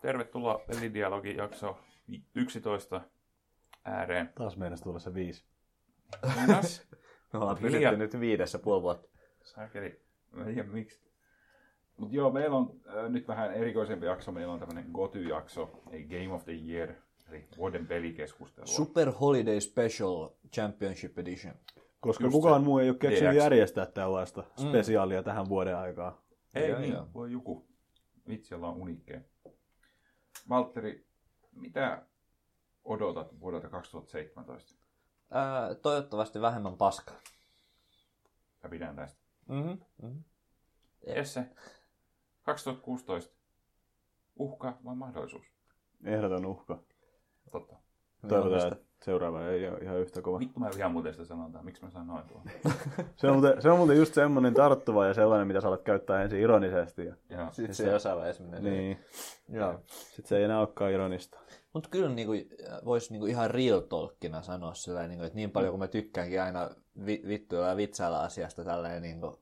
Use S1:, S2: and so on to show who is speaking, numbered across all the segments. S1: Tervetuloa pelidialogijakso 11 ääreen.
S2: Taas meinas tulla se viisi.
S1: Mitäs?
S3: Me ollaan
S1: Hiljaa.
S3: pysytty nyt viidessä puoli vuotta.
S1: Sakeli, mä en tiedä miksi.
S4: Mutta joo, meillä on äh, nyt vähän erikoisempi jakso. Meillä on tämmöinen GOTY-jakso, eli Game of the Year, eli vuoden pelikeskustelua.
S5: Super Holiday Special Championship Edition.
S2: Koska
S4: Just
S2: kukaan
S4: se.
S2: muu ei ole keksinyt
S4: DX.
S2: järjestää tällaista spesiaalia tähän vuoden aikaan.
S1: Ei
S5: Joo,
S1: niin,
S5: joo.
S1: voi joku.
S4: Vitsi, ollaan uniikkeja. Valtteri, mitä odotat vuodelta 2017?
S5: Ää, Äh, toivottavasti vähemmän paskaa.
S4: Mä pidän tästä.
S5: Mm-hmm. Mm-hmm.
S1: Jesse, 2016. Uhka vai mahdollisuus?
S2: Ehdoton uhka.
S1: Totta.
S2: Toivotaan, että seuraava ei ole ihan yhtä kova.
S1: Vittu mä vihaan muuten sitä sanontaa. Miksi mä sanoin tuon?
S2: Se on muuten, se on muuten just semmoinen tarttuva ja sellainen, mitä sä alat käyttää ensin ironisesti. Ja,
S1: Joo.
S5: Sitten Siis se jossain vaiheessa menee.
S2: niin.
S5: Joo.
S2: Sitten se ei enää olekaan ironista.
S5: Mutta kyllä niinku, voisi niinku ihan real talkina sanoa sillä niinku, että niin paljon kuin mä tykkäänkin aina vi- vittuilla ja vitsailla asiasta tälleen niinku,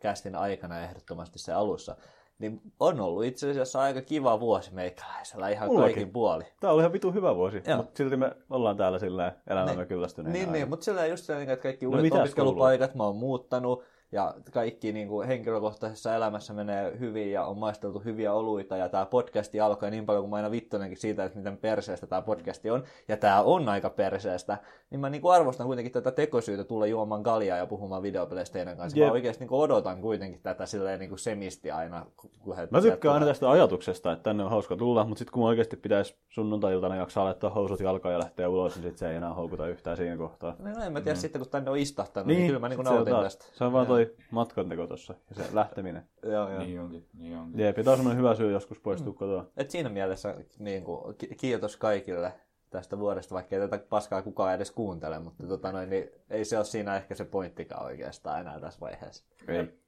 S5: kästin aikana ehdottomasti se alussa, niin on ollut itse asiassa aika kiva vuosi meikäläisellä ihan
S2: Mullakin.
S5: kaikin puoli.
S2: Tää oli ihan vitu hyvä vuosi,
S5: Joo.
S2: mutta silti me ollaan täällä sillä elämämme
S5: Niin.
S2: kyllästyneenä.
S5: Niin, niin, mutta sillä just se, niinku, että kaikki
S2: No
S5: uudet
S2: mitäs
S5: opiskelupaikat mä oon muuttanut ja kaikki niin kuin, henkilökohtaisessa elämässä menee hyvin ja on maisteltu hyviä oluita ja tämä podcasti alkoi niin paljon kuin mä aina vittuinenkin siitä, että miten perseestä tämä podcasti on ja tämä on aika perseestä, niin mä niin kuin, arvostan kuitenkin tätä tekosyytä tulla juomaan kaljaa ja puhumaan videopeleistä teidän kanssa. Jep.
S2: Jep.
S5: Mä oikeasti niin kuin, odotan kuitenkin tätä silleen niin kuin semisti aina. Kun kun he
S2: Mä
S5: sieltä
S2: tykkään aina
S5: tulee.
S2: tästä ajatuksesta, että tänne on hauska tulla, mutta sitten kun oikeasti pitäisi sunnuntai-iltana jaksaa laittaa housut jalkaan ja lähteä ulos, niin sit se ei enää houkuta yhtään siinä kohtaa.
S5: No en mä tiedä mm. sitten, kun tänne on istahtanut, niin, niin kyllä mä niin kuin,
S2: sit se on
S5: nautin
S2: taas-
S5: tästä. Mm.
S2: Se on vaan toi matkanteko tossa ja se lähteminen.
S5: Joo, joo.
S4: Niin onkin, niin onkin.
S2: Jep, ja tää on semmonen hyvä syy joskus
S5: Mm.
S2: poistua kotoa.
S5: Et siinä mielessä niin kuin, kiitos kaikille tästä vuodesta, vaikka ei tätä paskaa kukaan edes kuuntele, mutta tota noin, niin ei se ole siinä ehkä se pointtikaan oikeastaan enää tässä vaiheessa.
S2: Ei.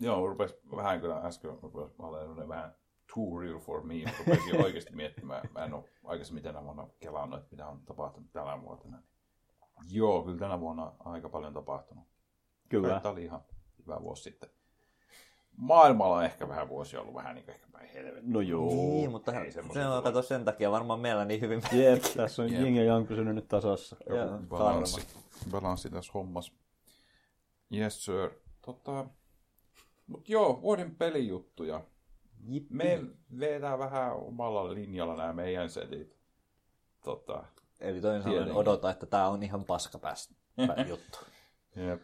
S1: Joo, rupes vähän kyllä äsken rupes olemaan vähän too real for me. Rupesin oikeasti miettimään. Mä en ole aikaisemmin tänä vuonna kelannut, että mitä on tapahtunut tänä vuotena. Joo, kyllä tänä vuonna aika paljon tapahtunut.
S2: Kyllä.
S1: Tämä oli ihan hyvä vuosi sitten. Maailmalla on ehkä vähän vuosi ollut vähän niin kuin ehkä päin helvettiä.
S2: No joo.
S5: Niin, mutta
S1: ei
S5: se on
S1: semmoista
S5: kato sen takia varmaan meillä niin hyvin
S2: Jep, tässä on
S1: Jep.
S2: Jing ja Jang pysynyt nyt tasassa.
S5: Joo,
S1: Joku balanssi, balanssi tässä hommassa. Yes sir. Tota, mut joo, vuoden pelijuttuja.
S5: Jippi.
S1: Me vetää vähän omalla linjalla nämä meidän setit. Tota,
S5: Eli toisin sanoen
S1: Tietenkin.
S5: odota, että tämä on ihan paska päästä juttu.
S1: Jep.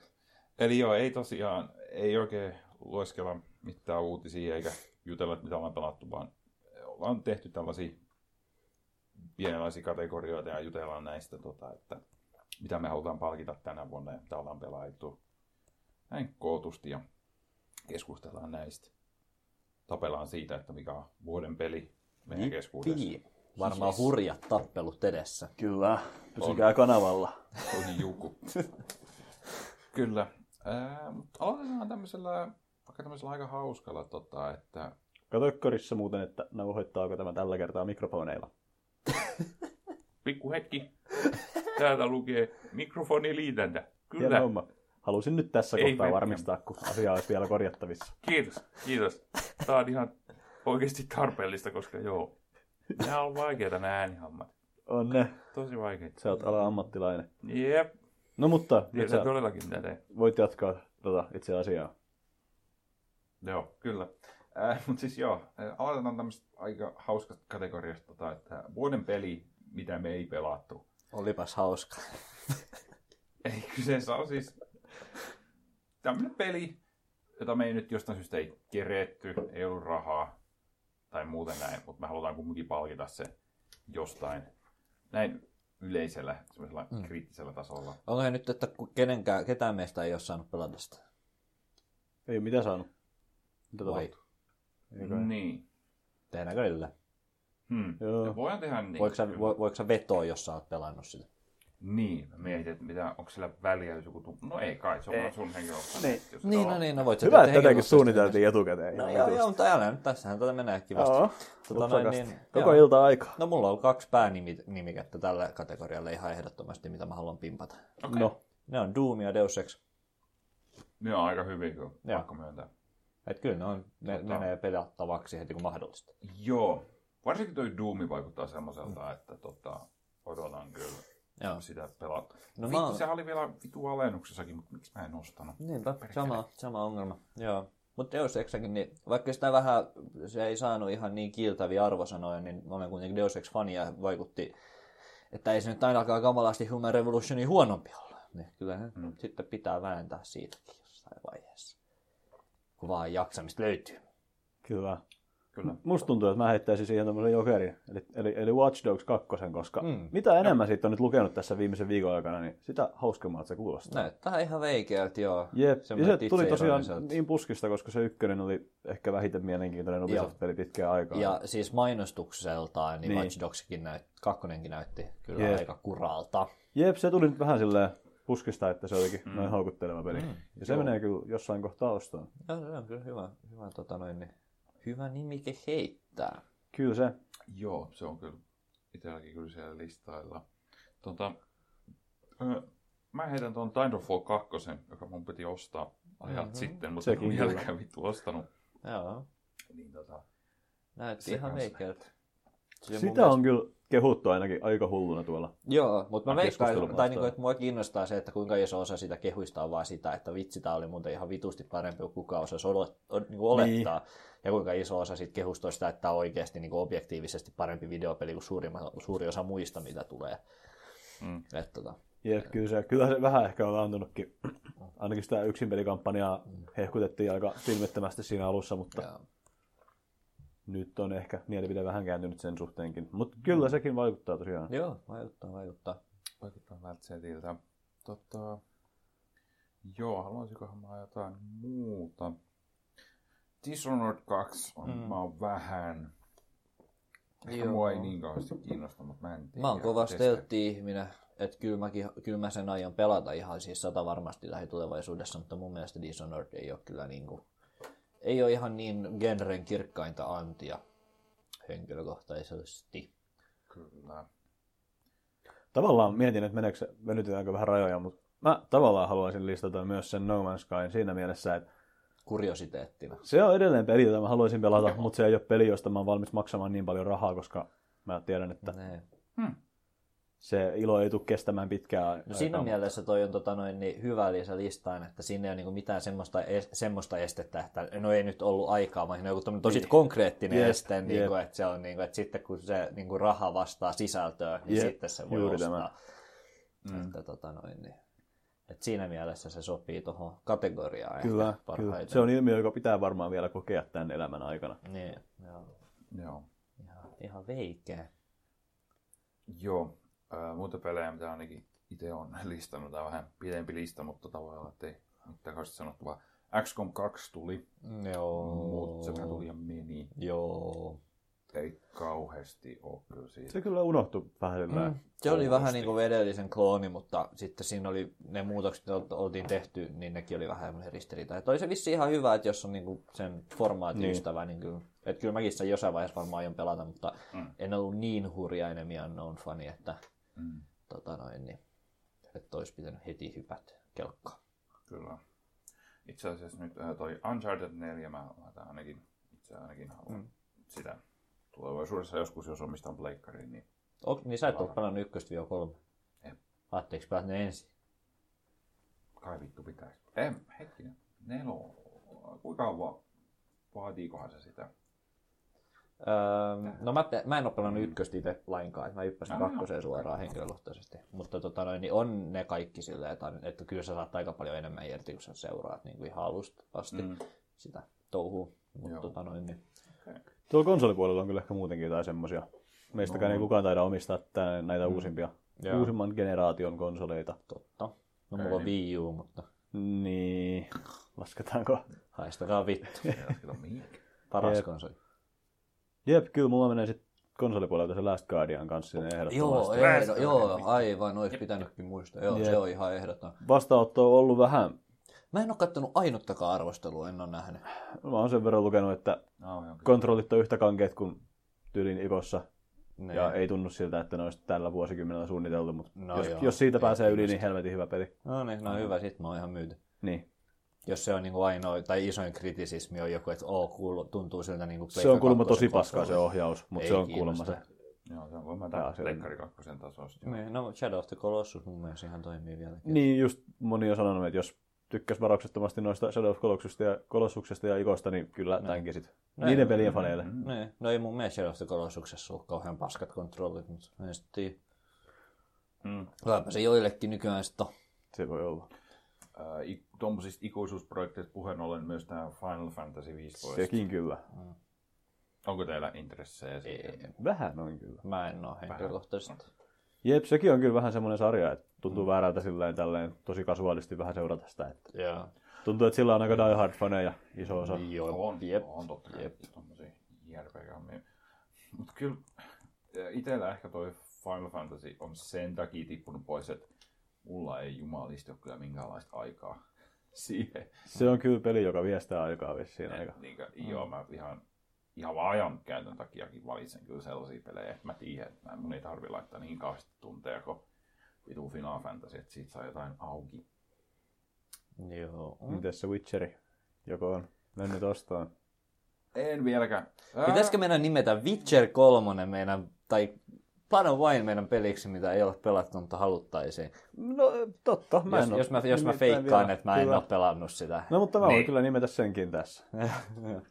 S1: Eli joo, ei tosiaan, ei oikein lueskella mitään uutisia eikä jutella, että mitä ollaan pelattu, vaan ollaan tehty tällaisia pienenlaisia kategorioita ja jutellaan näistä, tota, että mitä me halutaan palkita tänä vuonna ja mitä ollaan pelailtu. Näin kootusti ja keskustellaan näistä. Tapellaan siitä, että mikä on vuoden peli meidän keskuudessa.
S5: Pii. Varmaan hurjat tappelut edessä.
S2: Kyllä, pysykää kanavalla.
S1: Tosi juku. Kyllä. Ää, mutta aloitetaan tämmöisellä, vaikka tämmöisellä aika hauskalla, tota, että
S2: Kato korissa muuten, että nauhoittaako tämä tällä kertaa mikrofoneilla.
S1: pikku hetki, täältä lukee mikrofoniliitäntä. Kyllä,
S2: Hieno homma. Halusin nyt tässä
S1: Ei
S2: kohtaa
S1: mitään.
S2: varmistaa, kun asia olisi vielä korjattavissa.
S1: kiitos, kiitos. Tämä on ihan oikeasti tarpeellista, koska joo, nämä on vaikeita nämä äänihommat.
S2: Onne,
S1: Tosi vaikeita.
S2: sä oot ala ammattilainen.
S1: Jep,
S2: No mutta, nyt
S1: tiedän
S2: sä
S1: todellakin mitä teen.
S2: voit jatkaa tota itse asiaa.
S1: Joo, kyllä.
S4: Äh, mutta siis joo, äh, aloitetaan tämmöistä aika hauskasta kategoriasta, tota, että vuoden peli, mitä me ei pelattu.
S5: Olipas hauska.
S4: Ei kyseessä on siis
S1: Tämmöinen peli, jota me ei nyt jostain syystä ei keretty, ei ollut rahaa tai muuten näin, mutta me halutaan kumminkin palkita se jostain näin yleisellä, semmoisella mm. kriittisellä tasolla.
S5: Onko he nyt, että ku- kenenkään, ketään meistä ei ole saanut pelata sitä?
S2: Ei ole mitään saanut. Mitä
S5: Vai
S2: tapahtuu? Eikö? Mm.
S1: Niin.
S5: tehdäänkö ille?
S1: Hmm.
S2: Joo.
S1: Voidaan tehdä niin.
S5: Voiko sä, vo, voiko sä vetoa, jos sä oot pelannut sitä?
S1: Niin, mä mietin, että mitä, onko sillä väliä, jos joku tuu... No ei kai, se on vaan sun henkilökohtainen.
S2: Niin.
S1: jos et
S5: Niin,
S1: ole.
S5: no niin, no voit sä
S2: Hyvä,
S5: tehdä
S2: että tätäkin
S5: henkilökohtaisesti.
S2: suunniteltiin etukäteen.
S5: No
S2: ihan
S5: joo,
S2: vitusti.
S5: joo, mutta älä nyt, tässähän tätä menee kivasti.
S2: Joo,
S5: tota noin,
S2: upsakasti.
S5: niin,
S2: Koko
S5: joo.
S2: ilta aika.
S5: No mulla on kaksi päänimikettä tällä kategorialla ihan ehdottomasti, mitä mä haluan pimpata.
S2: No,
S5: Ne on Doom ja Deus Ex.
S1: Ne on aika hyvin, kun
S5: Joo.
S1: pakko myöntää.
S5: Että kyllä ne, on, ne
S1: Tota-
S5: menee pelattavaksi heti kun mahdollista.
S1: Joo. Varsinkin toi Doom vaikuttaa
S5: Mm.
S1: semmoiselta, että tota, odotan kyllä
S5: Joo.
S1: sitä pelata.
S5: No mä
S1: Vittu,
S5: oon...
S1: sehän oli vielä vitu alennuksessakin, mutta miksi mä en ostanut?
S5: Niinpä,
S1: Perkele.
S5: sama, sama ongelma. Joo. Mutta Deus Exakin, niin vaikka sitä vähän, se ei saanut ihan niin kiiltäviä arvosanoja, niin mä olen kuitenkin Deus Ex-fani ja vaikutti, että ei se nyt ainakaan kamalasti Human Revolutionin huonompi olla. Niin kyllähän mm. sitten pitää vääntää siitäkin jossain vaiheessa, kun vaan jaksamista löytyy.
S2: Kyllä.
S1: Kyllä.
S2: Musta tuntuu, että mä heittäisin siihen tämmöisen jokerin, eli, eli, eli Watch Dogs 2, koska
S5: Mm.
S2: mm. mitä enemmän siitä on nyt lukenut tässä viimisen viikon aikana, niin sitä hauskemmalta se kuulostaa.
S5: Näyttää ihan veikeältä, joo.
S2: Jep, ja
S5: Semmoinen
S2: se tuli tosiaan
S5: itseironiselta.
S2: niin puskista, koska se ykkönen oli ehkä vähiten mielenkiintoinen Ubisoft-peli pitkään aikaan.
S5: Ja siis mainostukseltaan, niin, niin.
S2: Niin.
S5: Watch Dogsikin näyt, kakkonenkin näytti kyllä
S2: Jep.
S5: aika kuralta.
S2: Jep, se tuli nyt vähän silleen puskista, että se olikin mm. noin houkutteleva peli. Mm. Ja se Joo. menee kyllä jossain kohtaa ostoon.
S5: Joo, se on kyllä hyvä, hyvä, tota noin, niin, hyvä nimike heittää.
S2: Kyllä se.
S1: Joo, se on kyllä itselläkin kyllä siellä listailla. Tota, ö, mä heitän tuon Titanfall 2, joka mun piti ostaa ajat
S5: Mhm.
S1: mm-hmm. sitten, mutta
S2: Sekin
S1: kun
S2: kyllä.
S1: jälkeen vittu ostanut.
S5: Joo,
S1: Niin tota,
S5: näytti
S1: Se
S5: ihan
S1: kanssa.
S5: veikeältä.
S2: Sitä on kyllä kehuttu ainakin aika hulluna tuolla.
S5: Joo, mutta mä
S2: Mä
S5: veikkaan,
S2: keskustelun
S5: tai
S2: vastaan.
S5: niinku, että mua kiinnostaa se, että kuinka iso osa sitä kehuista on vaan sitä, että vitsi, tää oli muuten ihan vitusti parempi kuin kukaan osasi olet, o, niinku olettaa. Niin. Ja kuinka iso osa siitä kehusta on sitä, että tää on oikeasti niinku objektiivisesti parempi videopeli kuin suuri, suuri osa muista, mitä tulee.
S1: Mm.
S5: Et, tota,
S2: Jep, kyllä se, kyllä se vähän ehkä on antanutkin. Ainakin sitä yksinpelikampanjaa hehkutettiin aika silmittömästi siinä alussa, mutta
S5: joo.
S2: nyt on ehkä mielipide vähän kääntynyt sen suhteenkin. Mutta kyllä sekin vaikuttaa tosiaan.
S5: joo, vaikuttaa, vaikuttaa.
S1: vaikuttaa vältsetiltä. Tota, joo, haluaisinkohan mä jotain muuta. Dishonored 2 on, mm. mä oon vähän... Ehkä
S5: Joo.
S1: mua ei niin kauheasti kiinnosta, mutta mä en tiedä.
S2: Niin,
S5: Mä oon kova
S1: Testa-
S5: steltti-ihminen, että kyllä, mäkin, kyllä mä sen aion pelata ihan siis sata varmasti lähitulevaisuudessa, mutta mun mielestä Dishonored ei ole kyllä niinku, ei ole ihan niin genren kirkkainta antia henkilökohtaisesti.
S1: Kyllä.
S2: Tavallaan mietin, että meneekö, se- venytetäänkö vähän rajoja, mutta mä tavallaan haluaisin listata myös sen No Man's Skyn siinä mielessä, että
S5: Kuriositeettina.
S2: Se on edelleen peli, jota mä haluaisin pelata, mutta se ei ole peli, josta mä oon valmis maksamaan niin paljon rahaa, koska mä tiedän, että
S5: Ne.
S2: se ilo ei tule kestämään pitkään.
S5: No siinä mielessä toi on tota noin, niin hyvä lisä listaan, että siinä ei ole niinku mitään semmoista, es, semmoista estettä, että no ei nyt ollut aikaa, vaan siinä on joku tommonen tosi konkreettinen
S2: Niin. Jep,
S5: este, niinku,
S2: jep.
S5: että, se on, niinku, että sitten kun se niinku, raha vastaa sisältöä, niin
S2: Jep,
S5: sitten se voi
S2: juuri
S5: ostaa.
S2: tämä.
S5: Mm. Että, tota noin, niin. Et siinä mielessä se sopii tuohon kategoriaan
S2: Kyllä,
S5: ehkä
S2: kyllä.
S5: parhaiten.
S2: Se on ilmiö, joka pitää varmaan vielä kokea tämän elämän aikana.
S5: Niin, joo.
S1: Joo.
S5: Ihan, ihan veikeä.
S1: Joo, ää, muita pelejä, mitä ainakin itse on listannut, tämä on vähän pidempi lista, mutta tavallaan, että ei mitään kauheasti sanottavaa. XCOM 2 tuli,
S5: Joo.
S1: mutta se vähän tuli ja meni.
S5: Joo.
S1: Ei kauheasti ole kyllä siitä.
S2: Se kyllä unohtui vähän sillä
S5: Mm. Se oli vähän niin kuin edellisen klooni, mutta sitten siinä oli ne muutokset, joita oltiin tehty, niin nekin oli vähän semmoinen ristiriita. Että oli se vissi ihan hyvä, että jos on niin kuin sen formaatin niin.
S2: Niin.
S5: ystävä, niin kyllä, että kyllä mäkin sen jossain vaiheessa varmaan aion pelata, mutta mm. en ollut niin hurja enemmän unknown fani, että,
S1: Mm,
S5: tota noin, niin, että olisi pitänyt heti hypät kelkkaan.
S1: kyllä. Itse asiassa nyt ää, toi Uncharted 4, mä laitan ainakin, itse ainakin haluan mm. sitä tulevaisuudessa joskus, jos omistan pleikkarin, niin
S5: Onks, niin sä et ole pelannut ykköstä vielä kolme.
S1: En.
S5: Ajatteeksi pelät ne ensin?
S1: kai vittu pitäisi. Ei, hetkinen, nelo, kuinka kauan vaatiikohan se sitä?
S5: Öö, no mä, pe- mä en ole pelannut ykköstä itse lainkaan, mä yppäsin kakkoseen suoraan henkilökohtaisesti. Mutta tota noin, niin on ne kaikki silleen, että, että kyllä sä saat aika paljon enemmän irti, kun sä seuraat niin kuin ihan alusta asti mm. sitä touhua. Mutta
S1: Joo.
S5: tota noin, niin,
S2: Tuolla konsolipuolella on kyllä ehkä muutenkin jotain semmoisia. Meistäkään ei kukaan taida omistaa tää- näitä uusimpia,
S5: No. Mm. Joo.
S2: uusimman generaation konsoleita.
S5: totta. No mulla on Wii U, mutta
S2: Niin, lasketaanko?
S5: haistakaa vittu.
S1: Ei lasketa mihinkään.
S5: Paras
S2: Jep.
S5: konsoli.
S2: Jep, kyllä mulla menee sitten konsolipuolelta se Last Guardian kanssa sinne ehdottomasti.
S5: Joo, ehdo, joo, aivan, olisi pitänytkin muistaa. Joo, se
S2: Jep.
S5: on ihan ehdoton.
S2: Vastaanotto on ollut vähän
S5: Mä en ole kattonut ainuttakaan arvostelua, en ole nähnyt.
S2: Mä oon sen verran lukenut, että
S1: No, joo, kyllä.
S2: kontrollit on yhtä kankeet kuin tyylin ikossa.
S5: Ne.
S2: Ja ei tunnu siltä, että ne olisi tällä vuosikymmenellä suunniteltu, mutta
S5: Niin. No
S2: no jos,
S5: joo,
S2: jos siitä
S5: ei
S2: pääsee yli, niin helvetin hyvä peli.
S5: No niin, no hyvä, sit mä oon ihan myyty.
S2: Niin.
S5: Jos se on niin kuin ainoa, tai isoin kritisismi on joku, että oo, kuulu, tuntuu siltä niin kuin
S2: Se on kuulemma tosi paskaa se ohjaus, mutta
S5: Ei
S2: se on
S5: kiinnosta.
S2: kuulemma se.
S1: Joo, se on voimaa
S2: Tää on se-
S1: Leikkari kakkosen tasosta.
S5: No Shadow of the Colossus mun mielestä ihan toimii vielä.
S2: Niin, just moni on sanonut, että jos tykkäs varauksettomasti noista Shadow of Colossuksesta ja, Colossuksesta ja Ikosta, niin kyllä tämänkin sit.
S5: Näin.
S2: Niiden pelien faneille.
S5: No
S1: Mm.
S5: Niin. No ei mun mielestä Shadow of the Colossuksessa ole kauhean paskat kontrollit, mutta en sitten tiedä.
S1: Mm.
S5: Kylläpä se joillekin nykyään sitten on.
S2: Se voi olla.
S1: Ää, ik- Tuommoisista ikuisuusprojekteista puheen ollen myös tämä Final Fantasy 15.
S2: Sekin kyllä.
S5: Mm,
S1: Onko teillä intressejä siihen?
S2: Vähän on kyllä.
S5: Mä en ole henkilökohtaisesti.
S2: Jep, sekin on kyllä vähän semmoinen sarja, että tuntuu mm. väärältä silleen tälleen tosi kasuaalisti vähän seurata sitä. Että
S5: Joo.
S2: tuntuu, että sillä on aika Die Hard-faneja iso osa.
S5: Joo.
S1: No On,
S5: Jep.
S1: on totta kai. siis
S5: Jep.
S1: Tuommoisia järpekämmin. Mutta kyllä ää, itellä ehkä toi Final Fantasy on sen takia tippunut pois, että mulla ei jumalista ole kyllä minkäänlaista aikaa siihen.
S2: Se on kyllä peli, joka viestää aikaa vissiin aika.
S1: Et niinkö, Joo, mä ihan, ihan vaan ajan käytön takiakin valitsen kyllä sellaisia pelejä, että mä tiedän, että mä- mun ei tarvi laittaa niin kauheasti tunteja kuin vitu Final Fantasy, että siitä saa jotain auki.
S5: Joo.
S2: Mites se Witcheri, joko on mennyt ostoon?
S1: En vieläkään. Ää,
S2: Ah.
S5: Pitäisikö meidän nimetä Witcher 3 meidän, tai Pano vain meidän peliksi, mitä ei ole pelattu, mutta haluttaisiin.
S2: No totta, mä
S5: Jos,
S2: en oo
S5: jos, mä, jos mä
S2: nimittäin
S5: feikkaan,
S2: vielä.
S5: että mä en
S2: Kyllä.
S5: ole pelannut sitä.
S2: No mutta mä voin kyllä nimetä senkin tässä.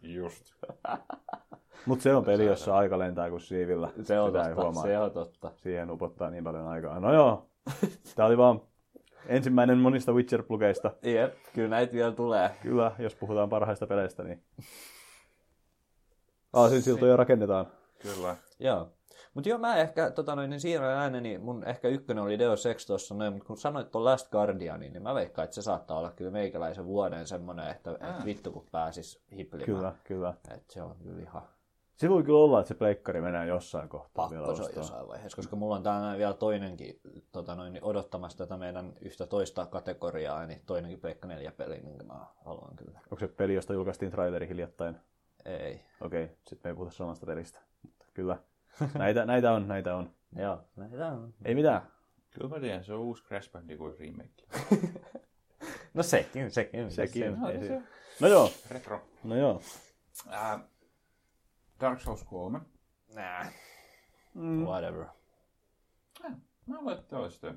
S1: Just.
S2: Mutta se on peli, jossa aika lentää kuin siivillä.
S5: se on
S2: Sitä ei
S5: totta,
S2: huomaa.
S5: se on totta.
S2: Siihen upottaa niin paljon aikaa. No joo, tää oli vaan ensimmäinen monista Witcher-plugeista.
S5: Jep, kyllä näitä vielä tulee.
S2: Kyllä, jos puhutaan parhaista peleistä, niin aasinsiltoja rakennetaan.
S1: Kyllä.
S5: Joo. Mutta joo, mä ehkä tota noin, niin siirrän ääneni, mun ehkä ykkönen oli Deus Ex tuossa noin, mutta kun sanoit tuon Last Guardianin, niin mä veikkaan, että se saattaa olla kyllä meikäläisen vuoden semmonen, että, että vittu kun pääsis hiplimään.
S2: Ah. Kyllä, kyllä.
S5: Et se on kyllä ihan
S2: Se voi kyllä olla, että se pleikkari menee jossain kohtaa vielä
S5: pakko se on
S2: ostoon.
S5: jossain vaiheessa, koska mulla on täällä vielä toinenkin tota noin, niin odottamassa tätä meidän yhtä toista kategoriaa, niin toinenkin Pleikka 4 peli, minkä mä haluan kyllä.
S2: Onko se peli, josta julkaistiin traileri hiljattain?
S5: Ei.
S2: Okei, sitten me ei puhuta samasta pelistä. Mutta kyllä, näitä, näitä on, näitä on.
S5: Joo, näitä on.
S2: Ei mitään.
S1: Kyllä mä tiedän, se on uusi Crash Bandicoot remake.
S5: No sekin, sekin.
S2: Sekin. ei se. No joo,
S1: Retro.
S2: no joo.
S1: Ää, Dark Souls 3.
S2: No.
S5: Nah. Mm. Whatever.
S1: Mä olen toista.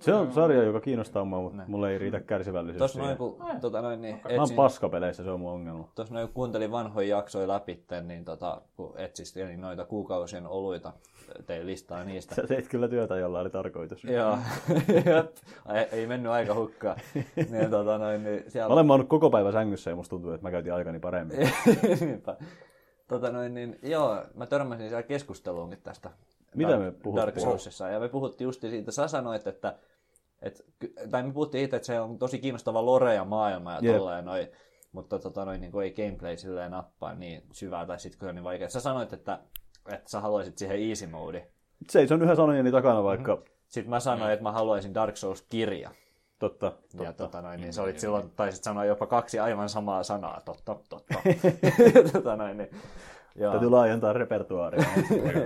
S2: Se on sarja, joka kiinnostaa mua, mutta mulle ei riitä kärsivällisyys
S5: Tuossa
S2: siihen.
S5: noin, kun tota noin, niin
S2: Mä oon
S5: etsin,
S2: paskapeleissä, se on mun ongelma.
S5: tuossa noin kun kuuntelin vanhoja jaksoja läpi, niin tota, kun etsistelin noita kuukausien oluita, tein listaa niistä.
S2: Sä teit kyllä työtä, jolla oli tarkoitus. Mä
S5: Joo, Jep. ei, ei mennyt aika hukkaan. niin, tota noin, niin siellä...
S2: olen maannut koko päivä sängyssä ja musta tuntuu, että mä käytin aikani paremmin.
S5: Eh. Niinpä. tota noin, niin, joo, mä törmäsin siellä keskusteluunkin tästä.
S2: Mitä
S5: Dark-
S2: me puhuttiin?
S5: Dark Soulsissa. Ja me puhuttiin just siitä, sä sanoit, että, et, ky- tai me puhuttiin itse, että se on tosi kiinnostava lore ja maailma ja
S2: Jep.
S5: tolleen noin. Mutta tota noin, niin kun ei gameplay silleen nappaa niin syvää tai sitten kyllä niin vaikea. Sä sanoit, että, että sä haluaisit siihen easy mode.
S2: Seison yhä sanojeni takana, vaikka
S5: Sitten mä sanoin, että mä haluaisin Dark Souls-kirja.
S2: totta.
S5: Ja tota noin, niin sä olit silloin, taisit sanoa jopa kaksi aivan samaa sanaa, totta, totta. tota noin, niin, joo,
S2: Täytyy laajentaa repertuaaria.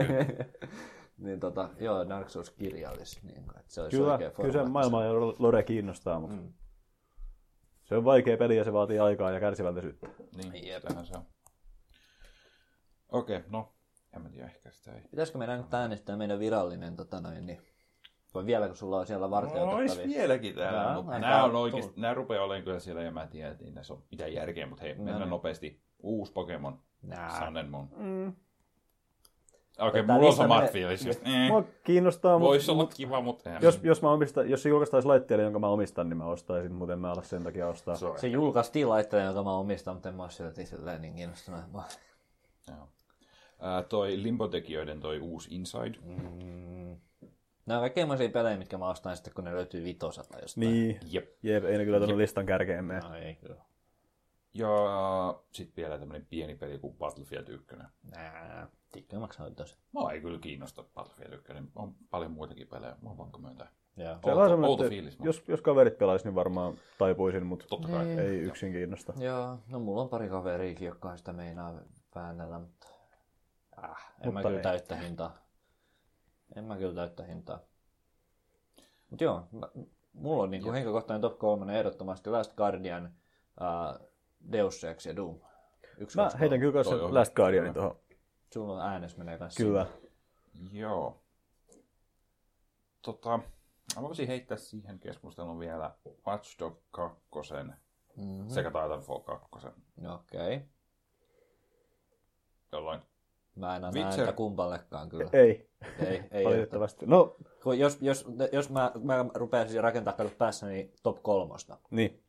S5: niin tota, joo, Dark Souls kirja olisi, niin kuin, että se olisi
S2: kyllä,
S5: oikea
S2: kyllä se
S5: formaatti.
S2: maailma ja lore kiinnostaa, mutta mm. se on vaikea peli ja se vaatii aikaa ja kärsivällisyyttä.
S1: Niin,
S5: Jep.
S1: Jep. tähän se on. Okei, okay, no. En mä tiedä, ehkä sitä ei.
S5: Pitäisikö meidän nyt äänestää meidän virallinen, tota noin, niin, vai vielä kun sulla on siellä varten
S1: No, olis
S5: otettavissa?
S1: vieläkin täällä,
S5: Jaa,
S1: mutta
S5: aika
S1: nää on
S5: tullut.
S1: oikeesti, nää rupeaa olemaan kyllä siellä ja mä tiedän, että ei näissä ole mitään järkeä, mutta hei, mennään
S5: niin.
S1: nopeasti. Uusi Pokemon,
S5: Nää.
S1: Sanemon. Mm. Okei, mulla
S5: Tää
S1: on
S5: lista
S1: samat
S5: menee-
S1: fiilis. just, eh,
S2: Mua kiinnostaa, mutta
S1: Voisi olla kiva, mutta... eh,
S2: jos, jos, mä omista, jos se julkaistaisi laitteelle, jonka mä omistan, niin mä ostaisin, muuten mä alas sen takia ostaa.
S1: se on-
S5: Se julkaistiin laitteella, jota mä omistan, mutta en mä ole silti silleen niin kiinnostunut. Mä-
S1: joo. Ää, toi Limbotekijöiden toi uusi Inside.
S5: Nää on kaikkein sellaisia pelejä, mitkä mä ostan sitten, kun ne löytyy vitosalta jostain.
S2: Niin,
S1: Jep.
S2: jep, ei ne kyllä tuonne listan kärkeen mene.
S5: No ei kyllä.
S1: Ja sit vielä tämmönen pieni peli kuin Battlefield 1.
S5: Nää. Tikka maksaa tosi.
S1: Mua ei kyllä kiinnosta Battlefield 1. On paljon muitakin pelejä, mua on pakko myöntää.
S5: Joo.
S2: Se on
S1: Outo-
S2: vähän semmoinen,
S1: outo
S2: että
S1: fiilis, mutta-
S2: jos, jos kaverit pelaisi, niin varmaan taipuisin, mutta
S1: Totta kai.
S2: ei yksin kiinnosta.
S5: Joo, no mulla on pari kaveriikin, jotka sitä meinaa väännellä, mutta äh, en mä
S2: Mutta
S5: kyllä
S2: ei.
S5: täyttä hintaa. En mä kyllä täyttä hintaa. Mut joo, mä, mulla on niinku henkilökohtainen top 3 ehdottomasti Last Guardian, ää, Deus Ex ja Doom. Yksi,
S2: Mä
S5: kaksi,
S2: heitän
S5: kolme.
S2: kyllä kanssa
S1: Toi on
S2: Last Guardianin
S1: hyvä.
S2: tuohon.
S5: Sulla on äänes menee kanssa.
S2: Kyllä.
S1: Joo. Tota, mä voisin heittää siihen keskustelun vielä Watch Dog 2
S2: Niin.
S5: Mm-hmm.
S1: sekä Titanfall 2,
S5: Okei. Okay.
S1: jolloin
S5: Mä en anna
S1: Witcher-
S5: ääntä kumpallekaan kyllä.
S2: Ei,
S5: ei, ei.
S2: valitettavasti. No,
S5: Kun jos, jos, jos mä, mä rupean siis rakentaa katsot päässä niin top kolmosta,
S2: niin.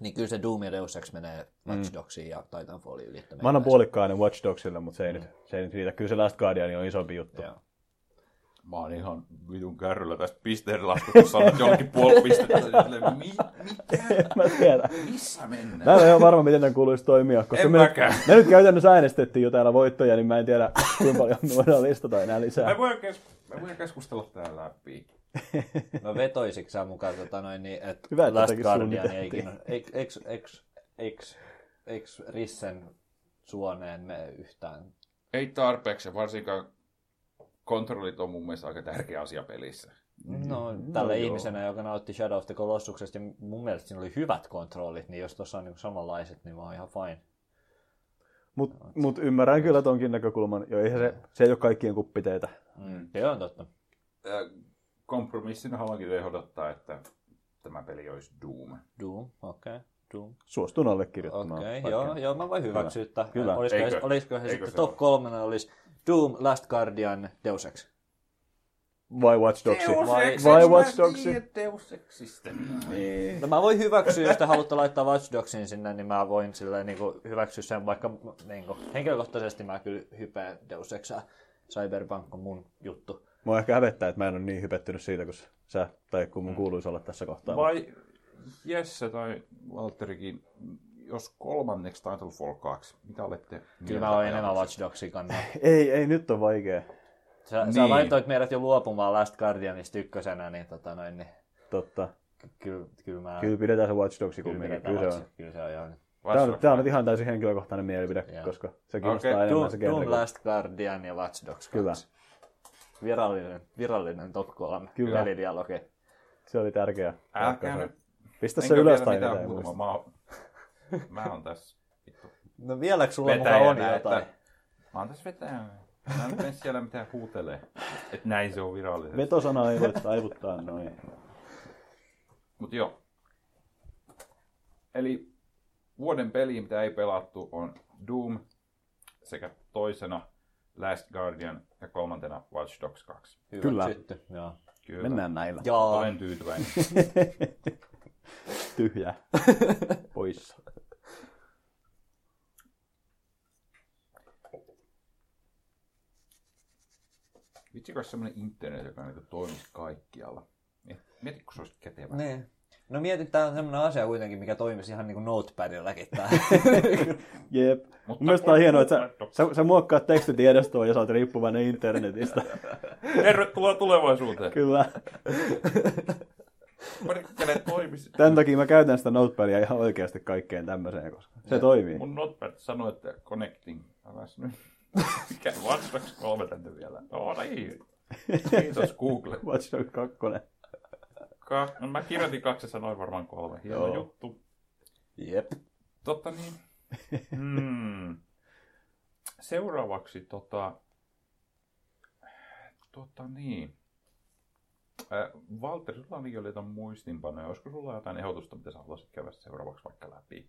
S5: niin kyllä se Doom ja Deus Ex menee Watch Dogsiin ja Titanfalliin ylittämään.
S2: Mm. Mä annan puolikkainen Watch Dogsille, mutta se ei, nyt, se ei nyt riitä. Kyllä se Last Guardian on isompi juttu.
S5: Joo.
S1: mä oon ihan vitun kärryllä tästä pisteen laskusta, kun sanot jollekin puoli pistettä, silleen, mi, mitä,
S2: Mä tiedän.
S1: missä mennään?
S2: Mä en ole varma, miten tämän kuuluisi toimia, koska
S1: En
S2: me, nyt,
S1: mäkään.
S2: me nyt käytännössä äänestettiin jo täällä voittoja, niin mä en tiedä, kuinka paljon me voidaan listata enää lisää.
S1: Mä voin, kes, mä voin keskustella tää läpi.
S5: No vetoisitko sä mukaan, tota noin, niin, että
S2: Hyvä, että
S5: Last
S2: jotakin
S5: Guardian ei
S2: suunniteltiin.
S5: kiinnosta. Eikö eks, eks, eks, eks Rissen suoneen mene yhtään?
S1: Ei tarpeeksi, ja varsinkaan kontrollit on mun mielestä aika tärkeä asia pelissä.
S5: No, tälle
S2: Mm, joo.
S5: ihmisenä, joka nautti Shadow of the Colossuksesta, ja mun mielestä siinä oli hyvät kontrollit, niin jos tuossa on niin samanlaiset, niin mä oon ihan fine.
S2: Mutta mut ymmärrän kyllä tonkin näkökulman. Jo, eihän se, se ei ole kaikkien kuppiteitä.
S5: Mm. Se on totta.
S1: Äh, Kompromissina haluankin ehdottaa, että tämä peli olisi Doom.
S5: Doom, okei. Okay. Doom.
S2: Suostun allekirjoittamaan.
S5: Okei,
S2: vaikka-
S5: joo, joo, mä voin hyväksyä. Kyllä.
S2: Kyllä.
S5: Olisiko,
S1: Eikö?
S5: olisiko se
S1: Eikö
S5: sitten
S1: se
S5: top
S1: ole?
S5: kolmena olisi Doom, Last Guardian, Deus Ex?
S2: Vai Watch Dogsi.
S5: Vai-
S1: Ex,
S2: vai
S1: eikö
S2: Watch Niin.
S1: mä
S2: Dogsi?
S1: tiedä Deus Existä?
S5: No mä voin hyväksyä, jos te haluatte laittaa Watch Dogsin sinne, niin mä voin silleen, niin kuin, hyväksyä sen, vaikka niin kuin, henkilökohtaisesti mä kyllä hypeen Deus Exää. Cyberpunk on mun juttu.
S2: Mua ehkä hävettää, että mä en ole niin hypettynyt siitä, kun sä tai kun
S1: Mm.
S2: mun kuuluisi olla tässä kohtaa.
S1: Vai Jesse tai Valterikin, jos kolmanneksi Titanfall 2, mitä olette
S5: Kyllä
S2: Niin,
S1: mieltä
S5: mä olen
S1: ajatuksesta?
S5: enemmän Watch Dogsin kannalla.
S2: Ei, ei, nyt on vaikea.
S5: Sä, niin. sä
S1: Niin.
S5: laitoit meidät jo luopumaan Last Guardianista ykkösenä, niin, tota noin, niin
S2: Totta.
S5: ky- kyllä, kyllä mä...
S2: Kyllä pidetään se Watch Dogsi kumminkin.
S5: pidetään
S2: Kyllä se
S5: Watch-
S2: on.
S5: Kyllä se on, joo.
S2: Tämä
S1: Watch
S2: on,
S1: Dogs.
S2: tämä on nyt ihan täysin henkilökohtainen mielipide,
S5: Joo.
S2: koska se kiinnostaa
S1: Okei,
S2: enemmän se
S5: Doom, Doom,
S2: genre.
S5: Last Guardian ja Watch Dogs 2.
S2: Kyllä.
S5: Virallinen, virallinen top 3
S2: Kyllä.
S5: pelidialogi.
S2: Se oli tärkeä.
S1: Älkää nyt.
S2: Pistä se
S1: Enkä
S2: ylös
S1: vielä
S2: tai
S1: mitään
S2: jotain
S1: muuta.
S2: muista.
S1: Mä, oon- mä oon tässä. vittu,
S5: No vieläkö sulla mukaan on
S1: vetäjänä,
S5: jotain?
S1: että- Mä oon tässä vetäjänä. Mä en mene siellä mitään huutelee. Että näin se on virallisesti.
S2: Vetosana no ei voi taivuttaa noin.
S1: Mut joo. Eli vuoden peli, mitä ei pelattu, on Doom sekä toisena Last Guardian ja kolmantena Watch Dogs 2.
S2: Kyllä.
S5: Hyväksytty. Joo.
S1: Kyllä.
S2: Mennään näillä.
S5: Joo.
S1: Olen tyytyväinen.
S2: Tyhjä. Poissa.
S1: Vitsi, kun olisi semmoinen internet, joka niinku toimisi kaikkialla. Mieti, kun se olisi kätevä.
S5: Niin. No mietin, tää on semmoinen asia kuitenkin, mikä toimisi ihan niinku notepadilläkin tää.
S2: Jep. Mun
S1: Mutta
S2: mielestä tää on
S1: kun-
S2: hienoa, että sä, sä, sä muokkaat tekstitiedostoa ja sä oot riippuvainen internetistä.
S1: Tervetuloa tulevaisuuteen.
S2: Kyllä.
S1: Perkele toimisi.
S2: Tämän takia mä käytän sitä notepadia ihan oikeasti kaikkeen tämmöiseen, koska se toimii.
S1: Mun notepad sanoi, että connecting. Alas nyt. Mikä Watch Dogs 3 tänne vielä? No niin. Kiitos Google.
S2: Watch Dogs 2.
S1: Ka- no, mä kirjoitin kaksi ja sanoin varmaan kolme. Hieno
S2: Joo.
S1: juttu.
S5: Jep.
S1: Totta niin. Hmm. Seuraavaksi tota... Tota niin. Äh, Walter, sulla on jo jotain muistinpanoja. Olisiko sulla jotain ehdotusta, mitä sä haluaisit käydä seuraavaksi vaikka läpi?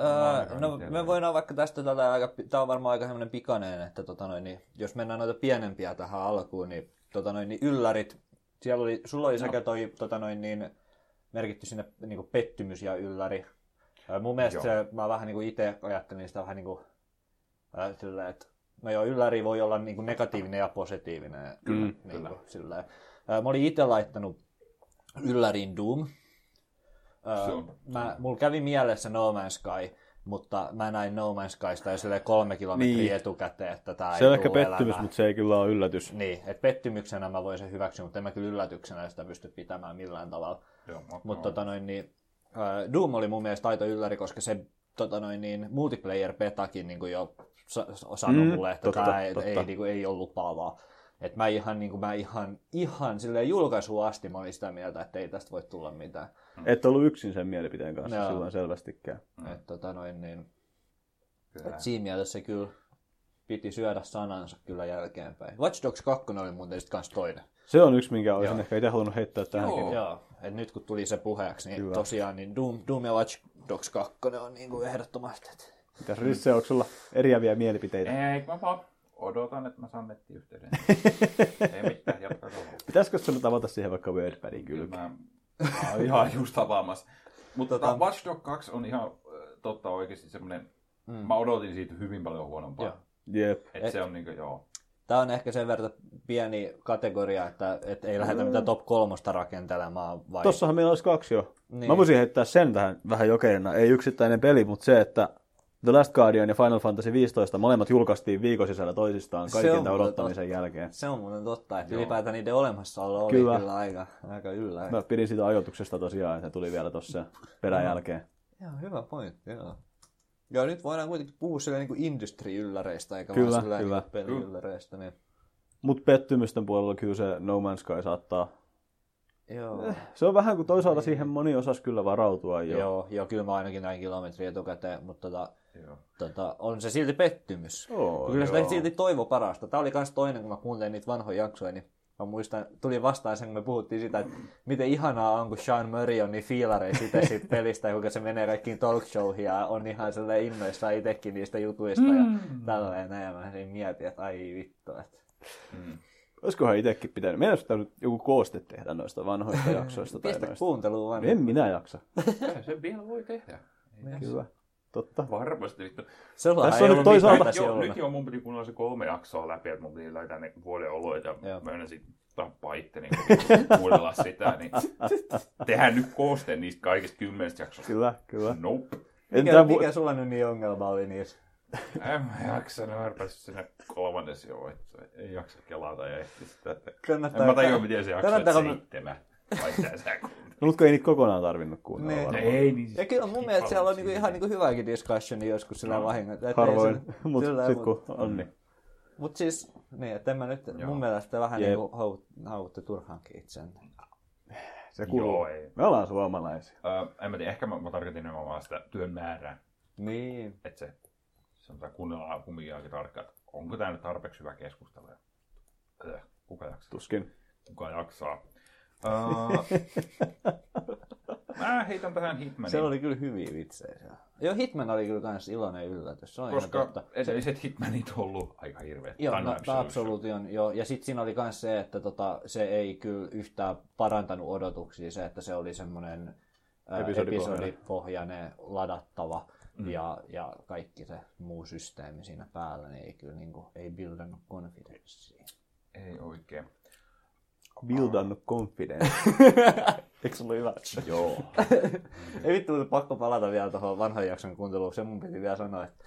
S5: Öö,
S1: Varmaan
S5: no
S1: itselleni.
S5: me voidaan vaikka tästä tätä aika, tää on varmaan aika semmoinen pikainen, että tota noin, niin, jos mennään noita pienempiä tähän alkuun, niin, tota noin, niin yllärit, siellä oli, sulla
S1: No.
S5: oli sekä toi tota noin, niin, merkitty sinne niin kuin pettymys ja ylläri. Öö, mun mielestä
S1: Joo.
S5: se, mä vähän niin kuin itse ajattelin sitä vähän niin kuin, äh, silleen, että no joo, ylläri voi olla niin kuin negatiivinen ja positiivinen.
S2: Kyllä,
S5: niin kuin, silleen. Öö, mä olin itse laittanut yllärin Doom. Öö,
S1: Se on-
S5: Mä, mulla kävi mielessä No Man's Sky, mutta mä näin No Man's Skysta jo silleen kolme kilometriä
S2: Niin.
S5: niin. etukäteen, että tämä
S2: Se on
S5: ei
S2: ehkä
S5: tuu
S2: pettymys,
S5: elämään.
S2: mutta se ei kyllä ole yllätys.
S5: Niin, että pettymyksenä mä voin sen hyväksyä, mutta en mä kyllä yllätyksenä sitä pysty pitämään millään tavalla.
S1: Joo, mä-
S5: Mutta tota noin, niin, ää, Doom oli mun mielestä aito ylläri, koska se tota noin, niin, multiplayer-petakin niin jo sa- sa- sanoi
S2: Mm,
S5: mulle, että
S2: totta,
S5: tämä ei,
S2: totta.
S5: ei, niin kuin, ei ole lupaavaa. Et mä ihan, niin kuin, mä ihan, ihan silleen julkaisuun asti mä olin sitä mieltä, että ei tästä voi tulla mitään.
S2: Mm. Et ollut yksin sen mielipiteen kanssa
S5: Joo.
S2: silloin selvästikään.
S5: Et, tota noin, niin,
S1: Kyllä.
S5: et siinä mielessä se kyllä piti syödä sanansa kyllä jälkeenpäin. Watch Dogs 2 oli muuten sitten kanssa toinen.
S2: Se on yksi, minkä olisin ehkä itse halunnut heittää tähänkin.
S1: Joo.
S5: Joo. Et nyt kun tuli se puheeksi, niin
S2: Kyllä.
S5: tosiaan niin Doom, Doom ja Watch Dogs 2 on niin kuin ehdottomasti. Et.
S2: Mitäs Risse, onko sulla eriäviä
S5: Eh.
S2: mielipiteitä?
S1: Ei, mä vaan odotan, että mä saan nettiyhteyden. ei mitään, jatkakaa. vaan.
S2: Pitäisikö sun tavata siihen vaikka WordPadin kylkeen?
S1: Mä, mä oon ihan just avaamassa. Mutta tota, Watch Dogs 2 on ihan äh, totta oikeasti semmoinen, mm. mä odotin siitä hyvin paljon
S5: Joo.
S1: huonompaa.
S2: Jep.
S1: Et, et se on niinku, joo.
S5: Tämä on ehkä sen verran pieni kategoria, että, että ei lähdetä mitään top kolmosta rakentelemaan. Vai...
S2: Tossahan meillä olisi kaksi jo.
S5: Niin.
S2: Niin. Mä voisin heittää sen tähän vähän jokerina. Ei yksittäinen peli, mutta se, että The Last Guardian ja Final Fantasy 15 molemmat julkaistiin viikon sisällä toisistaan
S5: Se on
S2: kaikilta
S5: muuten
S2: odottamisen jälkeen.
S5: Se on muuten totta, että Joo. ylipäätään niiden olemassaolo oli kyllä,
S2: Kyllä.
S5: kyllä aika, aika yllä.
S2: Mä pidin siitä ajatuksesta tosiaan, että se tuli vielä tuossa perän jälkeen.
S5: Joo, hyvä pointti, joo. Ja nyt voidaan kuitenkin puhua silleen niin industri-ylläreistä, eikä
S2: Kyllä,
S5: vaan silleen
S2: kyllä.
S5: niin peli-ylläreistä. Niin...
S2: Mutta pettymysten puolella kyllä se No Man's Sky saattaa. Eh,
S5: Joo.
S2: Se on vähän kuin toisaalta siihen moni osas kyllä varautua jo.
S5: joo, joo, kyllä mä ainakin näin kilometri etukäteen, mutta tota,
S1: joo.
S5: tota, on se silti pettymys.
S2: Joo,
S5: kyllä sitä silti toivo parasta. Tämä oli myös toinen, kun mä kuuntelin niitä vanhoja jaksoja, niin mä muistan, tuli vastaan sen, kun me puhuttiin sitä, että miten ihanaa on, kun Sean Murray on niin fiilareissa itse siitä pelistä, ja kuinka se menee kaikkiin talk showihin ja on ihan sellainen innoissaan itsekin niistä jutuista
S2: Mm.
S5: ja tälleen näin. Ja mä niin mietin, että ai vittu, että
S1: Mm.
S2: Olisikohan itsekin pitänyt. Meidän olisi pitänyt joku kooste tehdä noista vanhoista jaksoista. Tai noista.
S5: pistä
S2: Niin.
S5: kuunteluun vaan.
S2: En minä jaksa.
S1: Kyllä se vielä voi tehdä. Ei tässä
S2: Kyllä. Totta.
S1: Varmasti vittu.
S5: Sulla
S2: Tässä on
S5: ei ollut
S2: nyt toisaalta-
S5: mitään tässä
S1: Joo,
S5: jouluna.
S1: nyt jo mun piti kuunnella se kolme jaksoa läpi, että mun piti laittaa ne vuoden oloit ja
S5: Joo.
S1: mä sitten tappaa itteni, kun kuunnella sitä, niin tehdään nyt kooste niistä kaikista kymmenestä jaksosta.
S2: Kyllä, kyllä.
S1: Nope.
S5: Mikä,
S2: Entä vu-
S5: mikä sulla nyt niin ongelma oli niissä?
S1: En mä jaksa, ne arpasin siinä kolmannes jo, että ei jaksa kelata ja ehti sitä. Että...
S5: Kannattaa-
S1: En mä tajua, miten se jaksaa että
S5: kannattaako-
S1: seitsemän. Vai mitä sä kuuntelet?
S2: No, mutta ei niitä kokonaan tarvinnut kuunnella
S5: Niin.
S2: niin. varmaan.
S1: Ei, niin siis
S5: Ja kyllä mun mielestä siellä on niinku ihan niinku hyvääkin discussionia joskus sillä no, vahingolla. Että ei
S2: Harvoin,
S5: sillä- sillä-
S2: mutta sitten kun on, niin
S5: Mut siis, niin, että en mä nyt, Joo.
S1: Joo.
S5: mun mielestä vähän
S2: Jep.
S5: niin kuin haukutte turhaankin itseänne.
S2: se kuuluu.
S1: Joo, ei.
S2: Me ollaan suomalaisia.
S1: Ö, en mä tiedä, ehkä mä, mä tarkoitin nimenomaan sitä työn määrää.
S5: Niin.
S1: että se sanotaan kuunnellaan kumminkin aika tarkkaan, että onko tämä nyt tarpeeksi hyvä keskustelu. ja Öö, Kuka jaksaa?
S2: Tuskin.
S1: Kuka jaksaa? Öö, mä heitän tähän Hitmanin,
S5: Siellä oli kyllä hyviä vitsejä siellä. Joo, Hitman oli kyllä kans iloinen yllätys, se on ihan
S1: koska
S5: totta.
S1: edelliset Hitmanit on ollut aika hirveät.
S5: Joo,
S1: Time
S5: no,
S1: Absolution.
S5: tämä absolution, joo. Ja sitten siinä oli myös se, että tota, se ei kyllä yhtään parantanut odotuksia, se, että se oli semmoinen
S2: Episodipohjainen.
S5: episodipohjainen, ladattava mm. ja, ja kaikki se muu systeemi siinä päällä, niin ei kyllä niin kuin, ei buildannut konfidenssia.
S1: Ei oikein.
S2: Buildannut confidence. Eikö sulla hyvä?
S1: Ah, Joo.
S5: Ei vittu, mutta pakko palata vielä tuohon vanhan jakson kuunteluun. Se mun piti vielä sanoa, että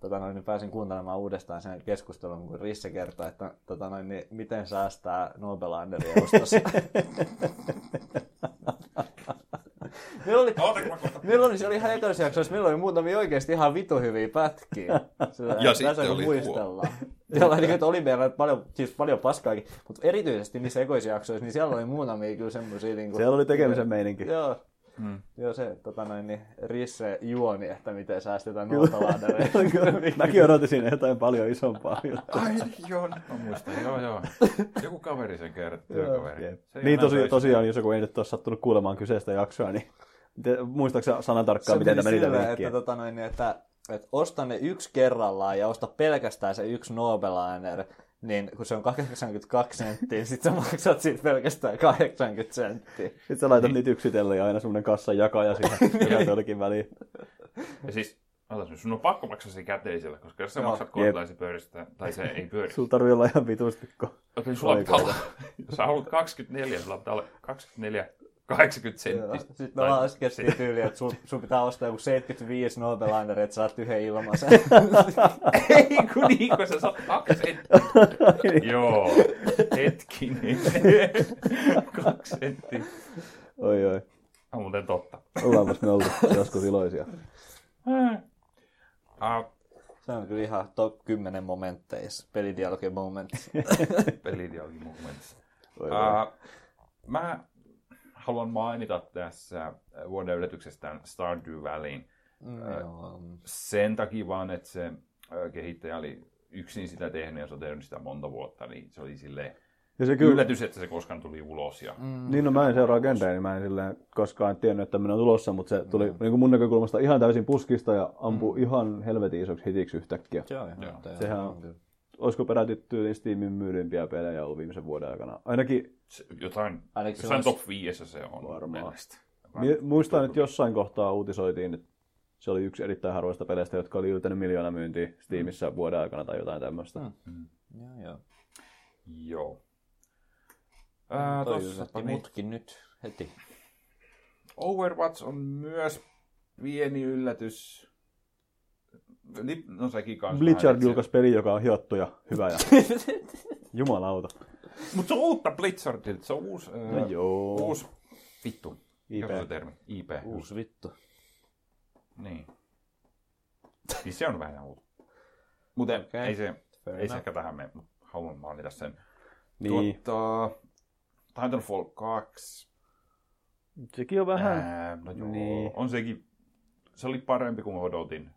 S5: tota noin, niin pääsin kuuntelemaan uudestaan sen keskustelun, kun Risse kertoi, että tota noin, niin miten säästää Nobelanderia ostossa. meillä, oli,
S1: Ootanko mä kohta?
S5: meillä oli, se oli ihan ekassa jaksossa, meillä oli muutamia oikeasti ihan vitu hyviä pätkiä. Sillä,
S1: Ja
S5: tässä
S1: sitten
S5: kun
S1: oli
S5: muistellaan. Ja niin, että oli meillä paljon, siis paljon paskaakin, mutta erityisesti niissä ekoissa jaksoissa, niin siellä oli muutamia kyllä semmoisia... Niin kuin,
S2: Siellä oli tekemisen meininki.
S5: Joo. Mm. Joo, se tota noin, niin, Risse juoni, että miten säästetään noutolaadereita.
S2: Mäkin odotin siinä jotain paljon isompaa.
S1: Ai joo, nyt mä muistan. Joo, joo. Joku kaveri sen kertoi, työkaveri.
S2: Jep.
S1: Se ei
S2: Niin
S1: enää
S2: tosi,
S1: töissä.
S2: tosiaan, jos joku ei nyt ole sattunut kuulemaan kyseistä jaksoa, niin te- muistaaksä sanan tarkkaan, miten tämä niitä
S5: silleen,
S2: vinkkiä?
S5: että, tota noin, niin, että, että osta ne yksi kerrallaan ja osta pelkästään se yksi Nobelainer, niin kun se on 82 senttiä, niin sit sä maksat siitä pelkästään 80 senttiä.
S2: Sitten sä
S5: Niin.
S2: laitat niitä yksitellen ja aina semmoinen kassan jakaja siihen, joka jollekin väliin.
S1: Ja siis, aloitan, sun on pakko maksaa se käteisellä, koska jos sä
S5: Joo.
S1: maksat kortilla, ja se pyöristää, tai se ei pyöri.
S2: Sulla tarvii olla ihan vitusti, kun
S1: Okei, sulla
S2: Oliko?
S1: pitää olla, jos sä haluat 24, sulla pitää olla 24, 80 senttistä.
S5: Sitten me
S1: Tai-
S5: laskettiin tyyliin, että sun, sun pitää ostaa joku 75 Nobelainer, että saat yhden ilmaisen.
S1: Ei kun niin, kun sä saat kaksi senttiä.
S2: Niin.
S1: Joo, hetkinen. kaksi senttiä.
S2: oi oi,
S1: On muuten totta.
S2: ollaanpas me oltu joskus iloisia.
S1: Mm. Ah,
S5: Se on kyllä ihan top 10 momentteissa, pelidialogin momentissa.
S1: Pelidialogin momentissa.
S2: Voi voi.
S1: Ää, mä haluan mainita tässä äh, vuoden yllätyksestään Stardew Valleyin.
S5: Mm, joo.
S1: Sen takia vaan, että se ö, kehittäjä oli yksin sitä tehnyt ja se on tehnyt sitä monta vuotta, niin se oli silleen
S2: Ja se kyllä,
S1: yllätys, että se koskaan tuli ulos. Ja
S2: niin no mä en seuraa genreä, niin mä en silleen koskaan tiennyt, että tämmöinen on tulossa, mutta
S1: Mm.
S2: se tuli niin kuin mun näkökulmasta ihan täysin puskista ja ampui ihan helvetin isoksi hitiksi yhtäkkiä.
S5: Se on ihan teho.
S2: Sehän on, olisiko peräti tyyliin Steamin myydympiä pelejä ollut viimeisen vuoden aikana. Ainakin
S1: se- jotain,
S5: Ainakin se
S1: jossain
S5: olisi-
S1: top 5 se on.
S2: varmaan.
S1: Mä-
S2: Mi- muistan, että jossain kohtaa uutisoitiin, että se oli yksi erittäin harvoista peleistä, jotka oli yltänyt miljoona myyntiä Steamissa
S1: Mm.
S2: vuoden aikana tai jotain tämmöistä.
S5: Mm. Joo, joo.
S1: Joo. Ää,
S5: Toi
S1: tossapa
S5: yllätti
S1: niin.
S5: mutkin nyt heti.
S1: Overwatch on myös pieni yllätys. Li- No sekin kanssa.
S2: Blizzard julkaisi peli, joka on hiottu ja hyvä ja jumalauta.
S1: Mutta se on uutta Blizzardilta. Se on uusi, ää,
S2: No joo.
S1: uusi vittu.
S2: IP.
S1: Mikä se on termi? IP.
S5: Uusi vittu.
S1: Niin. Siis se on vähän uutta. Mutta
S5: Okei.
S1: ei se,
S5: Fair
S1: ei se
S5: enough.
S1: ehkä tähän mene, mutta haluan mainita sen.
S2: Niin.
S1: Tuota, Titanfall 2.
S2: Sekin on vähän...
S1: Ää, no joo,
S2: Niin.
S1: niin. on sekin, se oli parempi kuin mä odotin.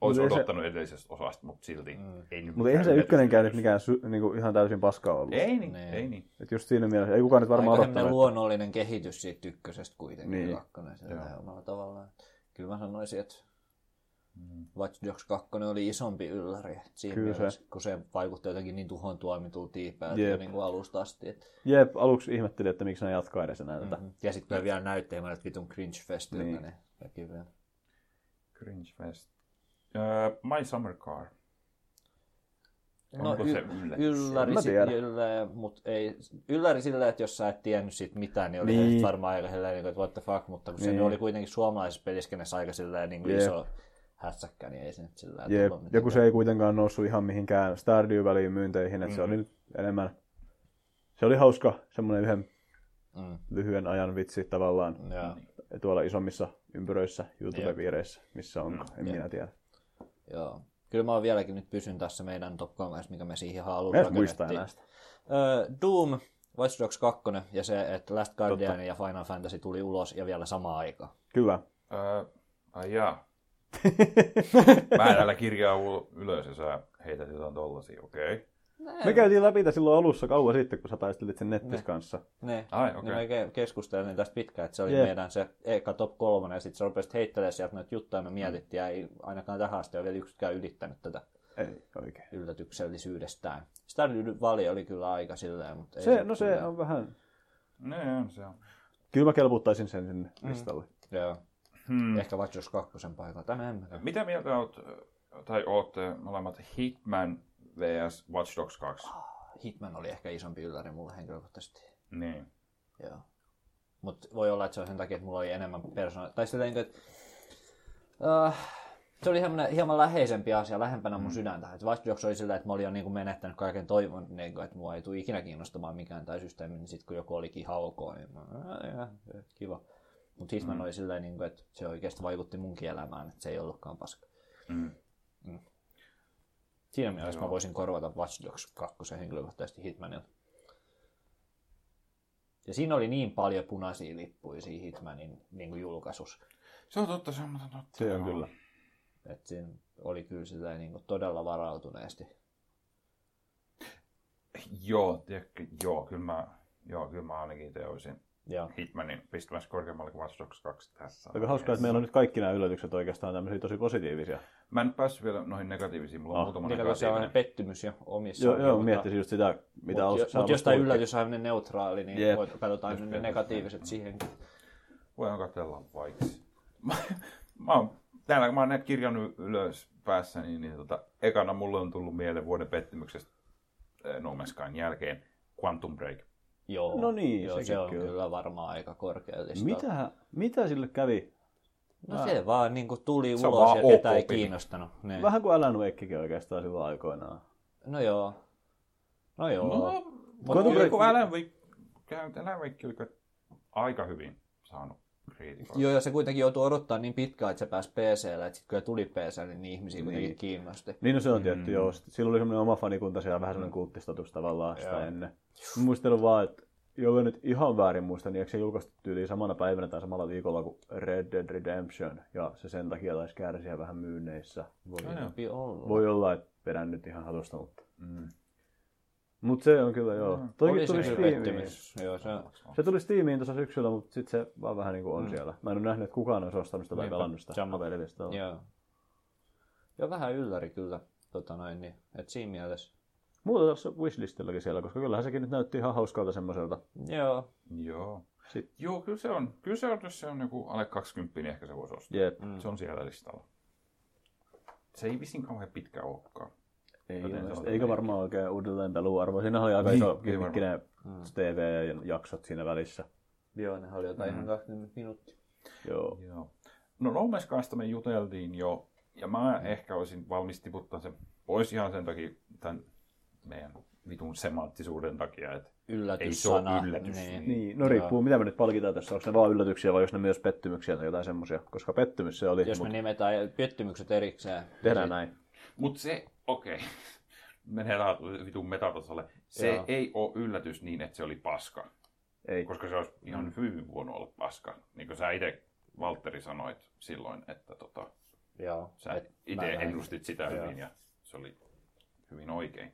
S1: Olisin
S2: ei se-
S1: odottanut se... edellisestä osasta, mutta silti. Mm. Ei nyt
S2: Mutta eihän se
S1: mitään
S2: ykkönenkään nyt
S1: yllätystä.
S2: mikään sy- niinku ihan täysin paskaa ollut.
S1: Ei niin,
S5: Niin.
S1: ei niin.
S2: Et just siinä mielessä, ei kukaan nyt varmaan
S5: Aika semmoinen
S2: odottanut.
S5: luonnollinen kehitys siitä ykkösestä kuitenkin,
S2: Niin.
S5: niin. kakkonen sillä lailla omalla tavallaan. Kyllä mä sanoisin, että
S1: Mm,
S5: Watch Dogs 2 oli isompi ylläri että siinä
S2: Kyllä
S5: Kyllä
S2: se.
S5: mielessä, kun se vaikutti jotenkin niin tuhon tuomitulta tiipään
S2: Jep.
S5: niin kuin alusta asti. Että,
S2: Jep, aluksi ihmettelin, että miksi ne jatkaa edes enää tätä.
S5: mm-hmm. Ja sitten vielä näyttelemään, että vitun cringe festiltä
S2: Niin.
S5: niin. ne väki vielä.
S1: Cringe Fest. Öö, My Summer Car.
S5: No,
S1: Onko
S5: y-
S1: se yllätys?
S5: ylläri,
S2: En mä
S5: si-
S2: tiedä.
S5: yllä, mut ei, ylläri sillä, että jos sä et tiennyt siitä mitään, niin oli
S2: Niin.
S5: niin. se nyt varmaan aika sellainen, niin kuin, että what the fuck, mutta kun
S2: Niin.
S5: se oli kuitenkin suomalaisessa peliskenessä aika sellainen niin kuin
S2: Jep.
S5: iso hässäkkä, niin ei se nyt sillä
S2: Jep,
S5: tullut
S2: ja kun se
S5: mitään.
S2: ei kuitenkaan noussut ihan mihinkään Stardew-väliin myynteihin, että se oli
S5: Mm-hmm.
S2: nyt enemmän... Se oli hauska, semmoinen yhden
S5: Mm.
S2: lyhyen ajan vitsi tavallaan
S5: Joo,
S2: tuolla isommissa ympyröissä, YouTube-viireissä, missä onko,
S5: Mm,
S2: en minä tiedä.
S5: joo. Kyllä mä oon vieläkin nyt pysyn tässä meidän top 3, mikä me siihen ihan aluksi
S2: Mä en edes muista enää sitä.
S5: Öö, Doom, Watch Dogs 2 ja se, että Last Guardian ja Final Fantasy tuli ulos ja vielä samaan aikaan.
S2: Kyllä.
S1: Öö, ai jaa. Mä en älä kirjaa ul- ylös ja sä heität jotain tollasia, okei. Okay.
S2: Me käytiin läpi tätä silloin alussa kauan sitten, kun sä taistelit sen nettis kanssa.
S5: Ne.
S1: Ai,
S5: Ne
S1: okei.
S5: Niin me ke- keskusteltiin tästä pitkään, että se oli
S2: Jep.
S5: Jep. meidän se eka top kolmonen, ja sitten se rupesi heittelemään sieltä noita juttuja, me mietittiin, ja ei ainakaan tähän asti ole vielä yksikään ylittänyt tätä
S2: Ei oikein.
S5: yllätyksellisyydestään. Sitä nyt vali oli kyllä aika silleen, mutta ei
S2: Se, no se
S5: kyllä-
S2: on vähän...
S1: Niin, se on.
S2: Kyllä mä kelputtaisin sen sinne listalle.
S5: Joo.
S1: Hmm.
S5: Ehkä Watch Dogs 2 paikalla. Tämä en mä tiedä.
S1: Mitä mieltä oot, ö, tai ootte molemmat Hitman vs Watch Dogs 2?
S5: Hitman oli ehkä isompi ylläri mulle henkilökohtaisesti.
S1: Niin.
S5: Joo. Mutta voi olla, että se on sen takia, että mulla oli enemmän persoonaa. Tai silleen, niinku, että uh, se oli hieman, hieman läheisempi asia, lähempänä mun sydäntä. Et Watch Dogs oli sillä, että mä olin jo niinku menettänyt kaiken toivon, niinku, että mua ei tule ikinä kiinnostamaan mikään tai systeemi. Niin sitten kun joku olikin haukoa, niin mä, "Ää, jaa, jaa, kiva. Mutta Hitman mm. oli sillä, niinku, että se oikeasti vaikutti munkin elämään, että se ei ollutkaan paska.
S1: Mm.
S5: Mm. Siinä mielessä mä voisin korvata Watch Dogs 2 henkilökohtaisesti Hitmanilla. Ja siinä oli niin paljon punaisia lippuja siinä Hitmanin niin kuin julkaisussa,
S1: Se on totta, se on muuten totta.
S2: Se on
S1: Joo.
S2: kyllä.
S5: että siinä oli kyllä sitä niin kuin todella varautuneesti.
S1: Joo, tiedätkö, joo, kyllä mä, joo, kyllä mä ainakin itse olisin
S5: Ja
S1: Hitmanin pistämässä korkeammalle kuin Watch Dogs 2 tässä.
S2: Aika hauskaa, että
S1: vaiheessa.
S2: meillä on nyt kaikki nämä yllätykset oikeastaan tämmöisiä tosi positiivisia.
S1: Mä en päässyt vielä noihin negatiivisiin, mulla on
S2: Ah.
S1: muutama
S5: niin se on
S1: negatiivinen.
S5: pettymys jo omissa.
S2: Joo, joo miettisin just sitä, mitä
S5: Mutta
S2: alussa
S5: jos, mut jos tämä yllätys on ne neutraali, niin
S2: Jep.
S5: yep. voit, katsotaan nyt ne negatiiviset siihen.
S1: Voidaan katsella vaikka. Mä, mä oon, täällä kun mä oon näitä kirjannut ylös päässä, niin, niin tota, ekana mulle on tullut mieleen vuoden pettymyksestä eh, No Man's Skyn jälkeen Quantum Break.
S5: Joo,
S2: No niin,
S5: joo
S2: sekin
S5: se on
S2: kyllä.
S5: kyllä. varmaan aika korkealla listalla.
S2: Mitä, Ah. mitä sille kävi?
S5: No se vaan niin kuin tuli
S1: Se on
S5: ulos
S1: vaan
S5: ja
S1: ok
S5: ketä ei
S1: peli.
S5: kiinnostanut. Niin.
S2: Vähän kuin Alan Wakekin oikeastaan silloin aikoinaan.
S5: No joo. No joo.
S1: No,
S5: Mut
S1: Quantum
S5: kyllä-
S1: Break. Kun Alan Wake, Alan Wake oli kyllä aika hyvin saanut kriitikoilla.
S5: Joo, ja se kuitenkin joutuu odottaa niin pitkään, että se pääsi PClle, että sitten kyllä tuli PC, niin, niin ihmisiä kuitenkin
S2: Niin.
S5: kiinnosti.
S2: Niin no se on tietty, mm. joo. Sitten Sillä oli semmoinen oma fanikunta siellä, vähän
S5: Mm.
S2: semmoinen kulttistatus tavallaan sitä ennen. Mä muistelin vaan, että jolle nyt ihan väärin muista, niin eikö se julkaistu tyyliin samana päivänä tai samalla viikolla kuin Red Dead Redemption, ja se sen takia taisi kärsiä vähän myynneissä. Voi,
S5: Voi olla.
S2: voi olla, että perän nyt ihan hatusta, mutta... Mm. Mutta se on kyllä joo. Mm. Toikin
S5: Oli se
S2: tuli
S5: kyllä
S2: Steamiin.
S5: pettymys. Joo, se on.
S2: Se tuli Steamiin tuossa syksyllä, mutta sitten se vaan vähän niinku on mm. siellä. Mä en ole nähnyt, että kukaan olisi ostanut sitä tai
S5: Niinpä.
S2: pelannut sitä
S5: Sama.
S2: kaverilistalla.
S5: Joo. Ja vähän ylläri kyllä, tota noin, niin, että siinä mielessä.
S2: Muuta tässä wishlistillakin siellä, koska kyllähän sekin nyt näytti ihan hauskalta semmoiselta.
S5: Joo,
S1: Joo.
S2: Sit-
S1: Joo, kyllä se on. Kyllä se on, jos se on joku alle 20, niin ehkä se voisi ostaa.
S2: Jep.
S1: Mm. Se on siellä listalla. Se ei vissiin kauhean pitkä olekaan.
S2: Ei
S1: Joten se
S2: ole.
S1: on
S2: Eikä
S1: niin.
S2: varmaan oikein uudelleen peluarvo. Siinä oli
S5: Niin,
S2: aika iso
S1: ei varmaan.
S2: kikkinen TV-jaksot siinä välissä.
S5: mm. Joo, nehän oli jotain mm. ihan 20 minuuttia.
S2: Joo.
S1: Joo. No No Man's Skysta me juteltiin jo, ja mä ehkä olisin valmis tiputtaa sen pois ihan sen takia, tämän meidän vitun semaattisuuden takia, että
S5: Yllätyssana.
S1: ei se ole yllätys.
S5: Niin.
S2: Niin, no riippuu, mitä me nyt palkitaan tässä. Onko ne vaan yllätyksiä vai jos ne myös pettymyksiä tai jotain semmoisia? Koska pettymys se oli,
S5: Jos me
S2: mutta
S5: nimetään pettymykset erikseen.
S2: tehdään näin.
S1: Mutta se, okei, okay. menee rahat vitun metatasolle. Se
S5: Joo.
S1: ei ole yllätys niin, että se oli paska.
S2: Ei.
S1: Niin, Koska se olisi ihan hyvin voinut olla paska. Niin kuin sä itse, Valtteri, sanoit silloin, että tota,
S5: Joo.
S1: sä
S5: et mä
S1: itse
S5: näin.
S1: ennustit sitä hyvin ja se oli hyvin oikein.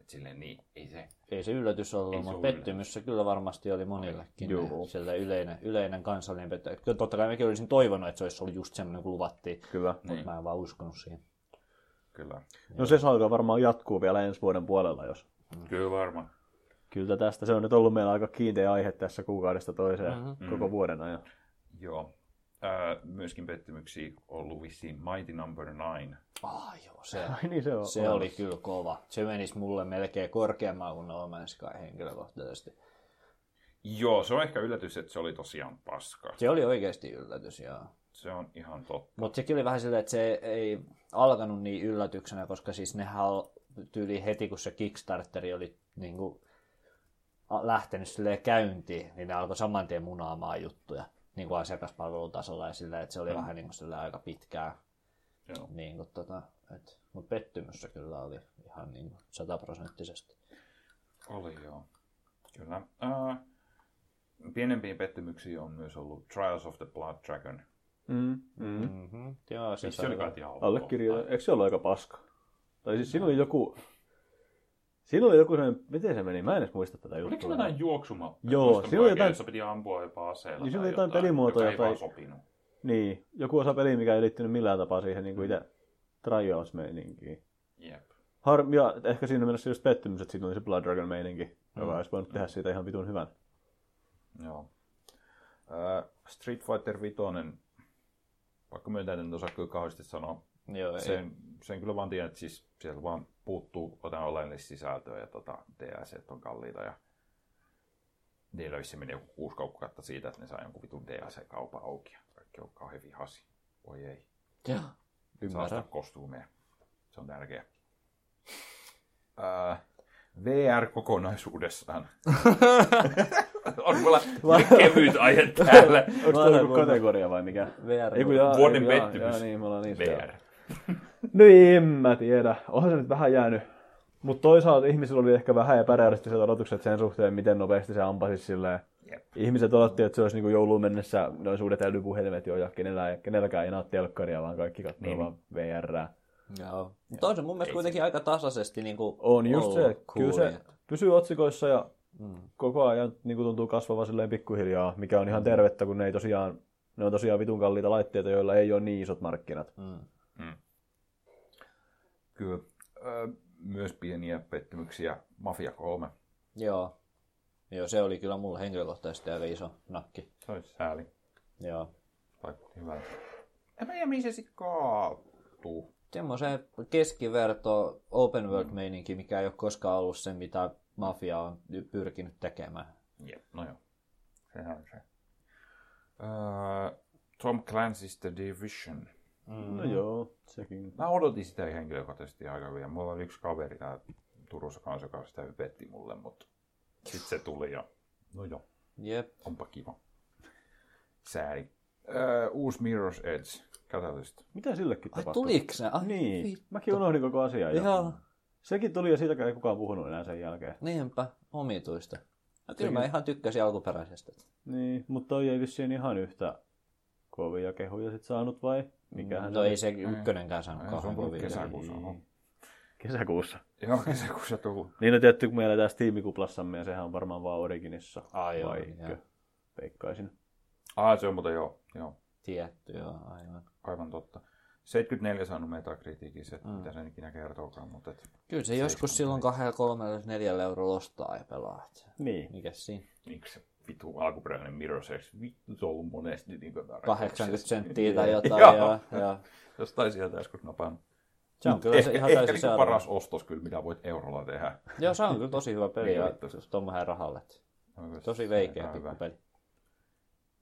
S1: Et silleen niin, ei se.
S5: Ei se yllätys ollut,
S1: Ei se
S5: mutta
S1: ole
S5: pettymys se kyllä varmasti oli monillekin. niin
S2: Joo.
S5: Sieltä yleinen, yleinen kansallinen pettymys. Kyllä totta kai mäkin olisin toivonut, että se olisi ollut just semmoinen kuin luvattiin,
S2: Kyllä.
S5: mutta mä en vaan uskonut siihen.
S1: Kyllä.
S2: No se saga varmaan jatkuu vielä ensi vuoden puolella, jos
S1: Kyllä varmaan.
S2: Kyllä tästä se on nyt ollut meillä aika kiinteä aihe tässä kuukaudesta toiseen mm-hmm. koko vuoden ajan.
S1: Joo. Öö, myöskin pettymyksiä ollut vissiin Mighty Number 9.
S5: Ah joo, se,
S2: Ai niin se on.
S5: se oli kyllä kova. Se menisi mulle melkein korkeammalle kuin No Man's Sky henkilökohtaisesti.
S1: Joo, se on ehkä yllätys, että se oli tosiaan paska.
S5: Se oli oikeasti yllätys, joo.
S1: Se on ihan totta.
S5: Mutta sekin oli vähän silleen, että se ei alkanut niin yllätyksenä, koska siis nehän al- tyyli heti, kun se Kickstarteri oli niinku a- lähtenyt silleen käyntiin, niin ne alkoi saman tien munaamaan juttuja niin kuin asiakaspalvelutasolla ja silleen, että se oli mm. vähän niin kuin silleen aika pitkää.
S1: Joo.
S5: Niin kuin tota, et, mut pettymys se kyllä oli ihan niin kuin sataprosenttisesti.
S1: Oli joo. Kyllä. Ää, pienempiä pettymyksiä on myös ollut Trials of the Blood Dragon.
S2: Mm, mm.
S5: Mm-hmm. Joo, se,
S1: Siis Se oli kai ihan ok.
S2: Allekirjoitan. Eikö se ollut aika paska? Tai siis siinä oli joku... Siinä oli joku sellainen... Miten se meni? Mä en edes muista tätä
S1: Oliko
S2: juttua.
S1: sillä jotain juoksuma?
S2: Joo,
S1: Muistan
S2: siinä oli
S1: oikein,
S2: jotain-
S1: jossa piti ampua jopa aseella.
S2: Niin, siinä
S1: tai
S2: oli jotain pelimuotoja
S1: joka ei
S2: tai-
S1: vaan sopinut.
S2: Niin. Joku osa peliä, mikä ei liittynyt millään tapaa siihen niin kuin itse tryouts-meininkiin.
S1: Jep.
S2: Har... Ja ehkä siinä mielessä just pettymys, että siinä oli se Blood Dragon-meininki, joka olisi voinut tehdä siitä ihan vitun hyvän.
S1: Joo. Ää, Äh, Street Fighter 5, vaikka myöntää, että en osaa kyllä kauheasti sanoa.
S5: Joo, ei.
S1: Sen, sen kyllä vaan tiedän, että siis sieltä vaan puuttuu jotain oleellista sisältöä ja tota, DLC on kalliita ja niillä olisi meni joku kuusi kaukkukatta siitä, että ne saa jonkun vitun DLC-kaupan auki ja kaikki on kauhean vihasi. Voi ei.
S5: Joo.
S1: Saa
S5: Ymmärrän.
S1: ostaa kostuumeja. Se on tärkeä. Ää, VR kokonaisuudessaan. on mulla kevyt aihe täällä.
S2: Onko tuo joku kategoria vai mikä?
S5: VR.
S2: Ei kun jaa,
S1: Vuoden
S2: jaa,
S1: pettymys.
S2: Jaa, niin, me ollaan niin
S1: VR.
S2: No ei, en mä tiedä. Onhan se nyt vähän jäänyt. Mutta toisaalta ihmisillä oli ehkä vähän epärealistiset odotukset sen suhteen, miten nopeasti se ampasi silleen.
S1: Jep.
S2: Ihmiset odotti, että se olisi niinku jouluun mennessä noin suuret älypuhelimet jo ja kenellään, kenelläkään ei enää ole telkkaria, vaan kaikki katsoo niin. vaan VRää.
S5: Joo. Mutta on se mun mielestä kuitenkin aika tasaisesti niin kuin
S2: On just se, että kyllä se pysyy otsikoissa ja
S5: Mm.
S2: koko ajan niin tuntuu kasvavan silleen pikkuhiljaa, mikä
S1: Mm.
S2: on ihan tervettä, kun ne ei tosiaan, ne on tosiaan vitun kalliita laitteita, joilla ei ole niin isot markkinat.
S5: Mm.
S1: Kyllä. Ö, myös pieniä pettymyksiä. Mafia 3.
S5: Joo. Joo, se oli kyllä mulle henkilökohtaisesti aika iso nakki.
S1: Se olisi sääli.
S5: Joo.
S1: Tai hyvä. En mä tiedä, mihin se sitten kaatuu.
S5: Semmoiseen keskiverto open
S2: Mm.
S5: world meininki, mikä ei ole koskaan ollut se, mitä mafia on y- pyrkinyt tekemään.
S1: Jep, no joo. Sehän on se. Öö, Tom Clancy's The Division. Mm.
S2: No joo, sekin.
S1: Mä odotin sitä henkilökohtaisesti aika vielä. Mulla oli yksi kaveri tää Turussa kanssa, joka sitä hypetti mulle, mutta sitten se tuli ja no joo,
S5: Jep.
S1: onpa kiva. sääli. Öö, uusi Mirror's Edge. Catalyst.
S2: Mitä sillekin
S5: Ai
S2: tapahtui?
S5: tuliks ne? Ai,
S2: Niin.
S5: vittu.
S2: Mäkin unohdin koko asiaa jo.
S5: Joo,
S2: Sekin tuli ja siitäkään ei kukaan puhunut enää sen jälkeen.
S5: niinpä, omituista. No, kyllä mä ihan tykkäsin alkuperäisestä.
S2: Niin, mutta toi ei vissiin ihan yhtä kovia kehuja sit saanut vai? Mikähän
S5: No
S2: oli? Niin.
S5: ei se ykkönenkään saanut
S1: Ei, se on
S5: kauhean
S1: tullut
S5: kovia.
S1: kesäkuussa. oho.
S2: Kesäkuussa.
S1: Joo, kesäkuussa tullut.
S2: Niin no tietty, kun me eletään Steam-kuplassamme ja sehän on varmaan vaan Originissa.
S5: Ai joo,
S2: Vaikka.
S5: joo.
S2: Veikkaisin.
S1: Ah, se on muuten joo. joo.
S5: Tietty, joo, aivan.
S1: Aivan totta. 74 saanut metakritiikissä, että
S5: Mm.
S1: mitä sen ikinä kertookaan, mutta et,
S5: Kyllä se joskus silloin kahdella, kolmella, neljällä eurolla ostaa ja pelaa. et
S2: Niin.
S5: Mikäs siinä?
S1: miksi se vitu alkuperäinen Mirror's Edge, vittu se on ollut monesti niin kuin
S5: 80 senttiä tai jotain.
S1: Joo.
S5: joo, joo.
S1: Jostain sieltä joskus napannut.
S5: Se on kyllä se ihan
S1: ehkä
S5: täysin
S1: niinku
S5: saatava.
S1: paras ostos kyllä, mitä voit eurolla tehdä.
S5: Joo, se on kyllä tosi hyvä peli ja
S1: Niin, vittu.
S5: tuommoinen rahalle. et
S1: Se on kyllä
S5: Tosi veikeä
S1: ihan hyvä.
S5: pikkupeli.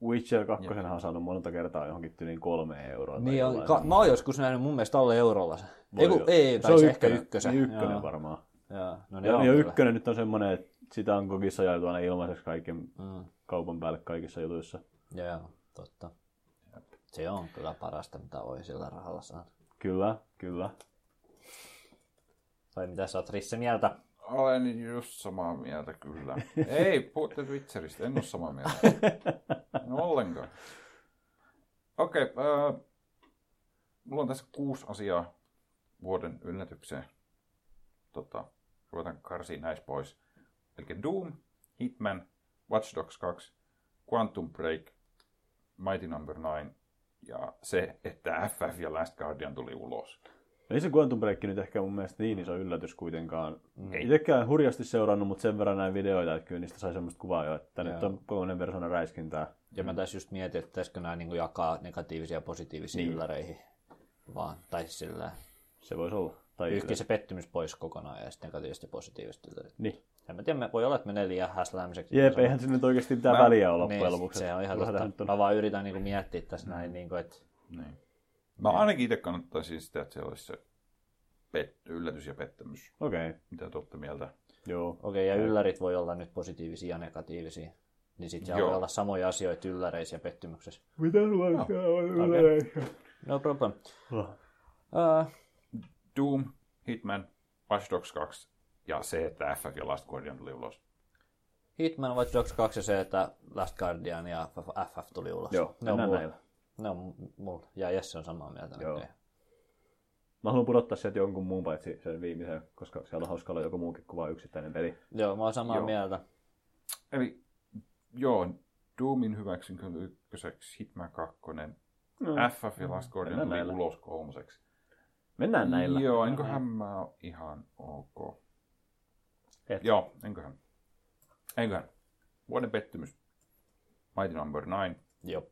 S2: Witcher 2 on saanut monta kertaa johonkin tyyliin kolme euroa. tai
S5: Niin, on,
S2: jollain.
S5: ka- mä oon joskus nähnyt mun mielestä alle eurolla se.
S2: Voi
S5: Ei, kun,
S2: olla.
S5: ei, tai se, se ehkä ykkösen.
S2: Niin ykkönen
S5: Joo.
S2: varmaan.
S5: Joo, no ne
S2: Ja,
S5: on
S2: ja
S5: kyllä.
S2: ykkönen nyt on semmoinen, että sitä on kokissa jaeltu aina ilmaiseksi kaiken
S5: Mm,
S2: kaupan päälle kaikissa jutuissa.
S5: joo, totta. Se on kyllä parasta, mitä voi sillä rahalla saada.
S2: Kyllä, kyllä.
S5: Tai mitä sä oot Risse mieltä?
S1: Olen just samaa mieltä, kyllä. Ei, puhutte Twitcheristä, en ole samaa mieltä. No ollenkaan. Okei, äh, mulla on tässä kuusi asiaa vuoden yllätykseen. Tota, ruvetaan karsiin näistä pois. Eli Doom, Hitman, Watch Dogs 2, Quantum Break, Mighty Number 9 ja se, että FF ja Last Guardian tuli ulos.
S2: Ei se Quantum Break nyt ehkä mun mielestä niin iso yllätys kuitenkaan.
S1: Ei.
S2: Ei. Itsekään hurjasti seurannut, mutta sen verran näin videoita, että kyllä niistä sai semmoista kuvaa jo, että nyt
S5: Joo.
S2: on kokonainen persona räiskintää.
S5: Ja mä tässä just mietin, että pitäisikö nämä niinku jakaa negatiivisia ja positiivisia niin. ylläreihin. Vaan, tai siis sillä
S2: Se voisi olla. Tai
S5: pyyhkii se pettymys pois kokonaan ja sitten negatiiviset ja positiiviset yllärit.
S2: Niin.
S5: En mä tiedä, me- voi olla, että menee liian häsläämiseksi.
S2: Jep, eihän sinne nyt oikeasti mitään väliä ole loppujen
S5: niin,
S2: lopuksi.
S5: Se on ihan
S2: Kyllähän
S5: totta.
S2: tää nyt Mm. on-
S5: Mä vaan yritän niinku miettiä tässä näin, niinku, että
S1: Niin. Mä ainakin itse kannattaisin sitä, että se olisi se pet, yllätys ja pettymys.
S2: Okei, okay.
S1: Mitä te olette mieltä?
S2: joo.
S5: okei, okay, ja yllärit voi olla nyt positiivisia ja negatiivisia. Niin sitten
S1: Joo.
S5: voi olla samoja asioita ylläreissä ja pettymyksessä.
S2: Mitä sulla
S5: No problem.
S2: on?
S5: Uh,
S1: Doom, Hitman, Watch Dogs 2 ja se, että FF ja Last Guardian tuli ulos.
S5: Hitman, Watch Dogs 2 ja se, että Last Guardian ja FF tuli ulos.
S2: Joo,
S5: ne on
S2: mennään
S5: mulla.
S2: näillä.
S5: Ne on mu- mulla. No, Ja Jesse on samaa mieltä.
S2: Joo.
S5: näköjään.
S2: Mä haluan pudottaa sieltä jonkun muun paitsi sen viimeisen, koska siellä on hauska olla joku muukin kuin vaan yksittäinen peli.
S5: Joo, mä oon samaa
S1: Joo.
S5: mieltä.
S1: Eli joo, Doomin hyväksyn kyllä ykköseksi, Hitman 2,
S2: No.
S5: Äh.
S1: FF ja Last Guardian
S2: Mennään
S1: tuli
S2: näillä.
S1: ulos kolmoseksi.
S2: Mennään näillä.
S1: Joo, enköhän mä ole ihan ok.
S2: Et.
S1: Joo, enköhän. Enköhän. Vuoden pettymys. Mighty Number 9,
S5: Joo.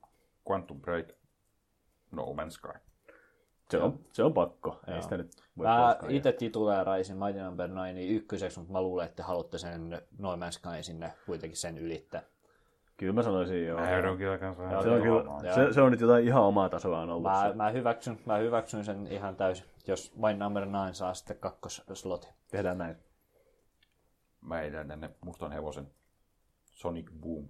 S1: Quantum Break, No Man's Sky.
S2: Se on, se on pakko. Ei
S5: Joo.
S2: sitä nyt voi
S5: Mä
S2: koskaan
S5: itse tituleeraisin Mighty Number 9 ykköseksi, mutta mä luulen, että te haluatte sen No Man's Sky sinne kuitenkin sen ylittää.
S2: jää. Kyllä mä sanoisin joo.
S1: Mä joudun kyllä kanssa vähän
S2: Se on,
S1: sanomaan.
S2: kyllä,
S5: Joo.
S2: se, se on nyt jotain ihan omaa tasoa on ollut.
S5: Mä,
S2: se.
S5: mä, hyväksyn, mä hyväksyn sen ihan täysin, jos Mighty Number 9 saa sitten kakkosslotin.
S2: Tehdään näin.
S1: Mä edän tänne mustan hevosen. Sonic Boom.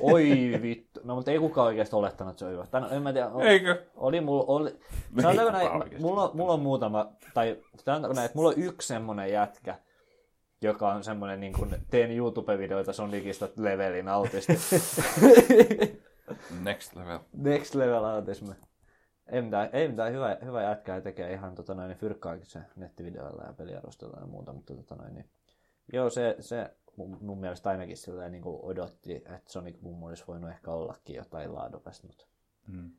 S5: Oi vittu. No mutta ei kukaan oikeastaan olettanut, että se on hyvä. Tän, en mä tiedä,
S2: No.
S5: o-
S1: Eikö?
S5: oli mulla, oli,
S1: kukaan
S5: sanotaanko näin,
S1: oikeesti
S5: mulla, on- mulla on muutama, tai sanotaanko näin, että mulla on yksi semmonen jätkä, joka on semmonen niin kuin, teen YouTube-videoita Sonicista levelin autisti.
S1: Next level.
S5: Next level autismi. Ei mitään, ei mitään hyvä, hyvä jätkää tekee ihan tota noin, fyrkkaakin se nettivideoilla ja peliarvostelulla ja muuta, mutta tota noin, niin, joo, se, se mun, mun mielestä ainakin sillä niin kuin odotti, että Sonic Boom olisi voinut ehkä ollakin jotain laadukasta, mutta
S1: Mm.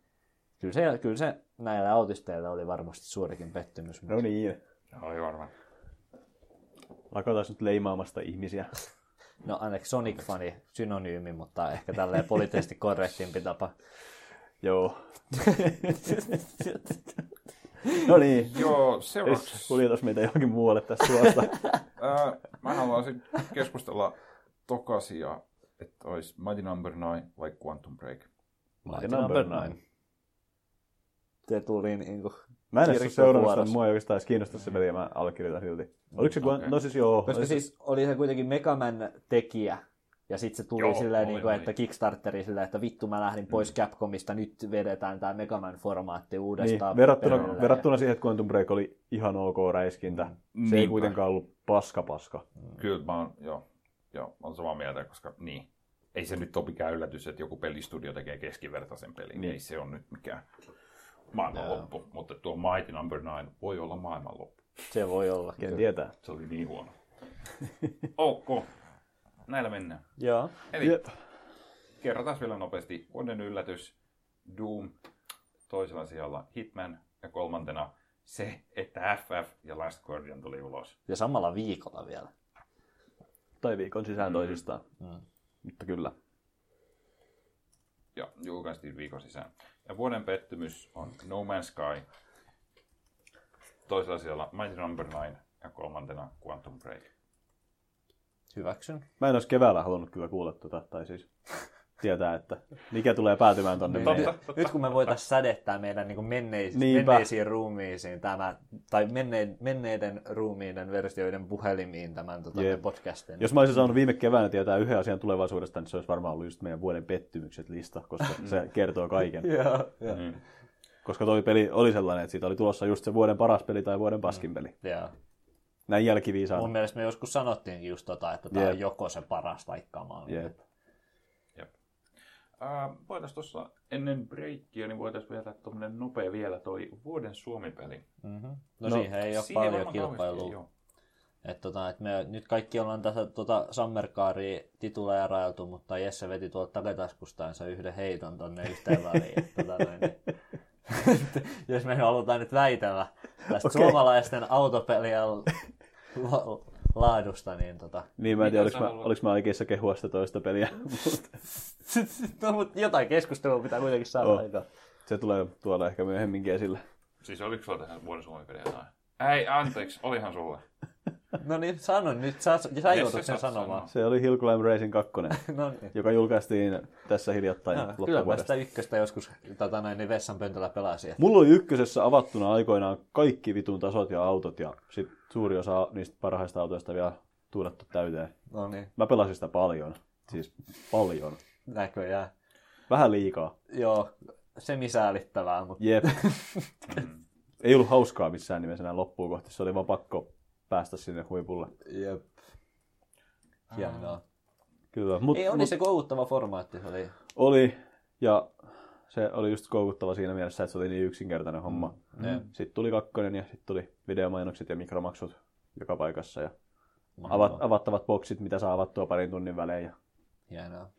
S5: kyllä se, kyllä se näillä autisteilla oli varmasti suurikin pettymys. Mutta...
S2: No niin.
S1: Oli varmaan.
S2: Lakataan nyt leimaamasta ihmisiä.
S5: No anteeksi, Sonic-fani synonyymi, mutta ehkä tälleen poliittisesti korrektimpi tapa.
S2: joo. No niin.
S1: Joo,
S2: Ei
S1: seuraavaksi.
S2: Kuljetas meitä johonkin muualle tästä suosta.
S1: Ää, mä haluaisin keskustella tokasia, että olisi Mighty Number 9 vai Quantum Break.
S5: Mighty
S2: number
S5: nine.
S2: nine.
S5: Te tuli niin kuin...
S2: Mä en
S5: Kirkko
S2: edes seurannut sitä,
S5: vuorossa.
S2: mua ei oikeastaan edes kiinnosta se peli ja mä allekirjoitan silti. Oliko se,
S1: okei.
S2: okay. no siis joo.
S5: Koska
S2: Oli se-
S5: siis oli se kuitenkin Megaman tekijä, Ja sitten se tuli Joo,
S1: Joo,
S5: silleen,
S1: oli,
S5: niin kuin,
S1: oli.
S5: että Kickstarteri silleen, että vittu mä lähdin
S2: Mm.
S5: pois Capcomista, nyt vedetään tämä Mega Man-formaatti
S2: Niin,
S5: uudestaan.
S2: verrattuna,
S5: perille.
S2: verrattuna siihen, että Quantum Break oli ihan ok räiskintä, se ei
S1: Niinpä.
S2: kuitenkaan ollut paska paska.
S1: Kyllä mä oon, joo, joo, mä oon samaa mieltä, koska niin. Ei se nyt ole mikään yllätys, että joku pelistudio tekee keskivertaisen pelin. Niin. Ei se on nyt mikään maailmanloppu, no. mutta tuo Mighty Number 9 voi olla maailmanloppu.
S5: Se voi olla.
S2: Ken tietää.
S1: Se oli niin huono. ok, näillä mennään.
S5: Joo.
S1: Eli
S2: Jep.
S1: kerrataan vielä nopeasti. Vuoden yllätys, Doom, toisella sijalla Hitman ja kolmantena se, että FF ja Last Guardian tuli ulos.
S5: Ja samalla viikolla vielä.
S2: Tai viikon sisään toisistaan.
S5: Mm.
S2: Mutta kyllä.
S1: Ja julkaistiin viikon sisään. Ja vuoden pettymys on No Man's Sky, toisella sijalla Mighty No. Number 9 ja kolmantena Quantum Break.
S5: Hyväksyn.
S2: Mä en olisi keväällä halunnut kyllä kuulla tota, tai siis tietää, että mikä tulee päätymään tonne.
S5: Niin,
S2: meidän-
S5: nyt, nyt kun me voitaisiin sädettää meidän niin menneis,
S2: Niinpä.
S5: menneisiin ruumiisiin tämä, tai menneiden, menneiden ruumiiden versioiden puhelimiin tämän tota,
S2: Jep.
S5: podcastin.
S2: Jos mä olisin saanut viime keväänä tietää yhden asian tulevaisuudesta, niin se olisi varmaan ollut just meidän vuoden pettymykset lista, koska
S5: Mm.
S2: se kertoo kaiken.
S5: Joo, joo.
S1: Mm.
S2: Koska toi peli oli sellainen, että siitä oli tulossa just se vuoden paras peli tai vuoden
S5: Mm.
S2: paskin peli.
S5: joo.
S2: Näin
S5: Mun
S2: jälkiviisaana.
S5: mielestä me joskus sanottiinkin just tota, että tämä on
S2: Jep.
S5: joko se paras tai kamaa.
S2: Jep.
S1: Äh, voitaisiin tuossa ennen breikkiä, niin voitaisiin vielä tuommoinen nopea vielä toi vuoden Suomi-peli.
S5: Mm-hmm. No, no siihen ei ole
S1: Siihen
S5: paljon
S1: varmaan kauheasti ei
S5: kilpailua.
S1: oo.
S5: Et tota, et me nyt kaikki ollaan tässä tota Sammerkaaria tituleja railtu, mutta Jesse veti tuolta takataskustaansa yhden heiton tonne yhteen väliin. Et tota, noin, niin. Jos me halutaan nyt väitellä tästä
S2: Okei.
S5: suomalaisten autopelien la- laadusta, niin tota...
S2: Niin mä en
S1: Mitä
S2: tiedä,
S1: sä
S2: oliko mä,
S1: haluat?
S2: oliks mä oikeassa kehua sitä toista peliä. Mut
S5: No, mutta jotain keskustelua pitää kuitenkin saada
S2: Oh.
S5: aikaan.
S2: se tulee tuolla ehkä myöhemminkin esille.
S1: Siis oliko sulla tässä vuoden Suomi-peli jotain? Ei, anteeksi, olihan sulla.
S5: No niin, sano nyt. Sä, sä
S1: Jesse,
S5: joudut sen
S1: saat
S5: sanomaan.
S2: Se oli Hill Climb Racing 2,
S5: No niin.
S2: joka julkaistiin tässä hiljattain
S5: No,
S2: no,
S5: kyllä mä sitä
S2: loppuvuodesta.
S5: ykköstä joskus tota noin, niin vessanpöntöllä pelasin. et-
S2: Mulla oli ykkösessä avattuna aikoinaan kaikki vitun tasot ja autot ja sit suuri osa niistä parhaista autoista vielä tuudattu täyteen.
S5: No niin,
S2: Mä pelasin sitä paljon. Siis paljon.
S5: näköjään.
S2: Vähän liikaa.
S5: Joo, semisäälittävää, mutta
S2: Jep. Ei ollut hauskaa missään nimessä enää loppuun kohti. Se oli vaan pakko päästä sinne huipulle.
S5: jep. Hienoa.
S2: Kyllä. Ah. Mut,
S5: Ei, oli
S2: mut
S5: se koukuttava formaatti, se oli.
S2: oli. Ja se oli just koukuttava siinä mielessä, että se oli niin yksinkertainen homma.
S5: Mm. Jep.
S2: Sitten tuli kakkonen ja sitten tuli videomainokset ja mikromaksut joka paikassa. Ja avat,
S5: Mahtavaa.
S2: avattavat boksit, mitä saa avattua parin tunnin välein. Ja
S5: Hienoa.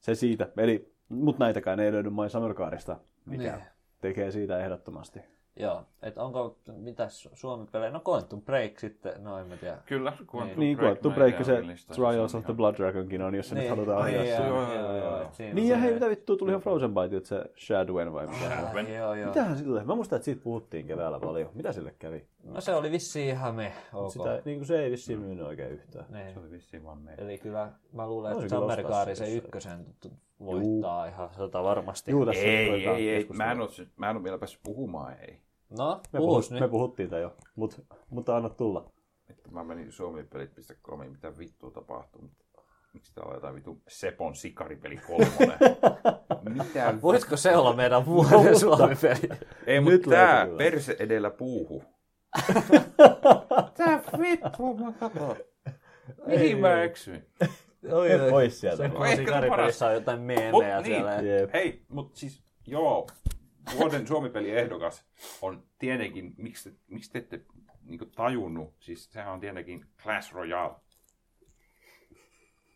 S2: se siitä. Eli, mut näitäkään ei löydy My Summer Carista, mikä
S5: Niin.
S2: tekee siitä ehdottomasti.
S5: Joo, et onko, mitäs Suomi pelejä? No Quantum Break sitten, no en mä tiedä.
S1: Kyllä, Quantum
S2: Niin,
S1: Break.
S2: Quantum
S1: mä
S2: Break
S1: itse
S2: se
S1: olin listassa,
S2: Trials
S1: se on
S2: of the
S1: ihan-
S2: Blood Dragonkin on, jos se nyt halutaan
S5: niin,
S2: ohjaa.
S5: joo,
S1: Joo,
S5: joo,
S1: joo,
S5: joo, joo,
S1: joo.
S5: et siinä
S2: Niin ja
S5: on
S2: hei,
S5: se-
S2: mitä vittu, tuli ihan Frozen Bite, että se Shadwen vai mitä?
S5: Ah, Joo, joo.
S2: Mitähän sille, mä muistan, että siitä puhuttiin keväällä paljon. Mitä sille kävi?
S5: No se oli vissiin ihan me, ok.
S2: Sitä, niin kuin se ei
S1: Mm.
S2: vissiin myynyt oikein yhtään.
S5: Niin.
S1: Se oli vissiin vaan meidän.
S5: Eli kyllä mä luulen,
S2: No,
S5: että
S2: se kyllä
S5: Summer Kaari
S2: ostaa
S5: se
S2: se
S5: ykkösen t- t- voittaa ihan sata varmasti.
S2: Juu, tässä
S1: Ei,
S2: koetaan
S1: ei, ei.
S2: keskustella.
S1: Mä en, ole, mä en ole vielä päässyt puhumaan, ei.
S5: No,
S2: me,
S5: puhus
S2: puhut, me
S5: nyt.
S2: puhuttiin tätä jo, mut, mutta anna tulla.
S1: Että mä menin suomipelit.com, mitä vittua tapahtuu. Miksi täällä on jotain vitu Sepon sikaripeli kolmonen? mitä?
S5: Voisiko se olla meidän vuoden Suomi-peli?
S1: Ei,
S2: Nyt
S1: mutta tää
S2: löytyy.
S1: perse edellä puuhu. tää vittu, mä katson. Mihin mä eksyin?
S5: Oi,
S2: Mene pois sieltä.
S5: Se
S2: No,
S5: Pasi
S1: ehkä se
S5: Karipelissä
S1: paras.
S5: on jotain meemejä
S1: Mut niin.
S5: siellä. Niin.
S2: Jep.
S1: Hei, mutta siis joo, vuoden Suomi-peli ehdokas on tietenkin, miksi te, miksi te ette niinku tajunnut, siis sehän on tietenkin Clash Royale.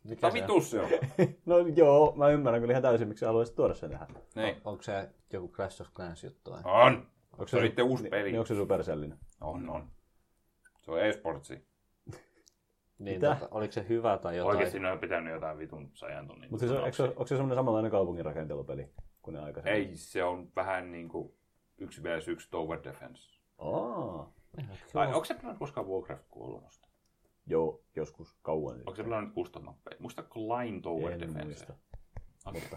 S5: Mikä
S1: Mitä
S5: se
S1: vitus se on?
S2: No joo, mä ymmärrän kyllä ihan täysin, miksi sä haluaisit tuoda sen tähän.
S1: Niin.
S5: Onko se joku Clash of Clans juttu vai?
S1: On!
S2: Onko
S1: Se on itse uusi peli.
S2: Niin onko se supersellinen?
S1: On, on. Se on e-sportsi.
S5: Niin,
S2: Mitä?
S5: tota, oliko se hyvä tai jotain?
S1: Oikeasti ne on pitänyt jotain vitun sajan tunnin.
S2: Mutta siis, on- eikö se,
S1: panoksia.
S2: onko se semmoinen samanlainen kaupunginrakentelupeli kuin ne aikaisemmin?
S1: Ei, se on vähän niinku yksi vs yksi tower defense.
S2: Aa,
S1: Tai onko se pelannut koskaan Warcraft 3?
S2: joo, joskus kauan.
S1: Onko se pelannut custom mappeja? Muista Klein Tower
S2: En
S1: Defense.
S2: muista.
S1: Okei.
S2: Mutta-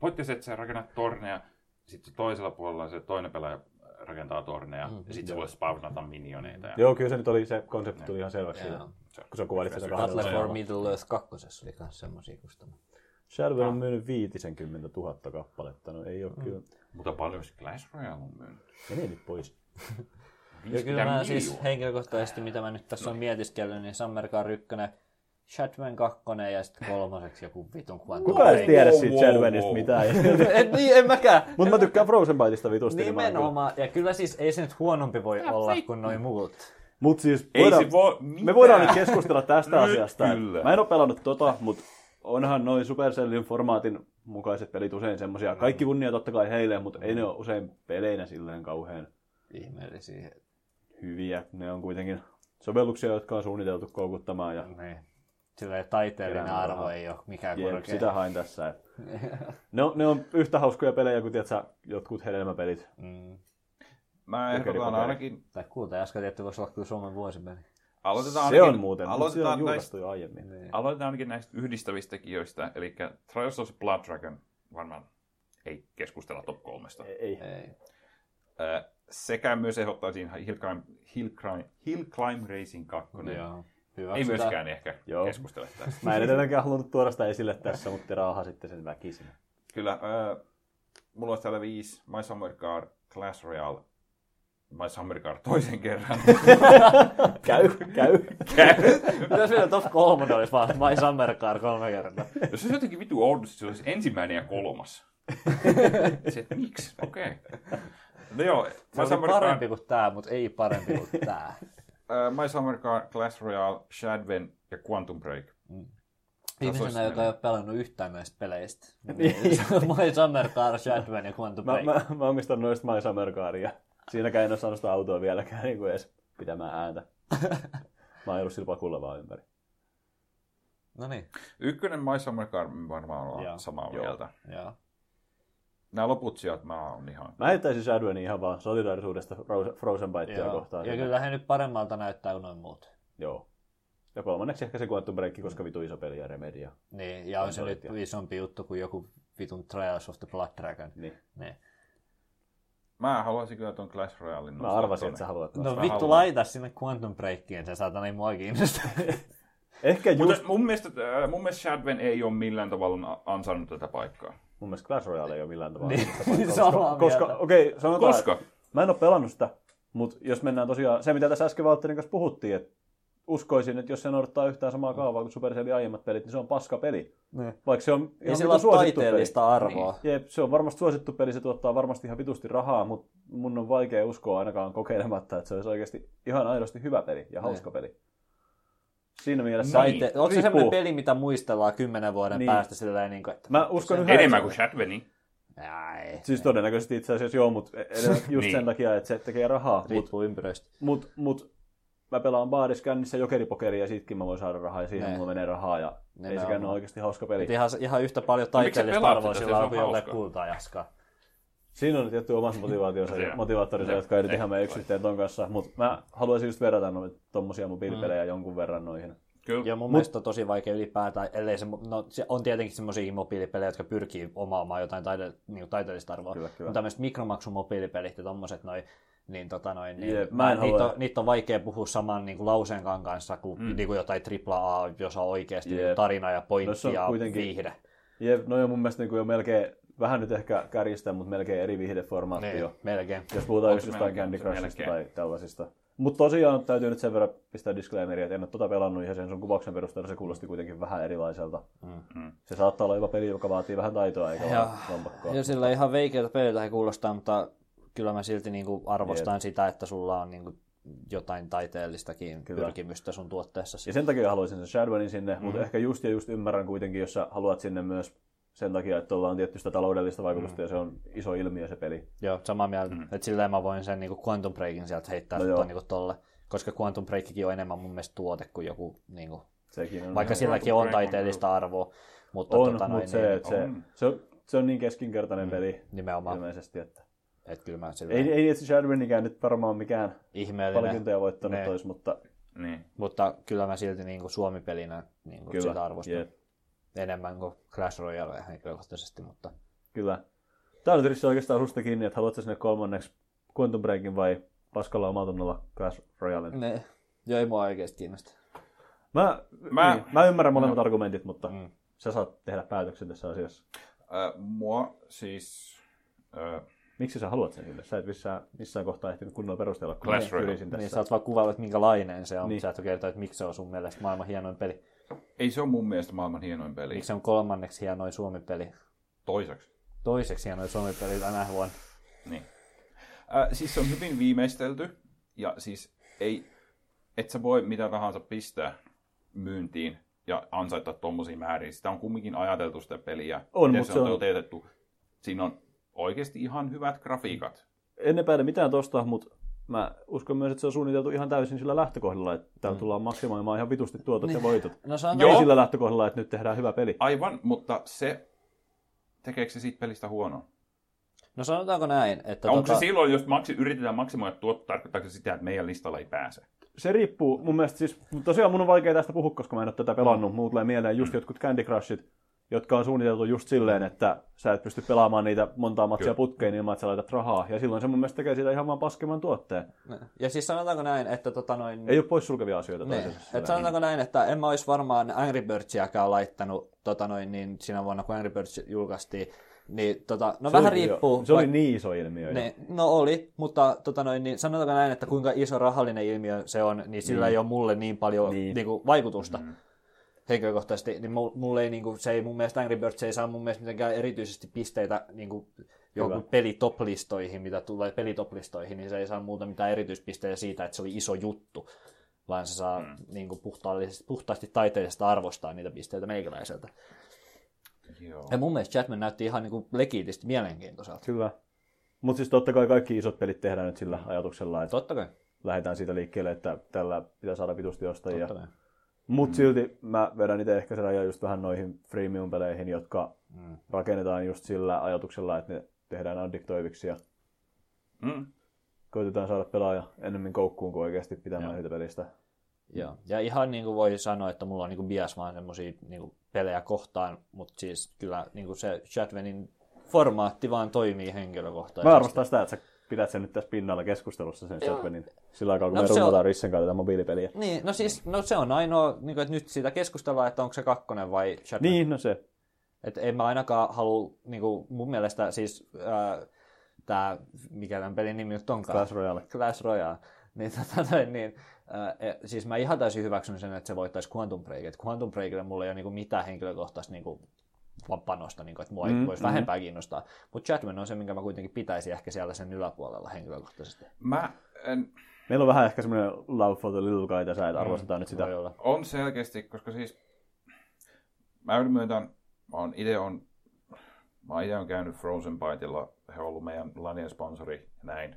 S1: Pointti on se, että sä rakennat torneja, sitten toisella puolella se toinen pelaaja
S2: Mm.
S1: rakentaa torneja, ja sitten se voi spawnata minioneita. Ja... Niin.
S2: Joo, kyllä se nyt oli, se konsepti tuli ihan selväksi.
S5: Joo.
S2: siitä. kun sä kuvailit sitä kahdella
S5: Battle for
S2: sanalla.
S5: Middle Earth 2 oli myös semmoisia kustannu.
S2: Shareware on myynyt 50 000 kappaletta, no ei ole kyllä.
S4: Mutta paljon
S1: siis
S4: se Clash Royale on myynyt.
S2: Mene nyt pois.
S5: Ja kyllä
S4: 50
S5: mä siis
S4: miljoonaa.
S5: henkilökohtaisesti, mitä mä nyt tässä on mietiskellyt, niin Summer Car 1, Shadman 2 ja sitten kolmoseksi joku vitun Quantum
S2: Kuka ei
S5: Break.
S2: tiedä
S1: wow,
S2: siitä
S1: wow,
S2: Sharewellista
S1: wow.
S2: mitään.
S5: En, niin, en mäkään.
S2: Mutta mä tykkään Frozen Byteista vitusti. niin mä en kyllä-
S5: Nimenomaan. Ja kyllä siis ei se nyt huonompi voi olla kuin noin muut.
S2: Mut siis
S1: Ei
S2: voidaan,
S1: se voi
S2: me
S1: mitään.
S2: voidaan nyt keskustella tästä
S1: Nyt
S2: asiasta.
S1: kyllä.
S2: Mä en ole pelannut tota, mutta onhan noin Supercellin formaatin mukaiset pelit usein semmosia.
S1: Mm.
S2: Kaikki kunnia totta kai heille, mutta ei ne ole usein peleinä silleen kauhean
S5: Ihmeellisiä.
S2: hyviä. Ne on kuitenkin sovelluksia, jotka on suunniteltu koukuttamaan ja
S5: Niin. Silleen taiteellinen
S2: Keräämään
S5: arvo
S2: rahaa.
S5: ei ole mikään
S2: Jep,
S5: korkea.
S2: sitä hain tässä. et. Ne on, ne on yhtä hauskoja pelejä kuin tiedätkö, jotkut hedelmäpelit.
S5: Mm.
S1: Mä ehdotan
S2: Jokeripokeri.
S1: ainakin,
S5: Tai kuulta, äsken tietty voisi olla kyllä Suomen vuosipeli.
S1: aloitetaan
S2: Se
S1: ainakin,
S2: on muuten, mutta se on
S1: aloitetaan, näistä,
S2: julkaistu jo aiemmin.
S5: Niin.
S1: aloitetaan ainakin näistä yhdistävistä tekijöistä, eli Trials of Blood Dragon varmaan ei keskustella top kolmesta.
S2: Ei.
S5: Ei.
S1: Ää, sekä myös ehdottaisin Hill Climb, Hill Climb, Hill Climb Racing
S2: No
S1: 2.
S2: niin.
S5: Joo.
S1: Ei
S5: Hyväksytään.
S1: myöskään ehkä
S2: Joo.
S1: keskustele tästä.
S2: Mä en tietenkään halunnut tuoda sitä esille tässä, mutta te raaha sitten sen väkisin.
S1: Kyllä, ää, mulla olisi täällä viisi My Summer Car, Clash Royale, My Summer Car toisen kerran.
S2: Käy, käy.
S5: Mitäs vielä top kolmonen olisi vaan My Summer Car kolme kertaa?
S1: Jos No se olisi jotenkin vitu oudosti, se olisi ensimmäinen ja kolmas. se, että miksi? Okei. No joo,
S5: Se
S1: My
S5: oli
S1: Summer, Car,
S5: parempi kuin tää, mutta ei parempi kuin tää.
S1: ää, My Summer Car, Äh, Clash Royale, Shadven ja Quantum Break.
S5: Ihmisenä,
S1: olisi
S5: joka ei ole pelannut yhtään näistä peleistä. Niin. se on My Summer Car, Shadman ja Quantum
S2: Mä,
S5: Break.
S2: mä, mä omistan noista My Summer Caria. Siinäkään en ole saanut sitä autoa vieläkään niin kuin edes pitämään ääntä. Mä oon ollut sillä pakulla vaan ympäri.
S5: No niin,
S1: Ykkönen My Summer Car me varmaan ollaan
S5: Joo.
S1: samaa
S2: Joo.
S1: mieltä.
S5: joo.
S1: Nämä loput sijat mä oon ihan...
S2: Mä heittäisin Shadowin ihan vaan solidaarisuudesta Frozen- Frozen Bitea
S5: Joo.
S2: kohtaan.
S5: Ja kyllä he nyt paremmalta näyttää kuin noin muut.
S2: Joo. Ja kolmanneksi ehkä se Quantum Break, koska vitu iso peli ja Remedia.
S5: Niin, ja on se nyt
S2: Konsolit ja-
S5: isompi juttu kuin joku vitun Trials of the Blood Dragon.
S2: Niin.
S5: Niin.
S1: Mä haluaisin kyllä ton Clash Royalein
S2: Mä arvasin, että sä haluat nostaa.
S5: No vittu,
S1: haluan.
S5: laita sinne Quantum Breakiin, se saatana ei mua Niin. kiinnosta.
S2: Ehkä just,
S1: Mutta mun mielestä, äh, mun mielestä Shadven ei ole millään tavalla ansainnut tätä paikkaa.
S2: mun mielestä Clash Royale ei ole millään tavalla.
S5: Niin,
S2: sitä paikkaa,
S5: samaa
S2: koska-
S5: mieltä.
S2: Koska, okei, sanotaan,
S1: Koska?
S2: mä en ole pelannut sitä, mutta jos mennään tosiaan, se mitä tässä äsken Valtterin kanssa puhuttiin, että uskoisin, että jos se noudattaa yhtään samaa kaavaa kuin Supercellin aiemmat pelit, niin se on paska peli.
S5: Niin.
S2: Vaikka se on ihan
S5: Ei
S2: vitun
S5: sillä ole
S2: suosittu peli. Niin.
S5: taiteellista arvoa.
S2: Jep, se on varmasti suosittu peli, se tuottaa varmasti ihan vitusti rahaa, mutta mun on vaikea uskoa ainakaan kokeilematta, että se olisi oikeasti ihan aidosti hyvä peli ja hauska peli. Siinä mielessä...
S5: Taite- Onko se
S2: No Riippuu.
S5: semmoinen peli, mitä muistellaan kymmenen vuoden
S2: Niin.
S5: päästä silleen, niin kuin, että...
S2: Mä uskon yhä...
S1: Enemmän kuin Shadveni.
S5: Ai,
S2: Siis todennäköisesti itse asiassa joo, mutta just
S1: Niin.
S2: sen takia, että se tekee rahaa. Mut,
S5: riippuu ympyröistä.
S2: mut, mut mä pelaan baariskännissä jokeripokeria ja siitäkin mä voin saada rahaa ja siihen
S5: Ne.
S2: mulla menee rahaa ja ei
S5: Nimenomaan.
S2: sekään ole oikeasti hauska peli.
S5: Niin Et ihan, ihan yhtä paljon
S1: No miksi sä
S5: taiteellista
S1: pelaat
S5: arvoa
S1: sitä?
S5: sillä
S1: Se
S5: on
S1: on
S5: kuin jolle
S1: hauskaa.
S5: kultajaskaa.
S2: Siinä on tietty omat motivaationsa,
S1: Se on.
S2: motivaattorinsa,
S1: Se-
S2: jotka ei nyt
S1: se-
S2: ihan mene yksi yhteen ton kanssa, mutta mä haluaisin just verrata noita tommosia mobiilipelejä
S1: Mm.
S2: jonkun verran noihin.
S1: Kyllä.
S5: Ja mun Mut... mielestä on tosi vaikea ylipäätään, ellei se, no, se on tietenkin semmoisia mobiilipelejä, jotka pyrkii omaamaan jotain taide, niin taiteellista arvoa.
S2: Kyllä, kyllä.
S5: Mutta tämmöiset mikromaksumobiilipelit ja tommoset noin, niin tota noin, niin,
S2: Jep, mä
S5: mä
S2: en
S5: niitä,
S2: halua-
S5: on, niitä on vaikea puhua saman niin kuin lauseenkaan kanssa kuin, mm. niin kuin jotain AAA, jossa on oikeasti
S2: Jep.
S5: niin tarina ja pointti
S2: No se
S5: ja
S2: on kuitenkin-
S5: viihde.
S2: Jep, no on mun mielestä niinku jo melkein, vähän nyt ehkä kärjistä, mutta melkein eri viihdeformaatti
S5: Niin,
S2: jo.
S5: melkein.
S2: Jos puhutaan
S1: Onks
S2: just jostain
S1: melkein,
S2: Candy
S1: onks
S2: Crushista tai
S1: melkein?
S2: tällaisista. Mutta tosiaan täytyy nyt sen verran pistää disclaimeria, että en ole tota pelannut ihan sen sun kuvauksen perusteella se kuulosti kuitenkin vähän erilaiselta.
S1: Mm.
S2: Se saattaa olla jopa peli, joka vaatii vähän taitoa eikä
S5: Joo.
S2: vaan lompakkoa.
S5: Ja sillä ihan veikeältä peliltä he kuulostaa, mutta kyllä mä silti niin kuin arvostan sitä, että sulla on niin kuin jotain taiteellistakin kyllä.
S2: Kyllä.
S5: pyrkimystä sun tuotteessa.
S2: Ja sen takia haluaisin sen Shadowin sinne, mm-hmm. mutta ehkä just ja just ymmärrän kuitenkin, jos sä haluat sinne myös sen takia, että ollaan tietystä taloudellista vaikutusta mm-hmm. ja se on iso ilmiö se peli.
S5: Joo, samaa mieltä. Mm. Että silleen mä voin sen niin kuin Quantum Breakin sieltä heittää
S2: No
S5: no
S2: joo.
S5: niin kuin tolle. Koska Quantum Breakikin on enemmän mun mielestä tuote kuin joku, niin kuin,
S2: Sekin on.
S5: vaikka
S2: se
S5: silläkin
S1: Quantum
S5: on
S1: Break on
S5: taiteellista arvoa, mutta
S2: on,
S5: tota
S2: tota
S5: noin,
S2: mutta
S5: niin,
S2: se, että se,
S1: on.
S2: se, on, se on niin keskinkertainen mm. peli
S5: nimenomaan.
S2: ilmeisesti, että
S5: Että kyllä mä silleen
S2: ei, ei itse Shadownikään nyt varmaan mikään
S5: ihmeellinen.
S2: palkintoja voittanut
S5: Ne.
S2: tois, mutta
S1: Niin.
S5: Mutta kyllä mä silti niin kuin Suomi-pelinä niin kuin
S2: kyllä,
S5: sitä arvostan
S2: jep,
S5: enemmän kuin Clash Royale henkilökohtaisesti. Mutta
S2: kyllä. Tämä on nyt Rissi oikeastaan susta kiinni, että haluatko sinne kolmanneksi Quantum
S5: Mm.
S2: Breakin vai paskalla omalta tunnolla Clash Royalen?
S5: Ne, joo ei mua oikeasti kiinnosta.
S2: Mä, mä...
S1: Mä-
S2: Niin, mä ymmärrän molemmat argumentit, mutta
S1: Mm.
S2: sä saat tehdä päätöksen tässä asiassa.
S1: Äh, mua siis... Äh,
S2: Miksi sä haluat sen sille? Sä et missään, missään kohtaa ehtinyt kunnolla perustella, kun
S1: Clash
S2: mä
S1: Royale.
S2: yrisin tässä.
S5: Niin sä oot vaan kuvailla, että minkälainen se on,
S2: Niin.
S5: niin. sä et oo kertoa, että miksi se on sun mielestä maailman hienoin peli.
S1: ei se ole mun mielestä maailman hienoin peli.
S5: Miksi se on kolmanneksi hienoin Suomi-peli.
S1: Toiseksi.
S5: Toiseksi hienoin Suomi-peli tänä vuonna.
S1: Niin. Äh, siis se on hyvin viimeistelty, ja siis ei, et sä voi mitä tahansa pistää myyntiin ja ansaita tuommoisia määriä. Sitä on kumminkin ajateltu sitä peliä,
S2: On,
S1: miten
S2: mut
S1: se
S2: se
S1: on
S2: on-
S1: toteutettu. Siinä on oikeasti ihan hyvät grafiikat.
S2: En epäile mitään tosta, mutta mä uskon myös, että se on suunniteltu ihan täysin sillä lähtökohdalla, että
S5: Mm.
S2: täällä tullaan maksimoimaan ihan vitusti tuota, tuotot ja voitot.
S5: No se on
S2: Ei
S1: Joo.
S2: sillä lähtökohdalla, että nyt tehdään hyvä peli.
S1: Aivan, mutta se, tekeekö se siitä pelistä huonoa?
S5: No sanotaanko näin,
S2: Tota-
S5: että... tota-
S1: Onko se silloin, jos maksi, yritetään maksimoida tuotto, tarkoittaako se sitä, että meidän listalla ei pääse?
S2: Se riippuu mun mielestä siis, mutta tosiaan mun on vaikea tästä puhua, koska mä en ole tätä pelannut. Mulla tulee mieleen
S1: Mm.
S2: just jotkut Candy Crushit, jotka on suunniteltu just silleen, että sä et pysty pelaamaan niitä montaa matsia
S1: Kyllä.
S2: putkeen ilman, että sä laitat rahaa. Ja silloin se mun mielestä tekee siitä ihan vaan paskemman tuotteen.
S5: Ja siis sanotaanko näin, että tota noin...
S2: Ei ole poissulkevia asioita
S5: Niin.
S2: toisessa.
S5: Et sanotaanko näin, että en mä olisi varmaan Angry Birdsiäkään laittanut tota noin, niin siinä vuonna, kun Angry Birds julkaistiin. Niin, tota, no
S2: Se
S5: vähän
S2: oli-
S5: riippuu.
S2: Se oli
S5: vaik-
S2: niin iso ilmiö. jo.
S5: ne, no oli, mutta tota noin, niin sanotaanko näin, että kuinka iso rahallinen ilmiö se on, niin sillä ei ole mulle niin paljon
S2: Niin.
S5: niin. Niin kuin, vaikutusta mm. henkilökohtaisesti. Niin mu- mulle ei, niin kuin, se ei mun mielestä Angry Birds ei saa mun mielestä mitenkään erityisesti pisteitä niin kuin, joku pelitoplistoihin, mitä tulee pelitoplistoihin, niin se ei saa muuta mitään erityispisteitä siitä, että se oli iso juttu, vaan se saa mm. niin kuin, puhtaasti taiteellisesta arvostaa niitä pisteitä meikäläiseltä.
S1: Joo.
S5: Ja mun mielestä Chapman näytti ihan niin kuin, legitisti mielenkiintoiselta.
S2: Kyllä. Mutta siis totta kai kaikki isot pelit tehdään nyt sillä ajatuksella, että
S5: Totta kai.
S2: lähdetään siitä liikkeelle, että tällä pitää saada vitusti ostajia.
S5: Totta kai.
S2: Mutta silti mä vedän itse ehkä sen rajan just vähän noihin freemium-peleihin, jotka
S5: Mm.
S2: rakennetaan just sillä ajatuksella, että ne tehdään addiktoiviksi ja
S1: Mm.
S2: koitetaan saada pelaaja ennemmin koukkuun kuin oikeasti pitämään siitä pelistä.
S5: Joo. Ja ihan niin kuin voi sanoa, että mulla on niin kuin bias vaan semmoisia niin kuin pelejä kohtaan, mutta siis kyllä niin kuin se Chadvenin formaatti vaan toimii henkilökohtaisesti.
S2: Mä arvostan sitä, että sä pidät sen nyt tässä pinnalla keskustelussa sen Shotgunin sillä aikaa, kun
S5: No,
S2: me
S5: se on-
S2: runnataan Rissen kanssa tätä mobiilipeliä.
S5: Niin, no siis no se on ainoa, niin kuin, että nyt siitä keskustellaan, että onko se kakkonen vai Chadven.
S2: Niin, no se.
S5: Et en mä ainakaan halua, niin kuin mun mielestä siis äh, tämä, mikä tämän pelin nimi nyt onkaan?
S2: Clash Royale.
S5: Clash Royale. Niin, tota, noin, niin, ää, e- siis mä ihan täysin hyväksyn sen, että se voittaisi Quantum Break. Et Quantum Breakille mulla ei ole niinku mitään henkilökohtaista niinku va- panosta, niinku, että mua
S2: Mm,
S5: mm, voisi
S2: mm.
S5: mm. vähempää kiinnostaa. Mutta Chatman on se, minkä mä kuitenkin pitäisin ehkä siellä sen yläpuolella henkilökohtaisesti.
S1: Mä en,
S2: Meillä on vähän ehkä semmoinen love for the little guy tässä,
S5: Mm.
S2: että arvostetaan nyt sitä.
S5: Voi olla.
S1: On selkeästi, koska siis mä myöntän, mä oon ide on, mä ite on käynyt Frozen Byteilla, he on ollut meidän lanien sponsori ja näin.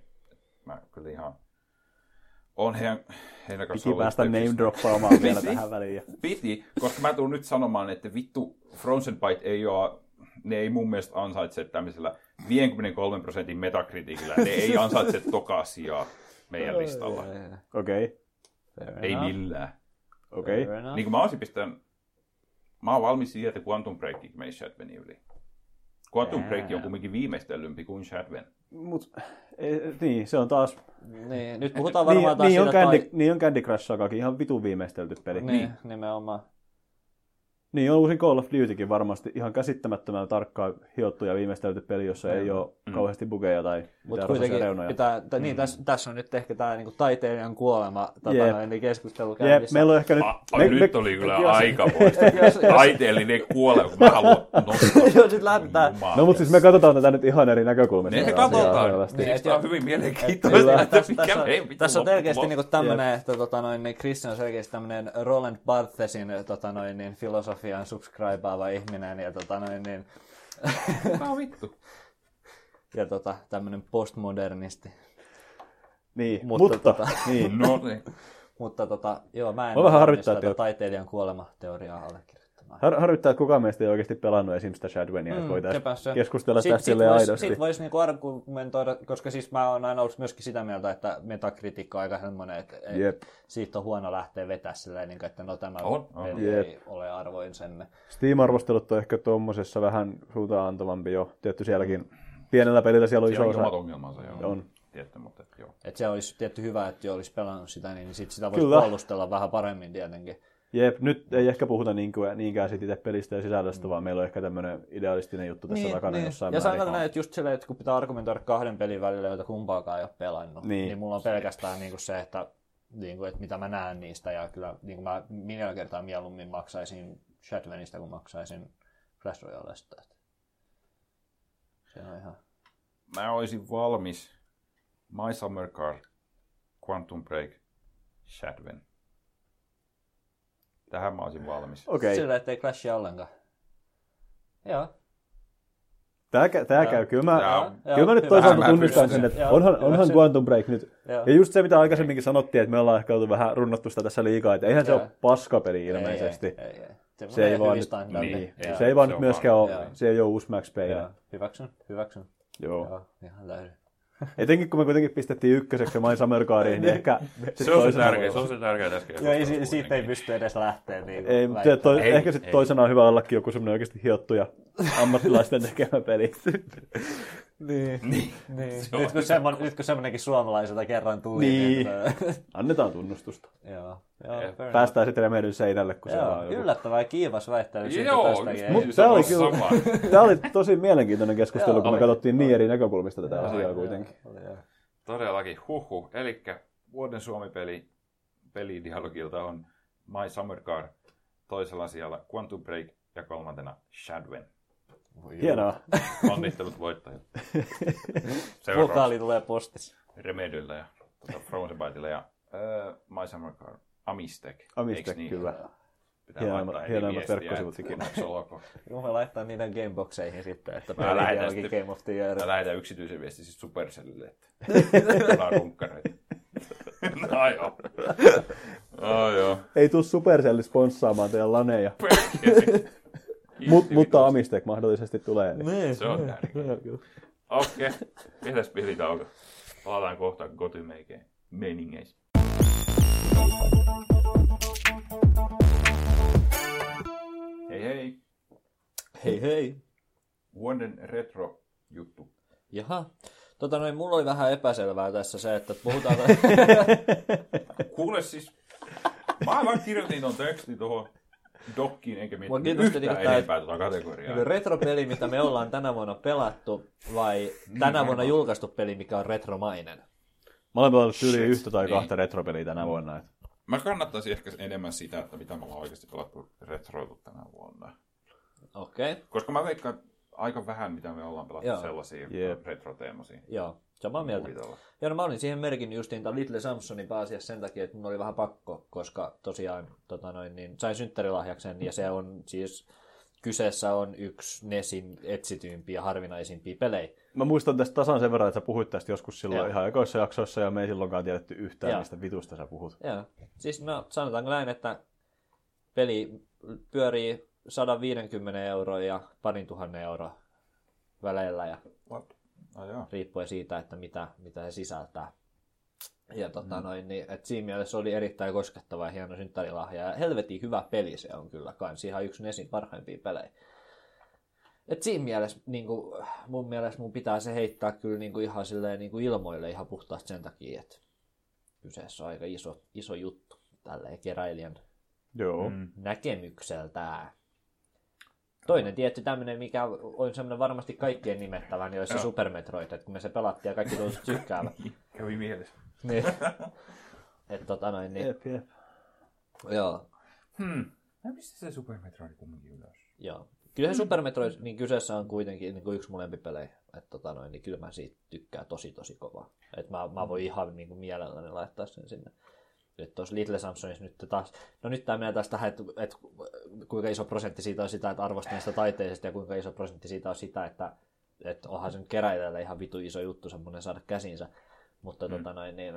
S1: Mä kyllä ihan, on heidän, heidän kanssa
S2: Piti päästä name droppaamaan
S5: Niin,
S2: vielä tähän väliin. ja-
S1: Piti, koska mä tuun nyt sanomaan, että vittu Frozen Byte ei oo, ne ei mun mielestä ansaitse tämmöisellä 53 prosentin metakritiikillä, ne ei ansaitse tokasia meidän listalla.
S2: Okei, okay,
S5: Fair
S1: Ei
S5: enough,
S1: millään.
S2: niin, okei.
S5: fair
S2: Okay.
S5: enough.
S1: Niin kuin mä olisin pistänyt, mä oon valmis siihen, että Quantum Break meni Shadwenin yli. Quantum
S5: Jää.
S1: Break on kuitenkin viimeistellympi kuin Shadwen.
S2: Mut, e, niin, se on taas...
S5: niin, nyt puhutaan varmaan
S2: Niinku- niin,
S5: taas
S2: niin, on
S5: siitä
S2: Candy,
S5: tai-
S2: niin on Candy Crush Sagakin, ihan vitun viimeistelty peli. Niin.
S5: Niin, nimenomaan.
S2: niin on uusin Call of Dutykin varmasti ihan käsittämättömän tarkkaan hiottu ja viimeistelty peli, jossa ei ole mm. kauheasti bugeja tai
S5: Mutta
S2: mitään
S5: kuitenkin
S2: rahoisia reunoja.
S5: pitää, tai, niin, tässä, tässä on nyt ehkä tämä niinku, taiteilijan kuolema tota,
S2: Mm. Jep.
S5: noin, niin keskustelu
S2: Jep,
S5: käynnissä.
S2: meillä on ehkä nyt...
S1: Ah, ah, nyt oli kyllä aika poista.
S5: Jos-
S1: Taiteellinen kuolema, kun mä haluan nostaa.
S5: Joo, sit lähdetään.
S2: No mutta siis me katsotaan tätä nyt ihan eri näkökulmista.
S1: Ne
S2: tätä asiaa
S1: Niin, katsotaan.
S2: selvästi.
S5: Niin,
S1: Niin,
S5: et
S1: Tämä
S5: jo-
S1: on hyvin
S2: Kyllä.
S1: mielenkiintoista, että
S5: tässä,
S1: mikä
S5: tässä,
S1: meidän
S5: on,
S1: vittu
S5: tässä on
S1: lopputulos.
S5: selkeästi niinku tämmöinen, että tota noin, niin Chris on selkeästi tämmöinen Roland Barthesin tota noin, niin filosofiaan subscribaava ihminen ja, tota noin, niin,
S1: Tämä on vittu.
S5: ja tota, tämmöinen postmodernisti.
S2: Niin,
S5: Mutta
S2: mutta...
S5: tota-
S2: niin.
S1: No niin.
S5: Mutta tota, joo, mä en
S2: Mua vähän
S5: ole
S2: harmittaa,
S5: tätä
S2: että-
S5: taiteilijan kuolemateoriaa allekirjoittamaan.
S2: Har- harvittaa, että kukaan meistä ei oikeasti pelannut esim. sitä Shadwenia, mm, että
S5: sepä se.
S2: voitaisiin keskustella
S5: Sit-
S2: tästä
S5: sit
S2: silleen
S5: vois-
S2: aidosti.
S5: Sit voisi niinku argumentoida, koska siis mä oon aina ollut myöskin sitä mieltä, että metakritiikka on aika semmoinen, että et
S2: Jep.
S5: siitä on huono lähteä vetää silleen, niinku, että no tämä
S1: On, on.
S5: peli
S2: Jep.
S5: ei ole arvoin sen.
S2: Steam-arvostelut on ehkä tuommoisessa vähän suuntaan antavampi jo. Tietty sielläkin pienellä pelillä siellä on
S1: Siellä
S2: iso
S1: on omat
S2: osa.
S1: ongelmansa. Joo.
S2: On.
S1: Tietty, mutta joo.
S5: Että se olisi tietty hyvä, että jo olisi pelannut sitä, niin sit sitä voisi
S2: Kyllä.
S5: puolustella vähän paremmin tietenkin.
S2: Jep, nyt ei ehkä puhuta niinkään, niinkään siitä itse pelistä ja sisällöstä, mm. vaan meillä on ehkä tämmöinen idealistinen juttu tässä niin, takana niin. jossain
S5: Ja sanotaan näin, että just silleen, että kun pitää argumentoida kahden pelin välillä, joita kumpaakaan ei ole pelannut,
S2: Niin.
S5: niin, niin mulla on pelkästään niin kuin se, että, niin kuin, että mitä mä näen niistä. Ja kyllä niin kuin mä miljoona kertaa mieluummin maksaisin Shadvenistä kuin maksaisin Clash Royalesta. Että Se on ihan...
S1: Mä olisin valmis. My Summer Car, Quantum Break, Shadven. Tähän mä olisin valmis.
S2: Okei, okay.
S5: Sillä, ettei Clashia ollenkaan. Joo.
S2: tämä, kä- tämä käy. Kyllä mä,
S1: Joo.
S2: kyllä mä nyt
S5: Hyvä.
S2: toisaalta
S1: Tähän mä
S2: tunnistan sen,
S1: pystyn.
S2: että
S5: Joo,
S2: onhan,
S5: hyvä
S2: onhan
S5: se.
S2: Quantum Break nyt.
S5: Joo.
S2: Ja just se, mitä aikaisemminkin sanottiin, että me ollaan ehkä oltu vähän runnottu sitä tässä liikaa, että eihän se
S5: Joo.
S2: ole paskapeli
S5: Ei,
S2: ilmeisesti.
S5: Ei, ei, ei.
S2: Se ei vaan nyt-
S1: Niin,
S5: niin,
S1: ei.
S2: Se ei
S1: Se
S2: vaan nyt
S1: on
S2: myöskään
S1: vaan-
S2: ole,
S5: Joo.
S2: se ei ole uusi Max Payne.
S5: Joo. Hyväksyn, hyväksyn.
S2: Joo.
S5: Joo, ihan täysin.
S2: Etenkin kun me kuitenkin pistettiin ykköseksi My Summer Cariin, niin ehkä... sit
S1: Se on se
S2: toisena
S1: tärkeä,
S2: voi-
S1: se on se tärkeä tässä
S5: Joo, ei, si-
S1: keskustelussa
S5: siitä ei pysty edes lähteä. Niin kuin
S2: Ei, mutta
S5: väittämään.
S2: toi,
S1: Ei,
S2: ehkä sitten
S1: ei.
S2: toisena on hyvä ollakin joku semmoinen oikeasti hiottu ja ammattilaisten tekemä peli.
S5: Niin. niin.
S1: Se on
S5: Nyt, kun semmon, nyt kun semmonenkin suomalaiselta kerran tuli.
S2: Niin.
S5: Niin,
S2: Annetaan tunnustusta.
S5: joo. joo
S1: Eh,
S5: fair
S2: Päästään sitten remehdyn seinälle, kun se
S5: enough.
S2: on
S5: Joo,
S2: joku.
S5: yllättävää kiivas väittely siitä
S1: Joo,
S5: tästäkin.
S1: just-
S5: Ei-
S2: Mut
S1: se
S2: tää
S1: on
S2: oli kyllä-
S1: sama.
S2: Tämä oli tosi mielenkiintoinen keskustelu,
S5: Joo,
S2: kun me
S5: oli.
S2: katsottiin niin eri näkökulmista tätä
S5: Joo,
S2: asiaa
S5: joo,
S2: kuitenkin.
S5: oli, joo.
S1: Todellakin, huhu. Eli vuoden Suomi-peli pelidialogilta on My Summer Car, toisella siellä Quantum Break ja kolmantena Shadwen.
S5: Voi joo.
S2: Hienoa.
S1: Onnittelut voittajille. Seuraavaksi
S5: Pokaali tulee postissa.
S1: Remedyllä ja tuota, Frozen Byteillä ja öö, My Summer Car. Amistek.
S2: Amistek,
S1: eiks niin?
S2: kyllä.
S1: Pitää
S2: Hienommat-
S1: laittaa heti
S2: hienommat
S1: viestiä,
S2: verkkosivut
S1: että
S2: ikinä.
S1: onneksi olkoon.
S5: Joo, me laittaa niiden gameboxeihin sitten, että
S1: Mä lähetän
S5: pelidialogi
S1: sitten-
S5: Game of the Year.
S1: Mä lähetän yksityisen viestin siis Supercellille, että ollaan runkkareita. no joo. No joo.
S2: Ei tuu Supercell sponssaamaan teidän laneja,
S1: Mut,
S2: mut, mutta Amistek mahdollisesti tulee. Eli.
S5: Niin.
S1: Se on tärkeää. Okei, okay. tehdään pilitauko. Palataan kohta kotimeikeen meningeissä. Hei hei,
S5: Hei hei.
S1: vuoden retro-juttu.
S5: Jaha. Tota noin, mulla oli vähän epäselvää tässä se, että puhutaan...
S1: Kuule siis, mä vaan kirjoitin ton tekstin tuohon dokkiin, enkä
S5: Mua
S1: miettinyt
S5: kiinnosti
S1: yhtään
S5: niinku tää-
S1: enempää tuota kategoriaa.
S5: Niin retropeli, mitä me ollaan tänä vuonna pelattu, vai tänä vuonna julkaistu peli, mikä on retromainen?
S2: Mä olen pelannut yli
S1: Shit,
S2: yhtä tai
S1: niin.
S2: kahta retropeliä tänä vuonna. et.
S1: Mä kannattaisin ehkä enemmän sitä, että mitä me ollaan oikeasti pelattu retroitu tänä vuonna.
S5: Okei, okay.
S1: Koska mä veikkaan aika vähän, mitä me ollaan pelattu
S5: Joo.
S1: Joo. sellaisia
S2: Jep.
S1: yep. retroteemaisia.
S5: joo, samaa mieltä.
S1: Kuvitella.
S5: Ja no mä olin siihen merkinnyt justiin tämän Little Samsonin pääasiassa sen takia, että mun oli vähän pakko, koska tosiaan tota noin, niin sain synttärilahjaksen ja se on siis kyseessä on yksi Nesin etsityimpiä ja harvinaisimpia pelejä.
S2: Mä muistan tästä tasan sen verran, että sä puhuit tästä joskus silloin
S5: Joo.
S2: ihan ekoissa jaksoissa, ja me ei silloinkaan tiedetty yhtään,
S5: Joo.
S2: mistä vitusta sä puhut.
S5: Joo. Siis no, sanotaanko näin, että peli pyörii 150 euroa ja parin tuhannen euroa väleillä ja
S1: What? No joo.
S5: riippuen siitä, että mitä, mitä se sisältää. Ja tota noin, niin, et siinä mielessä oli erittäin koskettava ja hieno synttärilahja. Ja helvetin hyvä peli se on kyllä kans, ihan yksi Nesin parhaimpia pelejä. Et siinä mielessä niin kuin, mun mielestä mun pitää se heittää kyllä niin kuin ihan silleen, niin kuin ilmoille ihan puhtaasti sen takia, että kyseessä on aika iso, iso juttu tälleen keräilijän Oh.
S2: Joo.
S1: Mm.
S5: näkemykseltään. Toinen tietty tämmöinen, mikä on semmoinen varmasti kaikkien nimettävän, joissa
S1: Joo.
S5: Super Metroid, että kun me se pelattiin ja kaikki toiset tykkäävät.
S1: Kävi mielessä.
S5: niin. Et tota noin, niin,
S2: Jep, jep.
S5: joo,
S1: Hmm. Mä pistin se Super Metroid kumminkin ylös.
S5: joo. Kyllä se Super Metroid, niin kyseessä on kuitenkin niin kuin yksi mun lempipelejä. Että tota noin, niin kyllä mä siitä tykkään tosi tosi kovaa. Että mä, mä voin ihan niin kuin mielelläni laittaa sen sinne. Nyt tuossa Little Samsonissa nyt taas, no nyt tämä menee taas tähän, että, että kuinka iso prosentti siitä on sitä, että arvostan sitä taiteellisesti ja kuinka iso prosentti siitä on sitä, että, että onhan sen keräilijälle ihan vitu iso juttu semmoinen saada käsinsä. Mutta mm. tota noin, niin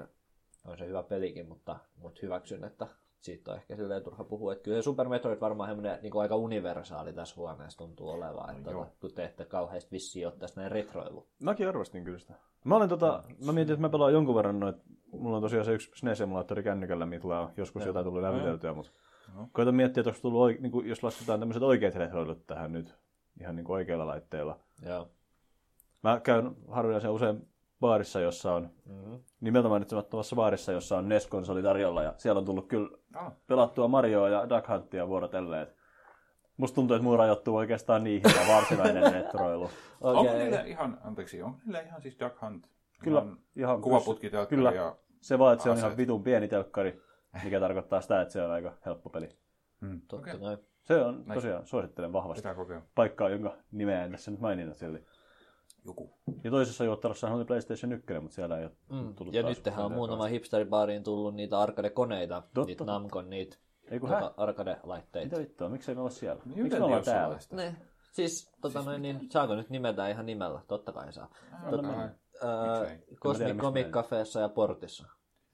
S5: on se hyvä pelikin, mutta, mutta hyväksyn, että siitä on ehkä silleen turha puhua. Että kyllä se Super Metroid varmaan semmoinen niin aika universaali tässä huoneessa tuntuu olevan, että
S1: joo.
S5: tota, kun te ette kauheasti vissiin ole tässä näin retroillut.
S2: Mäkin arvostin kyllä sitä. Mä, olen tota, mä mietin, että mä pelaan jonkun verran noit, mulla on tosiaan se yksi SNES-emulaattori kännykällä, millä on joskus jotain tullut läviteltyä, mutta koitan miettiä, että onko tullut, oike, niin kuin, jos lasketaan tämmöiset oikeat retroilut niinku tähän nyt, ihan niin kuin oikeilla laitteilla.
S5: Joo.
S2: Mä käyn harvinaisen usein baarissa, jossa on
S5: Mm-hmm.
S2: nimeltä mainitsemattomassa baarissa, jossa on NES-konsoli tarjolla, ja siellä on tullut kyllä
S1: Ah.
S2: pelattua Marioa ja Duck Huntia vuorotelleen. Musta tuntuu, että muu rajoittuu oikeastaan niihin ja varsinainen retroilu.
S5: Okei.
S1: Onko niillä ihan, anteeksi, onko niillä ihan siis Duck Hunt?
S2: Kyllä,
S1: Ihan
S2: ihan
S1: Kuvaputkitelkkari
S2: Kyllä.
S1: ja
S2: Se vaan, että se on
S1: aseet.
S2: ihan vitun pieni telkkari, mikä tarkoittaa sitä, että se on aika helppo peli.
S5: Hmm. Totta
S1: Okei.
S5: kai.
S2: Se on tosiaan, suosittelen vahvasti.
S1: pitää kokea.
S2: Paikkaa, jonka nimeä en tässä nyt maininnut silti.
S1: Joku.
S2: Ja toisessa juottarassa oli PlayStation 1, mutta siellä ei ole
S5: Mm.
S2: tullut
S5: Ja
S2: taas
S5: nythän on
S2: mitään
S5: muutama hipsteribaariin tullut niitä arcade-koneita,
S2: Totta.
S5: niitä Namcon niitä
S2: kanssa. Ei kun hä?
S5: tota, arcade-laitteita.
S2: Mitä vittua, miksei me olla siellä?
S1: Niin
S2: Miksi me
S1: juteltiin
S2: ollaan
S1: jossain
S2: täällä?
S1: vaiheessa.
S5: Ne. Siis, tota noin, niin, saako nyt nimetä ihan nimellä? Totta kai saa.
S1: Ah,
S5: Tota,
S1: vähän.
S5: Öö,
S1: Miksei?
S5: Cosmic
S2: mistä
S5: Comic
S2: näin.
S5: Cafeessa ja Portissa.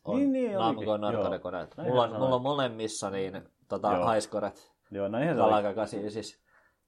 S5: On
S2: Niin, niin,
S5: Namcon
S2: olikin, joo.
S5: arcade-koneet.
S2: Näinhän
S5: Mulla, on,
S2: sanoin.
S5: mulla on molemmissa niin, tota,
S2: Joo.
S5: highscoret.
S2: Joo, näinhän se oli. Niin,
S5: Galaga 8, siis.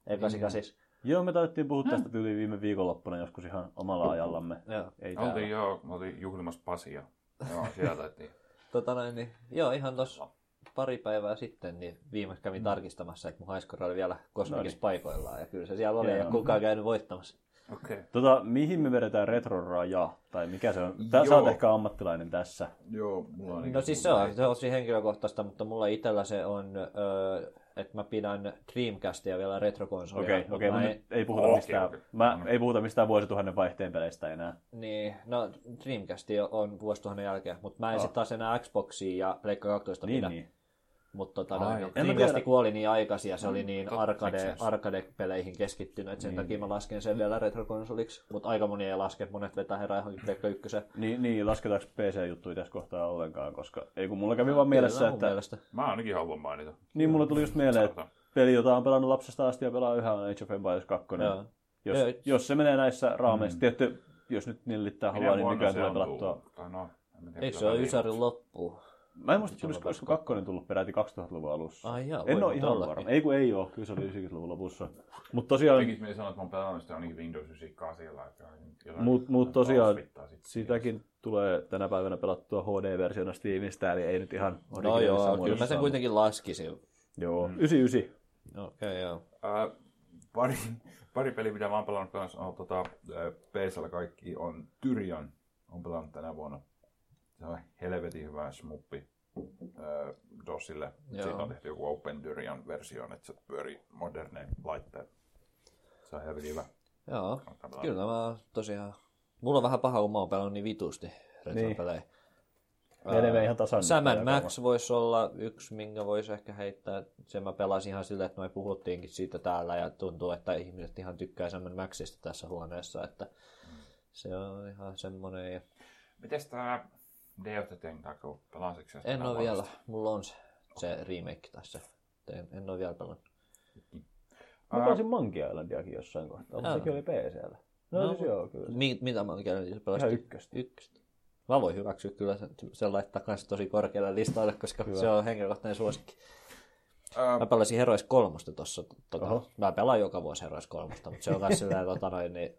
S5: Ei 88.
S2: Joo, me taidettiin puhua tästä tyyliin viime viikonloppuna joskus ihan omalla ajallamme.
S5: Joo.
S2: Ei täällä.
S1: Oltiin joo, me oltiin juhlimassa Pasia. Joo, sieltä että
S5: Tota noin, niin, joo, ihan tuossa pari päivää sitten niin viimeksi
S2: Mm.
S5: kävin tarkistamassa, että mun highscore oli vielä kosmikissa paikoillaan. Ja kyllä se siellä oli, ja
S2: Hienoa.
S5: kukaan käynyt voittamassa.
S1: Okei.
S2: Tota, mihin me vedetään retroraja? Tai mikä se on? Tää, sä
S1: Joo.
S2: oot ehkä ammattilainen tässä.
S1: Joo, mulla on
S5: No siis se on, se on siis henkilökohtaista, mutta mulla itsellä se on, öö, että mä pidän Dreamcastia vielä retrokonsolina.
S2: Okei,
S5: mutta
S2: okei,
S5: mä
S2: okay,
S5: en-
S2: ei, ei puhuta
S1: Okei,
S2: mistään.
S1: okei.
S2: Mä, ei puhuta mistään vuosituhannen vaihteen peleistä enää.
S5: Niin, no Dreamcast jo on vuosituhannen jälkeen, mutta mä en oh. sitten taas enää Xboxia ja Pleikka 12
S2: Niin,
S5: pidä.
S2: niin.
S5: Mutta tota,
S1: Ai,
S5: noin,
S1: en
S5: niin
S1: mä
S5: Dreamcast
S2: tiedä. Mm,
S5: kuoli niin aikaisin ja se oli niin
S1: totta,
S5: arcade,
S1: makes sense.
S5: arcade-peleihin keskittynyt, että sen niin. takia mä lasken sen vielä retrokonsoliksi. Mutta aika moni ei laske, monet vetää herää johonkin Pleikka 1.
S2: Niin, niin lasketaanko PC-juttuja tässä kohtaa ollenkaan, koska ei kun mulla kävi vaan mielessä, että...
S5: Mielestä.
S1: Mä ainakin haluan mainita.
S2: Niin, mulla tuli just mieleen, että peli, jota on pelannut lapsesta asti ja pelaa yhä, on Age of Empires 2.
S5: Joo.
S2: Jos,
S5: Joo.
S2: jos se menee näissä raameissa, mm. tietty, jos nyt nillittää haluaa, niin nykyään tulee pelattua.
S1: Tai no, en mä tiedä,
S5: Eikö se
S1: kyllä
S5: ole
S1: väliin.
S5: Ysarin loppu?
S2: Mä en muista, tulisiko olisiko kakkonen tullut peräti 2000-luvun alussa.
S5: Ai jaa, voi
S2: en ole
S5: muuten
S2: ihan
S5: ollakin.
S2: varma. Ei kun ei ole, kyllä se oli 90-luvun lopussa. Mutta tosiaan,
S1: Tekis mieli sanoa, että mä oon pelannut sitä ainakin Windows 98 siellä. että jotain-
S2: mut, mut
S1: jotain
S2: tosiaan
S1: tausvittaa sit.
S2: sitäkin tulee tänä päivänä pelattua HD-versiona Steamista, eli ei nyt ihan
S5: No
S2: originaalissa
S5: joo, kyllä mä
S2: muodossa,
S5: sen
S2: mutta-
S5: kuitenkin Mm. laskisin. No,
S2: Joo, 99.
S5: Okei, okay, joo.
S1: Ää, pari, pari peliä, mitä mä oon pelannut kanssa, on tota, ää, PSL kaikki, on Tyrion. on pelannut tänä vuonna. Se on helvetin hyvä smuppi ää, DOSille.
S5: Joo.
S1: Siitä on tehty joku Open Tyrion-versio, että se pyörii modernein laitteet. Se on helvetin hyvä.
S5: Joo,
S1: Kannattaa pelata.
S5: kyllä mä oon tosiaan... Mulla on vähän paha, kun mä oon pelannut niin vitusti retropelejä.
S2: Menemme ihan tasan.
S5: Sam
S2: nyt tää
S5: Max voisi olla yksi, minkä voisi ehkä heittää. Sen mä pelasin ihan sillä, että me puhuttiinkin siitä täällä ja tuntuu, että ihmiset ihan tykkää Sam Maxista tässä huoneessa. Että se on ihan semmoinen. Ja...
S1: Mites tää Day of the Tentacle? Pelasitko sä sitä
S5: En
S1: tänä
S5: ole
S1: vuonna?
S5: vielä. Mulla on se, se remake tässä. En, en ole vielä pelannut.
S2: Mä pelasin Monkey Islandiakin jossain kohtaa, mutta
S5: Älä.
S2: sekin oli PCllä. No,
S5: No,
S2: no siis
S5: mut-
S2: joo, kyllä.
S5: Mi, mitä mä oon käynyt jos
S2: Ihan
S5: pelastin?
S2: ykköstä.
S5: Ykköstä. Mä voin hyväksyä kyllä sen, sen laittaa kans tosi korkealle listalle, koska Hyvä. se on henkilökohtainen suosikki.
S1: Ää,
S5: Mä pelasin Heroes 3 tuossa. Tota,
S2: Oho.
S5: mä pelaan joka vuosi Heroes 3, mutta se on myös silleen, tota, noin, niin,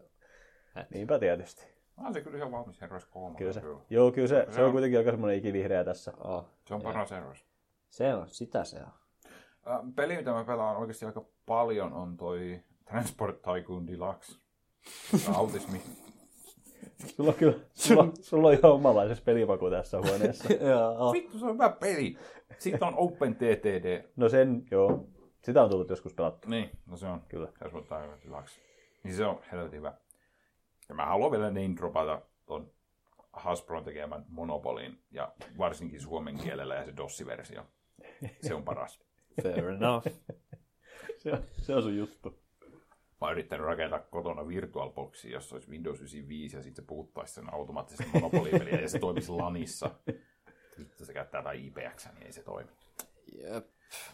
S2: Niinpä tietysti.
S1: Mä oon se kyllä ihan valmis Heroes 3.
S2: Kyllä se. Joo, kyllä se, se
S1: Se
S2: on
S1: on-
S2: kuitenkin aika semmoinen ikivihreä tässä.
S5: oh,
S1: Se on paras Heroes.
S5: se on, sitä se on.
S1: Ää, Peli, mitä mä pelaan oikeasti aika paljon, on toi Transport Tycoon Deluxe. Autismi.
S2: Sulla on kyllä, sulla, sulla on ihan omanlaisessa pelipaku tässä huoneessa.
S5: Joo,
S1: Vittu, se on hyvä peli. Sitten on Open TTD.
S2: No sen, joo. Sitä on tullut joskus pelattu.
S1: Niin, no se on.
S2: Kyllä.
S1: Transport Tycoon Deluxe. Niin se on helvetin hyvä. Ja mä haluan vielä niin dropata ton Hasbron tekemän Monopolin ja varsinkin suomen kielellä ja se DOS-versio. Se on paras.
S5: fair enough.
S2: Se, se on sun juttu.
S1: mä oon yrittänyt rakentaa kotona virtualboxia, jossa olisi Windows 95 ja sitten se puuttaisi sen automaattisesti monopolipeliä ja se toimisi LANissa. Vittu, se käyttää jotain IPX, niin ei se toimi.
S5: Jep.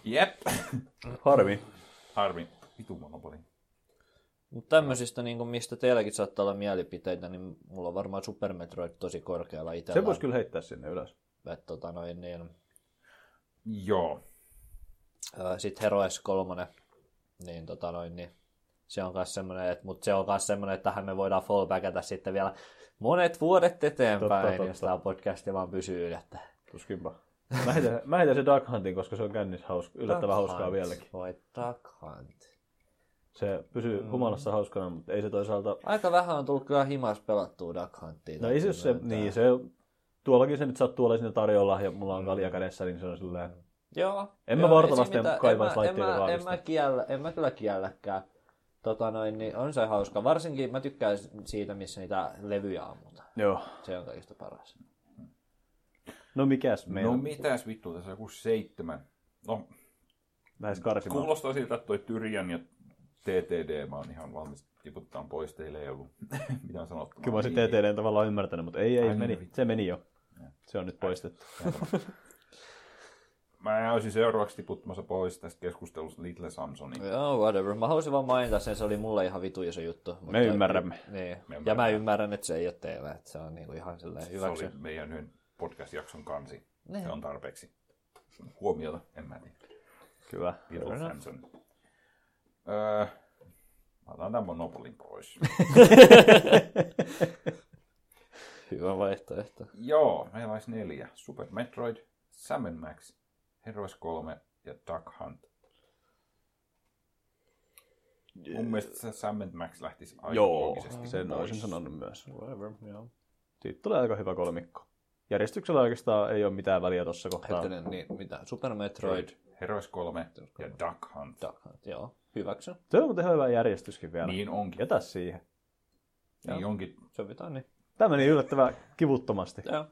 S1: Jep! Mm,
S2: Harmi.
S1: Harmi. Vitu monopoli.
S5: Mutta tämmöisistä, niin kuin mistä teilläkin saattaa olla mielipiteitä, niin mulla on varmaan Super Metroid tosi korkealla itsellä.
S2: Se voisi kyllä heittää sinne ylös.
S5: Et, tota, noin, niin,
S1: Joo.
S5: Sitten Heroes 3, niin, tota noin, niin se on myös semmoinen, että, mutta se on myös semmoinen, että tähän me voidaan fallbackata sitten vielä monet vuodet eteenpäin, niin
S2: Totta,
S5: jos tämä podcasti vaan pysyy. Että
S2: Tuskinpa. Mä heitän, mä heitän sen Duck Huntin, koska se on kännis hauska, yllättävän hauskaa
S5: Hunt
S2: vieläkin.
S5: Vai Duck Hunt.
S2: Se pysyy mm. humalassa hauskana, mutta ei se toisaalta...
S5: Aika vähän on tullut kyllä himas pelattua Duck Huntia.
S2: No ei se, se niin, se, tuollakin se nyt sattuu olla siinä tarjolla ja mulla on
S1: Mm.
S2: kalja kädessä, niin se on silleen...
S5: Joo.
S2: En
S5: joo,
S2: mä varta
S5: ei siinä
S2: vasten
S5: mitään.
S2: kaivaisi
S5: En mä- en
S2: laitteiden
S5: mä- en
S2: raavista.
S5: mä, kiellä, en mä kyllä kielläkään. Tota noin, niin on se hauska. Varsinkin mä tykkään siitä, missä niitä levyjä ammutaan.
S2: Joo.
S5: Se on kaikista paras.
S2: No mikäs
S1: No
S2: meillä? No,
S1: mitäs vittu, tässä on joku seitsemän. No,
S2: Lähes karsimaan.
S1: kuulostaa siltä, että toi Tyrian ja TTD, mä oon ihan valmis tiputtaa pois, teille ei ollut mitään sanottavaa. Niin,
S2: Kyllä mä olisin TTDn tavallaan ymmärtänyt, mutta ei, ei,
S1: Ai
S2: meni.
S1: niin.
S2: Se meni jo. Se on nyt poistettu.
S1: Mä olisin seuraavaksi tiputtamassa pois tästä keskustelusta Little Samsonin.
S5: Joo, whatever. Mä halusin vaan mainita sen, se oli mulle ihan vitu iso juttu. Mutta,
S2: ymmärrämme.
S1: Me
S5: Niin. Ja mä
S1: ymmärrämme.
S5: ymmärrän, että se ei ole teillä. Että se on niinku ihan silleen
S1: Se oli
S5: hyväksy.
S1: meidän yhden podcast-jakson kansi.
S5: Niin.
S1: Se on tarpeeksi huomiota, en mä tiedä.
S2: Kyllä.
S1: Little Samson. Öö, mä otan tämän Monopolin pois.
S5: Hyvä vaihtoehto.
S1: Joo, meillä olisi neljä. Super Metroid, Sam Max, Heroes 3 ja Duck Hunt. Mun mielestä se Sam Max lähtisi aika
S2: Joo,
S1: loogisesti
S2: sen
S1: pois.
S2: olisin sanonut myös.
S5: Whatever, joo.
S2: Siitä tulee aika hyvä kolmikko. Järjestyksellä oikeastaan ei ole mitään väliä tuossa kohtaa.
S5: Hetkinen, niin mitä? Super Metroid.
S1: Heroes 3 ja Duck Hunt.
S5: Duck Hunt, joo. Hyväksy.
S2: Se on muuten ihan hyvä järjestyskin vielä.
S1: Niin onkin.
S2: Jätä siihen.
S1: Niin onkin.
S5: Sovitaan niin.
S2: Tämä meni yllättävän kivuttomasti.
S5: Joo.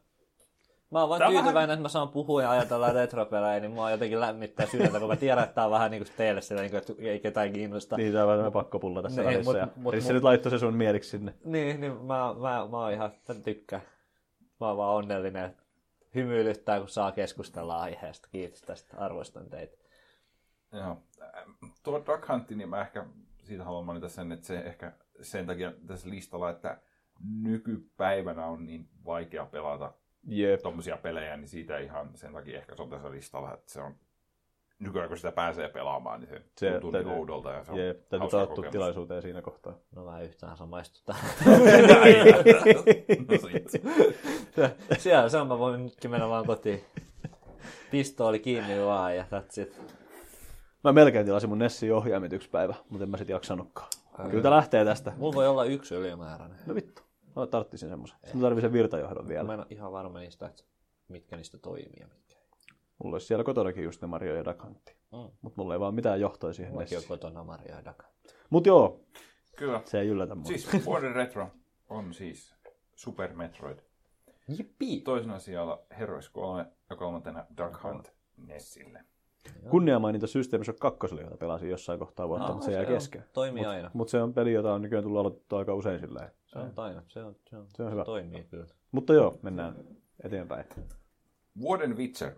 S5: Mä oon vaan
S1: Tää on
S5: tyytyväinen, että mä saan puhua ja ajatella retropelejä, niin mua jotenkin lämmittää sydäntä, kun mä tiedän, että tää on vähän niinku teille sillä, niinku, että ei ketään kiinnosta. Niin,
S2: Niin, tämä on vähän pakkopulla tässä
S5: Niin,
S2: välissä.
S5: mut-
S2: ja
S5: mut-
S2: Risse
S5: mut-
S2: nyt laittoi se sun mieliksi sinne.
S5: niin, niin mä, mä, mä oon ihan, mä tykkään. Mä oon vaan onnellinen. että Hymyilyttää, kun saa keskustella aiheesta. Kiitos tästä, arvostan teitä.
S1: Joo. Ähm, Tuo Duck Hunt, niin mä ehkä siitä haluan mainita sen, että se ehkä sen takia tässä listalla, että nykypäivänä on niin vaikea pelata
S2: Jep.
S1: tommosia pelejä, niin siitä ihan sen takia ehkä se on tässä listalla, että se on nykyään kun sitä pääsee pelaamaan, niin se,
S2: Se
S1: tuntuu niin
S2: täytyy-
S1: oudolta ja se on
S2: Jep, täytyy
S1: hauska
S2: tarttua
S1: kokemus.
S2: tilaisuuteen siinä kohtaa.
S5: No mä en yhtään samaistu tähän.
S1: No sit.
S5: Siellä se on, mä voin nytkin mennä vaan kotiin. Pistooli kiinni vaan ja that's it.
S2: Mä melkein tilasin mun Nessin ohjaimet yksi päivä, mutta en mä sit jaksanutkaan. Kyllä tää lähtee tästä.
S5: Mulla voi olla yksi ylimääräinen.
S2: No vittu. Mä tarttisin semmoisen. Sitten mä tarvii sen virtajohdon vielä.
S5: Mä en ole ihan varma niistä, että mitkä niistä toimii ja mitkä ei.
S2: Mulla olisi siellä kotonakin just ne Mario ja Duck Hunt.
S5: Mm.
S2: Mutta mulla ei vaan mitään johtoa siihen
S5: Mullakin on
S2: Nessiin.
S5: kotona Mario ja Daka.
S2: Mut joo,
S1: Kyllä.
S2: se ei yllätä mua.
S1: Siis vuoden retro on siis Super Metroid.
S5: Jippi!
S1: Toisena sijalla Heroes 3 ja kolmantena Duck Hunt Nessille.
S2: Kunnia mainita System Shock 2, jota pelasin jossain kohtaa vuotta, mutta se jää kesken.
S5: Ah, Toimii aina.
S2: Mutta se on peli, jota on nykyään tullut aloitettua aika usein silleen.
S5: Se on aina. Se, on, se, on,
S2: Se on hyvä.
S5: toimii kyllä.
S2: Mutta joo, mennään eteenpäin.
S1: Vuoden Witcher.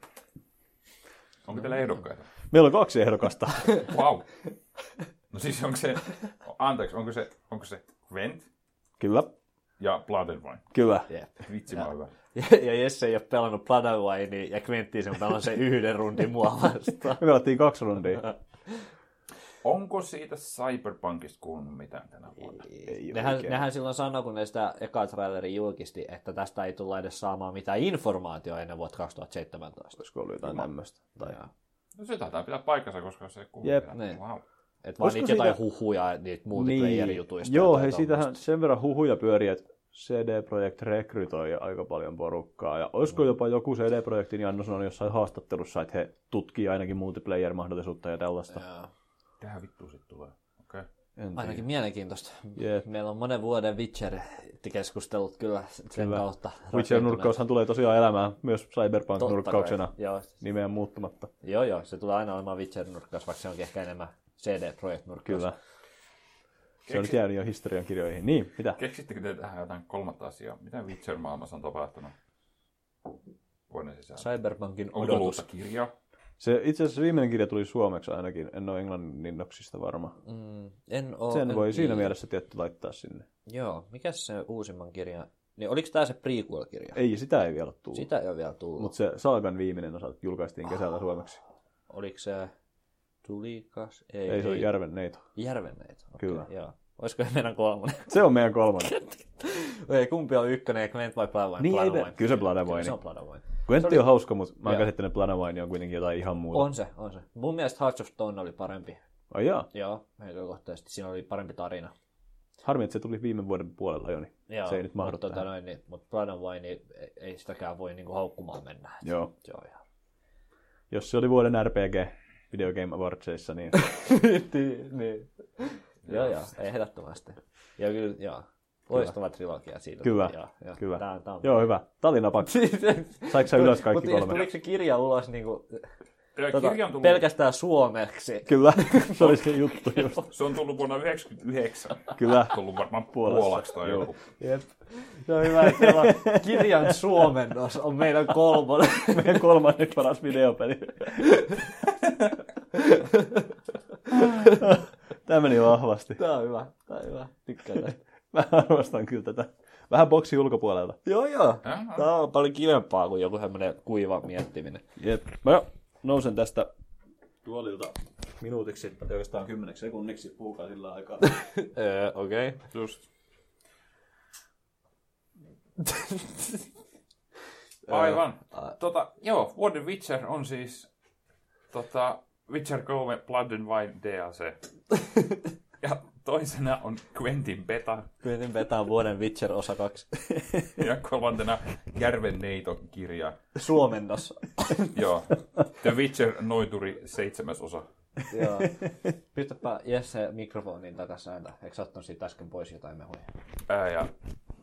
S1: Onko teillä ehdokkaita?
S2: Meillä on kaksi ehdokasta.
S1: Wow. No siis onko se, anteeksi, onko se, onko se Gwent
S2: kyllä,
S1: ja Bloodborne?
S2: kyllä.
S5: Jep.
S1: Vitsi, mä oon hyvä.
S5: Ja, ja Jesse ei ole pelannut Bloodwinea ja Quentin sen pelannut sen yhden rundin mua vastaan.
S2: Me pelattiin kaksi rundia.
S1: Onko siitä Cyberpunkista kuulunut mitään tänä vuonna?
S2: Ei
S5: Nehän,
S2: oikein.
S5: nehän silloin sanoi, kun ne sitä eka traileri julkisti, että tästä ei tulla edes saamaan mitään informaatiota ennen vuotta 2017.
S2: Olisiko ollut jotain tämmöistä? Tai...
S1: No se taitaa pitää paikkansa, koska se kuuluu.
S2: Jep.
S1: vielä.
S5: Niin.
S1: Wow.
S5: Että vaan
S2: Olisiko
S5: niitä jotain
S2: siitä-
S5: huhuja niitä multiplayer-jutuista.
S2: Joo,
S5: jotain
S2: hei,
S5: tommoista.
S2: siitähän sen verran huhuja pyörii, että CD Projekt rekrytoi aika paljon porukkaa. Ja olisiko jopa joku CD Projektin Janno sanoi jossain haastattelussa, että he tutkii ainakin multiplayer-mahdollisuutta ja tällaista.
S5: Joo.
S1: Tähän vittu sit tulee. Okei. Okay.
S2: En tiedä.
S5: Ainakin mielenkiintoista.
S2: Jep.
S5: Meillä on monen vuoden Witcher-keskustelut kyllä sen
S2: Kyllä.
S5: kautta. rakentuneet.
S2: Witcher-nurkkaushan tulee tosiaan elämään myös
S5: Totta
S2: Cyberpunk-nurkkauksena
S5: kai. Joo,
S2: nimeä muuttumatta.
S5: joo, joo, se tulee aina olemaan Witcher-nurkkaus, vaikka se onkin ehkä enemmän CD Projekt-nurkkaus.
S2: Kyllä. Se on nyt jäänyt jo historian kirjoihin. Niin, mitä?
S1: Keksittekö te tähän jotain kolmatta asiaa? Mitä Witcher-maailmassa on tapahtunut? Vuoden sisällä.
S5: Cyberpunkin
S1: Onko ollut
S5: odotus.
S1: uutta kirjaa?
S2: Se, itse asiassa viimeinen kirja tuli suomeksi ainakin. En ole englanninnoksista varma.
S5: Mm, en oo,
S2: Sen
S5: en
S2: voi siinä
S5: tiedä.
S2: mielessä tietty laittaa sinne.
S5: Joo, mikä se uusimman kirja? Niin oliko tämä se prequel-kirja?
S2: Ei, sitä ei vielä ole tullut.
S5: Sitä Ah, ei ole vielä tullut.
S2: Mutta se Saagan viimeinen osa julkaistiin kesällä suomeksi.
S5: Oliko se Tulikas? Ei,
S2: Ei se ole Järven neito.
S5: Järvenneet. Okay,
S2: Kyllä.
S5: Joo. Olisiko meidän kolmonen?
S2: Se on meidän kolmonen.
S5: ei, kumpi on ykkönen, ja Clement vai Bloodwine?
S2: Niin, ei,
S5: Bloodwine.
S2: kyllä se Bloodwine.
S5: se on Bloodwine.
S2: Gwentti on hauska, mutta mä oon niin
S5: Joo.
S2: käsittänyt, että Planavine on kuitenkin jotain ihan muuta.
S5: On se, on se. Mun mielestä Hearts of Stone oli parempi
S2: Ai jaa.
S5: Joo, henkilökohtaisesti. Siinä oli parempi tarina.
S2: Harmi, että se tuli viime vuoden puolella, niin Joni.
S5: Joo,
S2: se ei nyt mahdu
S5: mutta, tota
S2: tähän.
S5: noin, niin, mutta Blood and Wine, niin ei- ei sitäkään voi niin kuin, haukkumaan mennä. Et
S2: Joo.
S5: Se on ihan...
S2: Jos se oli vuoden RPG Video Game Awardsissa, niin
S5: niin. joo, joo, ei ehdottomasti. Ja kyllä, joo. Loistava trilogia siitä.
S2: Kyllä,
S5: Joo, joo.
S2: kyllä.
S5: Tää, on- tää on...
S2: joo hyvä. Talinapak. Saiko sä ylös kaikki
S5: Mutta
S2: kolme?
S5: tuliko se kirja ulos niin kuin,
S1: Tota,
S5: tota,
S1: kirja on tullut,
S5: pelkästään suomeksi?
S2: Kyllä, se oli se juttu just.
S1: se on tullut vuonna 1999.
S2: Kyllä.
S1: Tullut varmaan
S2: Puolassa.
S1: Puolassa. puolaksi tai
S2: Joo.
S1: joku.
S5: Jep. Se on hyvä, että meillä on kirjan suomennos on meidän kolmonen.
S2: Meidän kolmanneksi paras videopeli. Tämä meni vahvasti.
S5: Tää on hyvä, tää on hyvä. Tykkään tästä.
S2: Mä arvostan kyllä tätä. Vähän boksi ulkopuolelta.
S5: Joo, joo.
S1: Aha.
S5: Tää on paljon kivempaa kuin joku semmoinen kuiva miettiminen.
S2: Jep. Mä jo nousen tästä tuolilta minuutiksi, tai oikeastaan kymmeneksi sekunniksi puukaa sillä aikaa.
S5: Öö, okei. Okay.
S1: Just. Aivan. Tota, joo, vuoden Witcher on siis tota, Witcher 3 Blood and Wine DLC. Ja toisena on Quentin Beta
S5: Mietin vetää vuoden Witcher osa 2.
S1: ja kolmantena Järven neiton kirja.
S5: Suomennos.
S1: Joo. The Witcher Noituri seitsemäs osa.
S5: Joo. Pistäpä Jesse mikrofonin takas ääntä. Eikö sä ottanut siitä äsken pois jotain mehuja?
S1: Ää, ja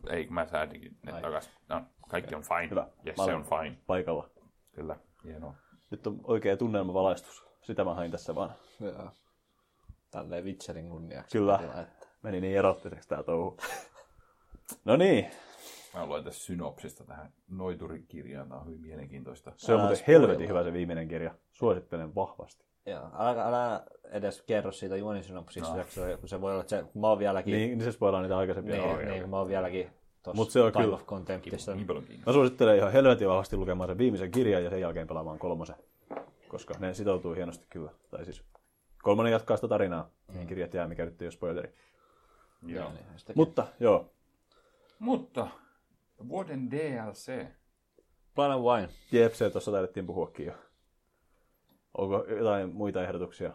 S1: ei, mä säädinkin ne
S5: Ai.
S1: takas. No, kaikki on fine.
S2: Hyvä.
S1: Yes,
S2: Mä
S1: se
S2: olen-
S1: on fine.
S2: Paikalla.
S1: Kyllä. Hienoa.
S2: Nyt on oikea tunnelmavalaistus. Sitä mä hain tässä vaan.
S5: Joo. Tälleen Witcherin kunniaksi.
S2: Kyllä.
S5: piti laittaa.
S2: Meni niin erottiseksi tää touhu. No niin,
S1: Mä luen tässä synopsista tähän Noiturin kirjaan. Tämä on hyvin mielenkiintoista.
S2: se on
S5: Älä
S2: muuten
S5: spoilaa.
S2: helvetin hyvä se viimeinen kirja. Suosittelen vahvasti.
S5: Joo. Älä, älä edes kerro siitä juonisynopsista, no. kun se voi olla, että se, kun mä oon vieläkin...
S2: Niin, niin se spoilaa niitä aikaisempia.
S5: niin,
S2: Joo,
S5: niin,
S2: joo.
S5: kun mä oon vieläkin tossa
S2: Mut se on
S5: Time
S2: kyllä-
S5: of Contemptissa.
S1: Niin paljon kiinnostaa.
S2: Mä suosittelen ihan helvetin vahvasti lukemaan sen viimeisen kirjan ja sen jälkeen pelaamaan kolmosen, koska ne sitoutuu hienosti kyllä. Tai siis kolmonen jatkaa sitä tarinaa, niin kirjat jää, mikä nyt ei ole spoileri.
S1: Joo.
S5: Niin, sitä-
S2: Mutta joo,
S1: Mutta vuoden DLC.
S5: Blood and Wine.
S2: jep, se tuossa taidettiin puhuakin jo. Onko jotain muita ehdotuksia?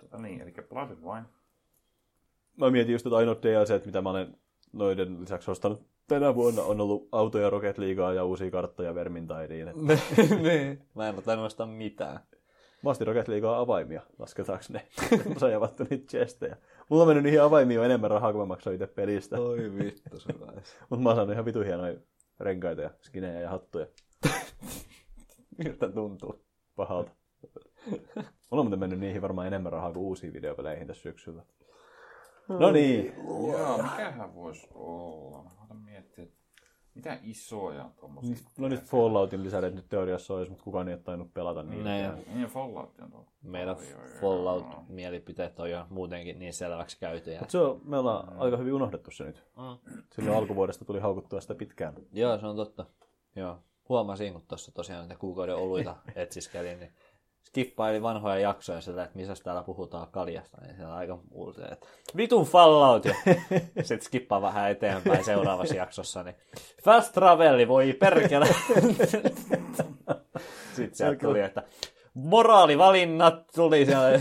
S1: Tota niin, eli Blood and Wine.
S2: Mä mietin just, että ainoat DLC, mitä mä olen noiden lisäksi ostanut tänä vuonna, on ollut autoja Rocket Leaguea ja uusia karttoja Vermintidiin. Et
S5: niin. Mä en ole ostaa mitään.
S2: Mä ostin Rocket Leaguea avaimia, lasketaanko ne? Mä sain avattu niitä chestejä. Mulla on mennyt niihin avaimiin jo enemmän rahaa, kun mä maksoin itse pelistä.
S5: Oi vittu, se on
S2: Mutta mä oon saanut ihan vitu hienoja renkaita ja skinejä ja hattuja
S5: Miltä tuntuu?
S2: pahalta. Mulla on muuten mennyt niihin varmaan enemmän rahaa kuin uusiin videopeleihin tässä syksyllä. No niin,
S1: Joo, mikähän voisi olla? Mä koitan miettiä, että mitä isoja tuommoisia.
S2: no nyt Falloutin lisäret nyt teoriassa olisi, mutta kukaan ei ole tainnut pelata niitä.
S5: Näin.
S1: Niin, ja Fallout on tuolla.
S5: Meillä Fallout-mielipiteet on jo muutenkin niin selväksi käytyjä.
S2: Mut se on, me ollaan aika hyvin unohdettu se nyt. Silloin alkuvuodesta tuli haukuttua sitä pitkään.
S5: Joo, se on totta. Joo. Huomasin, kun tuossa tosiaan niitä kuukauden oluita etsiskelin, niin skippaili vanhoja jaksoja sillä, että missä täällä puhutaan kaljasta, niin siellä aika usein, että vitun fallout! Ja sitten skippaa vähän eteenpäin seuraavassa jaksossa, niin fast traveli, voi perkele! sitten sieltä tuli, että moraalivalinnat tuli siellä.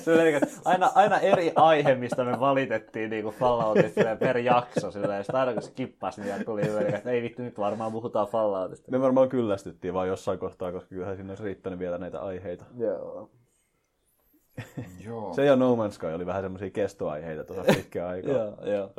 S5: Se oli niinku, aina, aina eri aihe, mistä me valitettiin niin kuin Falloutit silleen per jakso. Silleen, ja sitten aina kun se kippasi, niin sieltä tuli silleen, että ei vittu, nyt varmaan puhutaan Falloutista.
S2: Me varmaan kyllästyttiin vaan jossain kohtaa, koska kyllähän siinä olisi riittänyt vielä näitä aiheita.
S5: Joo.
S1: Joo.
S2: Se ja No Man's Sky oli vähän semmoisia kestoaiheita tuossa pitkään aikaa.
S5: Joo, joo.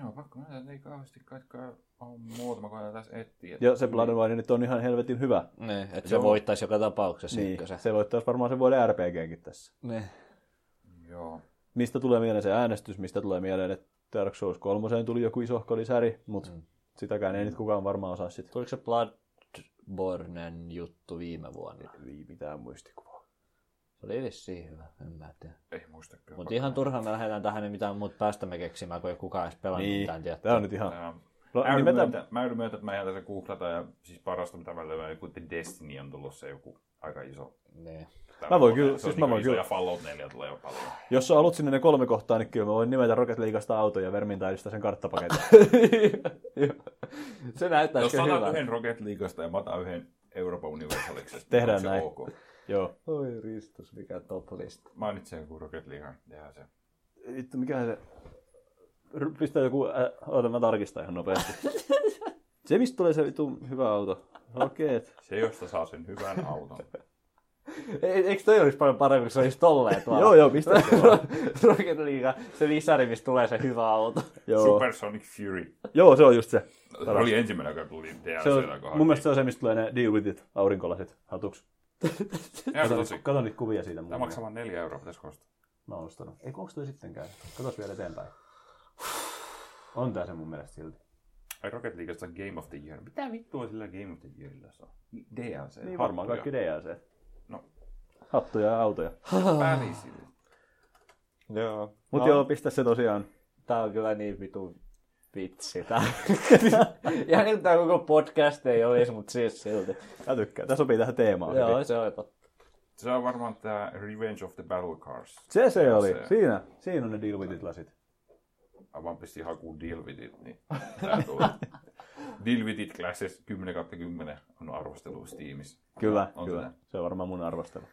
S1: Joo, pakko nähdä, että ei kauheasti kaikkea ole muuta. Mä koitan tässä etsiä.
S2: Ja se Blood and Wine nyt on ihan helvetin hyvä.
S5: Niin, että se voittaisi joka tapauksessa niin.
S2: Niin,
S5: ykkösen.
S2: se voittaisi varmaan sen vuoden RPGnkin tässä.
S5: Niin.
S1: Joo.
S2: mistä tulee mieleen se äänestys, mistä tulee mieleen, että Dark Souls 3 tuli joku isohko lisäri, mutta mm. sitäkään ei nyt kukaan varmaan osaa sitten.
S5: Tuliko se Bloodbornen juttu viime vuonna?
S2: Ei mitään muistikuvaa.
S5: Se oli vissiin hyvä, en mä tiedä.
S1: Ei muista kyllä.
S5: Mutta ihan turhaan me lähdetään tähän niin mitään muuta päästämme keksimään, kun ei kukaan edes pelannut niin.
S2: Niin,
S5: mitään tiettyä.
S2: tämä on nyt ihan...
S1: Tää-
S2: No,
S1: Mä yritän
S2: nimetään-
S1: myöntää, mä yritän myöntää, että mä ihan tässä googlataan ja siis parasta mitä mä löydän, joku The Destiny on tulossa joku aika iso.
S5: Niin.
S2: Mä voin
S1: Tää-
S2: kyllä-
S1: se on
S2: siis mä
S1: niinku
S2: voin
S1: iso
S2: kyllä.
S1: Ja Fallout 4 tulee jo paljon.
S2: Jos sä alut sinne ne kolme kohtaa, niin kyllä mä voin nimetä Rocket Leagueasta autoja ja Vermintaidista sen karttapaketin.
S5: se näyttää
S1: Jos
S5: kyllä
S1: sä otat
S5: hyvältä.
S1: yhden Rocket Leagueasta ja mä otan yhden Euroopan universaliksesta.
S2: Tehdään
S1: onko se
S2: näin.
S1: ok?
S2: Joo.
S5: Oi Ristus, mikä top list.
S1: Mainitsen joku Rocket League, tehdään se.
S2: Vittu, mikä se... R- Pistää joku... Äh, oota, mä tarkistan ihan nopeasti. Se, mistä tulee se vitu hyvä auto? Rocket.
S1: Se, josta saa sen hyvän auton.
S5: E- eikö toi olisi paljon parempi, kun se olisi tolleen tuolla?
S2: Joo, joo, pistä se vaan.
S5: Rocket League, se lisäri, mistä tulee se hyvä auto.
S2: Joo.
S1: Supersonic Fury.
S2: Joo, se on just se.
S1: Se oli ensimmäinen, joka tuli DLC.
S2: se on, mun mielestä se on se, mistä tulee ne deal with it aurinkolasit hatuksi. Kato,
S1: tosi.
S2: nyt- kato niitä kuvia siitä
S1: Tämä
S2: mulle.
S1: maksaa vain neljä euroa, pitäisikö ostaa?
S2: Mä oon ostanut. Ei, onko toi sittenkään? Katos vielä eteenpäin. On tää se mun mielestä silti.
S1: Ai Rocket Leagueista Game of the Year. Mitä vittua sillä Game of the Yearillä saa? DLC.
S2: Niin varmaan kaikki DLC.
S1: No.
S2: Hattuja ja autoja.
S1: Väli sille.
S5: Joo.
S2: Mut no. joo, pistä se tosiaan.
S5: Tää on kyllä niin vitu vitsi. Tää. ja nyt tää koko podcast ei olisi, mutta siis silti.
S2: Mä tykkään. Tää sopii tähän teemaan. hyvin.
S5: Joo, se on totta.
S1: Se on varmaan tämä Revenge of the Battle Cars.
S2: Se se oli.
S1: Se.
S2: Siinä. Siinä on ne deal with it lasit.
S1: Mä vaan pistin hakuun Deal with it, niin tää tulee. Deal with it classes 10 10 on arvostelu Steamissa.
S2: Kyllä,
S1: on
S2: kyllä.
S1: se.
S2: Se on varmaan mun arvostelu.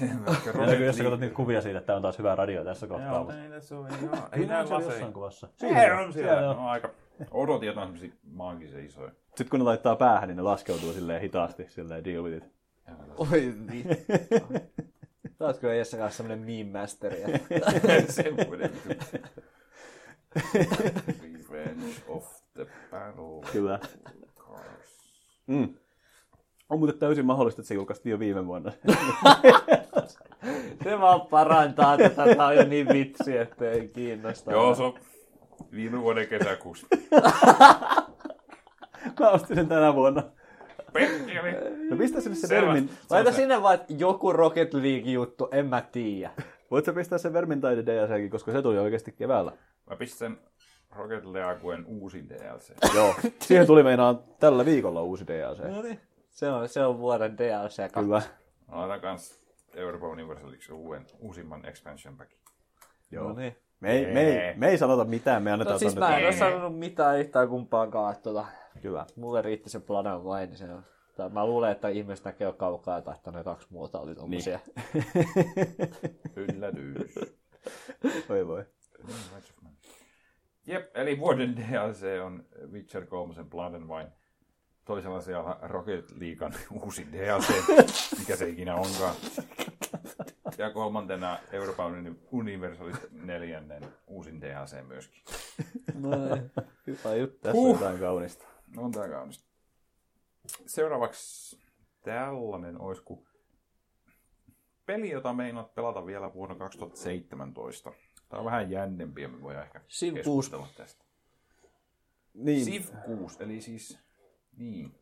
S2: Meillä kun
S1: Rocket
S2: jos sä katsot niitä kuvia siitä, että tää on taas hyvää radio tässä kohtaa.
S1: Joo,
S2: mutta-
S1: ei tässä ole. Joo, ei
S2: Kyllä
S1: näy
S2: on siellä
S1: laseja.
S2: jossain kuvassa.
S1: Ei, on siellä.
S2: Siellä on.
S1: No aika. Odotin jotain semmosia maagisen isoja.
S2: Sitten kun ne laittaa päähän, niin ne laskeutuu silleen hitaasti, silleen deal with it.
S5: Oi vittu. Sä oot kyllä Jesse kanssa semmonen meme masteri.
S1: Sen vuoden vittu. Revenge of the Battle
S2: Kyllä.
S1: Cars.
S2: Mm. On muuten täysin mahdollista, että se julkaistiin jo viime vuonna.
S5: Se vaan parantaa tätä. Tää on jo niin vitsi, että ei kiinnosta.
S1: Joo, se on viime vuoden kesäkuussa.
S2: Mä ostin sen tänä vuonna.
S1: Perkele!
S2: No pistä sinne se
S1: Selvä.
S2: vermin.
S5: Laita sinne vaan että joku Rocket League-juttu, en mä tiedä.
S2: Voit sä pistää sen vermin taide DLCkin, koska se tuli oikeasti keväällä.
S1: Mä pistän Rocket Leaguen uusin DLC.
S2: Joo. Siihen tuli meinaan tällä viikolla uusi DLC.
S5: No niin. Se on, se on vuoden DLC. kaksi.
S1: No
S2: Kyllä.
S1: Mä laitan kans Euroopan Universaliksi uuden, uusimman expansion packin.
S2: Joo.
S5: No niin.
S2: Me ei, me, ei, me ei sanota mitään, me annetaan
S5: No siis
S2: tonne.
S5: mä en ole sanonut mitään yhtään kumpaankaan. että Tuota,
S2: Kyllä.
S5: mulle riitti se planan vain. niin Se on. tai Mä luulen, että ihmiset näkee jo kaukaa, tai että ne kaksi muuta oli tommosia. Niin.
S1: Yllätys.
S2: Oi voi.
S1: Jep, eli vuoden DLC on Witcher 3 Blood and Wine. Toisella siellä Rocket Leaguean uusi DLC, mikä se ikinä onkaan. Ja kolmantena Euroopan uni- Universalis neljännen uusin DLC myöskin.
S5: No, hyvä juttu.
S2: Tässä on jotain kaunista.
S1: No, On tää kaunista. Seuraavaksi tällainen olisi kuin peli, jota meinaat pelata vielä vuonna 2017. Tämä on vähän jännempi ja me voidaan ehkä
S5: Civ kuusi.
S1: keskustella tästä.
S2: Niin.
S1: Civ 6, eli siis, niin,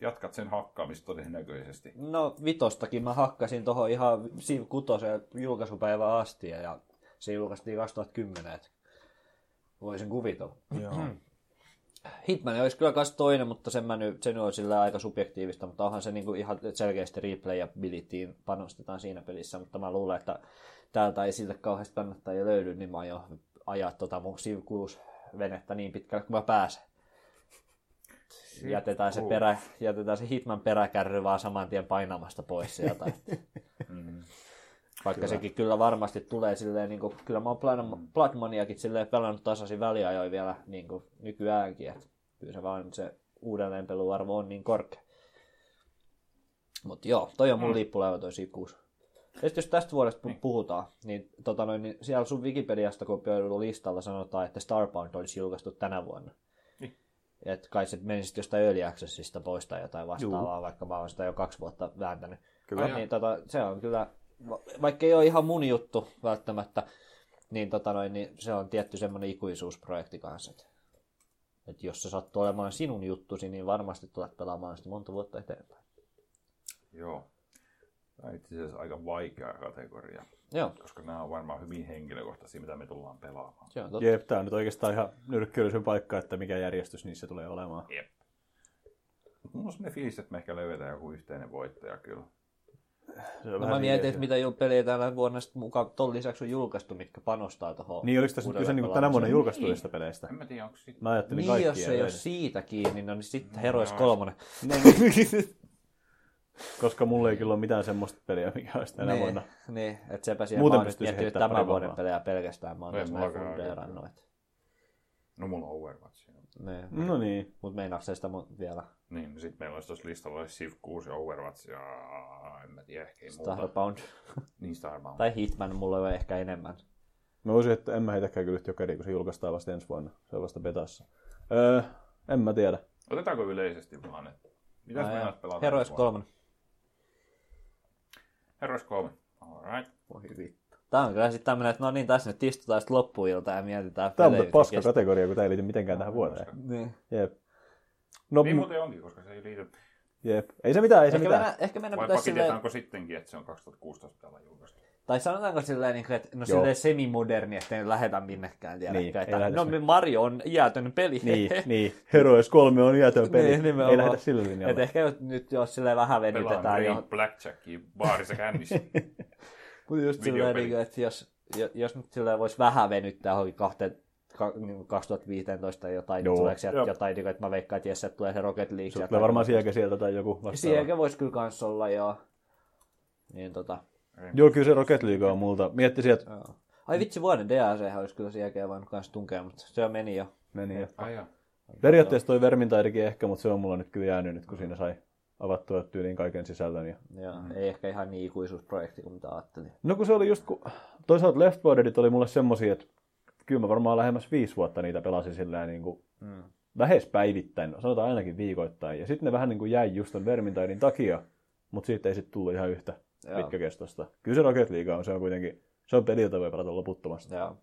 S1: jatkat sen hakkaamista todennäköisesti.
S5: No vitostakin mä hakkasin tohon ihan Civ 6 julkaisupäivään asti ja- ja se julkaistiin 2010, et voisin kuvitella. Hmm.
S1: Joo.
S5: Hitman olisi kyllä kans toinen, mutta sen, mä nyt, sen on sillä aika subjektiivista, mutta onhan se niinku ihan selkeästi replayabilityin panostetaan siinä pelissä, mutta mä luulen, että täältä ei siltä kauheasti kannattaa jo löydy, niin mä aion ajaa tota mun Civ 6 venettä niin pitkälle kuin mä pääsen. Jätetään se, perä, jätetään se Hitman peräkärry vaan saman tien painamasta pois sieltä.
S1: Mm,
S5: Vaikka kyllä. sekin kyllä varmasti tulee silleen, niin kuin, kyllä mä oon Blood- Blood Moneyakin silleen pelannut tasaisin väliajoin vielä niin kuin nykyäänkin. Et kyllä se vaan se uudelleenpeluarvo on niin korkea. Mutta joo, toi on mun mm. lippulaiva toi Sikuus. Ja sit jos tästä vuodesta niin. puhutaan, niin, tota noin, niin siellä sun Wikipediasta kopioidulla listalla sanotaan, että Starbound olisi julkaistu tänä vuonna. Niin. Et kai se meni sitten jostain Early Accessista pois tai jotain vastaavaa, Juu. vaikka mä oon sitä jo kaksi vuotta vääntänyt. Kyllä. Niin, tota, se on kyllä, va- vaikka ei ole ihan mun juttu välttämättä, niin, tota noin, niin se on tietty semmoinen ikuisuusprojekti kanssa. Et, et jos se sattuu olemaan sinun juttusi, niin varmasti tulet pelaamaan sitä monta vuotta eteenpäin.
S1: Joo. Tämä on itse asiassa aika vaikea kategoria,
S5: Joo,
S1: koska nämä on varmaan hyvin henkilökohtaisia, mitä me tullaan pelaamaan.
S5: se on totta.
S2: Jep, tää on nyt oikeastaan ihan nyrkkeilyisen paikka, että mikä järjestys niissä tulee olemaan.
S1: Jep. Mut Mulla on sellainen fiilis, että me ehkä löydetään joku yhteinen voittaja kyllä.
S2: Se on
S5: No
S2: vähän
S5: mä mietin,
S2: viimeisiä.
S5: että mitä ju- pelejä täällä vuonna sitten mukaan ton lisäksi on julkaistu, mitkä panostaa tuohon.
S2: Niin, oliko tässä nyt kyse niin tänä vuonna julkaistuista peleistä?
S1: En mä tiedä, onko sit...
S2: Mä ajattelin
S5: Niin,
S2: kaikkia.
S5: jos ei ole
S2: yleensä.
S1: No,
S5: siitä kiinni, no niin sitten Heroes kolmonen.
S2: Niin, Koska mulla ei kyllä ole mitään semmoista peliä, mikä olisi tänä vuonna.
S5: Niin, että sepä siellä
S2: Muuten
S5: Muuten mä oon nyt
S2: pystyisi
S5: miettinyt
S2: heittämään
S5: tämän
S2: pari
S5: vuoden
S2: vapaa.
S5: pelejä pelkästään. Mä oon
S1: Ei
S5: tässä näin
S1: mullakaan oikein.
S5: fundeerannut. et-
S1: No mulla on Overwatch. joo.
S5: Niin.
S2: No niin.
S5: Mutta meinaatko sä sitä mun vielä?
S1: Niin, sit meillä olisi tuossa listalla olisi Civ 6 ja Overwatch ja en mä tiedä, ehkä ei muuta.
S5: Starbound.
S1: Niin Starbound.
S5: tai Hitman mulla on ehkä enemmän.
S2: Mä voisin, että en mä heitäkään kyllä jokeri, kun se julkaistaan vasta ensi vuonna. Se on vasta betassa. Öö, en mä tiedä.
S1: Otetaanko yleisesti vaan, että mitäs
S5: Ai
S1: me
S5: joo.
S1: pelata?
S5: Heroes
S1: ensi vuonna?
S5: 3.
S1: Heroes 3. Alright.
S5: Voi vittu. Tää on kyllä sitten tämmönen, että no niin, tässä nyt istutaan sitten loppuilta ja mietitään
S2: Tää on
S5: pelejä,
S2: muuten paska
S5: mitkä
S2: kategoria, kun tää ei liity mitenkään tähän vuoteen.
S1: Koska-
S5: Niin.
S2: Jep. No,
S1: Niin
S2: mu-
S1: muuten onkin, koska se ei liity.
S2: jep. Ei se mitään, ei se
S5: Ehkä,
S2: mitään.
S5: meidän, ehkä meidän
S1: Vai
S5: pitäisi No, silleen,
S1: pakitetaanko sittenkin, että se on 2016 täällä julkaistu?
S5: tai sanotaanko silleen, niin kuin, että no
S2: Joo.
S5: silleen semi-moderni, ettei nyt lähetä minnekään tiedä.
S2: Niin, ei
S5: että,
S2: lähetä
S5: no
S2: sinne.
S5: Mario on jäätön peli.
S2: Niin, niin. Heroes 3 on jäätön peli.
S5: Niin, nimenomaan.
S2: ei lähdetä sillä
S5: Et
S2: linjalla.
S5: ehkä jos- nyt jos silleen vähän
S1: Pelaan
S5: venytetään
S1: Green
S5: jo.
S1: jo. Blackjackia baarissa kännissä.
S5: Mutta just silleen,
S1: videopeli.
S5: niin kuin, että jos, jo- jos nyt silleen voisi vähän venyttää johonkin kahteen, ka, niin kuin 2015 tai jotain, Joo.
S2: Joo.
S5: tuleeko sieltä
S1: Jep.
S5: jotain, niin kuin, että mä veikkaan, että jos tulee se Rocket League.
S2: Se
S5: sieltä
S2: tulee
S5: tai-
S2: varmaan sieltä sieltä tai joku vastaava.
S5: Sieltä voisi kyllä kans olla, joo. Niin tota,
S2: Joo, kyllä se Rocket League on multa. Miettisin, että
S5: joo. Ai vitsi, vuoden DLC olisi kyllä sen jälkeen voinut kanssa tunkea, mutta se meni jo.
S2: meni jo.
S1: Ai joo.
S2: Periaatteessa toi Vermintairikin ehkä, mutta se on mulla nyt kyllä jäänyt nyt, kun siinä sai avattua tyyliin kaiken sisällön. Ja...
S5: Joo, mm. ei ehkä ihan niin ikuisuusprojekti kuin mitä ajattelin.
S2: No kun se oli just, kun toisaalta Left 4 Deadit oli mulle semmosia, että kyllä mä varmaan lähemmäs viisi vuotta niitä pelasin sillä niin kuin
S5: Mm.
S2: lähes päivittäin, no sanotaan ainakin viikoittain. Ja sitten ne vähän niin kuin jäi just ton Vermintairin takia, mutta siitä ei sitten tullut ihan yhtä
S5: Joo.
S2: pitkäkestoista. Kyllä se Rocket League on, se on kuitenkin, se on peli, jota voi pelata loputtomasti.
S5: Joo.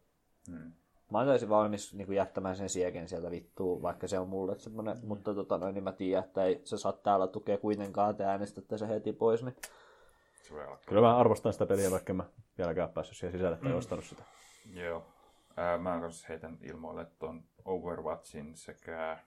S1: Mm.
S5: Mä oon täysin valmis niin jättämään sen sieken sieltä vittuun, vaikka se on mulle semmonen, mm. mutta tota noin, niin mä tiedän, että ei se saa täällä tukea kuitenkaan, te äänestätte se heti pois, niin
S1: Se voi olla.
S2: Kyllä mä arvostan sitä peliä, vaikka en mä vieläkään päässyt siihen sisälle
S5: Mm.
S2: tai ostanut sitä.
S1: Joo. Ää, mä kanssa heitän ilmoille ton Overwatchin sekä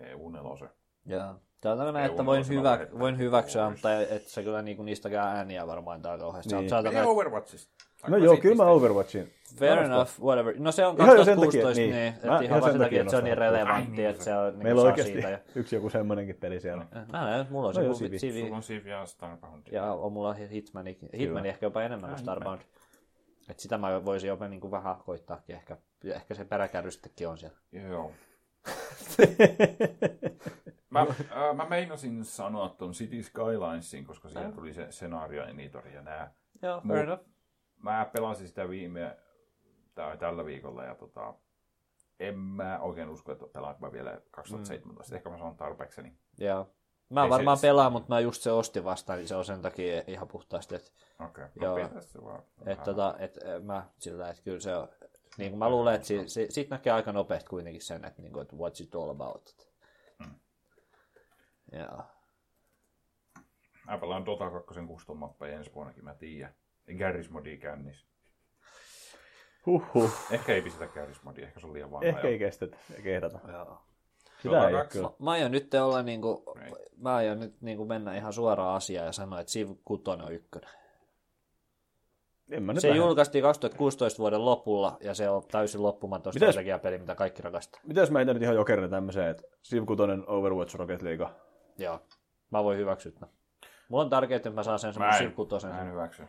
S1: E EU4.
S5: Joo. Tämä on tämmöinen,
S1: Ei,
S5: että
S1: mun
S5: voin,
S1: on sama
S5: hyvä,
S1: lähettää.
S5: voin hyväksyä,
S1: Pois.
S5: mutta et sä kyllä niinku niistäkään ääniä varmaan tää kauheasti. Niin.
S2: Niin.
S5: Sä, oot- sä oot
S1: Ei Overwatchista.
S2: No joo, kyllä mä Overwatchin.
S5: Fair enough, whatever. No se on
S2: Ihan jo sen
S5: 2016,
S2: takia,
S5: niin,
S2: niin.
S5: niin.
S2: Mä-
S5: että ihan, ihan sen takia, että se on
S2: nostan.
S5: niin
S1: Ai
S5: relevantti,
S1: niin,
S5: että se on, niin
S2: Meillä on
S5: saa
S2: oikeasti
S5: siitä. Ja... Niin.
S2: yksi joku semmoinenkin peli siellä.
S5: Mä näen, mulla on se
S2: No joo,
S5: no,
S2: Civi.
S5: Civi.
S1: Sulla on Civ ja Starbound.
S5: Ja on mulla Hitmani, Hitmani ehkä jopa enemmän kuin Starbound. Et sitä mä voisin jopa niinku vähän koittaakin ehkä. Ja ehkä se peräkärrystäkin on siellä.
S1: Joo. mä, ää, mä meinasin sanoa ton City Skylinesin, koska siihen tuli se scenario editori ja nää.
S5: Joo,
S1: fair enough. Mä pelasin sitä viime, tai tällä viikolla ja tota, en mä oikein usko, että pelaanko mä vielä 2017. Mm. Ehkä mä sanon tarpeekseni.
S5: Joo. Mä
S1: Ei se-
S5: varmaan
S1: se-
S5: pelaan, mutta mä just se ostin vasta, niin se on sen takia ihan puhtaasti, että
S1: Okei, okay.
S5: Joo.
S1: no pitää se vaan.
S5: et, tota, et, eh, mä sillä että kyllä se on, niin kuin mä luulen, että si, si, siitä näkee aika nopeasti kuitenkin sen, että, niin kuin, että what's it all about.
S1: Mm.
S5: Joo.
S1: Mä pelaan Dota 2 custom mappeja ensi vuonnakin, mä tiedän. Garry's Modi kännis.
S2: Huhhuh.
S1: Ehkä ei pistetä Garry's Modi, ehkä se on liian vanha.
S2: Ehkä
S1: jo.
S2: ei kestetä ja kehdata.
S5: Joo.
S2: Sitä ei
S1: Dota
S2: ole
S1: 2.
S2: kyllä.
S5: Mä aion nyt olla niinku,
S1: Right.
S5: mä aion nyt niinku mennä ihan suoraan asiaan ja sanoa, että Civ 6 on ykkönen.
S2: En mä nyt
S5: Se
S2: lähde.
S5: julkaistiin 2016 vuoden lopulla ja se on täysin loppumaton
S2: Mitäs-
S5: strategiapeli, mitä kaikki rakastaa.
S2: Mitäs mä heitän nyt ihan jokerina tämmöiseen, että Civ 6, Overwatch, Rocket League.
S5: Joo, mä voin hyväksyä tämän. Mulla on tärkeää, että mä saan sen
S1: Mä
S5: semmoisen
S1: en,
S5: Civ 6.
S1: mä en hyväksy. Mä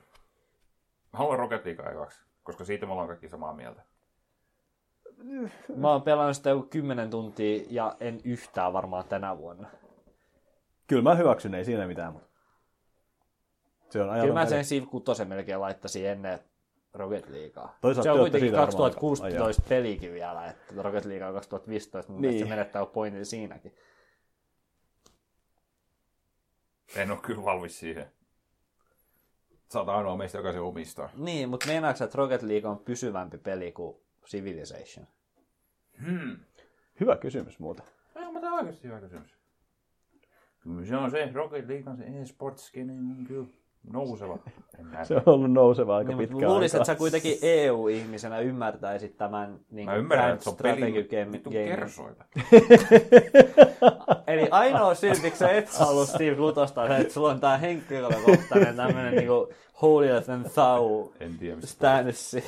S1: haluan Rocket League ekaksi, koska siitä me ollaan kaikki samaa mieltä.
S5: Mä oon pelannut sitä joku 10 tuntia ja en yhtään varmaan tänä vuonna.
S2: Kyllä mä hyväksyn, ei siinä mitään, mutta se on
S5: Kyllä
S2: ajaton
S5: mä
S2: peli.
S5: sen Civ 6 melkein laittaisin ennen Rocket Leaguea.
S2: Toisaalta
S5: se on
S2: te ootte
S5: kuitenkin
S2: siitä varmaan
S5: 2016 pelikin vielä, että Rocket League on 2015, mutta niin.
S2: Niin.
S5: se menettää pointin siinäkin.
S1: En ole kyllä valmis siihen. Sä oot ainoa meistä, joka se omistaa.
S5: Niin, mutta meinaatko sä, että Rocket League on pysyvämpi peli kuin Civilization?
S1: Hmm.
S2: Hyvä kysymys muuten.
S1: Ei, mutta tää on oikeasti hyvä kysymys. Kyllä se on se, Rocket League on se e-sports, on kyllä nouseva. En mä
S2: Se on ollut nouseva aika
S5: Niin,
S2: niin,
S5: mutta
S2: pitkään
S5: luulisin,
S2: aikaa.
S5: että sä kuitenkin EU-ihmisenä ymmärtäisit tämän niin
S1: Mä ymmärrän, että se on
S5: strategy
S1: peli
S5: game,
S1: vittu
S5: game.
S1: kersoita.
S5: Eli ainoa syy, miksi sä et halua Steve Lutosta, on se, että sulla on tää henkilökohtainen tämmönen niinku holier and thou
S1: En tiedä, mistä.
S5: stanssi.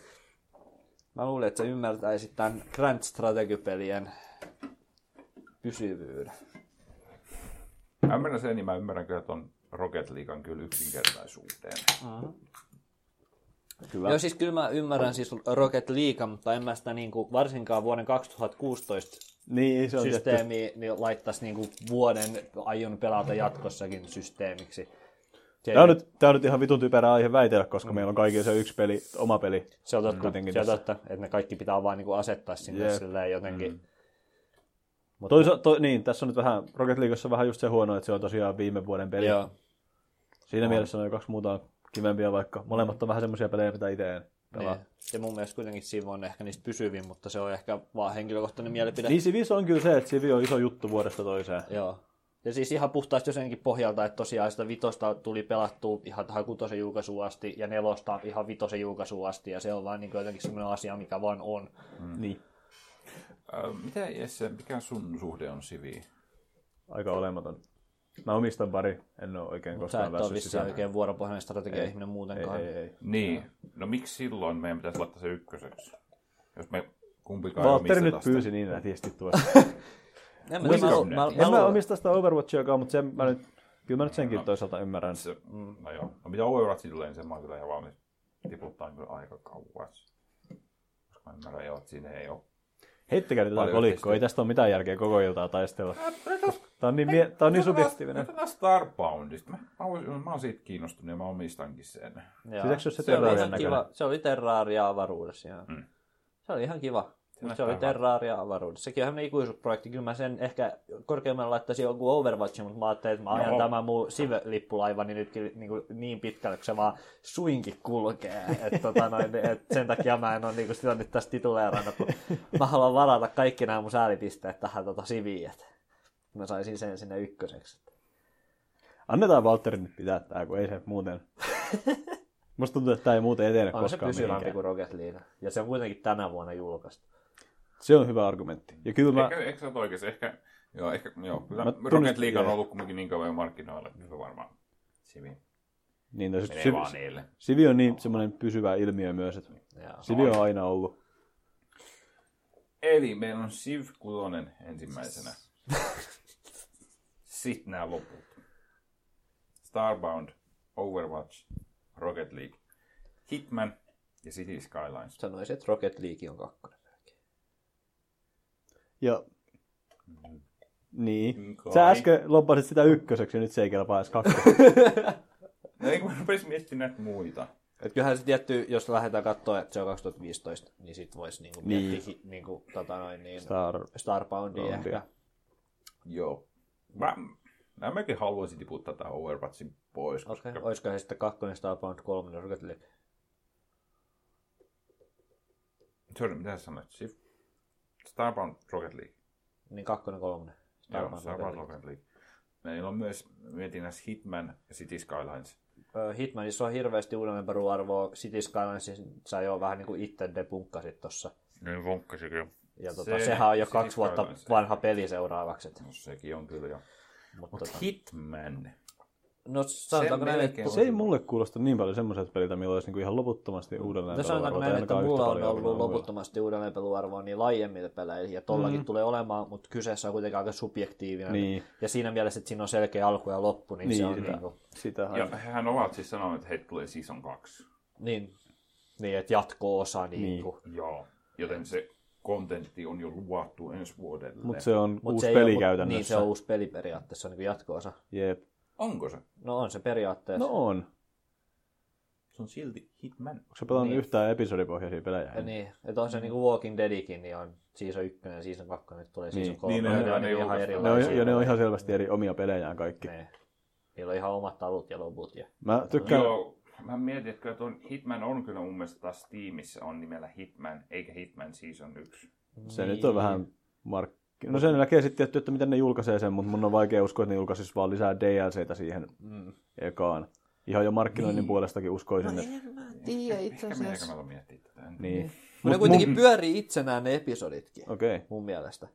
S5: Mä luulen, että sä ymmärtäisit tämän Grand Strategy-pelien pysyvyyden.
S1: Ymmärrän sen, niin mä ymmärrän kyllä ton Rocket Leaguean kyllä yksinkertaisuuteen.
S2: Kyllä.
S5: Joo, siis kyllä mä ymmärrän siis Rocket League, mutta en mä sitä niin kuin, varsinkaan vuoden 2016
S2: Niin, se on tietty.
S5: systeemi niin laittaisi niin kuin vuoden aion pelata jatkossakin systeemiksi. Se,
S2: Tämä on, nyt, tämä on nyt ihan vitun typerä aihe väitellä, koska
S5: Mm.
S2: meillä on kaikilla se yksi peli, oma peli.
S5: se on totta,
S2: Mm. kuitenkin
S5: se on
S2: tässä.
S5: totta että ne kaikki pitää vaan niin kuin asettaa sinne
S2: Jep.
S5: silleen jotenkin. Mm. Mutta,
S2: Toisa, to, niin, tässä on nyt vähän, Rocket Leagueassa on vähän just se huono, että se on tosiaan viime vuoden peli.
S5: joo.
S2: Siinä mielessä on jo kaksi muuta kivempiä, vaikka molemmat on vähän semmoisia pelejä, mitä itse en pelaa.
S5: Niin. Ja mun mielestä kuitenkin Sivu on ehkä niistä pysyvin, mutta se on ehkä vaan henkilökohtainen mielipide.
S2: Niin Civis on kyllä se, että Civi on iso juttu vuodesta toiseen.
S5: Joo. Ja siis ihan puhtaasti jotenkin pohjalta, että tosiaan sitä vitosta tuli pelattua ihan tähän kutosen julkaisuun asti ja nelosta ihan vitosen julkaisuun asti ja se on vaan niin jotenkin semmoinen asia, mikä vaan on.
S2: Niin.
S1: Ö, Mitä Jesse, mikä sun suhde on siviin?
S2: Aika olematon. Mä omistan pari, en ole oikein
S5: Sä
S2: koskaan
S5: et ole
S2: päässyt
S5: vissiin
S2: sisään.
S5: oikein vuoropohjainen strategia-ihminen muutenkaan.
S2: Ei, ei.
S1: Niin, no miksi silloin meidän pitäisi laittaa se ykköseksi? Jos me kumpikaan ei
S2: Valtteri nyt
S1: omisteta sitä.
S2: pyysi niin nätisti tuossa.
S5: En mä, mä, lu- mä,
S2: en
S5: mä,
S2: mä
S5: mä, mä,
S2: omista sitä Overwatchiakaan, mutta sen mä nyt, kyllä mä nyt senkin toisaalta ymmärrän.
S1: Se, no joo. No mitä Overwatch tulee, niin sen mä oon kyllä ihan valmis tiputtaa kyllä aika kauas. Koska mä ymmärrän jo, että siinä ei ole.
S2: Heittäkää nyt tätä
S1: Paljon
S2: kolikkoa, ei tästä ole mitään järkeä koko iltaa taistella. Tää on niin, mie- tää on niin subjektiivinen.
S1: Tämä Starboundista. Mä, mä, oon, mä oon siitä kiinnostunut ja mä omistankin sen.
S5: Joo.
S2: Siis eikö se ole se terrarian
S5: se, oli ihan
S2: näköinen?
S5: kiva, se oli terraaria avaruudessa. Joo.
S1: Mm.
S5: Se oli ihan kiva. Mut se oli
S1: näyttää
S5: terraaria avaruudessa. Sekin on ihan niinku ikuisuusprojekti. Kyllä mä sen ehkä korkeammalle laittaisin joku Overwatch, mutta mä ajattelin, että mä ajan
S1: Joo.
S5: tämä muu Sive-lippulaiva niin nytkin niin, kuin niin pitkälle, kun se vaan suinkin kulkee. Et, tota, noin, et sen takia mä en ole niin kuin sitä nyt tässä tituleerannut, kun mä haluan varata kaikki nämä mun säälipisteet tähän tota Siviin. et Mä saisin sen sinne ykköseksi.
S2: Annetaan Valtterin nyt pitää tää, kun ei se muuten... Musta tuntuu, että tää ei muuten etene
S5: On se
S2: koskaan
S5: pysyvämpi
S2: mihinkään.
S5: kuin Rocket League. Ja se on kuitenkin tänä vuonna julkaistu.
S2: Se on hyvä argumentti. Ja kyllä mä...
S1: Eikö, eikö sä oot oikeassa? Ehkä, joo, ehkä, joo. Kyllä
S2: Mä
S1: Rocket
S2: tunnistin-
S1: League on
S2: joo.
S1: ollut kumminkin niin kauan jo markkinoilla. Kyllä se varmaan Sivi
S2: Niin, no,
S1: menee
S2: siis Siv-
S1: vaan niille.
S2: Sivi on niin semmoinen pysyvä ilmiö myös, että
S5: Joo.
S2: Sivi on aina ollut.
S1: Eli meillä on Civ 6 ensimmäisenä. Sitten nämä loput. Starbound, Overwatch, Rocket League, Hitman ja City Skylines.
S5: Sanoisin, että Rocket League on kakkonen.
S2: Ja... Niin.
S1: Mm, Kai.
S2: Sä äsken lobbasit sitä ykköseksi ja nyt se ei kelpaa edes kakkoseksi.
S1: No ei kun mä rupesin miettimään näitä muita.
S5: Et kyllähän se tietty, jos lähdetään katsoa, että se on 2015, niin sit voisi niinku
S2: Niin.
S5: miettiä hi- niinku, tota noin, niin
S2: Star...
S5: Starboundia
S2: Starboundia.
S5: ehkä.
S1: Joo. Mä, mä mäkin haluaisin tiputtaa tämän Overwatchin pois.
S5: Okei,
S1: koska-
S5: okay. olisiko se sitten kakkonen Starbound, kolmonen Rocket League?
S1: Sorry, mitä sä sanoit? Civ? Starbound, Rocket League.
S5: Niin kakkonen, kolmonen.
S1: Joo,
S5: Starbound, Rocket
S1: Starbound,
S5: League.
S1: Rocket League. Meillä on myös, mietinnässä Hitman ja City Skylines.
S5: Ö, Hitmanissa on hirveästi uudelleenperuarvoa. City Skylines siis sä jo vähän niinku itse debunkkasit tossa.
S1: Niin vonkkasi kyllä.
S5: Ja tota,
S1: Se-
S5: sehän on jo
S1: City
S5: kaksi vuotta
S1: Skylines.
S5: vanha peli seuraavaksi. et-
S1: No sekin on kyllä jo.
S5: Mut,
S1: Mutta
S5: tota,
S1: Hitman.
S5: no sanotaanko näin, että
S1: melkein
S2: Se ei mulle kuulosta niin paljon semmoiselta peliltä, millä olisi niinku ihan loputtomasti uudelleen
S5: No sanotaanko
S2: pelattavaa,
S5: näin,
S2: tai
S5: että
S2: ainakaan
S5: mulla
S2: yhtä
S5: on
S2: paljon
S5: ollut
S2: kuin muilla.
S5: loputtomasti uudelleenpeluarvoa niin laajemmilla peleillä, ja tollakin
S1: Mm-hmm.
S5: mm. tulee olemaan, mutta kyseessä on kuitenkin aika subjektiivinen.
S2: Niin.
S5: Ja siinä mielessä, että siinä on selkeä alku ja loppu, niin, niin se
S2: Niin,
S5: on
S2: sitä.
S5: niin, kuin,
S2: Sitä
S1: Ja
S2: hain.
S1: hän ovat siis sanoneet, että heitä tulee season 2.
S5: niin, niin että jatko-osa. Niin
S2: Niin.
S5: niin. Kuin.
S1: Joo. Joten se kontentti on jo luvattu ensi vuodelle.
S2: Mutta se on
S5: Mut
S2: uusi
S5: se ei
S2: peli
S5: ole-
S2: käytännössä.
S5: Niin, se on uusi peli periaatteessa, se on niin jatko-osa.
S2: Jep.
S1: Onko se?
S5: No on se periaatteessa.
S2: No on. Onko
S1: Se on silti Hitman.
S2: sä pelannut
S5: Niin.
S2: yhtään episodipohjaisia pelejä?
S5: Ja niin, että on se niin kuin Walking Deadikin, niin on season 1 ja season 2, nyt tulee season
S2: Niin.
S5: 3.
S1: Niin, ne- ne- ne
S5: ihan
S1: julkaistaan.
S2: Ne on,
S5: erilaisia.
S2: ja ne on ihan selvästi eri omia pelejään kaikki.
S5: Ne. Niillä on ihan omat alut ja loput. Ja...
S2: Mä tykkään,
S1: Joo. Mä mietin, että kyllä tuon Hitman on kyllä mun mielestä taas Steamissa on nimellä Hitman, eikä Hitman Season 1.
S2: se nyt
S5: Niin.
S2: on vähän mark... No sen näkee sitten tietty, että miten ne julkaisee sen, mutta mun on vaikea uskoa, että ne julkaisis vaan lisää DLCtä siihen
S5: Mm.
S2: ekaan. Ihan jo markkinoinnin
S5: Niin.
S2: puolestakin
S5: No
S2: uskoisin, että...
S5: mä tiedä itse
S1: Ehkä meidän kannata miettiä tätä.
S2: Niin.
S5: Mut ne kuitenkin mun... pyörii itsenään ne episoditkin,
S2: Okei. Okay.
S5: mun mielestä.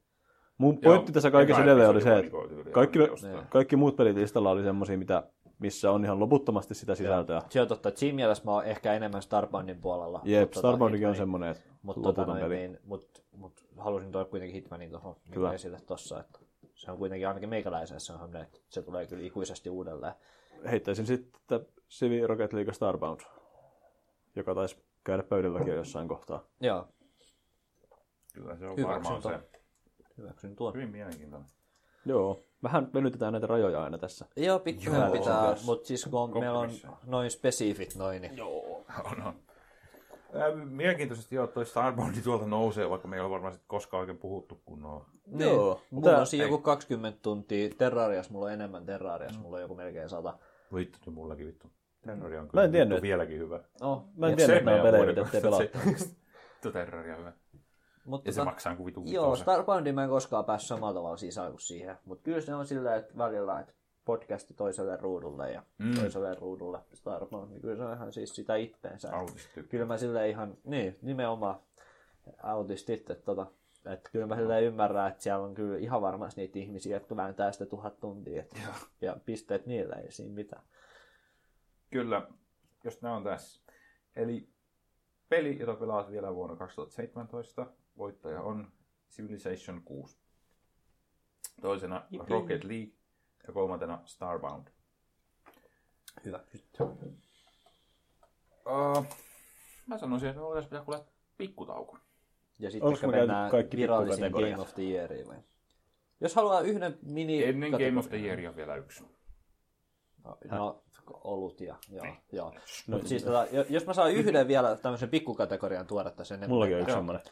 S2: Mun pointti tässä kaikessa
S1: eka
S2: edelleen oli se,
S1: episodi
S5: niinku-
S2: että
S1: valikoitu yli
S2: kaikki, Niin.
S1: ansiosta.
S2: kaikki muut pelit listalla oli semmosia, mitä, missä on ihan loputtomasti sitä sisältöä.
S5: Se on totta, että siinä mielessä mä oon ehkä enemmän Starboundin puolella.
S2: Jep,
S5: mut tota
S2: Starboundikin on
S5: Hitmanin-
S2: semmoinen, että
S5: mut tota
S2: loputon
S5: noin,
S2: peli.
S5: Niin, mut, mut halusin tuoda kuitenkin Hitmanin tuohon
S2: Hyvä.
S5: esille tossa, että Se on kuitenkin ainakin meikäläisessä se on semmoinen, että se tulee kyllä ikuisesti uudelleen.
S2: Heittäisin sitten Civi Rocket League Starbound, joka taisi käydä pöydälläkin jo jossain kohtaa.
S5: Joo,
S4: Kyllä se on
S5: hyväksyn
S4: varmaan
S5: tuon.
S4: se.
S5: Hyväksyn tuon.
S4: Hyvin mielenkiintoinen.
S2: Joo, vähän venytetään näitä rajoja aina tässä.
S5: Joo, pikkuinen
S2: Joo.
S5: pitää, mutta siis kun meillä on
S4: Kompromisseja.
S5: noin spesifit noin, niin
S4: On, on.
S1: Ää, Mielenkiintoisesti joo, toi Starbound tuolta nousee, vaikka me ei ole varmaan sit koskaan oikein puhuttu kunnolla.
S5: Niin. Joo. Mulla
S2: Tää-
S5: on siinä joku 20 tuntia. Terrarias mulla on enemmän terrarias. Mulla on joku melkein 100.
S1: Vittu, mullakin vittu. Terrori on
S2: Mä
S1: kyllä
S2: en tiennyt,
S1: vittu
S2: että-
S1: vieläkin hyvä.
S5: No,
S2: Mä en tiedä, että nämä pelejä, mitä te pelaatte.
S1: pelaatte. Terrori on hyvä.
S5: Mutta
S1: Ja
S2: Tota-
S1: se maksaa kuin vittu
S5: tota, Joo,
S1: vittu.
S5: Starboundiin mä en koskaan päässyt samalla tavalla sisään kuin siihen. Mutta kyllä se on sillä että välillä, että podcasti toiselle ruudulle ja mm. toiselle ruudulle Starbound. Niin kyllä se on ihan siis sitä itteensä.
S1: Autisti.
S5: Kyllä mä sillä ihan, niin, nimenomaan autistit, että tota, että kyllä mä sillä ymmärrän, että siellä on kyllä ihan varmasti niitä ihmisiä, jotka vääntää sitä tuhat tuntia. Et, ja pisteet niillä ei siinä mitään.
S1: Kyllä, jos nämä on tässä. Eli peli, jota pelaat vielä vuonna 2017, voittaja on Civilization 6. Toisena Rocket League ja kolmantena Starbound.
S5: Hyvä. Nyt.
S1: Uh, mä sanoisin, että me voitaisiin pitää kuulla pikkutauko.
S5: Ja sitten
S2: Onks
S5: ehkä
S2: me käyty
S5: mennään
S2: kaikki
S5: virallisen
S2: pikkukategoriat?
S5: Game of the Yeariin vai? Jos haluaa yhden mini...
S1: Ennen Game of the
S5: kategorian.
S1: Yearia vielä yksi.
S5: No, no, olut ja joo. joo. Mut siis, tota, jo- jos mä saan yhden vielä tämmöisen pikkukategorian tuoda tässä ennen.
S2: Mullakin on yksi semmoinen.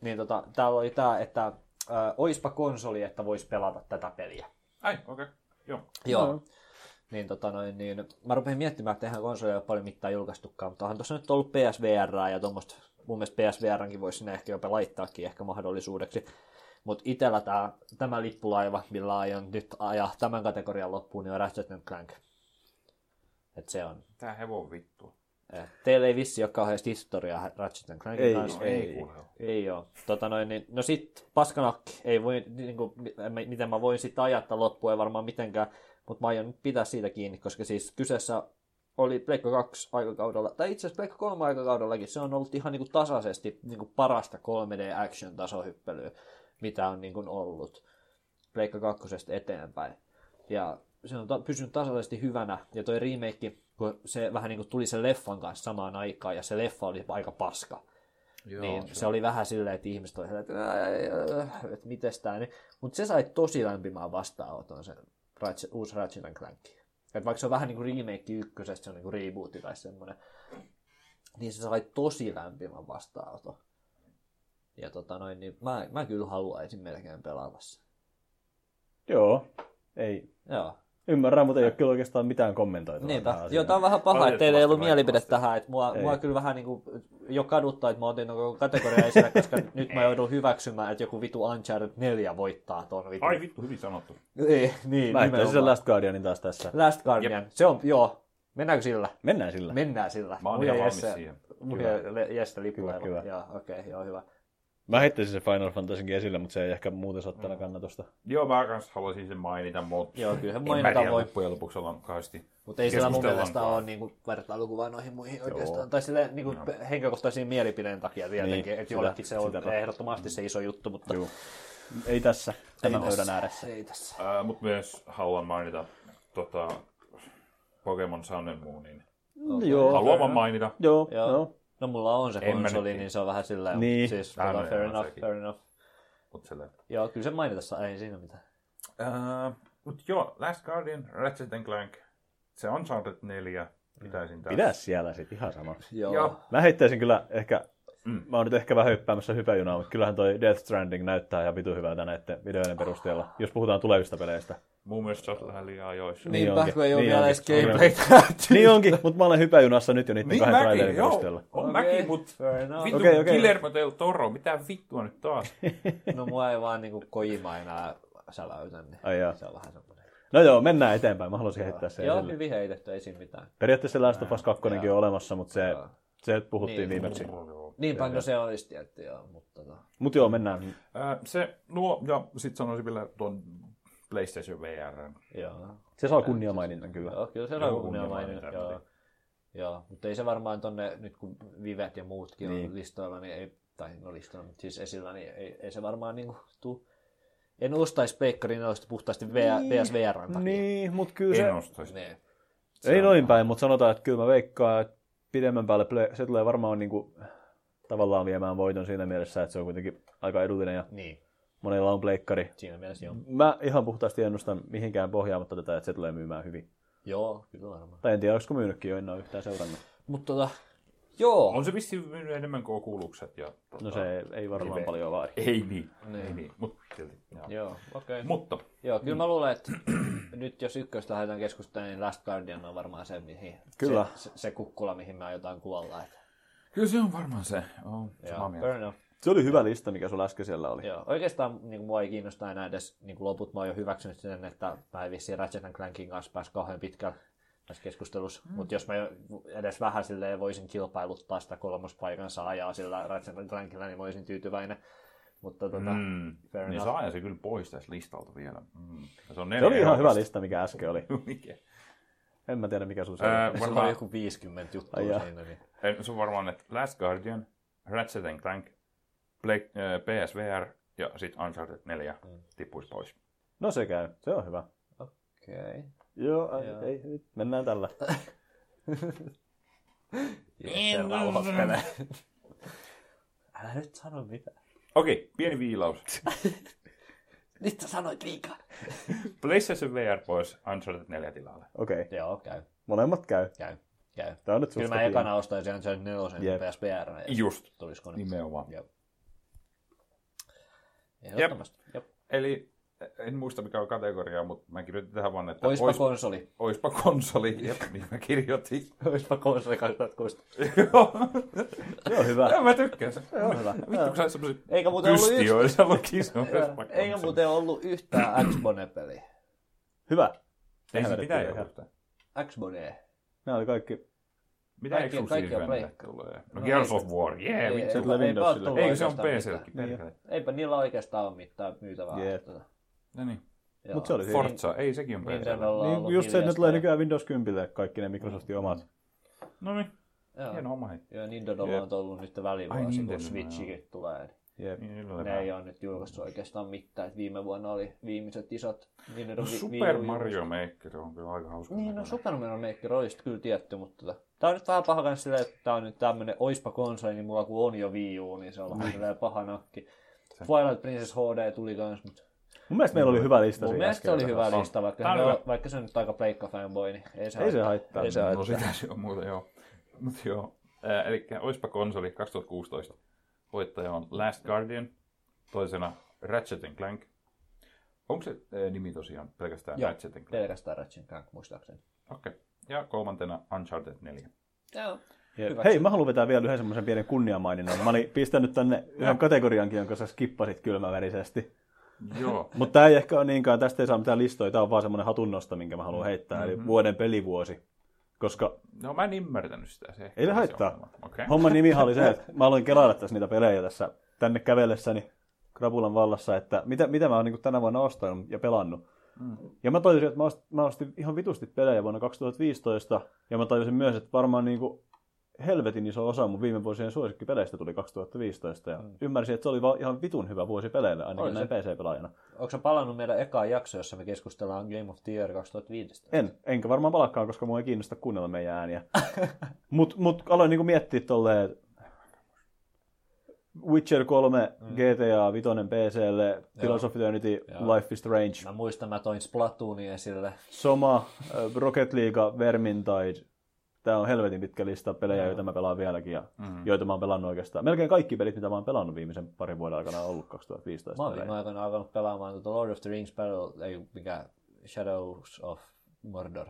S5: Niin tota, täällä oli tää, että äh, oispa konsoli, että vois pelata tätä peliä.
S1: Ai, okei. Okay. Joo.
S5: Joo.
S2: No.
S5: Niin, tota noin, niin, mä rupesin miettimään, että eihän konsoleilla ole paljon mitään julkaistukaan, mutta onhan tuossa nyt ollut PSVR ja tuommoista, mun mielestä PSVRnkin voisi sinne ehkä jopa laittaakin ehkä mahdollisuudeksi. Mutta itellä tää, tämä lippulaiva, millä aion nyt ajaa tämän kategorian loppuun, niin on Ratchet and Clank. Et se on.
S1: Tää hevon vittu.
S5: eh, Teillä ei vissi ole kauheasti historiaa Ratchet and Clankin
S2: Ei,
S5: kanssa.
S1: No ei kuule.
S5: Ei oo. Tota noin, niin, no sit paskanakki, ei voi, niin kuin, miten mä voin sitä ajattaa loppuun, ei varmaan mitenkään, mutta mä aion nyt pitää siitä kiinni, koska siis kyseessä oli Pleikka 2 aikakaudella, tai itse asiassa Pleikka 3 aikakaudellakin, se on ollut ihan niin kuin tasaisesti niin kuin parasta 3D action tasohyppelyä, mitä on niin kuin ollut Pleikka 2 eteenpäin. Ja se on ta- pysynyt tasaisesti hyvänä, ja toi remake, kun se vähän niin kuin tuli sen leffan kanssa samaan aikaan, ja se leffa oli aika paska. Joo, niin se, oli vähän silleen, että ihmiset oli silleen, että, "Ää, ää, ää, että mites tää nyt. Mutta se sai tosi lämpimään vastaanoton se Ratchet, uusi Ratchet and Clank. Et vaikka se on vähän niin kuin remake ykkösestä, se on niin kuin reboot tai semmoinen, niin se sai tosi lämpimän vastaanoton. Ja tota noin, niin mä, mä kyllä haluaisin melkein pelata sen.
S2: Joo, ei.
S5: Joo.
S2: Ymmärrän, mutta ei ole kyllä oikeastaan mitään kommentoitavaa.
S5: Niinpä.
S2: tähän
S5: Niin, Joo,
S2: asiaan.
S5: tää on vähän paha, että teillä ei ollut
S1: Valitettavasti
S5: mielipide
S1: valitettavasti.
S5: tähän. Että mua,
S2: Ei.
S5: mua kyllä vähän niin kuin jo kaduttaa, että mä otin nuo koko kategorian esille, koska nyt mä joudun hyväksymään, että joku vitu Uncharted 4 voittaa ton vitu.
S1: Ai vittu, hyvin sanottu.
S5: Ei, niin,
S2: Mä
S5: nimenomaan.
S2: heittäisin sen Last Guardianin taas tässä.
S5: Last Guardian. Se on, joo. Mennäänkö sillä?
S2: Mennään sillä.
S5: Mennään sillä.
S1: Mä oon
S5: Mun ja
S1: ihan valmis
S5: Jesse-
S1: siihen.
S5: Mun ja Le- Jesse lippuilla.
S2: Kyllä, kyllä.
S5: Joo, okei, okay, joo, hyvä.
S2: Mä heittäisin sen Final Fantasynkin esille, mutta se ei ehkä muuten
S5: Mm.
S2: saattaa kannatusta.
S1: Joo, mä kans haluaisin sen mainita, mutta
S5: Joo, kyllä
S1: en mä
S5: mainita
S1: tiedä,
S5: voi.
S1: loppujen lopuksi ollaan kauheasti.
S5: Mutta ei siellä mun
S1: Keskustellaan
S5: mielestä
S1: vaan.
S5: ole niinku vertailukuvaa noihin muihin oikeastaan. Tai silleen niinku pe- henkilökohtaisiin mielipideen takia tietenkin.
S2: Niin,
S5: että
S2: sitä-
S5: jollekin se on
S2: sitäpä.
S5: ehdottomasti se iso juttu, mutta
S2: Juu. Ei tässä, tämän
S5: ei tässä,
S2: pöydän ääressä.
S5: Ei tässä.
S1: Ää, mut myös haluan mainita tota, Pokemon Sun and Moonin.
S2: Joo.
S1: Haluan vaan mainita.
S2: Joo,
S5: Joo.
S2: joo.
S5: No mulla on se
S1: En mä
S5: konsoli,
S1: nyt-
S5: niin se on vähän silleen.
S2: Niin.
S5: Siis,
S1: Vähän
S5: fair
S1: on
S5: enough,
S1: sekin.
S5: fair enough.
S1: Mut silleen.
S5: Joo, kyllä se mainita saa, ei siinä mitään.
S1: Ää, mut joo, Last Guardian, Ratchet and Clank. Se on Uncharted 4. Pitäisin tässä.
S2: Pidä siellä sitten ihan sama.
S5: Joo.
S2: Mä heittäisin kyllä ehkä,
S1: Mm.
S2: mä oon nyt ehkä vähän hyppäämässä hypäjunaa, mutta kyllähän toi Death Stranding näyttää ihan vitu hyvältä näiden videoiden perusteella, jos puhutaan tulevista peleistä.
S1: Mun mielestä sä oot vähän liian ajoissa.
S2: Niin
S5: Niinpä,
S2: onkin,
S5: kun ei ole
S2: niin
S5: vielä edes
S2: onkin.
S5: gameplaytä.
S2: Niin onkin, mutta mä olen hypäjunassa nyt jo niiden
S1: Niin
S2: kahden
S1: mäkin,
S2: trailerin
S1: joo.
S2: perusteella.
S1: On
S5: Okei.
S1: mäkin, mut
S5: Fair enough.
S1: vittu
S2: Okei,
S1: okay,
S2: okei.
S1: okay. Guillermo del Toro, mitä vittua nyt taas?
S5: No mua ei vaan niinku kojima enää säläytä, niin
S2: Ai jaa.
S5: se on vähän semmoinen.
S2: No joo, mennään eteenpäin, mä halusin heittää sen
S5: Joo,
S2: esille.
S5: hyvin heitetty, ei siinä mitään.
S2: Periaatteessa Last of Us 2 on olemassa, mutta se, se puhuttiin
S5: Niin.
S2: viimeksi.
S5: Niinpä, no se olisi tietty, joo, mutta tota.
S2: Mutta joo, mennään.
S1: Ää, se luo, ja sit sanoisin vielä tuon PlayStation VR.
S5: Joo. siis-
S2: Se saa kunniamaininnan kyllä.
S5: Joo, kyllä se on kunnia
S1: kunniamainen
S5: mainita,
S1: tämmönen.
S5: joo. Joo, mutta ei se varmaan tonne, nyt kun vivet ja muutkin niin. on listoilla, niin ei, tai no listoilla, mutta siis esillä, niin ei, ei se varmaan niinku tuu En ostaisi pleikkari nelosta puhtaasti VR, PS VRn takia.
S2: Niin, mutta kyllä se...
S1: En ostaisi.
S5: Niin.
S2: Ei noin päin, mutta sanotaan, että kyllä mä veikkaan, että pidemmän päälle play, se tulee varmaan niin kuin, tavallaan viemään voiton siinä mielessä, että se on kuitenkin aika edullinen ja
S5: niin.
S2: monella on pleikkari.
S5: Siinä mielessä joo.
S2: Mä ihan puhtaasti ennustan mihinkään pohjaamatta tätä, että se tulee myymään hyvin.
S5: Joo, kyllä varmaan.
S2: Tai en tiedä, olisiko myynytkin jo, en ole yhtään seurannut.
S5: Mutta tota, joo.
S1: On se vissiin myynyt enemmän kuin kuulukset. Ja, tota,
S2: No se
S5: Ah,
S2: ei varmaan
S1: Kiveä.
S2: paljon vaadi.
S1: Ei niin.
S5: Niin.
S1: Ei niin. Mut, silti, joo.
S5: Joo, okei. Okay.
S1: Mutta
S5: Joo, kyllä mä luulen, että nyt jos ykköstä lähdetään keskustelemaan, niin Last Guardian on varmaan se, mihin,
S2: Kyllä.
S5: Se, se, se kukkula, mihin mä jotain kuolla. Että,
S1: kyllä se on varmaan se. Oon
S5: joo,
S1: samaa mieltä.
S5: fair enough.
S2: Se oli hyvä lista, mikä sulla äsken siellä oli.
S5: Joo, oikeastaan niin kuin mua ei kiinnosta enää edes niin kuin loput. Mä oon jo hyväksynyt sen, että mä en vissiin Ratchet Clankin kanssa pääs kauhean pitkällä tässä keskustelussa. Mm. Mutta jos mä jo edes vähän silleen voisin kilpailuttaa sitä kolmospaikan saajaa sillä Ratchet Clankilla, niin mä olisin tyytyväinen. Mutta tota, mm.
S1: Mm.
S5: fair
S1: Niin
S5: enough.
S1: saa se kyllä pois tästä listalta vielä. Mm. Se on
S2: Se
S1: neljä
S2: oli ihan hyvä
S1: eurosta.
S2: lista, mikä äsken oli.
S1: Mikä?
S2: En mä tiedä, mikä sun se
S1: Ää,
S2: oli.
S5: Sulla on
S1: varmaan,
S5: joku 50 juttua
S2: Ai jaa.
S5: siinä, niin
S1: ei, se on varmaan, että Last Guardian, Ratchet and Clank, Play, äh, PSVR ja sitten Uncharted 4
S5: Mm.
S1: tippuisi pois.
S2: No se käy, se on hyvä.
S5: okei. Okay.
S2: Joo, ai-
S5: Joo.
S2: ei, nyt mennään tällä.
S5: Jesse rauhoittelee. Mm. Älä nyt sano mitään.
S1: Okei, pieni viilaus.
S5: Nyt sä sanoit liikaa.
S1: PlayStation VR pois, Uncharted 4 tilalle.
S2: Okei,
S5: Joo, käy,
S2: molemmat käy.
S5: käy, käy.
S2: Tää on nyt
S5: Kyllä
S2: susta
S5: mä
S2: kiinni.
S5: ekana ostaisin sen nelosen
S2: Jep.
S5: yep. PSPR.
S1: Just.
S5: Tulis kone.
S1: Nimenomaan.
S5: Jep. Ehdottomasti. Jep.
S1: Eli eh, en muista mikä on kategoria, mutta mä kirjoitin tähän vaan, että
S5: Oispa
S1: ois-
S5: konsoli.
S1: oispa konsoli. Jep, niin mä kirjoitin.
S5: Oispa konsoli 2006.
S2: Joo, hyvä.
S1: Ja mä tykkään sen.
S2: Joo, hyvä.
S1: Vittu, kun sä semmoisen
S5: Eikä muuten ollut yhtään.
S1: kystioissa lukisi.
S5: Eikä muuten ollut yhtään Xbone-peliä.
S2: Hyvä.
S1: Ei se
S2: Eihän
S1: pitää
S2: vedetty
S1: joku.
S2: ihan.
S5: Xbone.
S2: Nämä oli kaikki.
S1: Mitä
S5: Kaikki- kaikki on
S1: eksklusiivia näitä
S5: pleikka.
S1: tulee? No,
S5: No
S1: Gears
S5: ei
S1: of
S5: se-
S1: War, jee,
S5: Ei-
S1: vittu.
S2: se
S5: ei-
S2: tulee
S5: ei
S2: Windowsille.
S5: tullut
S1: Eikö se on
S5: oikeastaan
S1: PC-lläkin?
S5: mitään. Niin.
S1: perkele?
S5: Eipä niillä oikeastaan ole mitään myytävää.
S2: Jep.
S5: Että-
S1: No niin.
S5: joo.
S2: Mut se oli siinä.
S1: Forza, ei sekin on PC.
S5: Nintendolla on ollut
S2: Niin, just se, että ne tulee
S5: hiljasta
S2: nykyään Windows 10 kaikki ne Microsoftin omat.
S1: No niin,
S5: ja- Joo.
S1: hieno homma hei.
S5: Joo, Nintendolla on tullut nyt välivuosi, kun
S1: Nintendo,
S5: Switchikin tulee. niin
S2: Jep.
S1: Niin, sillä
S5: Ne
S1: lailla.
S5: ei ole nyt julkaissut oikeastaan mitään. Et viime vuonna oli viimeiset isot Nintendo
S1: No,
S5: vi-
S1: Super
S5: Wii U-
S1: Mario Maker on kyllä aika hauska.
S5: Niin, no
S1: näköinen.
S5: Super Mario Maker olisi kyllä tietty, mutta tota, tää on nyt vähän paha kans silleen, että tää on nyt tämmönen oispa konsoli, niin mulla kun on jo Wii U, niin se on vähän silleen paha nakki. Twilight Princess HD tuli kans, mutta
S2: Mun mielestä meillä oli hyvä lista
S5: mun
S2: siinä
S5: mielestä se oli
S2: äsken.
S5: hyvä lista, vaikka,
S1: Tää on
S5: se, on,
S1: hyvä.
S5: vaikka se on nyt aika pleikka fanboy, niin ei se
S2: Ei se haittaa.
S5: Ei se haittaa.
S1: No sitä se on muuta, joo. Mut joo. Ää, eli oispa konsoli 2016. Voittaja on Last Guardian, toisena Ratchet and Clank. Onko se ää, nimi tosiaan pelkästään
S5: Joo,
S1: Ratchet and Clank?
S5: pelkästään Ratchet Clank muistaakseni.
S1: Okei. Okay. Ja kolmantena Uncharted 4.
S5: Joo.
S2: Jep.
S5: Hyvä.
S2: Hei, mä haluan vetää vielä yhden semmoisen pienen kunniamaininnan. Mä olin pistänyt tänne yhden kategoriankin, jonka sä skippasit kylmävärisesti.
S1: Joo.
S2: Mutta tämä ei ehkä ole niinkään, tästä ei saa mitään listoja, tämä on vaan semmoinen hatunnosto, minkä mä haluan heittää,
S5: Mm-hmm.
S2: eli vuoden pelivuosi. Koska
S1: No mä en ymmärtänyt sitä. Se
S2: Ei se haittaa.
S1: Okei. Okay.
S2: homman nimi oli se, että mä aloin kelailla tässä niitä pelejä tässä tänne kävellessäni Krapulan vallassa, että mitä, mitä mä oon niin tänä vuonna ostanut ja pelannut.
S1: Mm.
S2: Ja mä tajusin, että mä ostin, mä ostin ihan vitusti pelejä vuonna 2015, ja mä tajusin myös, että varmaan niin kuin helvetin iso osa mun viime vuosien suosikkipeleistä tuli 2015, ja ymmärsin, että se oli vaan ihan vitun hyvä vuosi peleille, ainakin
S5: Mm. Oli
S2: näin
S5: se.
S2: PC-pelaajana.
S5: Onko sä palannut meidän ekaan jakso, jossa me keskustellaan Game of the Year 2015?
S2: En, enkä varmaan palakkaan, koska mua ei kiinnosta kuunnella meidän ääniä. mut, mut aloin niinku miettiä tolleen, et Witcher 3, mm. GTA 5 PClle, Pillars of Eternity,
S5: Joo.
S2: Life is Strange,
S5: Mä muistan, mä toin Splatoonin esille.
S2: Soma, ö, Rocket League, Vermintide. Tää on helvetin pitkä lista pelejä, joita mä pelaan vieläkin ja
S1: Mm.
S2: mm-hmm. joita mä oon pelannut oikeastaan. Melkein kaikki pelit, mitä mä oon pelannut viimeisen parin vuoden aikana, on ollut 2015
S5: Mä oon
S2: pelejä.
S5: viime aikoina alkanut pelaamaan tuota Lord of the Rings Battle, ei mikä Shadows of Mordor.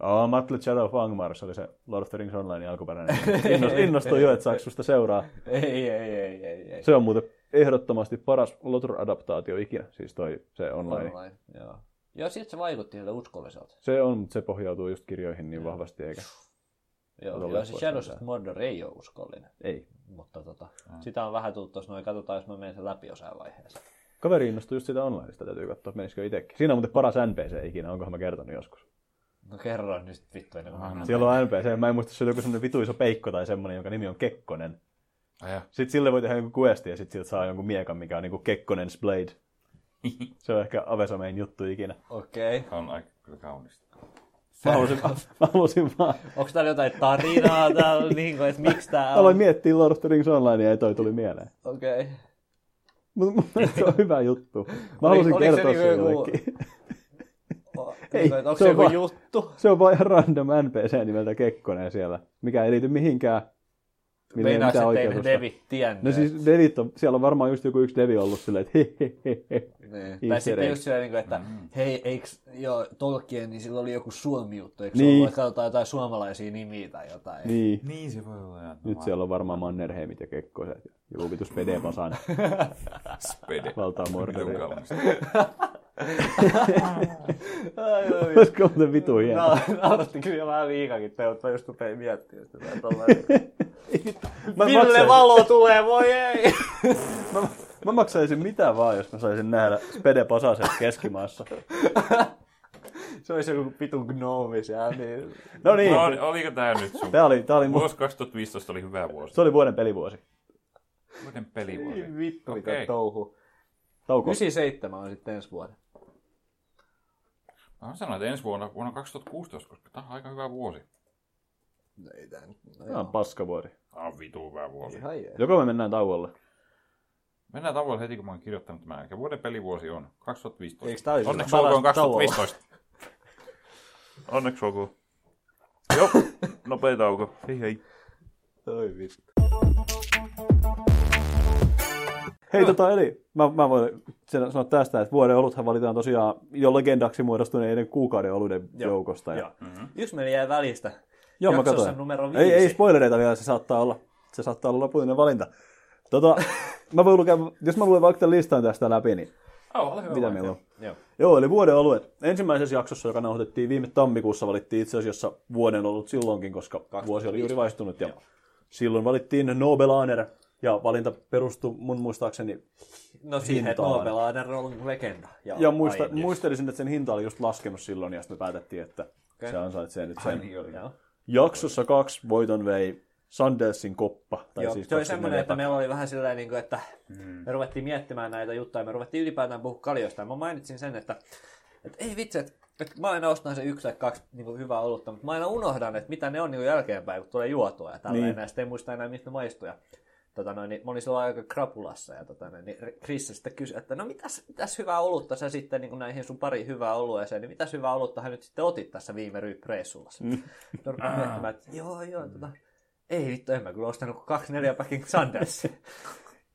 S2: Oh, Matle Shadow of Angmar, se oli se Lord of the Rings Online alkuperäinen. Innos- Innostuin jo, että saaks susta seuraa.
S5: Ei, ei, ei, ei, ei.
S2: Se on muuten ehdottomasti paras Lotur-adaptaatio ikinä, siis toi se online.
S5: Online, joo. Joo, siltä se vaikutti sille uskolliselta.
S2: Se on, mutta se pohjautuu just kirjoihin niin vahvasti, eikä?
S5: Joo,
S2: Tuolla
S5: joo se
S2: leffoissa
S5: Shadows
S2: on
S5: of
S2: tää.
S5: Mordor ei ole uskollinen,
S2: Ei.
S5: mutta tota, sitä on vähän tullut tuossa noin, katsotaan jos mä menen sen läpi jossain vaiheessa.
S2: Kaveri innostui just sitä onlineista, täytyy katsoa, menisikö itsekin. Siinä on muuten paras NPC ikinä, onkohan mä kertonut joskus.
S5: No kerro nyt vittu ennen kuin mä annan.
S2: Siellä on NPC, mä en muista, se oli joku semmoinen vitu iso peikko tai semmoinen, jonka nimi on Kekkonen.
S1: Aja.
S2: Sitten sille voi tehdä jonkun questi ja sitten siltä saa jonkun miekan, mikä on niinku Kekkonen's Blade. Se on ehkä Avesamein juttu ikinä.
S5: Okei.
S4: On aika kyllä kaunista.
S2: Mä halusin, mä halusin vaan.
S5: Onko täällä jotain tarinaa täällä, niin kuin, että miksi tää on?
S2: Aloin miettiä Lord of the Rings Online ja ei toi tuli mieleen.
S5: Okei.
S2: Mutta mun mielestä se on hyvä juttu. Mä halusin
S5: oliko se
S2: kertoa sen
S5: niinku joku-
S2: jollekin.
S5: O-
S2: Ei,
S5: niin kuin, että
S2: se
S5: Onko se
S2: on
S5: joku
S2: vaan-
S5: juttu?
S2: Se on vaan ihan random NPC nimeltä Kekkonen siellä, mikä ei liity mihinkään. millä ei
S5: Meinaaks,
S2: mitään
S5: ettei ne
S2: oikeutusta.
S5: devit tienneet?
S2: No siis devit on, siellä on varmaan just joku yksi devi ollut silleen, että he, he, he, he.
S5: Niin. Tai
S2: Easter
S5: sitten
S2: egg.
S5: just silleen, niin kuin, että
S4: Mm.
S5: hei, eiks, joo, Tolkien, niin sillä oli joku suomi-juttu, eikö
S2: Niin.
S5: niin. ollut, että katsotaan jotain suomalaisia nimiä tai jotain.
S2: Niin.
S4: Niin se voi olla. ihan
S2: Nyt siellä on varmaan Mannerheimit ja Kekkoset ja joku vitus Pede Pasan
S4: Spede.
S2: valtaa
S4: Vitun
S2: Mordoria.
S4: kaunista.
S5: Ai, no, niin.
S2: Olisiko muuten vitu hieno?
S5: Na- Nauratti kyllä vähän liikakin, te mutta just rupein miettimään sitä tai tollainen.
S2: Mä
S5: Ville
S2: maksaisin-
S5: Valo tulee, voi ei!
S2: Mä maksaisin mitä vaan, jos mä saisin nähdä Spede Pasasen keskimaassa.
S5: Se olisi joku vitun gnoomi siellä, niin...
S2: No niin,
S4: No, oli- oliko tää nyt sun?
S2: tää oli, tää oli, mu-
S4: Vuosi 2015 oli hyvä vuosi.
S2: se oli vuoden pelivuosi.
S4: Miten peli Niin voi?
S5: Ei niin vittu, mitä
S4: Okei.
S5: touhu.
S2: Tauko.
S5: 97 on sitten ensi vuoden.
S4: Mä sanoin, että ensi vuonna, vuonna 2016, koska tää on aika hyvä vuosi.
S5: No ei tää nyt... No
S2: Tää on
S5: joo.
S2: paskavuori.
S4: Tää on vitu hyvä vuosi.
S5: Ihan jees.
S2: Joko me mennään tauolle?
S4: Mennään tavallaan heti, kun mä oon kirjoittanut tämän. Eli vuoden pelivuosi on 2015.
S5: Eiks tää olisi
S4: Onneksi
S5: paras
S4: olkoon
S5: tauolla?
S4: 2015. Onneksi olkoon. Joo, nopea tauko. Hei hei.
S5: Oi vittu. no.
S2: Hei, tota, eli mä, mä voin sen sanoa tästä, että vuoden oluthan valitaan tosiaan jo legendaksi muodostuneiden kuukauden oluiden
S5: Joo.
S2: joukosta. Ja...
S5: Joo. Yksi meni jäi välistä.
S2: Joo, mä
S5: Jaksossa
S2: katsoin.
S5: numero
S2: Ei,
S5: viisi.
S2: ei spoilereita vielä, se saattaa olla, se saattaa olla lopullinen valinta. Tota, mä voin lukea, jos mä luen vaikka tämän listan tästä läpi, niin
S4: Oh, ole hyvä.
S2: mitä meillä on?
S5: Joo.
S2: Joo, eli vuoden oluet. Ensimmäisessä jaksossa, joka nauhoitettiin viime tammikuussa, valittiin itse asiassa vuoden ollut silloinkin, koska vuosi oli juuri vaihtunut. Ja silloin valittiin Nobel Honor, ja valinta perustui mun muistaakseni
S5: No siihen, että
S2: Hintaan.
S5: Nobel Ader on legenda. Joo,
S2: Ja muista,
S5: aiemmin.
S2: muistelisin, että sen hinta oli just laskenut silloin, ja sitten me päätettiin, että okay.
S5: Okei. niin,
S2: se ansaitsee nyt sen.
S5: Joo.
S2: Jaksossa kaksi voiton vei Sandelsin koppa. Tai
S5: Joo,
S2: siis
S5: se oli
S2: 24
S5: semmoinen, että
S2: tak-
S5: meillä oli vähän sillä niin kuin, että me ruvettiin miettimään näitä juttuja, me ruvettiin ylipäätään puhua kaljoista. Ja Mä mainitsin sen, että, että ei vitsi, että, että mä aina ostan se yksi tai kaksi niin kuin hyvää olutta, mutta mä aina unohdan, että mitä ne on niin kuin jälkeenpäin, kun tulee juotua ja tällainen.
S2: Niin.
S5: Niin. Näistä ei muista enää, mistä ne maistuu. Ja, tota noin, niin mä olin silloin aika krapulassa ja tota noin, niin Chris sitten kysyi, että no mitäs, mitäs hyvää olutta sä sitten niin kuin näihin sun pari hyvää olueeseen, niin mitäs hyvää olutta hän nyt sitten otit tässä viime ryyppreissulla? Mm. miettimään, että joo, joo, tota, ei vittu, en mä kyllä ostanut kuin kaksi neljä päkin Sandersia.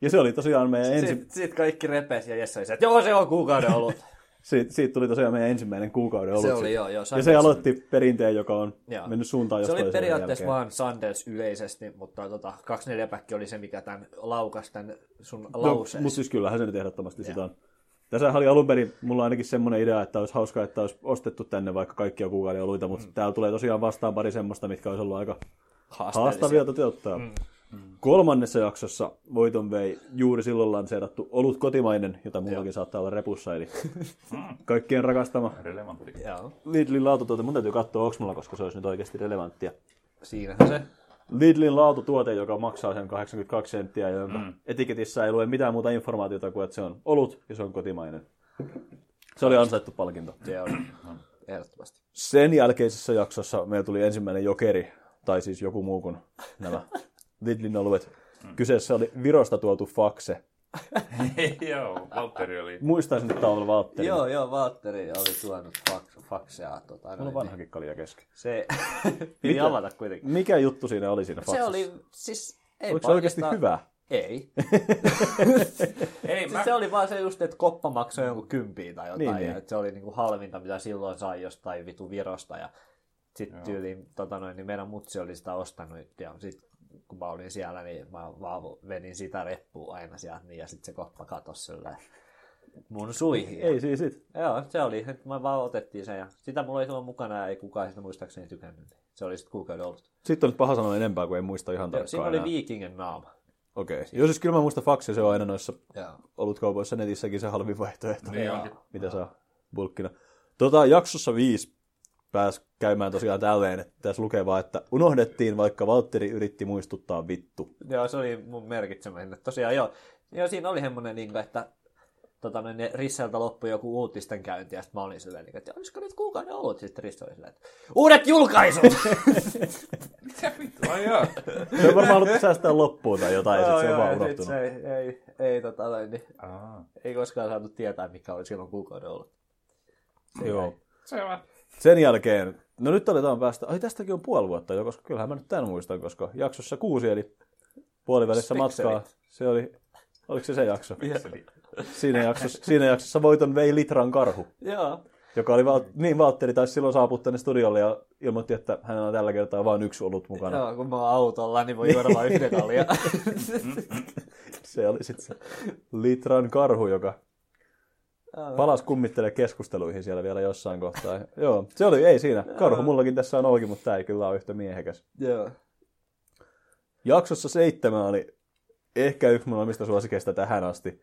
S2: Ja se oli tosiaan meidän ensi...
S5: Sitten sit kaikki repesi ja Jesse oli se, että joo, se on kuukauden ollut.
S2: Siitä, siitä, tuli tosiaan meidän ensimmäinen kuukauden ollut.
S5: se oli joo, joo.
S2: Ja
S5: Sanders-
S2: se aloitti perinteen, joka on
S5: Joo.
S2: mennyt suuntaan
S5: se
S2: jos
S5: oli
S2: toiseen
S5: periaatteessa
S2: jälkeen.
S5: vaan Sanders yleisesti, mutta tota, 24 päkki oli se, mikä tämän laukas tämän sun lauseen.
S2: mutta siis kyllähän se nyt ehdottomasti sitä on. Tässä oli alun perin, mulla ainakin semmoinen idea, että olisi hauska, että olisi ostettu tänne vaikka kaikkia kuukauden oluita, mutta mm. täällä tulee tosiaan vastaan pari semmoista, mitkä olisi ollut aika haastavia toteuttaa. Mm. Kolmannessa jaksossa voiton vei juuri silloin lanseerattu Olut kotimainen, jota mullakin saattaa olla repussa, eli Mm. kaikkien rakastama
S4: Relevantti.
S5: Joo,
S2: Lidlin laatutuote. Mun täytyy katsoa, onko mulla, koska se olisi nyt oikeasti relevanttia.
S5: siinähän se.
S2: Lidlin laatutuote, joka maksaa sen 82 senttiä, ja jonka mm. etiketissä ei lue mitään muuta informaatiota kuin, että se on olut ja se on kotimainen. Se oli ansaittu palkinto.
S5: Se on
S2: No.
S5: ehdottomasti.
S2: Sen jälkeisessä jaksossa meillä tuli ensimmäinen jokeri, tai siis joku muu kuin nämä Lidlin oluet.
S5: Mm.
S2: Kyseessä oli Virosta tuotu fakse.
S4: Joo, Valtteri oli.
S2: Muistaisin, että tämä on Valtteri.
S5: Joo, joo, Valtteri oli tuonut fak- fakseaa. Tota,
S2: Mulla on
S5: noin, niin.
S2: vanhakin kalja kesken.
S5: Se piti
S2: Mitä?
S5: avata kuitenkin.
S2: Mikä juttu siinä oli siinä faksassa?
S5: Se oli siis... Ei
S2: Oliko se oikeasti
S5: paljasta-
S2: hyvä?
S5: Ei.
S1: Niin,
S4: Ei, mä,
S5: Siis se oli vaan se just, että koppa maksoi jonkun kympiä tai jotain,
S2: Niin,
S5: niin,
S2: niin.
S5: ja että se oli niinku halvinta, mitä silloin sai jostain vitu virosta, ja sitten tyyliin tota noin, niin meidän mutsi oli sitä ostanut, ja sitten kun mä olin siellä, niin mä vaan venin sitä reppua aina sieltä, niin, ja sitten se koppa katosi silleen mun suihin.
S2: Ei siis sit.
S5: Joo, se oli, nyt mä vaan otettiin sen, ja sitä mulla ei silloin mukana, ja ei kukaan sitä muistaakseni tykännyt. Se oli sitten kuukauden ollut.
S2: Sitten on nyt paha sanoa enempää, kun ei muista ihan
S5: Joo, Siinä
S2: tarkkaan
S5: oli
S2: enää.
S5: viikingen naama.
S2: Okei. Joo, siis kyllä mä muistan faksia, se on aina noissa
S5: Joo.
S2: ollut kaupoissa netissäkin se halvin vaihtoehto,
S4: Niin onkin.
S2: mitä saa bulkkina. Tota, jaksossa viisi pääsi käymään tosiaan tälleen, että tässä lukee vaan, että unohdettiin, vaikka Valtteri yritti muistuttaa vittu.
S5: Joo, se oli mun merkitsemäinen. Tosiaan joo, joo siinä oli semmoinen, niin kuin, niinku, että tota, noin, ne Risseltä loppui joku uutisten käynti, ja sitten mä olin silleen, niin, että olisiko nyt kuukauden ollut, sitten Risse oli silleen, että uudet julkaisut!
S4: Ai joo.
S2: Se on varmaan ollut säästää loppuun tai jotain, ja
S5: Joo,
S2: sitten se on
S5: joo,
S2: vaan
S5: ja sit
S2: unohtunut.
S5: se ei, ei, ei, tota, noin, niin,
S4: Aa.
S5: ei koskaan saanut tietää, mikä oli silloin kuukauden ollut.
S2: Joo.
S4: Se on.
S2: Sen jälkeen, no nyt aletaan päästä, ai tästäkin on puoli vuotta jo, koska kyllähän mä nyt tämän muistan, koska jaksossa kuusi, eli puolivälissä
S5: Spikselit.
S2: matkaa, se oli, oliko se se jakso? Siinä jaksossa, siinä jaksossa voiton vei litran karhu,
S5: Joo.
S2: joka oli, Val- niin Valtteri taisi silloin saapua tänne studiolle ja ilmoitti, että hänellä on tällä kertaa vain yksi ollut mukana.
S5: Joo, kun mä oon autolla, niin voi juoda vaan yhden kalja.
S2: Mm. Se oli sitten se litran karhu, joka palas kummittelee keskusteluihin siellä vielä jossain kohtaa. Joo, se oli, ei siinä. Karhu mullakin tässä on auki, mutta tämä ei kyllä ole yhtä miehekäs.
S5: Joo.
S2: Jaksossa seitsemän oli ehkä yksi mun omista suosikeista tähän asti.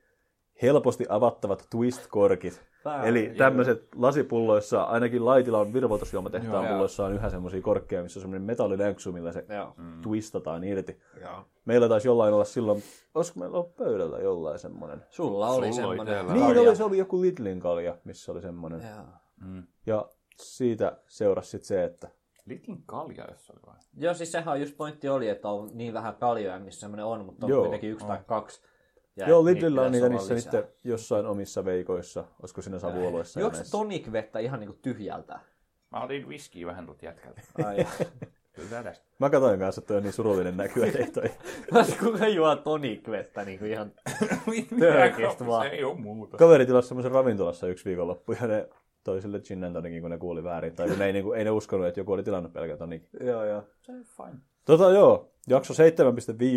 S2: Helposti avattavat twist-korkit.
S5: Pää-
S2: Eli tämmöiset lasipulloissa, ainakin laitilla on virvoitusjuomatehtaan
S5: Joo. Mm.
S2: pulloissa on yhä semmoisia korkkeja, missä on semmoinen metallilenksu, millä se
S5: Joo.
S4: Mm.
S2: twistataan irti.
S5: Joo.
S2: Meillä taisi jollain olla silloin, olisiko meillä ollut pöydällä jollain semmoinen?
S5: Sulla oli
S4: Sulla oli
S5: semmoinen.
S4: itsellä.
S2: Niin oli, se oli joku Lidlin kalja, missä oli semmoinen.
S5: Joo.
S2: Ja siitä seurasi sitten se, että
S4: Litin kalja, jos oli vai?
S5: Joo, siis sehän on just pointti oli, että on niin vähän kaljoja, missä semmoinen on, mutta on
S2: Joo.
S5: kuitenkin yksi tai kaksi. Ja
S2: joo,
S5: niitä
S2: Lidlillä on
S5: pitäisi
S2: niitä
S5: olla
S2: niissä
S5: lisää.
S2: niiden jossain omissa veikoissa, olisiko siinä savuoloissa. ja
S5: Juokse
S2: näissä.
S5: tonikvettä ihan niinku tyhjältä.
S4: Mä otin viskiä vähän tuolta jätkältä.
S5: Ai,
S4: Kyllä tästä.
S2: Mä katsoin kanssa, että toi on niin surullinen näkyä, että ei toi.
S5: kuka juo tonikvettä niinku ihan...
S4: Törkeästä
S5: vaan.
S4: Se ei oo muuta.
S2: Kaveri tilasi semmoisen ravintolassa yksi viikonloppu ja ne toi sille gin and tonicin, kun ne kuuli väärin. Tai ne ei, niinku, ei ne uskonut, että joku oli tilannut pelkän tonikin.
S5: joo, joo.
S4: Se on fine.
S2: Tota joo, jakso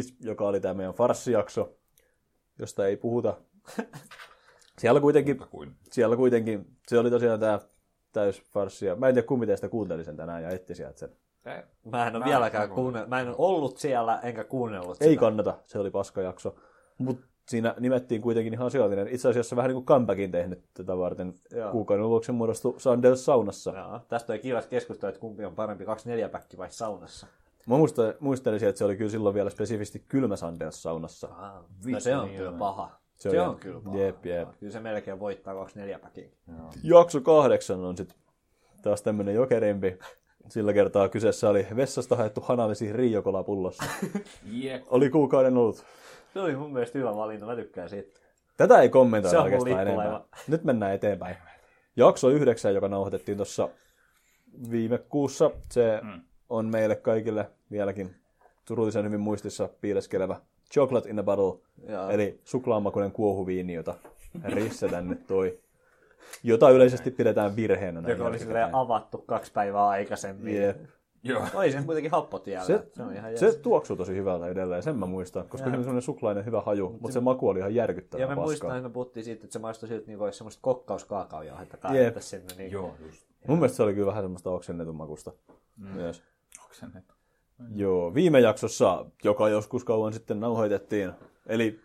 S2: 7.5, joka oli tämä meidän farssijakso, josta ei puhuta. Siellä kuitenkin
S4: Mutta kuin.
S2: siellä kuitenkin, se oli tosiaan tämä täysfarssi. ja Mä en tiedä, kumpi teistä kuunteli sen tänään ja etti sieltä sen.
S4: Tää-
S5: Mä en ole
S4: Mä
S5: vieläkään
S4: en-
S5: kuunnellut. Mä en ole ollut siellä enkä kuunnellut sitä.
S2: Ei kannata, se oli paskajakso. Mutta siinä nimettiin kuitenkin ihan asiallinen. Itse asiassa vähän niin kuin comebackin tehnyt tätä varten.
S5: Joo.
S2: Kuukauden luokse muodostui Sandels saunassa.
S5: Joo. Tästä ei kiivasti keskustella, että kumpi on parempi, kaksi neljäpäkki vai saunassa.
S2: Mä muista, muistelisin, että se oli kyllä silloin vielä spesifisti kylmä Sandels saunassa.
S5: Ah, no se on kyllä paha. Se,
S2: oli-
S5: on kyllä paha.
S2: Jep, jep.
S5: Kyllä se melkein voittaa kaksi neljäpäkin.
S2: Jakso kahdeksan on sitten taas tämmöinen jokerimpi. Sillä kertaa kyseessä oli vessasta haettu hanavesi riiokolapullossa.
S4: Jep.
S2: Oli kuukauden ollut
S5: Se oli mun mielestä hyvä valinta, mä tykkään siitä.
S2: Tätä ei kommentoida
S5: Se on mun
S2: oikeastaan
S5: lippulaiva.
S2: enempää. Nyt mennään eteenpäin. Jakso 9, joka nauhoitettiin tuossa viime kuussa, se mm. on meille kaikille vieläkin surullisen hyvin muistissa piileskelevä Chocolate in a Bottle,
S5: Joo.
S2: eli suklaamakuinen kuohuviini, jota Risse tänne toi, jota yleisesti pidetään virheenä. näin
S5: Joka oli
S2: jälkikäteen.
S5: silleen avattu kaksi päivää aikaisemmin.
S2: Jep.
S4: Joo.
S5: Oli se kuitenkin happot jäljellä.
S2: Se,
S5: Se, on ihan
S2: se
S5: se,
S2: tuoksuu tosi hyvältä edelleen, sen mä muistan, koska se on semmoinen suklainen hyvä haju, mutta se maku oli ihan järkyttävä
S5: ja me
S2: paskaa.
S5: muistan, että me puhuttiin siitä, että se maistui siltä, niin kuin olisi semmoista kokkauskaakaojauhetta
S2: Jep.
S5: kaadettaisiin sinne. Niin.
S4: Joo, just.
S2: Mun mielestä se oli kyllä vähän semmoista oksennetun makusta mm. myös.
S4: Oksennettu.
S2: Joo, viime jaksossa, joka joskus kauan sitten nauhoitettiin, eli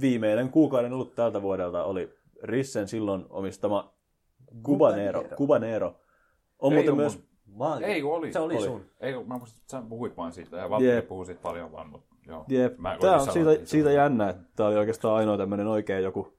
S2: viimeinen kuukauden ollut tältä vuodelta, oli Rissen silloin omistama Cubanero.
S5: Cubanero.
S2: Cubanero. On muuten
S4: oo
S2: myös,
S5: Mä,
S4: Ei, kun oli.
S5: Se oli,
S4: Oli.
S5: sun.
S4: Ei, kun mä muistin, että sä puhuit vaan siitä. Ja Valtteri
S2: Jep.
S4: puhuu siitä paljon vaan, mutta joo.
S2: jep,
S4: Mä koitin
S2: tää on
S4: sanoa,
S2: siitä,
S4: että ei se
S2: siitä
S4: ole.
S2: jännä, että tää oli oikeastaan ainoa tämmönen oikea joku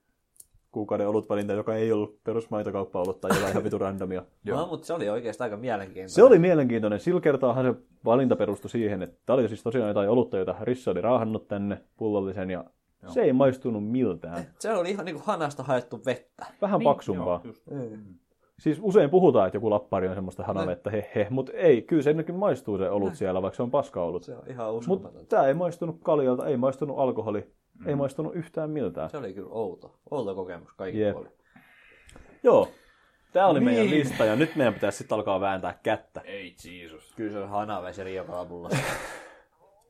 S2: kuukauden olutvalinta, joka ei ollut perusmaitokauppa ollut tai jotain ihan vitu randomia.
S5: Joo. No, mutta se oli oikeastaan aika mielenkiintoinen.
S2: Se oli mielenkiintoinen. Sillä kertaahan se valinta perustui siihen, että tämä oli siis tosiaan jotain olutta, jota Rissa oli raahannut tänne pullollisen ja Joo. se ei maistunut miltään.
S5: se oli ihan niin kuin hanasta haettu vettä.
S2: Vähän niin, paksumpaa.
S4: Joo, just.
S2: Siis usein puhutaan, että joku lappari on semmoista hanavettä, he he, mutta ei, kyllä se nytkin maistuu se olut siellä, vaikka se on paska ollut.
S5: Se on ihan
S2: Mutta
S5: uskomaton.
S2: tämä ei maistunut kaljalta, ei maistunut alkoholi, mm. ei maistunut yhtään miltään.
S5: Se oli kyllä outo. Outo kokemus kaikki
S2: Jep.
S5: yep. puolin.
S2: Joo, tämä oli niin. meidän lista ja nyt meidän pitäisi sitten alkaa vääntää kättä.
S4: Ei, Jeesus.
S5: Kyllä se on hanavesi riekalapulla.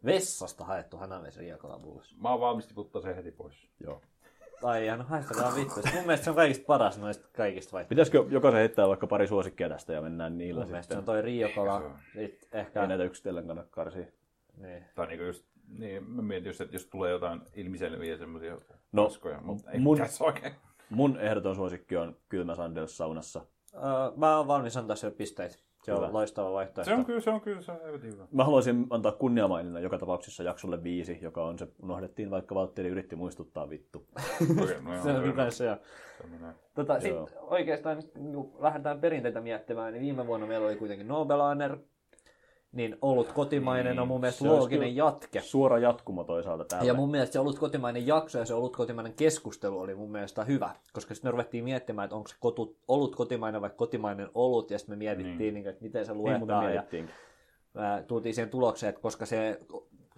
S5: Vessasta haettu hanavesi riekalapulla.
S4: Mä oon valmis tiputtaa sen heti pois.
S2: Joo.
S5: Ai ihan, no haistakaa vittu. Mun mielestä se on kaikista paras noista kaikista vaihtoehdoista.
S2: Pitäisikö jokaisen heittää vaikka pari suosikkia tästä ja mennään niillä
S5: Mun mielestä se Niin.
S2: sitten?
S5: on toi riokala. Sitten
S2: Ei
S5: ehkä...
S2: näitä yksitellen kannata karsia.
S5: Niin.
S4: Tai niinku just, niin mä mietin just, että jos tulee jotain ilmiselviä semmoisia
S2: No,
S4: paskoja, mutta ei
S2: mun-
S4: mun... tässä oikein.
S2: Mun ehdoton suosikki on kylmä Sandels saunassa.
S5: Äh, Öö, mä oon valmis antaa sille pisteitä. Se on
S2: Hyvä.
S5: loistava vaihtoehto.
S1: Se on kyllä, se on kyllä, se on helvetin hyvä.
S2: Mä haluaisin antaa kunniamaininnan joka tapauksessa jaksolle viisi, joka on se, unohdettiin vaikka Valtteri yritti muistuttaa vittu.
S1: Okei, no joo,
S5: Se on
S1: hyvä.
S5: kyllä se. joo.
S1: Tämmönen.
S5: Tota, sit
S2: Joo.
S5: oikeastaan nyt niin kun lähdetään perinteitä miettimään, niin viime vuonna meillä oli kuitenkin Nobelaner, niin ollut kotimainen on mun mielestä
S2: se olisi
S5: looginen
S2: kyllä-
S5: jatke.
S2: Suora jatkumo toisaalta tälle.
S5: Ja mun mielestä se ollut kotimainen jakso ja se ollut kotimainen keskustelu oli mun mielestä hyvä, koska sitten me ruvettiin miettimään, että onko se kotu, ollut kotimainen vai kotimainen ollut, ja sitten me mietittiin, niin. Niin, että miten se
S2: niin muuten
S5: luetaan, ja
S2: mietittiinkin.
S5: ää, tultiin siihen tulokseen, että koska se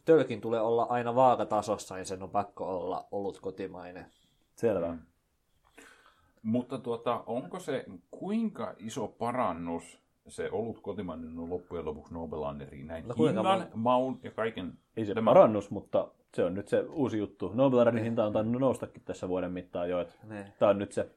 S5: tölkin tulee olla aina vaakatasossa, niin sen on pakko olla ollut kotimainen. Mm.
S2: Selvä.
S1: Mutta tuota, onko se, kuinka iso parannus se ollut kotimainen on loppujen lopuksi Nobelanderiin näin
S5: No
S1: no,
S5: kuinka
S1: hinnan,
S5: monta?
S1: maun ja kaiken.
S2: Ei se
S1: Tämä-
S2: parannus, mutta se on nyt se uusi juttu. Nobelarin hinta on tainnut noustakin tässä vuoden mittaan jo. että
S5: Niin.
S2: Tämä on nyt se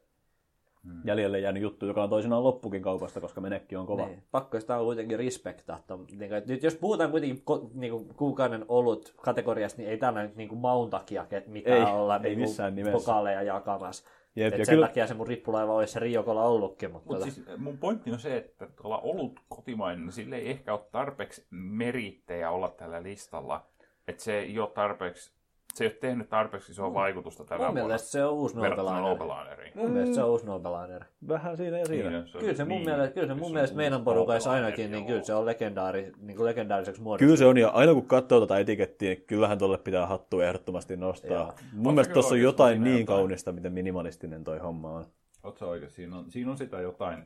S5: Mm.
S2: jäljelle jäänyt juttu, joka on toisinaan loppukin kaupasta, koska menekki on kova.
S5: Niin. Pakko sitä on kuitenkin respektaa. tom- Niin kuin, nyt jos puhutaan kuitenkin ko, niin kuin kuukauden olut kategoriasta, niin ei täällä nyt niin kuin maun takia ke- mitään
S2: Ei,
S5: olla
S2: ei
S5: niin kuin
S2: missään nimessä.
S5: pokaaleja jakamassa.
S2: Jep,
S5: Et
S2: ja
S5: sen
S2: kyllä-
S5: takia se mun rippulaiva olisi se Riokolla ollutkin. Mutta
S1: Mutta
S5: tota,
S1: siis mun pointti on se, että tuolla ollut kotimainen, niin sille ei ehkä ole tarpeeksi merittejä olla tällä listalla. Että se ei ole tarpeeksi, se ei ole tehnyt tarpeeksi isoa vaikutusta tänä
S5: Mm. mun
S1: vuonna
S5: mielestä se on uusi Mm.
S1: verrattuna
S5: Nobelainer.
S1: Nobelanderiin.
S5: Mun mielestä se on uusi Nobelainer.
S2: Vähän siinä ja siinä.
S1: Niin,
S5: Kyllä se mun
S1: niin,
S5: mielestä, kyllä se mun
S1: on
S5: mielestä meidän
S1: uusi
S5: porukassa
S1: Nobelainer,
S5: ainakin, niin
S1: joo.
S5: kyllä se on legendaari, niin kuin legendaariseksi muodostunut.
S2: Kyllä se on, ja aina kun katsoo tätä etikettiä, niin kyllähän tuolle pitää hattua ehdottomasti nostaa.
S5: Joo.
S2: Joo. Mun mielestä
S1: kyllä
S2: tuossa on
S1: oikeasti
S2: jotain
S1: siinä
S2: niin
S1: jotain?
S2: kaunista, miten minimalistinen toi homma on.
S1: Oot sä oikein? Siinä on, siinä on sitä jotain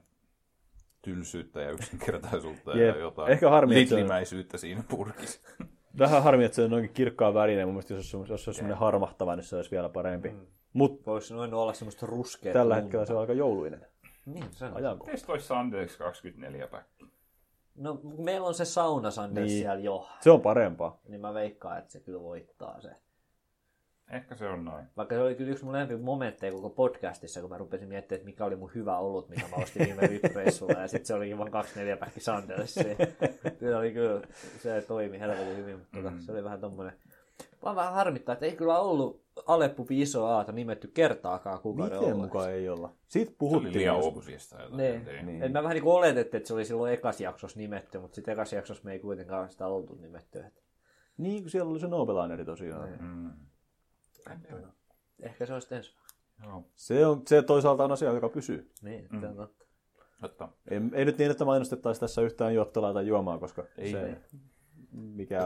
S1: tylsyyttä ja yksinkertaisuutta
S2: Jep.
S1: ja jotain
S2: Ehkä harmi, että se on-
S1: lidlimäisyyttä siinä purkissa.
S2: Vähän harmi, että se on noinkin kirkkaan värinen. Mun mielestä jos se olisi, jos se olisi semmoinen harmahtava, niin se olisi vielä parempi. Mm. Mutta
S5: Voiko se noin olla semmoista ruskeaa?
S2: tällä hetkellä se on aika jouluinen.
S5: Niin, se on.
S2: Ajanko.
S1: Mites toi Sandex 24 päkki?
S5: No, meillä on se saunasande niin.
S2: Niin.
S5: siellä jo,
S2: Se on parempaa.
S5: niin mä veikkaan, että se kyllä voittaa se.
S1: Ehkä se on noin.
S5: Vaikka se oli kyllä yksi mun lempimomentteja koko podcastissa, kun mä rupesin miettimään, että mikä oli mun hyvä olut, mitä mä ostin viime viikkoreissulla, ja sitten se oli vaan kaksi neljä päkki Sandelsia. Se oli kyllä, se toimi helvetin hyvin, mutta tota,
S2: Mm.
S5: se oli vähän tommonen... Vaan vähän harmittaa, että ei kyllä ollut Aleppu Iso Aata nimetty kertaakaan kuukauden
S2: Miten
S5: olueksi.
S2: mukaan ei olla? Siitä
S1: Puhuttiin
S2: puhuttiin
S1: liian
S2: joskus.
S1: obviousista
S5: Niin.
S1: jotain. Niin.
S5: niin. Mä vähän niin oletettiin, että se oli silloin ekas jaksossa nimetty, mutta sitten ekas jaksossa me ei kuitenkaan sitä oltu nimetty. Että
S2: Niin, kun siellä oli se Nobelineri tosiaan.
S1: Mm.
S5: ehkä se on sitten ensi.
S1: Joo,
S2: Se, on, se toisaalta on asia, joka pysyy.
S5: Niin, mm. se on totta.
S1: totta.
S2: Ei, ei nyt niin, että mainostettaisiin tässä yhtään juottelaa tai juomaa, koska ei, se,
S1: ei.
S2: mikä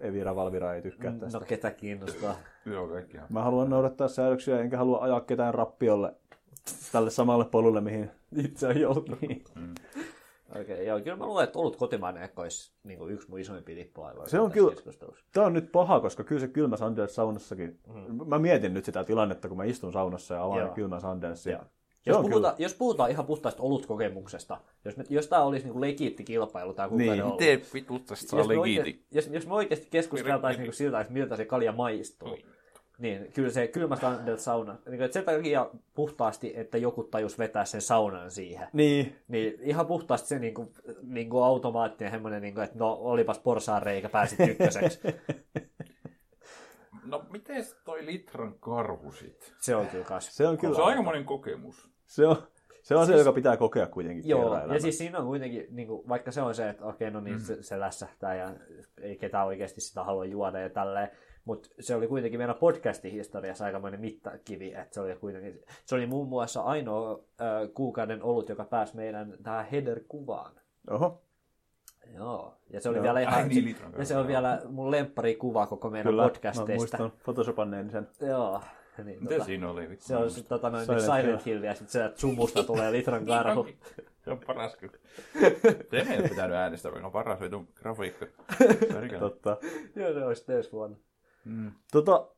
S2: Evira Valvira ei tykkää tästä.
S5: No ketä kiinnostaa.
S1: Kyllä on kaikkihan.
S2: Mä haluan noudattaa säädöksiä, enkä halua ajaa ketään rappiolle tälle samalle polulle, mihin itse on joutunut.
S5: Niin. Okei, okay, joo, kyllä mä luulen, että ollut kotimainen ehkä olisi niin kuin yksi mun isoimpia lippulaivoja.
S2: Se on
S5: tässä
S2: kyllä-
S5: Keskustelussa.
S2: Tämä on nyt paha, koska kyllä se kylmä Sundance saunassakin. Mm. Mä mietin nyt sitä tilannetta, kun mä istun saunassa ja
S5: Mm-hmm. Joo.
S2: avaan kylmä Sundancein.
S5: Joo.
S2: Se
S5: Jos
S2: on
S5: puhutaan,
S2: kyllä.
S5: jos puhutaan ihan puhtaasta olutkokemuksesta, jos, me, jos tämä olisi niin kuin legiitti kilpailu tai kuka
S2: Niin,
S5: ollut,
S1: Miten vitut tästä saa
S5: jos, me oikeasti,
S1: legiiti?
S5: jos, jos me oikeasti keskusteltaisiin niin siltä, että miltä se kalja maistuu,
S1: Oi.
S5: niin kyllä se kylmä standard sauna, niin kuin, että sen takia puhtaasti, että joku tajus vetää sen saunan siihen.
S2: Niin,
S5: Niin ihan puhtaasti se niinku, niinku automaattinen semmoinen, niinku, että no olipas porsaan reikä, pääsit ykköseksi.
S1: No miten toi litran karhu sit?
S5: se on kyllä kas.
S2: se on kyllä.
S1: Se on aikamoinen kokemus.
S2: Se on, se on asia, joka pitää kokea kuitenkin
S5: Joo,
S2: kerran
S5: ja
S2: elämässä.
S5: siis siinä on kuitenkin, niin kuin, vaikka se on se, että okei, no niin, se, se lässähtää ja ei ketään oikeasti sitä halua juoda ja tälleen, mutta se oli kuitenkin meidän podcastin historiassa aikamoinen mittakivi, että se oli kuitenkin, se oli muun muassa ainoa ö, kuukauden olut, joka pääsi meidän tähän header-kuvaan.
S2: Oho,
S5: Joo, ja se oli
S2: Joo.
S5: vielä ihan,
S1: Ai niin, litran
S5: ja se
S1: kanssa,
S5: on vielä mun lempparikuva koko meidän
S2: kyllä. Mä
S5: podcasteista.
S2: muistan photoshopanneeni sen.
S5: Joo. Niin,
S1: Miten siinä oli? Vittu,
S5: se on sit, tota, noin, Silent,
S2: Silent
S5: Silent Hill ja sitten sieltä sumusta tulee litran karhu.
S1: Niin Se on paras kyllä. Se ei ole pitänyt äänestää, vaikka on paras vitun grafiikka. Perkele.
S2: Totta.
S5: Joo, se olisi ensi vuonna.
S1: Mm.
S2: Tota,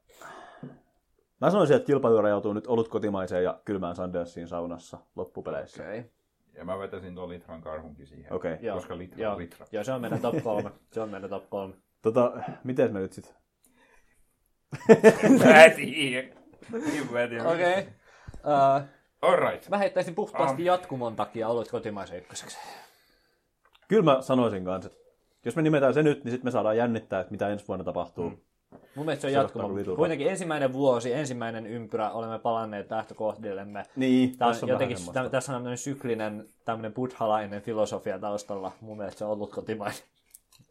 S2: mä sanoisin, että kilpailu rajautuu nyt ollut kotimaiseen ja kylmään Sundanceen saunassa loppupeleissä.
S5: Okei. Okay.
S1: Ja mä vetäisin tuon litran karhunkin siihen.
S2: Okei. Okay.
S5: Joo.
S1: Koska litra
S5: Joo.
S1: on litra.
S5: Joo, se on meidän top kolme. Se on meidän top kolme.
S2: Tota, miten me nyt sitten
S1: Mä en tiedä. Niin Mä en tiedä.
S5: Okei. Okay. Uh,
S1: Alright.
S5: mä heittäisin puhtaasti jatkumon takia olut kotimaisen ykköseksi.
S2: Kyllä mä sanoisin kanssa, että jos me nimetään se nyt, niin sitten me saadaan jännittää, että mitä ensi vuonna tapahtuu. Mm.
S5: Mun mielestä se on
S2: Se
S5: jatkumo.
S2: ottaa vitulta.
S5: Kuitenkin ensimmäinen vuosi, ensimmäinen ympyrä, olemme palanneet lähtökohdillemme.
S2: Niin,
S5: Tämä on
S2: tässä on
S5: jotenkin,
S2: vähän semmoista.
S5: tä- tässä on tämmöinen syklinen, tämmöinen buddhalainen filosofia taustalla. Mun mielestä se on ollut kotimainen.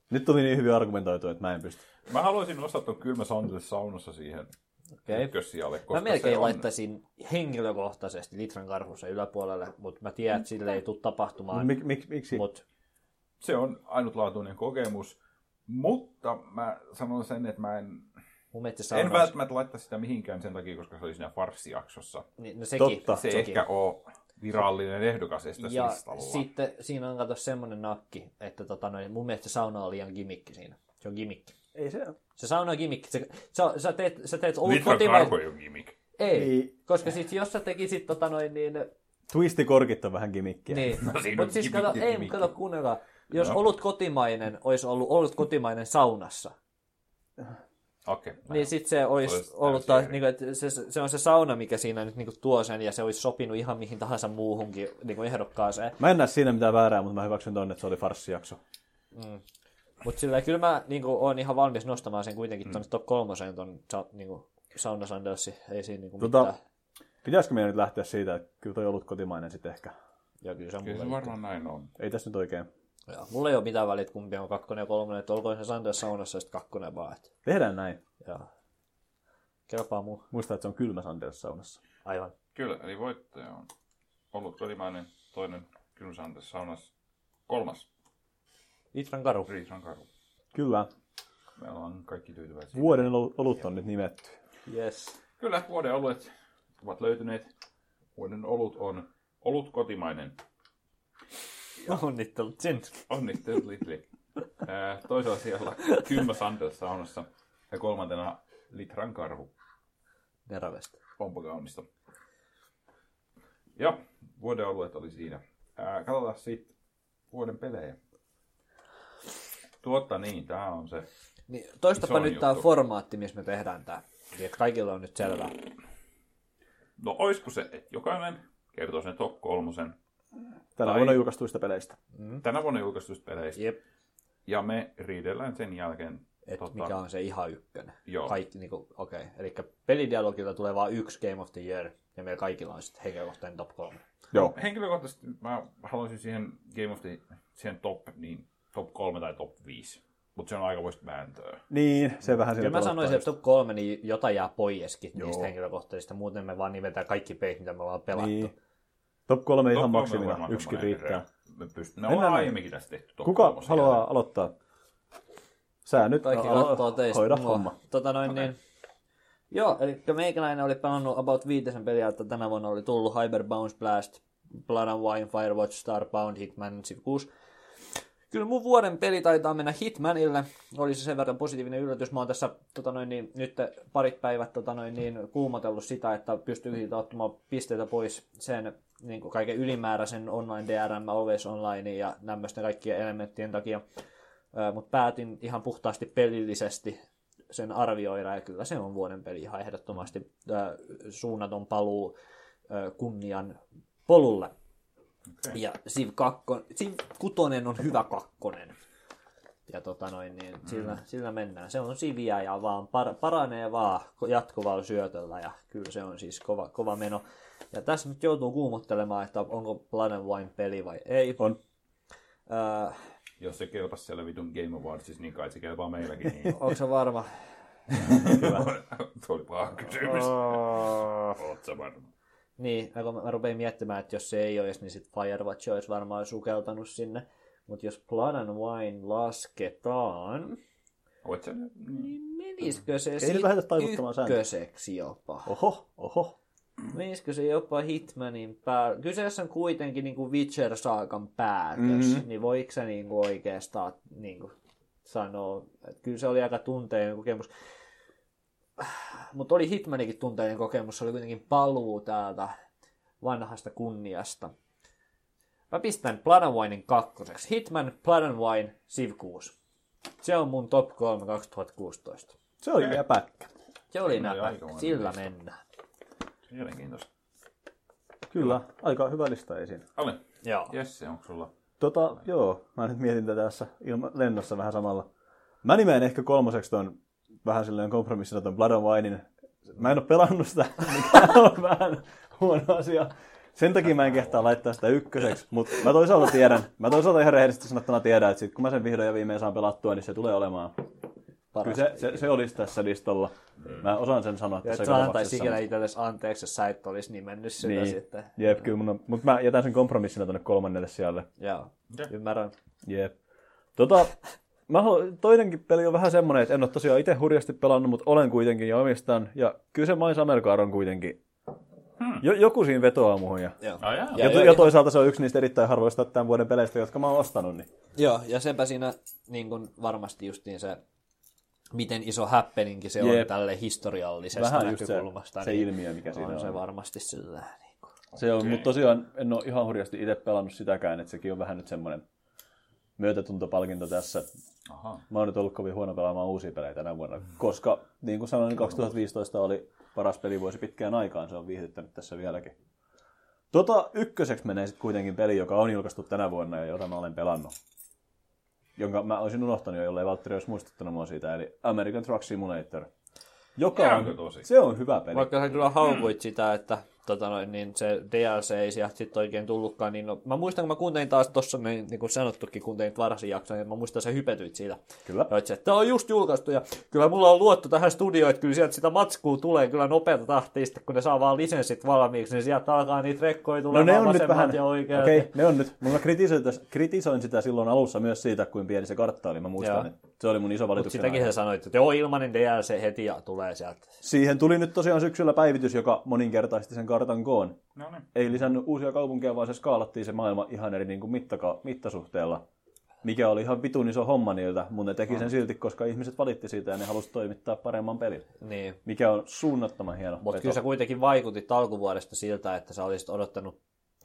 S2: Nyt tuli niin hyvin argumentoitu, että mä en pysty.
S1: Mä haluaisin nostaa tuon kylmä Sandille saunassa siihen
S5: Okei.
S1: ykkössijalle, koska
S5: Mä melkein
S1: se on...
S5: laittaisin henkilökohtaisesti litran karhusen yläpuolelle, mutta mä tiedän, että sille ei tule tapahtumaan.
S2: Mik, mik, No miksi?
S5: Mut
S1: se on ainutlaatuinen kokemus. Mutta mä sanon sen, että mä en,
S5: mun mielestä se
S1: en
S5: on...
S1: välttämättä laittaa sitä mihinkään sen takia, koska se oli siinä farssijaksossa.
S5: Niin, no sekin,
S2: Totta.
S1: Se
S5: sekin.
S1: ei ehkä ole virallinen ehdokas edes tässä
S5: Ja
S1: listalla.
S5: sitten siinä on kato semmoinen nakki, että tota noin, mun mielestä sauna on liian gimikki siinä. Se on gimikki.
S2: Ei se
S5: Se sauna on gimikki. Se, sä, sä teet, sä teet old
S1: Litran
S5: kotimainen...
S1: karhu ei ole gimmick.
S5: Ei,
S2: Ei.
S5: koska siis jos sä tekisit tota noin niin
S2: Twistikorkit on vähän gimikkiä.
S5: Niin.
S1: No siinä
S5: Mutta
S1: on No.
S5: siis kato,
S1: gimmick,
S5: ei,
S1: gimmick.
S5: kato kuunnellaan. Jos ollut kotimainen, olisi ollut ollut kotimainen saunassa,
S1: Okei. Okay,
S5: niin sitten se olisi
S1: Olisi
S5: ollut
S1: No. täysin
S5: taas,
S1: eri.
S5: niin kuin, että se, se on se sauna, mikä siinä nyt niin kuin, tuo sen, ja se olisi sopinut ihan mihin tahansa muuhunkin niin kuin ehdokkaaseen.
S2: Mä en näe siinä mitään väärää, mutta mä hyväksyn tonne, että se oli farssijakso.
S5: Mutta sillä kyllä mä niin kuin, olen ihan valmis nostamaan sen kuitenkin tuonne top kolmoseen tuon niin kuin, sauna Sandalsi. Ei siinä niin kuin,
S2: Tota,
S5: mitään.
S2: pitäisikö meidän nyt lähteä siitä, että kyllä toi ollut kotimainen sitten ehkä.
S5: Ja kyllä se on
S1: Kyllä se
S5: mulla,
S1: varmaan näin on.
S2: Ei tässä nyt oikein.
S5: Joo, mulla ei ole mitään välit, kumpi on kakkonen ja kolmonen, että olkoon se Sandals saunassa ja sitten kakkonen vaan. Että,
S2: Tehdään näin.
S5: joo. Kelpaa muu.
S2: Muista, että se on kylmä Sanders saunassa.
S5: Aivan.
S1: Kyllä, eli voittaja on ollut kotimainen, toinen kylmysantes saunassa, kolmas
S5: Litran karu.
S1: Riisran karu.
S2: Kyllä.
S1: Me ollaan kaikki tyytyväisiä.
S2: Vuoden ol- olut on nyt nimetty.
S5: Yes.
S1: Kyllä, vuoden olut ovat löytyneet. Vuoden olut on ollut kotimainen.
S5: Onnittelut sen.
S1: Onnittelut Litli. Ää, Toisella siellä kylmä Sanders saunassa ja kolmantena Litran karhu.
S5: Terävästä.
S1: Onpa kaunista. Ja vuoden alueet oli siinä. Ää, katsotaan sitten vuoden pelejä. Tuotta niin, tämä on se.
S5: Niin, toistapa
S1: Iso
S5: nyt
S1: juttu.
S5: tämä formaatti, missä me tehdään tämä. Että kaikilla on nyt selvää.
S1: No oisko se, että jokainen kertoo sen top kolmosen
S2: Tänä
S1: Tai-
S2: vuonna julkaistuista peleistä.
S1: tänä vuonna julkaistuista peleistä.
S5: Jep.
S1: Ja me riidellään sen jälkeen.
S5: Että mikä on se ihan ykkönen.
S1: Joo.
S5: Kaikki, niin kuin, okei. Okay. Eli pelidialogilta tulee vain yksi Game of the Year, ja meillä kaikilla on sitten henkilökohtainen top 3.
S2: Joo.
S1: Henkilökohtaisesti mä haluaisin siihen Game of the, siihen top, niin top 3 tai top 5. Mutta se on aikamoista vääntöä.
S2: Niin, se vähän siinä
S5: Kyllä mä
S2: pelottaa
S5: sanoisin,
S2: just.
S5: että top 3, niin jotain jää poieskin
S2: Joo.
S5: niistä henkilökohtaisista. Muuten me vaan nimetään kaikki peit, mitä me ollaan pelattu.
S2: Niin. Top kolme ihan
S1: Top kolme on
S2: maksimina.
S1: varmaan
S2: Yksikin
S1: semmoinen
S2: riittää.
S1: ero. Me pystymme. Me
S2: Mennään
S1: ollaan
S2: näin.
S1: aiemminkin tässä tehty top
S2: Kuka
S1: kolmosen
S2: haluaa aloittaa? Sä nyt
S5: Kaikki
S2: alo-
S5: katsoo teistä.
S2: hoida
S5: mua.
S2: homma.
S5: Tota noin, okay. niin, joo, eli meikäläinen oli pelannut about viitisen peliä, että tänä vuonna oli tullut Hyper Bounce Blast, Blood and Wine, Firewatch, Starbound, Hitman, Civ 6. Kyllä mun vuoden peli taitaa mennä Hitmanille. Oli se sen verran positiivinen yllätys. Mä oon tässä tota noin, niin, nyt parit päivät tota noin, niin, kuumotellut sitä, että pystyy siitä ottamaan pisteitä pois sen niin kuin kaiken ylimääräisen online DRM, Always Online ja tämmöisten kaikkien elementtien takia mutta päätin ihan puhtaasti pelillisesti sen arvioida, ja kyllä se on vuoden peli ihan ehdottomasti ää, suunnaton paluu ää, kunnian polulle. Okay. Ja Civ, 2, Civ 6 on hyvä kakkonen. Ja tota noin, niin sillä, mm. sillä mennään. Se on siviä ja vaan par, paranee vaan ko- jatkuvalla syötöllä ja kyllä se on siis kova, kova meno. Ja tässä nyt joutuu kuumottelemaan, että onko Blood and Wine peli vai ei.
S2: On.
S5: Ää,
S1: Jos se kelpasi siellä vitun Game Awardsissa, niin kai se kelpaa meilläkin. Niin.
S5: onko se varma?
S1: Tuo oli paha kysymys.
S2: Oh.
S1: Oot sä varma.
S5: Oh. Niin, mä, mä rupein miettimään, että jos se ei olisi, niin sitten Firewatch olisi varmaan sukeltanut sinne. Mutta jos Blood and Wine lasketaan,
S1: Oot sä? Niin.
S5: niin menisikö se
S2: nyt
S5: sit
S2: lähdetä taivuttamaan sääntöjä.
S5: ykköseksi jopa?
S2: Oho, oho.
S5: Menisikö se jopa Hitmanin pää... Kyseessä on kuitenkin niinku Witcher-saakan päätös, mm-hmm. niin voiko se niinku oikeastaan niinku sanoa, että kyllä se oli aika tunteinen kokemus. Mutta oli Hitmanikin tunteinen kokemus, se oli kuitenkin paluu täältä vanhasta kunniasta. Mä pistän Blood and Winein kakkoseksi. Hitman, Blood and Wine, Civ 6. Se on mun top 3 2016.
S2: Se oli vielä pätkä.
S5: Se oli
S1: Siinä oli
S5: näpä.
S1: aikamoinen
S5: Sillä
S1: lista.
S5: mennään.
S1: Mielenkiintoista.
S2: Kyllä, aika hyvä lista esiin.
S1: Ale,
S5: Joo.
S1: Jesse, onko sulla?
S2: Tota, joo, mä nyt mietin tätä tässä ilma, lennossa vähän samalla. Mä nimeen ehkä kolmoseksi ton vähän silleen kompromissina ton Blood and Winein. Mä en ole pelannut sitä, mikä on vähän huono asia. Sen takia mä en kehtaa laittaa sitä ykköseksi, mutta mä toisaalta tiedän, mä toisaalta ihan rehellisesti sanottuna tiedän, että sit kun mä sen vihdoin ja viimein saan pelattua, niin se tulee olemaan. Kyllä se, se, se olisi tässä listalla. Mä osaan sen sanoa
S5: Ja
S2: tässä
S5: et sä antaisi
S2: tapauksessa,
S5: ikinä itsellesi anteeksi, jos sä et olisi nimennyt sitä
S2: Niin.
S5: sitten.
S2: Jep, kyllä mun on, mutta mä jätän sen kompromissina tonne kolmannelle sijalle.
S5: Joo, ymmärrän.
S2: Jep. Tota, mä haluan, toinenkin peli on vähän semmonen, että en ole tosiaan itse hurjasti pelannut, mutta olen kuitenkin ja omistan. Ja kyllä se Miles Amerkaar on kuitenkin. Hmm. Jo, joku siinä vetoaa muhun. Ja,
S5: Joo.
S4: Ai jaa.
S5: Ja,
S2: ja,
S5: ja,
S2: to, ja, toisaalta se on yksi niistä erittäin harvoista tämän vuoden peleistä, jotka mä oon ostanut. Niin.
S5: joo, ja senpä siinä niin kun varmasti justiin se, miten iso happeninki se on
S2: Jep.
S5: tälle historiallisesta
S2: Vähän just se,
S5: näkökulmasta.
S2: se
S5: niin
S2: ilmiö, mikä siinä
S5: on
S2: on.
S5: se varmasti sillä. Niin kun.
S2: Se on, mutta tosiaan en ole ihan hurjasti itse pelannut sitäkään, että sekin on vähän nyt semmoinen myötätuntopalkinto tässä.
S4: Aha.
S2: Mä oon nyt ollut kovin huono pelaamaan uusia pelejä tänä vuonna, koska niin kuin sanoin, niin 2015 oli paras pelivuosi pitkään aikaan, se on viihdyttänyt tässä vieläkin. Tota, ykköseksi menee sitten kuitenkin peli, joka on julkaistu tänä vuonna ja jota mä olen pelannut. Jonka mä olisin unohtanut jo, jollei Valtteri olisi muistuttanut mua siitä, eli American Truck Simulator. Joka
S4: Jääkö
S2: on,
S4: tosi?
S2: se on hyvä peli.
S5: Vaikka sä kyllä haukuit sitä, että tota noin, niin se DLC ei sieltä sitten oikein tullutkaan, niin no, mä muistan, kun mä kuuntelin taas tuossa, niin, niin kuin sanottukin, kuuntelin varsin jakson, niin mä muistan, että sä hypetyit siitä.
S2: Kyllä.
S5: Ja itse, että tämä on just julkaistu, ja kyllä mulla on luottu tähän studioon, että kyllä sieltä sitä matskua tulee kyllä nopeata tahtia, sitten kun ne saa vaan lisenssit valmiiksi, niin sieltä alkaa niitä rekkoja
S2: No
S5: tulemaan
S2: ne on nyt
S5: vasemmalta
S2: vähän,
S5: ja oikealta.
S2: okei, okay, ne on nyt. Mä kritisoin, täs- kritisoin sitä silloin alussa myös siitä, kuin pieni se kartta oli, mä muistan.
S5: Joo.
S2: Että se oli mun iso
S5: Mutta
S2: valituksen
S5: sitäkin
S2: aihe.
S5: sä sanoit, että joo, niin ilmanen DLC heti ja tulee sieltä.
S2: Siihen tuli nyt tosiaan syksyllä päivitys, joka moninkertaisti sen kartan koon.
S4: No niin.
S2: Ei lisännyt uusia kaupunkeja, vaan se skaalattiin se maailma ihan eri niin kuin mittaka- mittasuhteella. Mikä oli ihan vitun iso homma niiltä, mutta ne teki sen silti, koska ihmiset valitti siitä ja ne halusi toimittaa paremman pelin.
S5: Niin.
S2: Mikä on suunnattoman hieno
S5: Mutta
S2: veto.
S5: kyllä sä kuitenkin vaikutit alkuvuodesta siltä, että sä olisit odottanut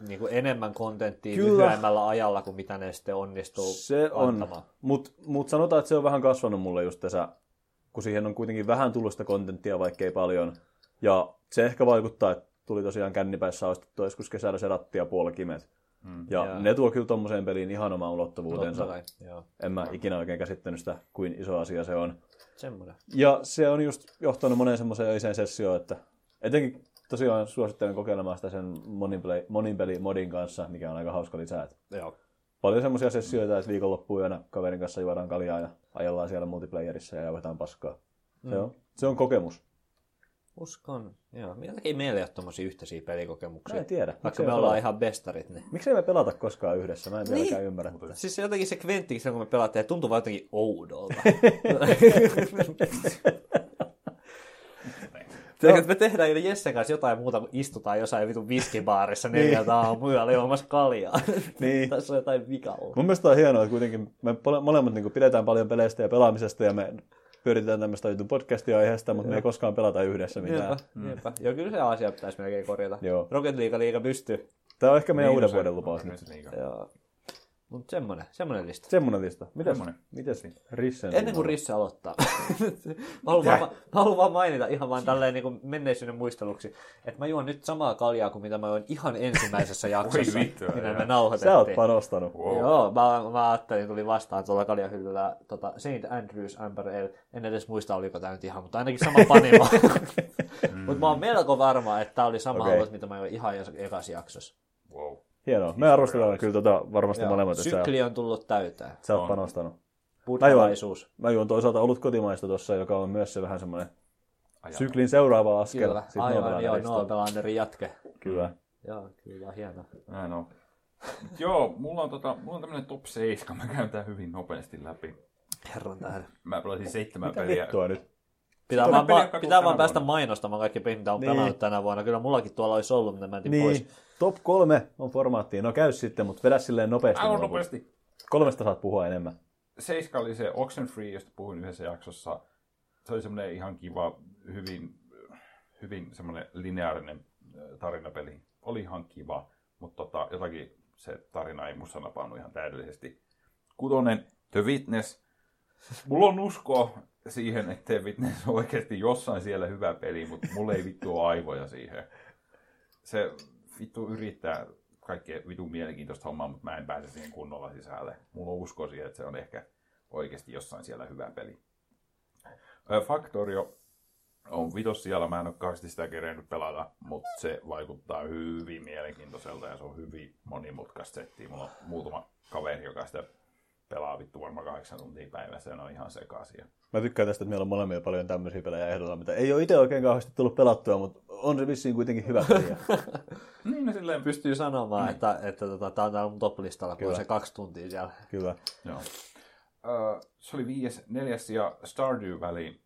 S5: niin kuin enemmän kontenttia
S2: Kyllä.
S5: lyhyemmällä ajalla kuin mitä ne sitten onnistuu
S2: Se on,
S5: antamaan.
S2: mutta mut sanotaan, että se on vähän kasvanut mulle just tässä, kun siihen on kuitenkin vähän tulosta kontenttia, vaikkei paljon. Ja se ehkä vaikuttaa, että tuli tosiaan kännipäissä ostettua joskus kesällä se ratti ja puolikimet. Mm, ja
S5: Jaa.
S2: yeah. ne tuo kyllä tommoseen peliin ihan omaa
S5: Totta
S2: ulottuvuutensa.
S5: kai, joo.
S2: En mä ikinä oikein käsittänyt sitä, kuin iso asia se on.
S5: Semmoinen.
S2: Ja se on just johtanut moneen semmoiseen öiseen sessioon, että etenkin tosiaan suosittelen kokeilemaan sitä sen monin, play, monin peli modin kanssa, mikä on aika hauska lisää. että
S5: Joo.
S2: paljon semmoisia sessioita, että viikonloppuyönä kaverin kanssa juodaan kaljaa ja ajellaan siellä multiplayerissa ja jauhetaan paskaa. Se on, se on kokemus.
S5: Mm. Uskon. Joo. Jotenkin meillä ei ole tommosia yhteisiä pelikokemuksia.
S2: Mä en tiedä.
S5: Vaikka
S2: Miksei
S5: me
S2: ole?
S5: ollaan ihan bestarit, niin.
S2: Miksei me pelata koskaan yhdessä? Mä en vieläkään
S5: Niin.
S2: ymmärrä tätä.
S5: Siis se jotenkin se kventti, kun me pelattiin, tuntuu vaan jotenkin oudolta. Tiedätkö, että me tehdään jo Jessen kanssa jotain muuta kuin istutaan jossain vitun viskibaarissa neljältä aamuja leivomassa kaljaa.
S2: Niin.
S5: Tässä on jotain vikalla.
S2: Mun mielestä on hienoa, että kuitenkin me pal- molemmat niin pidetään paljon peleistä ja pelaamisesta ja me pyöritetään tämmöistä jutun podcastia aiheesta, mutta me ei koskaan pelata yhdessä mitään.
S5: Niinpä, niinpä. Joo, kyllä se asia pitäisi melkein korjata.
S2: Mm. Joo.
S5: Rocket League liiga pystyy.
S2: Tämä on
S1: Niin,
S2: ehkä meidän
S1: no
S5: Niin,
S2: uuden vuoden lupaus nyt.
S5: Joo. Mut semmonen, semmonen lista.
S2: Semmonen lista. Mitäs,
S4: Semmonen.
S2: mitäs Rissen?
S5: Ennen kuin Risse aloittaa, mä haluan, vaan, mä haluan vaan mainita ihan vaan tälleen niin menneisyyden muisteluksi, että mä juon nyt samaa kaljaa kuin mitä mä join ihan ensimmäisessä jaksossa,
S4: vittua,
S5: mitä
S4: joo.
S5: me nauhoitettiin.
S2: Sä oot panostanut.
S4: Wow.
S5: Joo, mä, mä ajattelin, tuli vastaan tuolla kaljahyllyllä tota St. Andrews Amber Ale. En edes muista, oliko tämä nyt ihan, mutta ainakin sama panimo.
S4: Mm.
S5: Mutta mä oon melko varma, että tämä oli sama okay.
S2: Okei.
S5: alus, mitä mä join ihan jos- ekas jaksossa.
S4: Wow.
S5: Siis
S2: Hienoa. Me arvostetaan kyllä tota varmasti molemmat, että sä,
S5: Sykli on tullut täyteen.
S2: sä oot panostanut.
S5: Buddhalaisuus.
S2: Mä juon toisaalta ollut kotimaista tuossa, joka on myös se vähän semmoinen
S4: Ajatellaan.
S2: syklin seuraava askel.
S5: Kyllä,
S2: Sitten
S5: aivan
S2: Noopelan
S5: joo, no,
S2: järjestelmä.
S5: Noopelanderin jatke.
S2: Kyllä.
S5: Joo, kyllä, hienoa.
S4: Näin on. Mut Joo, mulla on, tota, mulla on tämmönen top 7, mä käyn tän hyvin nopeasti läpi.
S5: Herran tähden.
S4: Mä pelasin seitsemän
S2: Mitä
S4: peliä.
S2: vittua nyt?
S5: Pitää
S4: Tulee
S5: vaan,
S4: peliä
S5: vaan,
S4: kaku
S5: pitää
S4: tänä
S5: vaan päästä
S4: vuonna.
S5: mainostamaan kaikki pelit, mitä on
S2: Niin.
S5: pelannut tänä vuonna. Kyllä mullakin tuolla olisi ollut, mitä mä jätin niin. pois.
S2: Niin, top kolme on formaattiin. No käy sitten, mutta vedä silleen nopeasti.
S4: Aivan
S2: nuo, kun
S4: nopeasti.
S2: Kolmesta saat puhua enemmän.
S4: Seiska oli se Oxenfree, josta puhuin yhdessä jaksossa. Se oli semmoinen ihan kiva, hyvin, hyvin semmoinen lineaarinen äh, tarinapeli. Oli ihan kiva, mutta tota, jotakin se tarina ei musta napannut ihan täydellisesti. Kutonen, The Witness. Mulla on usko siihen, että The Witness on oikeasti jossain siellä hyvä peli, mutta mulla ei vittu ole aivoja siihen. Se vittu yrittää kaikkea vitun mielenkiintoista hommaa, mutta mä en pääse siihen kunnolla sisälle. Mulla on usko siihen, että se on ehkä oikeasti jossain siellä hyvä peli.
S1: Äh, Factorio on vitos siellä, mä en ole kauheasti sitä kerennyt pelata, mutta se vaikuttaa hyvin mielenkiintoiselta ja se on hyvin monimutkaista settiä. Mulla on muutama kaveri, joka sitä pelaa vittu varmaan kahdeksan tuntia päivässä ja ne on ihan sekaisin.
S2: Mä tykkään tästä, että meillä on molemmilla paljon tämmöisiä pelejä ehdolla, mitä ei ole itse oikein kauheasti tullut pelattua, mutta on se vissiin kuitenkin hyvä peliä.
S1: Niin, no silleen pystyy.
S5: Pystyy sanomaan, mm. että, että tota, tää on täällä mun top-listalla, kun on
S2: Kyllä.
S5: se kaksi tuntia siellä.
S2: Kyllä.
S1: Joo. Ö, se oli viides, neljäs ja Stardew väliin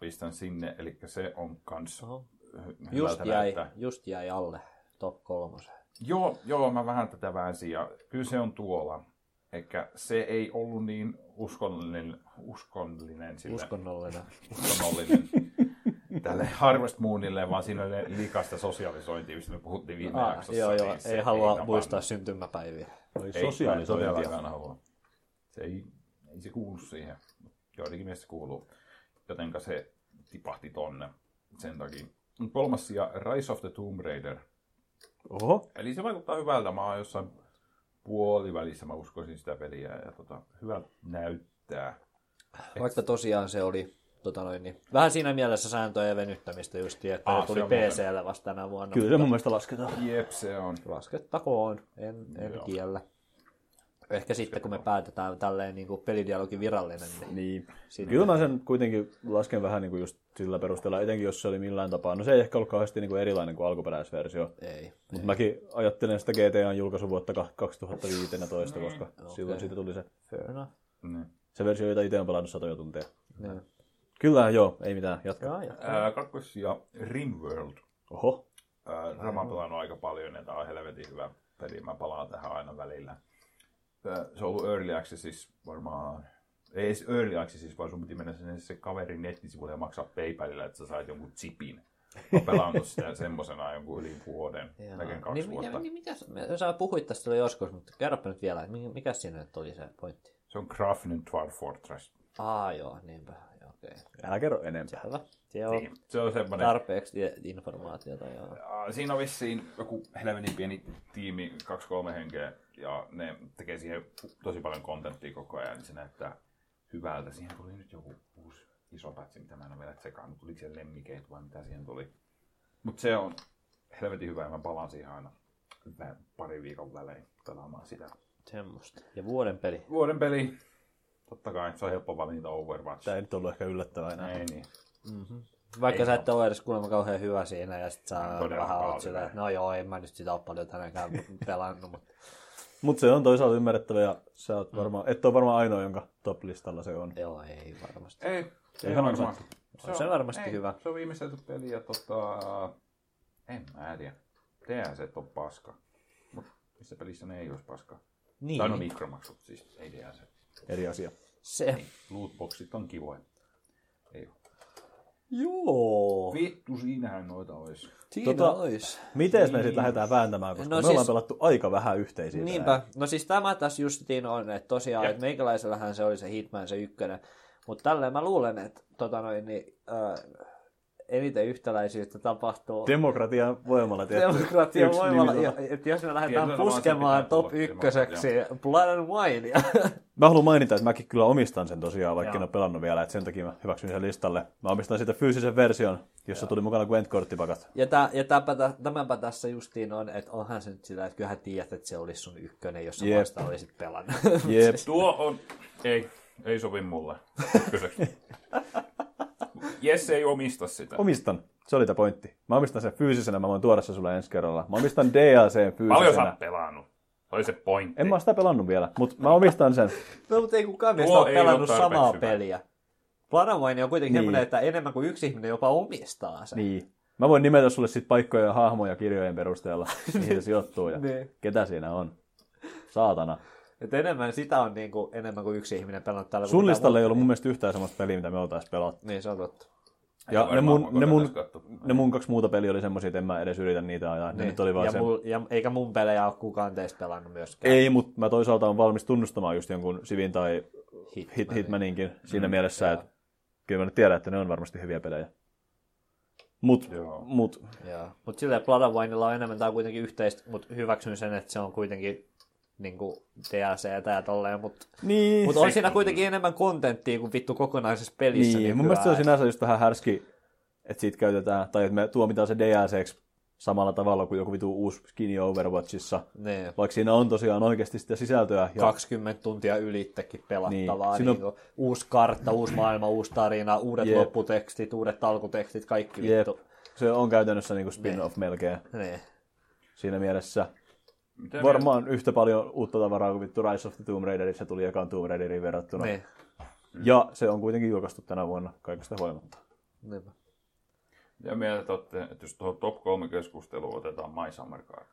S1: pistän sinne, eli se on kans
S5: Oho.
S1: hy-
S5: Just
S1: hyvältä
S5: jäi,
S1: näyttää.
S5: just jäi alle top kolmosen.
S1: Joo, joo, mä vähän tätä väänsin ja kyllä se on tuolla. Eikä se ei ollut niin uskonnollinen, uskonnollinen sille,
S5: Uskonnollinen.
S1: uskonnollinen tälle Harvest Moonille, vaan siinä oli ne liikasta sosialisointia, mistä me puhuttiin viime
S5: Ah,
S1: jaksossa.
S5: joo, joo,
S1: niin se
S5: ei halua
S1: tapahdu.
S5: muistaa syntymäpäiviä.
S2: Oli
S1: Ei,
S2: sosiaalisointia.
S1: todellakaan halua. Se ei, ei se kuulu siihen. Joidenkin mielestä se kuuluu. Jotenka se tipahti tonne sen takia. Kolmas sija, Rise of the Tomb Raider.
S2: Oho,
S1: Eli se vaikuttaa hyvältä. Mä oon jossain puolivälissä, mä uskoisin sitä peliä. Ja tota, hyvältä näyttää.
S5: Vaikka tosiaan se oli tota noin, niin, vähän siinä mielessä sääntöjen venyttämistä just, että
S1: Aa,
S5: Aa,
S1: se
S5: ne tuli
S1: on muuten.
S5: PClle vasta tänä vuonna.
S2: kyllä se mun mielestä lasketaan.
S1: Jep, se on.
S5: Laskettakoon, en, en
S1: Joo.
S5: kiellä. Ehkä sitten kun me päätetään tälleen niin kuin pelidialogin virallinen, niin
S2: Niin.
S5: Siinä-
S2: Kyllä mä sen kuitenkin lasken vähän niin kuin just sillä perusteella, etenkin jos se oli millään tapaa. No se ei ehkä ollut kauheasti niin kuin erilainen kuin alkuperäisversio.
S5: ei.
S2: Mutta mäkin ajattelen sitä GTAn julkaisuvuotta ka- 2015,
S5: Niin,
S2: koska silloin siitä tuli se,
S5: Fair enough.
S1: Niin.
S2: se versio, jota itse on pelannut satoja tunteja.
S5: Niin.
S2: Kyllä, joo, ei mitään, jatka.
S5: Joo, joo.
S1: Ää, kakkosia, Rimworld.
S2: Oho,
S1: Ää, Tämä
S5: Mm.
S1: on pelannut aika paljon ja tämä on helvetin hyvä peli. Mä palaan tähän aina välillä. Ää, Se on ollut Early Accessissa varmaan... Ei edes Early Accessissa, vaan sun piti mennä sinne se kaverin nettisivuille ja maksaa Paypalilla, että sä sait jonkun chipin. Mä oon pelannut sitä semmoisena jonkun yli vuoden,
S5: Joo.
S1: melkein kaksi
S5: niin,
S1: vuotta.
S5: Mikä, niin mikä, me- sä puhuit tästä jo joskus, mutta kerropa nyt vielä, että mi- mikä siinä nyt oli se pointti?
S1: Se on graafinen Dwarf Fortress.
S5: Aa joo, niinpä, joo, okei.
S2: älä kerro enempää.
S5: Selvä. Se on
S1: Niin, Se on semmoinen
S5: tarpeeksi tie- informaatiota, joo.
S1: Äh, siinä on vissiin joku helvetin pieni tiimi, kaksi-kolme henkeä, ja ne tekee siihen tosi paljon kontenttia koko ajan, niin se näyttää hyvältä. Siihen tuli nyt joku uusi iso pätsi, mitä mä en ole vielä tsekannut. Tuliko se lemmikeit vai mitä siihen tuli? Mutta se on helvetin hyvä, ja mä palaan siihen aina vä- pari viikon välein pelaamaan sitä.
S5: Semmosta. Ja vuoden peli.
S1: Vuoden peli, totta kai, se on helppo valinta Overwatch.
S2: Tämä ei nyt ollut ehkä yllättävää enää.
S1: Ei niin.
S5: Mm-hmm. Vaikka
S1: Ei
S5: sä et ole edes kuulemma kauhean hyvä siinä ja sit sä
S1: Todella
S5: vähän
S1: paljon.
S5: oot sillä, että no joo, en mä nyt sitä ole paljon tänäänkään pelannut, mutta
S2: Mutta se on toisaalta ymmärrettävä ja sä
S5: Mm.
S2: oot varmaan, et ole varmaan ainoa, jonka top-listalla se on.
S5: joo, ei varmasti.
S1: Ei,
S2: Ei
S1: ei
S2: varmaan.
S1: varmaan.
S5: On se varmasti hyvä.
S1: Se on viimeistelty peli ja tota... En mä tiedä. DLC on paska. Mut missä pelissä ne ei olisi paska?
S5: Niin, Niin.
S1: Tai no mikromaksut siis, ei DLC.
S2: Eri asia.
S5: se.
S1: Lootboxit on kivoja. Ei oo.
S5: Joo,
S1: Vittu, siinähän noita olisi.
S5: siinä tota,
S2: Tota,
S5: ois.
S2: Miten me sitten lähdetään vääntämään, koska
S5: No
S2: no me
S5: siis-
S2: siis... ollaan pelattu aika vähän yhteisiä. pelejä.
S5: Niinpä. No siis tämä tässä justiin on, että tosiaan, että meikäläisellähän se oli se Hitman se ykkönen. Mutta tälleen mä luulen, että tota noin, niin, äh, eniten yhtäläisyyttä tapahtuu
S2: Demokratian voimalla tietty.
S5: demokratian
S2: yksi
S5: voimalla.
S2: nimisana.
S5: Ja- Että jos me lähdetään
S1: Tietyllä tavalla
S5: puskemaan
S1: se pitää
S5: top
S1: olla
S5: ykköseksi Blood and Winea.
S2: Mä haluan mainita, että mäkin kyllä omistan sen tosiaan, vaikka
S5: Joo.
S2: en ole pelannut vielä, että sen takia mä hyväksyn sen listalle. Mä omistan siitä fyysisen version, jossa tuli mukana Gwent-korttipakat.
S5: Ja, tää, ja tämäpä, tä- tämäpä tässä justiin on, että onhan se nyt sillä, että kyllähän tiedät, että se olisi sun ykkönen, jos sä
S2: Jep.
S5: vasta olisit pelannut.
S2: Jep.
S1: Tuo on... Ei, ei sovi mulle. Ykköseksi. Jesse ei omista sitä.
S2: Omistan. Se oli tämä pointti. Mä omistan sen fyysisenä, mä voin tuoda sen sulle ensi kerralla. Mä omistan DLCn
S1: Paljon sä oot
S2: fyysisenä.
S1: pelannut. Toi se pointti.
S2: En mä oo sitä pelannut vielä, mutta mä omistan sen.
S5: no, mutta ei kukaan meistä
S1: Tuo
S5: ole
S1: ei ole
S5: pelannut
S1: tarpeeksi
S5: samaa
S1: hyvä.
S5: peliä. Blood and Wine on kuitenkin
S2: Niin.
S5: niin. semmoinen, että enemmän kuin yksi ihminen jopa omistaa sen.
S2: Niin. Mä voin nimetä sulle sit paikkoja ja hahmoja kirjojen perusteella, mihin se sijoittuu ja
S5: Niin.
S2: ketä siinä on. Saatana.
S5: Et enemmän sitä on niin kuin, enemmän kuin yksi ihminen pelannut tällä
S2: Sun
S5: mitä
S2: listalla
S5: muut-
S2: ei ollut mun mielestä yhtään semmoista peliä, mitä me oltais pelattu.
S5: Niin, se on totta.
S2: Ja
S1: Varmaan
S2: ne mun,
S1: mä
S2: ne,
S1: koitan
S2: mun,
S1: tässä katsoa.
S2: ne mun kaksi muuta peliä oli semmosia, että en mä edes yritä niitä ajaa. Ne
S5: Niin.
S2: nyt oli vaan
S5: ja,
S2: se.
S5: mul, ja, eikä mun pelejä ole kukaan teistä pelannut myöskään.
S2: Ei, mutta mä toisaalta on valmis tunnustamaan just jonkun Sivin tai
S5: Hitman.
S2: Hit, Hitmaninkin
S5: Mm.
S2: siinä mielessä, että kyllä mä nyt tiedän, että ne on varmasti hyviä pelejä. Mut,
S1: Joo.
S2: mut
S5: Mutta silleen Blood and Wineilla on enemmän, tämä on kuitenkin yhteistä, mutta hyväksyn sen, että se on kuitenkin niin kuin DLC tää tolleen, mutta
S2: Niin.
S5: mut on siinä kuitenkin enemmän kontenttia kuin vittu kokonaisessa pelissä.
S2: Niin, mun mielestä se on sinänsä just vähän härski, että siitä käytetään, tai että me tuomitaan se DLC samalla tavalla kuin joku vitu uusi skini Overwatchissa.
S5: Niin.
S2: Vaikka siinä on tosiaan oikeasti sitä sisältöä. Ja
S5: 20 tuntia ylittekin pelattavaa.
S2: Niin,
S5: Niin.
S2: siinä on-
S5: Niin kuin, uusi kartta, uusi maailma, uusi tarina, uudet
S2: Jep.
S5: Jep. lopputekstit, uudet alkutekstit, kaikki
S2: jep,
S5: vittu.
S2: se on käytännössä niin kuin spin-off melkein
S5: Niin.
S2: siinä mielessä.
S1: Mitä
S2: Varmaan yhtä paljon uutta tavaraa kuin vittu Rise of the Tomb Raiderissa tuli ekaan Tomb Raideriin verrattuna.
S5: Niin.
S2: Ja se on kuitenkin julkaistu tänä vuonna kaikesta huolimatta.
S5: Niinpä.
S1: Ja mieltä olette, että jos tuohon top 3 keskusteluun otetaan My Summer Car.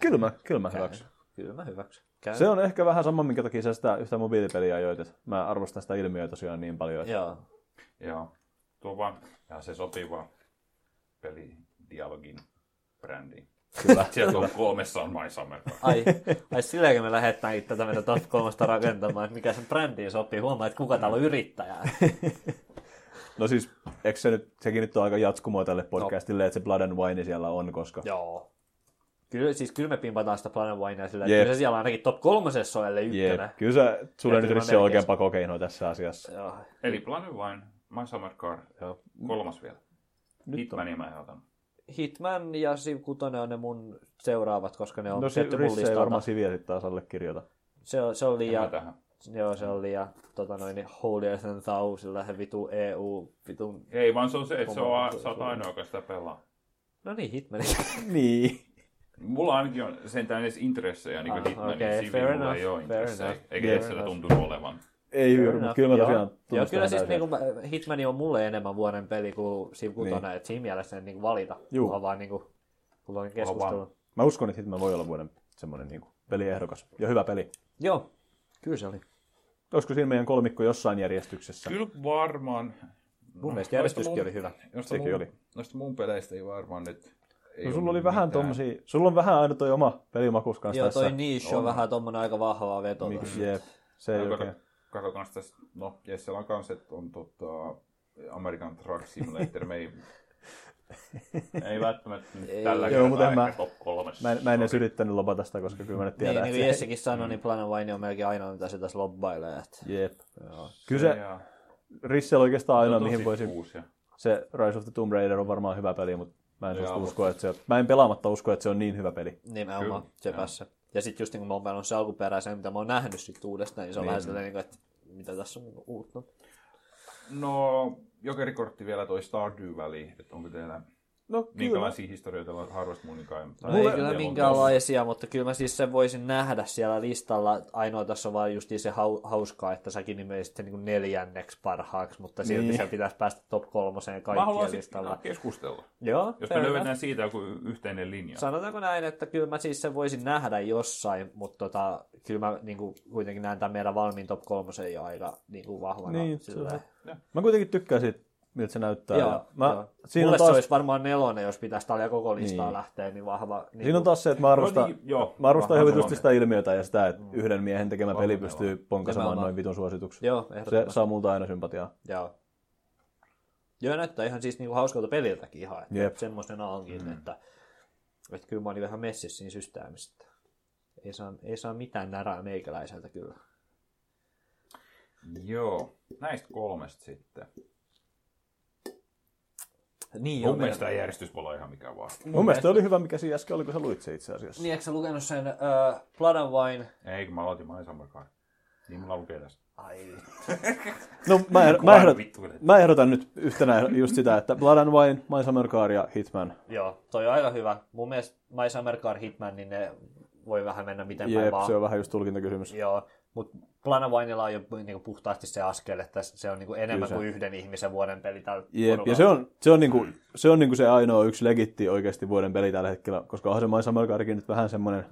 S2: Kyllä mä, kyllä mä hyväksyn.
S5: Kyllä mä hyväksyn. Käy.
S2: Se on ehkä vähän sama, minkä takia sä sitä yhtä mobiilipeliä ajoitit. Mä arvostan sitä ilmiötä tosiaan niin paljon, että
S5: Joo.
S1: Joo. Tuo vaan, ja se sopii vaan pelidialogin brändiin.
S2: kyllä.
S1: Sieltä on kolmessa on My Summer Car.
S5: Ai, ai silläkin me lähdetään itse tätä meidän top 3 rakentamaan, että mikä sen brändiin sopii. Huomaa, että kuka täällä on yrittäjä.
S2: No siis, eikö se nyt, sekin nyt on aika jatkumoa tälle podcastille, että se Blood and Wine siellä on, koska...
S5: Joo. Kyllä, siis kyllä me pimpataan sitä Planet Winea sillä,
S2: Jep.
S5: että kyllä se siellä ainakin top kolmosessa on, ellei ykkönen.
S2: Jep, kyllä sä, sulle
S5: Täytyy
S2: nyt
S5: vaan
S2: Rissi on oikein
S5: neljäs.
S2: pakokeino tässä asiassa.
S5: Joo.
S1: Eli Planet Wine, My Summer Car,
S2: Joo.
S1: kolmas vielä.
S2: Nyt on.
S1: Hitmania mä en otanut.
S5: Hitman ja Siv 6 on ne mun seuraavat, koska ne on
S2: No se
S5: tietty mun
S2: Rissi ei
S5: listalta.
S2: varmaan siviä sitten taas allekirjoita.
S5: Se on, se on
S1: Ja. Mä
S5: liian,
S1: tähän.
S5: joo, se on liian tota noin, niin holier than thou, sillä he vitu E EU, vitun...
S1: Ei, vaan se on se, että se
S5: Oma-
S1: on,
S5: se-
S1: sä oot
S5: se-
S1: ainoa, joka sitä pelaa.
S5: No niin, Hitman.
S2: Niin.
S1: Mulla ainakin on sentään edes intressejä, niin kuin
S5: Ah,
S1: Hitmanin
S5: okei,
S1: okay,
S5: fair
S1: mulla ei
S5: enough,
S1: ole
S5: fair
S1: intressejä,
S5: enough.
S1: eikä
S2: Fair
S1: itsellä
S5: enough.
S1: tuntunut olevan.
S2: Ei juuri, mutta kyllä mä
S5: Joo.
S2: tosiaan
S5: Joo, kyllä
S2: tunnustan
S5: siis
S2: täysin.
S5: niinku, Hitman on mulle enemmän vuoden peli kuin Siv 6, niin. että siinä mielessä en niinku valita,
S2: Juu.
S5: Juu. vaan niinku, kun on keskustelu.
S2: Mä uskon, että Hitman voi olla vuoden semmoinen niinku peliehdokas. Ja hyvä peli.
S5: Joo, kyllä se oli.
S2: Olisiko siinä meidän kolmikko jossain järjestyksessä?
S1: Kyllä varmaan. Mm.
S5: Mun mielestä järjestyskin oli hyvä.
S1: Noista
S2: Sekin
S1: mun,
S2: oli.
S1: Noista mun peleistä ei varmaan nyt... Ei
S2: No,
S1: ollut
S2: sulla oli vähän
S1: mitään.
S2: tommosia, sulla on vähän aina toi oma pelimakus kanssa
S5: Joo,
S2: tässä.
S5: toi niche on vähän tommonen aika vahvaa veto.
S2: Miksi? Niin, Jep, se ei
S1: No,
S2: oikein.
S1: kato- Katsotaan tässä, no, jes, siellä on kans, että on tota, American Truck Simulator, me ei, ei välttämättä nyt
S5: Ei.
S1: tällä
S5: Joo,
S1: kertaa
S2: mutta en mä-
S1: ehkä top kolmessa.
S2: Mä en, mä en edes yrittänyt lopata sitä, koska kyllä mä nyt
S5: Niin,
S2: tiedän,
S5: niin kuin
S2: että se-
S5: Jessikin sanoi, niin Planet Wine on melkein ainoa, mitä se tässä lobbailee. Että...
S2: Jep. Kyllä se
S1: Ja-
S2: Rissel oikeastaan ainoa,
S1: Tosi
S2: mihin voisi...
S1: kuusi ja-
S2: Se Rise of the Tomb Raider on varmaan hyvä peli, mutta mä en suostu
S1: Joo,
S2: usko, että se... Mä en pelaamatta usko, että se on niin hyvä peli.
S5: Nimenomaan,
S1: Kyllä,
S5: sepässä. Ja sitten just niin kuin mä oon pelannut se alkuperäisen, mitä mä oon nähnyt sit uudestaan, niin se on vähän sellainen, niin kuin, että mitä tässä on uutta.
S1: No, jokerikortti vielä toi Stardew-väli, että onko teillä
S2: No kyllä.
S1: minkälaisia historioita on Harvest Moonin kanssa?
S5: No ei kyllä minkäänlaisia, mutta kyllä mä siis sen voisin nähdä siellä listalla. Ainoa tässä on vaan just niin se hau- hauskaa, että säkin nimeisit sen niin neljänneksi parhaaksi, mutta silti
S2: Niin.
S5: niin. se pitäisi päästä top kolmoseen
S1: Mä
S5: kaikkien
S1: haluan sitten
S5: listalla.
S1: keskustella.
S5: Joo,
S1: Jos me
S5: fair enough.
S1: löydetään siitä joku y- yhteinen linja.
S5: Sanotaanko näin, että kyllä mä siis sen voisin nähdä jossain, mutta tota, kyllä mä niin kuin, kuitenkin näen tämän meidän valmiin top kolmosen jo aika niin kuin vahvana.
S2: Niin,
S5: silleen.
S2: se Mä kuitenkin tykkään siitä, miltä se näyttää.
S5: Joo,
S2: ja mä,
S5: joo.
S2: Siinä,
S5: Mulle
S2: on taas,
S5: se olisi varmaan nelonen, jos pitäisi tällä koko listaa
S2: Niin.
S5: niin. lähteä, niin vahva. Niin
S2: siinä on
S5: kuin-
S2: taas se, että mä arvostan,
S1: Kuitenkin, joo,
S2: mä arvostan
S1: vähän
S2: hyvin just
S1: samaa
S2: sitä ilmiötä ja sitä, että yhden miehen tekemä peli pystyy ponkasemaan
S5: Nimenomaan.
S2: noin vitun suosituksi.
S5: Joo,
S2: Se
S5: ehdottomasti.
S2: saa multa aina sympatiaa.
S5: Joo. Joo, näyttää ihan siis niinku hauskalta peliltäkin ihan. Että
S2: Jep.
S5: Jep. Semmoisena onkin, mm. että, että kyllä mä olin vähän messissä siinä systeemistä. Ei saa, ei saa mitään närää meikäläiseltä kyllä.
S1: Joo, näistä kolmesta sitten.
S5: Niin,
S1: Mun mielestä tämä järjestys voi olla ihan mikä vaan.
S2: Mun mielestä oli hyvä, mikä siinä äsken oli, kun sä luit se itse asiassa.
S5: Niin, eikö sä lukenut sen uh, Blood and Wine?
S1: Ei, kun mä aloitin My Summer Car. Niin mulla lukee tässä.
S5: Ai,
S2: No mä, ehdo, mä,
S1: Kukaan
S2: ehdotan,
S1: vittuilee.
S2: mä ehdotan nyt yhtenä just sitä, että Blood and Wine, My Summer Car ja Hitman.
S5: joo, toi on aika hyvä. Mun mielestä My Summer Car Hitman, niin ne voi vähän mennä miten päin
S2: Jep,
S5: vaan.
S2: se on vähän just tulkintakysymys.
S5: Joo, mutta Planavainilla on jo niinku puhtaasti se askel, että se on niinku enemmän
S2: Kyllä se.
S5: kuin yhden ihmisen vuoden peli tällä
S2: Jep, ja
S5: porukalla.
S2: se on, se on, niinku, se, on niinku se ainoa yksi legitti oikeasti vuoden peli tällä hetkellä, koska onhan se My Summer Carkin nyt vähän semmoinen...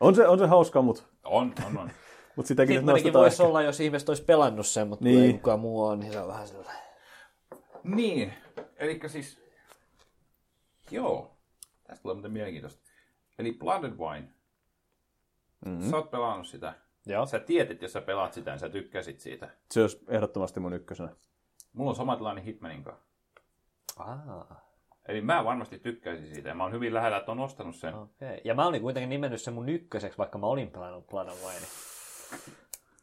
S2: On se, on se hauska, mutta
S1: On, on, on.
S2: mut sitäkin nyt
S5: Hitmanikin
S2: nostetaan.
S5: voisi olla, jos ihmiset olisi pelannut sen, mutta
S2: Niin.
S5: niin. ei kukaan muu on, niin se on vähän sellainen.
S1: niin, eli siis... Joo, tästä tulee muuten mielenkiintoista. Eli Blood and Wine. Mm-hmm. Sä oot pelannut sitä.
S5: Joo.
S1: Sä tiedät, että jos sä pelaat sitä, niin sä tykkäsit siitä.
S2: Se olisi ehdottomasti mun ykkösenä.
S1: Mulla on sama tilanne Hitmanin kanssa.
S5: Aa.
S1: Eli mä varmasti tykkäisin siitä ja mä oon hyvin lähellä, että on ostanut sen.
S5: Okay. Ja mä olin kuitenkin nimennyt sen mun ykköseksi, vaikka mä olin pelannut Planovine.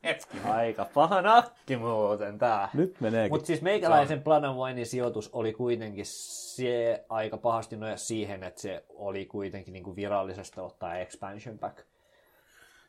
S1: Hetki.
S5: Aika paha nakki muuten tää.
S2: Nyt meneekin.
S5: Mutta siis meikäläisen Planovinin sijoitus oli kuitenkin se aika pahasti noja siihen, että se oli kuitenkin niinku virallisesti ottaa expansion pack.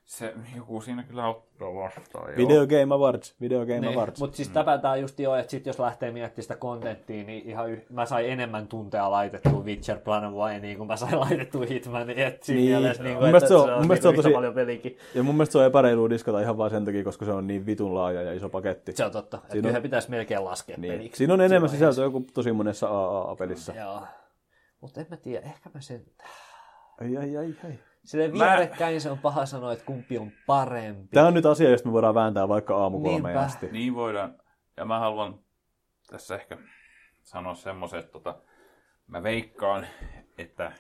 S1: Se joku siinä kyllä ottaa vastaan.
S2: Video Game Awards, Video Game
S5: Niin,
S2: Awards.
S5: mutta siis täpä tää just jo, että sit jos lähtee miettimään sitä kontenttia, niin ihan yh- mä sain enemmän tunteja laitettua Witcher Planoviniin, kun mä sain laitettua Hitmanin, et siinä
S2: Niin.
S5: mielessä, niin
S2: Mun
S5: kuin,
S2: mielestä
S5: että
S2: se on- mun mielestä se on
S5: niinku yhtä
S2: tosi-
S5: paljon pelikin.
S2: Ja mun mielestä se on epäreilu diskata ihan vaan sen takia, koska se on niin vitun laaja ja iso paketti.
S5: Se on totta,
S2: Siinä
S5: että
S2: on-
S5: yhden pitäisi melkein laskea
S2: Niin.
S5: peliksi.
S2: Siinä on enemmän
S5: vaiheessa.
S2: sisältöä kuin tosi monessa AAA-pelissä.
S5: Joo. Mutta en mä tiedä, ehkä mä sen...
S2: Ai, ai, ai, ai.
S5: Silleen vierekkäin se on paha sanoa, että kumpi on parempi.
S2: Tämä on nyt asia, josta me voidaan vääntää vaikka aamukolmeen
S5: Niinpä.
S2: asti.
S1: Niin voidaan. Ja mä haluan tässä ehkä sanoa semmoisen, että tota, mä veikkaan, että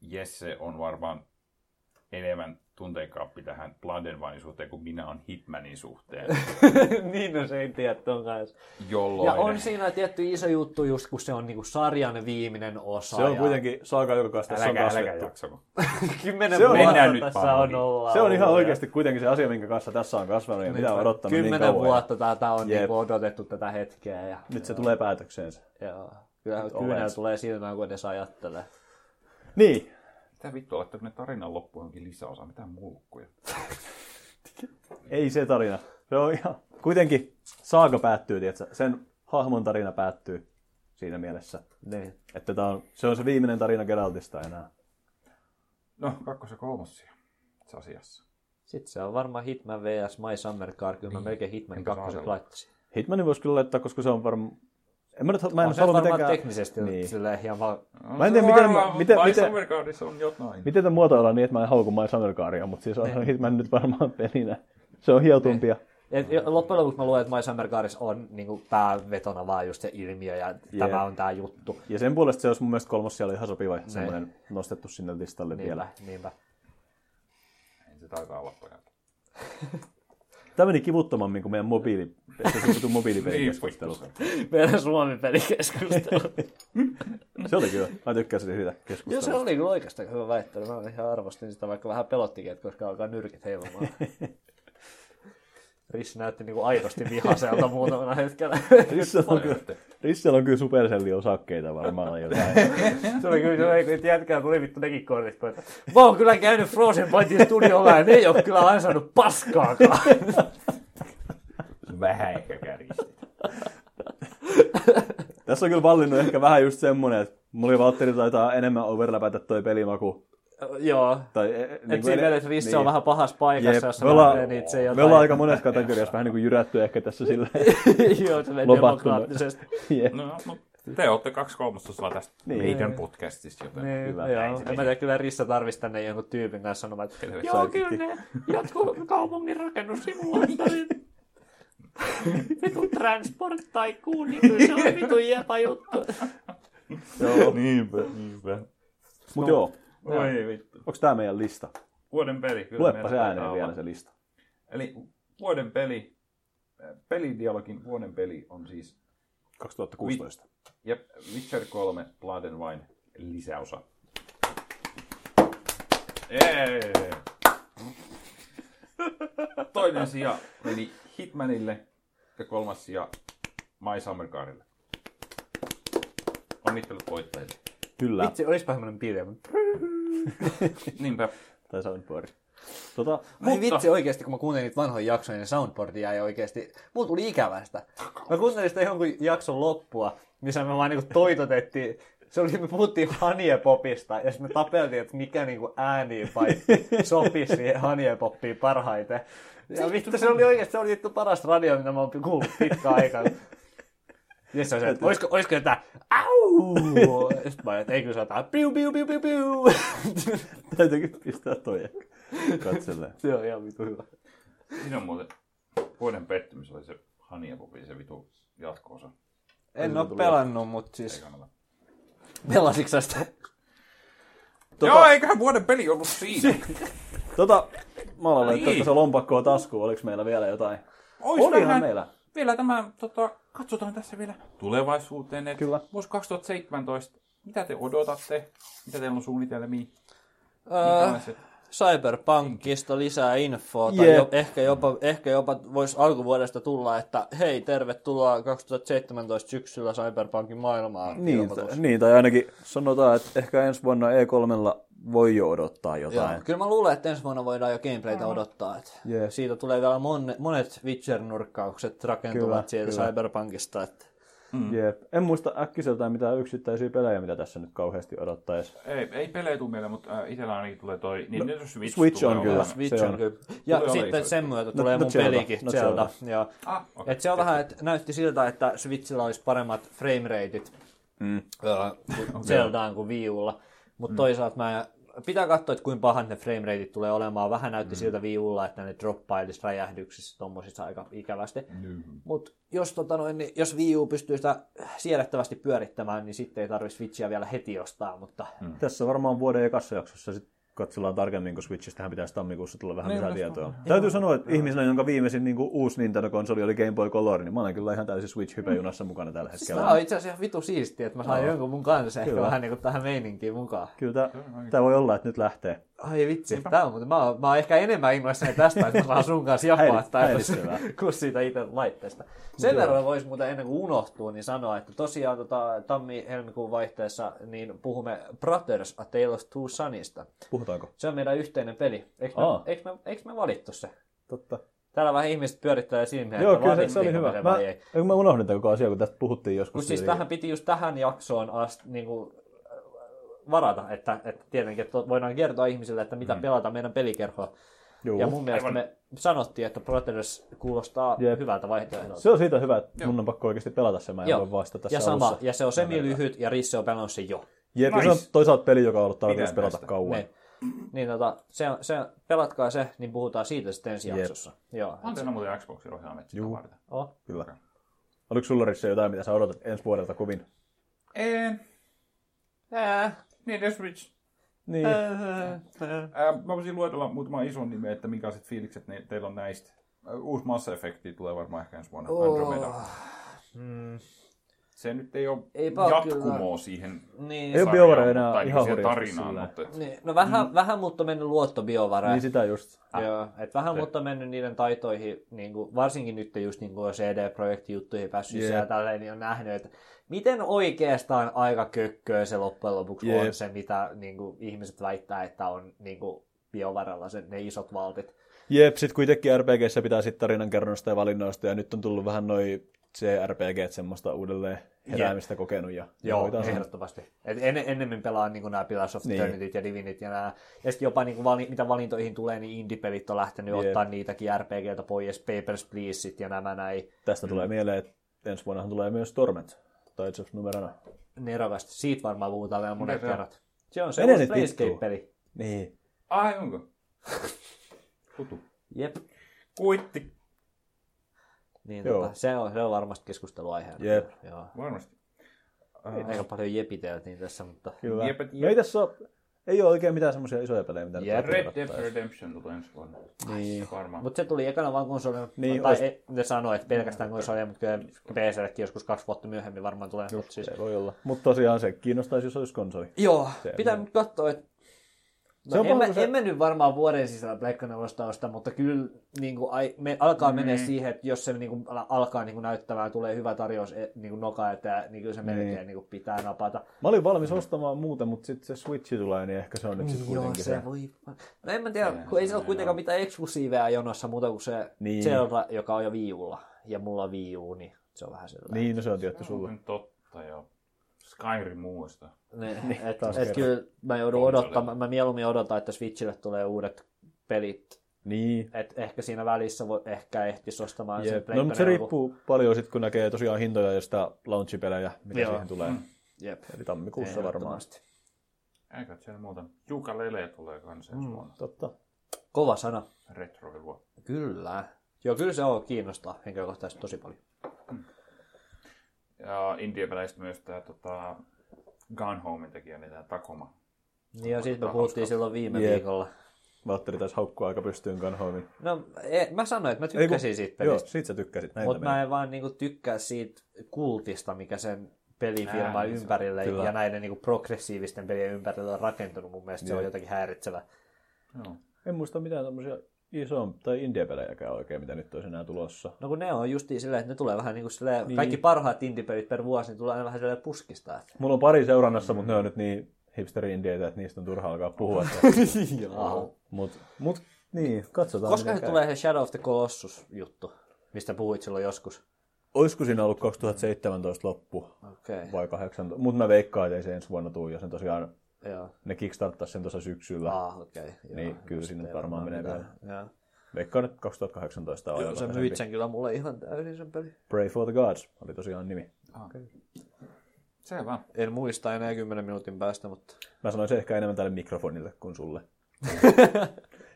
S1: Jesse on varmaan enemmän tunteikaappi tähän Blandenvainin suhteen kuin minä on Hitmanin suhteen.
S5: niin, no se ei tiedä ton kanssa.
S1: Jolloin...
S5: Ja on siinä tietty iso juttu just, kun se on niinku sarjan viimeinen osa.
S2: Se on
S5: ja
S2: kuitenkin saaka, joka kanssa tässä on
S1: Äläkä, äläkä
S2: kasvettu.
S1: jakso.
S5: Kymmenen
S2: Se on-
S5: vuotta
S1: Mennään nyt
S5: tässä
S1: vaan
S5: on
S1: ohi.
S5: ollut.
S2: Se on ihan oikeasti kuitenkin se asia, minkä kanssa tässä on kasvanut ja mitä on odottanut niin
S5: Kymmenen
S2: kauan.
S5: vuotta tätä on
S2: Jep.
S5: niinku odotettu tätä hetkeä. Ja,
S2: Nyt se tulee päätökseensä.
S5: Joo. Kyllä
S2: olet.
S5: kyynel tulee silmään, kun edes ajattelee.
S2: Niin.
S1: Mitä vittu, olette ne tarinan loppuun onkin lisäosa, mitä mulkkuja.
S2: Ei se tarina. Se on ihan... Kuitenkin saaga päättyy, tietsä. Sen hahmon tarina päättyy siinä mielessä.
S5: Niin.
S2: Että tää on, se on se viimeinen tarina Geraltista enää.
S1: No, kakkos ja kolmos se asiassa.
S5: Sitten se on varmaan Hitman vs. My Summer Car. Kyllä mä
S2: Niin.
S5: melkein Hitman
S1: Enkä saa
S5: kakkoset
S1: sellaista.
S5: laittaisin.
S2: Hitmanin voisi kyllä laittaa, koska se on varmaan... En mä nyt mä en
S5: On se varmaan
S2: halua mitenkään...
S5: teknisesti
S2: Niin.
S5: niin. silleen hieman...
S1: No,
S2: Mä en tiedä, miten mä- miten- miten-
S1: miten, on jotain.
S2: Miten tämän muotoillaan niin, että mä en hauku My Summer Caria, mutta siis
S5: Niin.
S2: on Hitman nyt varmaan pelinä. Se on hiotumpi ja
S5: Et loppujen lopuksi mä luulen, että My Summer Garis on niinku päävetona vaan just se ilmiö ja tämä on tämä juttu.
S2: Ja sen puolesta se olisi mun mielestä kolmas siellä ihan sopiva semmoinen nostettu sinne listalle
S5: Niin. Niinpä,
S2: vielä.
S5: niinpä.
S1: Ei se taitaa olla pojat.
S2: Tämä meni kivuttomammin kuin meidän mobiili, se se vitun mobiilipelikeskustelu.
S5: Meidän Suomen pelikeskustelu.
S2: se oli kyllä. Mä tykkäsin siitä
S5: Joo, se
S2: keskustelusta.
S5: oli kyllä oikeastaan hyvä väittely. Mä ihan arvostin sitä, vaikka vähän pelottikin, että koska alkaa nyrkit heilumaan. Rissi näytti niinku aidosti vihaselta muutamana hetkellä.
S2: Rissellä on, kyllä, Rissellä on kyllä supersellin osakkeita varmaan jotain.
S5: se oli kyllä se, kun jätkää tuli vittu nekin kortit. kun, että Mä oon kyllä käynyt Frozen Bytein studiolla ja ne ei ole kyllä ansainnut paskaakaan.
S1: Vähän ehkä kärjistit.
S2: Tässä on kyllä vallinnut ehkä vähän just semmoinen, että mulla oli Valtteri taitaa enemmän overläpätä toi pelimaku.
S5: Joo.
S2: Tai, eh, eh,
S5: Et
S2: niinku ele-
S5: siinä mielessä Risse on vähän pahassa paikassa,
S2: Jep,
S5: jos
S2: me
S5: se
S2: ollaan,
S5: lähtee niitä niin se
S2: me
S5: jotain.
S2: ollaan aika monessa kategoriassa vähän niin kuin jyrätty ehkä tässä sillä.
S5: Joo, se menee
S2: lopattu.
S5: demokraattisesti.
S2: Jep.
S1: No, no, te olette kaksi kolmasosaa tästä
S2: Niin.
S1: niin. meidän podcastista, joten
S5: Niin,
S2: Hyvä.
S5: joo.
S1: Näin se
S5: En mä tiedä, kyllä Rissa tarvitsisi tänne jonkun tyypin kanssa sanomaan, että
S1: Terve
S5: joo,
S2: sidekick.
S5: kyllä ne jotkut kaupungin rakennussimulaattorit. Vitu transport tai kuu, niin kyllä se on vitu jepa juttu.
S2: Joo.
S1: niinpä, niinpä.
S2: Mut joo,
S1: Oi vittu.
S2: onks tää meidän lista?
S1: Vuoden peli. Kyllä
S2: Luepa
S1: meillä
S2: se
S1: taitaa
S2: ääneen
S1: olla.
S2: vielä se lista.
S1: Eli vuoden peli, äh, pelidialogin vuoden peli on siis
S2: 2016.
S1: jep, Witcher 3 Blood and Wine lisäosa. Jee! Toinen sija meni Hitmanille ja kolmas sija My Summer Carille. Onnittelut voittajille.
S2: Kyllä.
S5: Vitsi, olispa semmonen piirre. Mutta...
S1: Niinpä.
S2: Tai soundboard. Tota,
S5: Ai vitsi, oikeesti kun mä kuuntelin niitä vanhoja jaksoja, niin soundboardi jäi oikeesti, mulla tuli ikävästä. Mä kuuntelin sitä jonkun jakson loppua, missä me vaan niinku toitotettiin, se oli, me puhuttiin Haniepopista ja sitten me tapeltiin, että mikä niinku äänipaitti sopisi siihen Haniepoppiin parhaiten. Ja vittu, se oli oikeesti se oli vittu paras radio, mitä mä oon kuullut pitkään aikaan. Ja se on se, että olisiko, olisiko jotain, au! Sitten mä olin, että ei kyllä se jotain, piu, piu, piu, piu, piu.
S2: täytyykin pistää toi ehkä katselleen.
S5: Se on ihan vittu hyvä.
S1: Siinä on muuten vuoden pettymys oli se Haniapopin se vitu jatko-osa.
S5: En ole pelannut, mutta siis
S1: Ei kannata.
S5: Pelasitko sä sitä?
S1: Tota... Joo, eiköhän vuoden peli ollut siinä.
S2: Tota, mä alan laittaa
S1: Niin.
S2: tässä lompakkoa taskuun. Oliks meillä vielä jotain?
S1: Ois
S2: Olihan
S1: vähän-
S2: meillä.
S4: vielä tämä, tota, katsotaan tässä vielä tulevaisuuteen, että
S2: Kyllä.
S4: vuosi 2017, mitä te odotatte, mitä teillä on suunnitelmia,
S5: Öö,
S4: minkälaiset
S5: Cyberpunkista lisää infoa, tai
S2: Jep.
S5: jo, ehkä jopa, ehkä jopa voisi alkuvuodesta tulla, että hei, tervetuloa 2017 syksyllä Cyberpunkin maailmaan.
S2: Niin,
S5: ilmoitus.
S2: tai, niin, tai ainakin sanotaan, että ehkä ensi vuonna E3 voi jo odottaa
S5: Joo,
S2: jotain.
S5: kyllä mä luulen, että ensi vuonna voidaan jo gameplaytä odottaa. Että
S2: Jep.
S5: Siitä tulee vielä monne, monet Witcher-nurkkaukset rakentuvat
S2: Kyllä,
S5: sieltä
S2: kyllä.
S5: Cyberpunkista. Että...
S2: Mm. Jep. En muista äkkiseltään mitään yksittäisiä pelejä, mitä tässä nyt kauheasti odottaisi.
S4: ei, ei pelejä tule mieleen, mutta äh, itsellä ainakin tulee toi, niin no, Switch,
S2: Switch
S4: tulee
S2: on
S4: olemaan.
S2: kyllä.
S5: Switch
S2: se
S5: on
S2: on.
S5: kyllä. Ja
S4: Tulee olemaan
S5: sitten
S4: iso
S5: sen
S4: juttu.
S5: myötä
S2: No-
S5: tulee
S2: no
S5: mun
S2: Zelda,
S5: pelikin
S2: no
S5: Zelda. Joo.
S4: Ah, okei.
S5: Et se on vähän, että näytti siltä, että Switchillä olisi paremmat frameraitit mm. Zeldaan kuin Wii Ulla. Mutta mm. toisaalta mä, pitää katsoa, että kuinka pahan ne frameraitit tulee olemaan. Vähän näytti mm. siltä Wii Ulla, että ne droppailisi räjähdyksissä tommosissa aika ikävästi. Mm. Mutta jos, tota noin, niin jos Wii U pystyy sitä siedettävästi pyörittämään, niin sitten ei tarvitse Switchia vielä heti ostaa. Mutta mm.
S2: Tässä varmaan vuoden ekassa jaksossa sit katsellaan tarkemmin, kun Switchistähän pitäisi tammikuussa tulla vähän lisää tietoa. Täytyy sanoa, että ihmisenä, jonka viimeisin niin kuin uusi Nintendo-konsoli oli Game Boy Color, niin mä olen kyllä ihan täysin Switch-hypejunassa mukana tällä
S5: Tämä on
S2: hetkellä.
S5: itse asiassa ihan vitu siistiä, että mä saan no. jonkun mun kanssa ehkä
S2: Kyllä.
S5: vähän niin kuin tähän meininkiin mukaan.
S2: Kyllä tämä voi olla, että nyt lähtee.
S5: Ai vitsi, tää on muuten, mä oon, mä oon ehkä enemmän innoissani tästä, että mä saan sun kanssa jakaa
S2: Häirit-
S5: tätä,
S2: häiritsevää.
S5: kuin siitä itse laitteesta. Sen verran voisi muuten ennen kuin unohtuu, niin sanoa, että tosiaan tota, tammi-helmikuun vaihteessa niin puhumme Brothers A Tale of Two Sonista.
S2: Puhutaanko?
S5: Se on meidän yhteinen peli. Eikö me,
S2: Aa.
S5: eikö me, eikö me valittu se?
S2: Totta.
S5: Täällä vähän ihmiset pyörittää silmiä,
S2: Joo,
S5: että
S2: kyllä se, se oli
S5: valittiinko me
S2: hyvä.
S5: se
S2: Mä,
S5: vai ei.
S2: ei, kun mä unohdin tämän koko asian, kun tästä puhuttiin joskus.
S5: Kun siis
S2: yli-
S5: tähän piti just tähän jaksoon asti niin kuin, varata, että, että tietenkin että voidaan kertoa ihmisille, että mitä mm. pelata meidän pelikerhoa.
S2: Juu.
S5: Ja mun mielestä me sanottiin, että Brothers kuulostaa
S2: Jep.
S5: hyvältä vaihtoehdolta.
S2: Se on siitä hyvä, että mun on pakko oikeasti pelata se, mä en
S5: Joo.
S2: voi vastata tässä
S5: ja sama,
S2: alussa.
S5: ja se on semi-lyhyt ja Risse on pelannut sen jo.
S2: Jep, ja se on
S4: Nice.
S2: toisaalta peli, joka on ollut tarkoitus
S4: Pidän
S2: pelata
S4: tästä.
S2: kauan.
S5: Niin, niin tota, se, on- se, on- pelatkaa se, niin puhutaan siitä sitten ensi
S2: Jep.
S5: jaksossa. Joo.
S4: On teillä muuten Xboxin ohjaimet sitä varten.
S5: Oh.
S2: Kyllä. Oliko sulla Risse jotain, mitä sä odotat ensi vuodelta kovin?
S4: En.
S5: Ää,
S4: Nintendo Switch.
S2: Niin.
S5: ää, ää.
S4: Ää, mä voisin luetella muutama ison nimen, että minkälaiset fiilikset ne, teillä on näistä. Ää, Uusi Mass Effect tulee varmaan ehkä ensi vuonna. Oh. Andromeda.
S5: Mm,
S4: Se nyt ei ole
S5: Eipä oo
S4: jatkumoa siihen
S5: niin,
S2: Ei ole
S4: sarjaan,
S2: Bioware enää
S4: mutta- tai
S2: ihan
S4: siihen
S2: hurjasti
S4: tarinaan,
S2: sillä.
S4: mutta et,
S5: niin, no vähän, mm. vähän mutta on mennyt luotto biovaraan.
S2: Niin sitä just.
S5: Joo, et vähän mutta on mennyt niiden taitoihin, niin kuin, varsinkin nyt just niin kuin CD-projektijuttuihin päässyt yeah.
S2: Jep.
S5: sisään tälleen, niin on nähnyt, että miten oikeastaan aika kökköä se loppujen lopuksi yeah.
S2: Jep.
S5: on se, mitä niin kuin, ihmiset väittää, että on niin kuin, biovaralla se, ne isot valtit.
S2: Jep, sit kuitenkin RPGssä pitää sit tarinankerronnosta ja valinnoista, ja nyt on tullut vähän noi CRPG semmoista uudelleen heräämistä kokenut. Ja
S5: Joo,
S2: hoitaa sen.
S5: ehdottomasti. Et en, ennemmin pelaan niin nämä Pillars of
S2: Niin.
S5: Eternityt ja Divinit ja nämä. Ja sitten jopa niin kuin, vali, mitä valintoihin tulee, niin indie-pelit on lähtenyt
S2: Jep.
S5: ottaa niitäkin RPGtä pois, Papers, Pleaseit ja nämä näin.
S2: Tästä tulee mieleen, että ensi vuonnahan tulee myös Torment. Tides of Numerana.
S5: nerokasta. Siitä varmaan puhutaan vielä monet
S4: Mitä se on?
S5: kerrat. Se on se
S2: Mene
S5: uusi
S2: nyt vittuun.
S5: Playscape-peli.
S2: Niin.
S4: Ai onko? Kutu.
S5: Jep.
S4: Kuitti.
S5: Niin
S2: Joo.
S5: tota, se, on, se on varmasti keskusteluaiheena.
S2: Jep.
S5: Joo.
S4: Varmasti.
S5: Aika paljon jepiteltiin tässä, mutta...
S2: Kyllä.
S4: Jep, et-
S2: No ei tässä ole, ei ole oikein mitään semmoisia isoja pelejä, mitä
S5: Jep.
S2: nyt
S4: Red
S2: Red
S4: Dead Redemption tulee ensi vuonna. Niin. Varmaan.
S5: Mutta se tuli ekana vaan konsolina.
S2: Niin,
S5: tai
S2: ois-
S5: ei, ne sanoi, että pelkästään konsoleja, mutta kyllä PCllekin joskus kaksi vuotta myöhemmin varmaan tulee. Mut siis.
S2: Se voi olla. Mutta tosiaan se kiinnostaisi, jos olisi konsoli.
S5: Joo,
S2: Se- niin.
S5: pitää nyt katsoa, että No
S2: Se on
S5: en, mä,
S2: paha, kun se-
S5: en mä nyt varmaan vuoden sisällä Pleikka nelosta osta, mutta kyllä niin kuin, ai, me alkaa mm. menee siihen, että jos se niin kuin, alkaa niin kuin, näyttämään, tulee hyvä tarjous niin kuin noka eteen, niin kyllä se melkein niin kuin, pitää napata.
S2: Mä olin valmis ostamaan muuten, mutta sitten se Switchi tulee, niin ehkä se on nyt sitten
S5: Joo,
S2: kuitenkin
S5: se,
S2: se.
S5: voi... No en mä tiedä, kun ei se ole kuitenkaan mitään eksklusiiveja jonossa muuta kuin se niin.
S2: Niin.
S5: Zelda, joka on jo viiulla, ja mulla on viiu, niin se on vähän sellainen.
S2: Niin, no se on tietty sulla.
S4: Sulla. Totta joo. Skyrim muusta.
S5: Niin, et,
S2: taas kerran. Niin,
S5: et kyllä mä joudun
S4: Konsolilla.
S5: odottamaan, mä mieluummin odotan, että Switchille tulee uudet pelit.
S2: Niin.
S5: Et ehkä siinä välissä voi, ehkä ehtis ostamaan sen
S2: Jep.
S5: Pleikka
S2: No, mutta se
S5: nelosen.
S2: riippuu paljon sitten, kun näkee tosiaan hintoja ja sitä launchipelejä, mitä
S5: Joo.
S2: siihen tulee.
S5: Jep.
S2: Eli tammikuussa varmaan.
S5: Ehdottomasti.
S4: Eikä siellä muuta. Juka Lele tulee kans ensi vuonna.
S2: Totta.
S5: Kova sana.
S4: Retroilua.
S5: Kyllä. Joo, kyllä se on kiinnostaa henkilökohtaisesti tosi paljon.
S4: Ja India-peleistä myös tää tota, Gun Homein tekijä, eli tää Takoma.
S5: Niin ja siitä me puhuttiin silloin viime
S2: Jep.
S5: viikolla.
S2: Valtteri taisi haukkua aika pystyyn kanhoimin.
S5: No, e, mä sanoin, että mä tykkäsin
S2: Ei, kun-
S5: siitä
S2: Joo,
S5: pelistä.
S2: sit sä tykkäsit. Näin
S5: Mutta
S2: tämä
S5: mä
S2: menee.
S5: en vaan niinku tykkää siitä kultista, mikä sen pelifirman
S4: Ääni, se on-
S5: ympärille
S2: kyllä.
S5: ja näiden niinku progressiivisten pelien ympärille on rakentunut. Mun mielestä se
S2: Joo.
S5: on jotenkin häiritsevä.
S4: Joo.
S2: En muista mitään tommosia iso- tai indie-pelejäkään oikein, mitä nyt olisi enää tulossa.
S5: No kun ne on justiin silleen, että ne tulee vähän niinku silleen, niin. kaikki parhaat indie-pelit per vuosi, niin tulee aina vähän silleen puskista. että-
S2: Mulla on pari seurannassa, mutta ne on nyt niin hipsteri-indieitä, että niistä on turha alkaa puhua.
S5: Joo.
S2: mut, mut, niin, katsotaan.
S5: Koska
S2: miten
S5: se
S2: käy.
S5: tulee se Shadow of the Colossus-juttu, mistä puhuit silloin joskus?
S2: Olisiko siinä ollut 2017 loppu
S5: Okei,
S2: vai 18? Mutta mä veikkaan, että ei se ensi vuonna tule, jos ne tosiaan
S5: joo.
S2: ne kickstarttaisi sen tuossa syksyllä.
S5: Ah, okei. joo.
S2: Niin, kyllä
S5: Just
S2: sinne
S5: ei
S2: varmaan
S5: varmaan
S2: menee
S5: mitään. Joo.
S2: Veikkaan, että 2018 on
S5: Joo, sä
S2: ajankohtaisempi.
S5: myit sen kyllä mulle ihan täysin sen peli.
S2: Pray for the Gods oli tosiaan nimi.
S4: Selvä.
S5: En muista enää 10 minuutin päästä, mutta...
S2: Mä sanoisin ehkä enemmän tälle mikrofonille kuin sulle.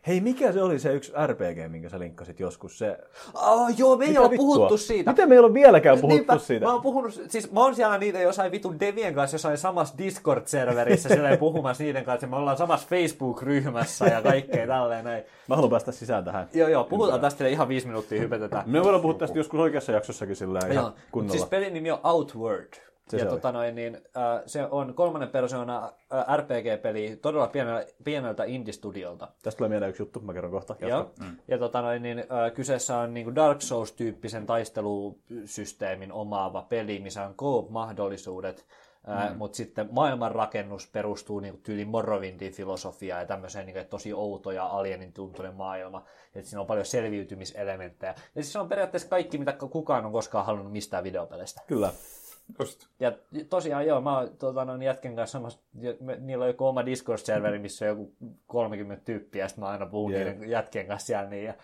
S2: Hei, mikä se oli se yksi RPG, minkä sä linkkasit joskus? Se...
S5: Oh, joo, me ei olla
S2: vittua?
S5: puhuttu siitä.
S2: Mitä me ei ole vieläkään puhuttu
S5: Niinpä,
S2: siitä?
S5: Mä oon puhunut, siis mä oon siellä niiden jossain vitun devien kanssa jossain samassa Discord-serverissä silleen puhumassa niiden kanssa. ja Me ollaan samassa Facebook-ryhmässä ja kaikkea tälleen näin.
S2: Mä haluan päästä sisään tähän.
S5: Joo, joo, puhutaan tästä vielä ihan viisi minuuttia hypetetään.
S2: Me voidaan puhua tästä joskus oikeassa jaksossakin sillä ihan
S5: Joo,
S2: kunnolla.
S5: kunnolla. Siis pelin nimi on Outward.
S2: Se
S5: Se ja
S2: se oli.
S5: tota noin, niin, äh, se on kolmannen persoona äh, RPG-peli todella pieneltä, pieneltä indie-studiolta.
S2: Tästä tulee mieleen yksi juttu, mä kerron kohta. Jatka.
S5: Joo. Ja tota noin, niin, äh, kyseessä on niin Dark Souls-tyyppisen taistelusysteemin omaava peli, missä on co-mahdollisuudet, äh, mutta sitten maailmanrakennus perustuu niin tyyli Morrowindin filosofiaan ja tämmöiseen niin, tosi outo ja alienin tuntuinen maailma. Et siinä on paljon selviytymiselementtejä. Ja siis se on periaatteessa kaikki, mitä kukaan on koskaan halunnut mistään videopelistä.
S2: Kyllä.
S4: Just.
S5: Ja tosiaan joo, mä oon tota, noin jätken kanssa samassa, ja me- niillä on joku oma Discord-serveri, missä on joku 30 tyyppiä, ja sit mä aina puhun
S2: Jee.
S5: yeah. niiden jätkien kanssa siellä, niin, ja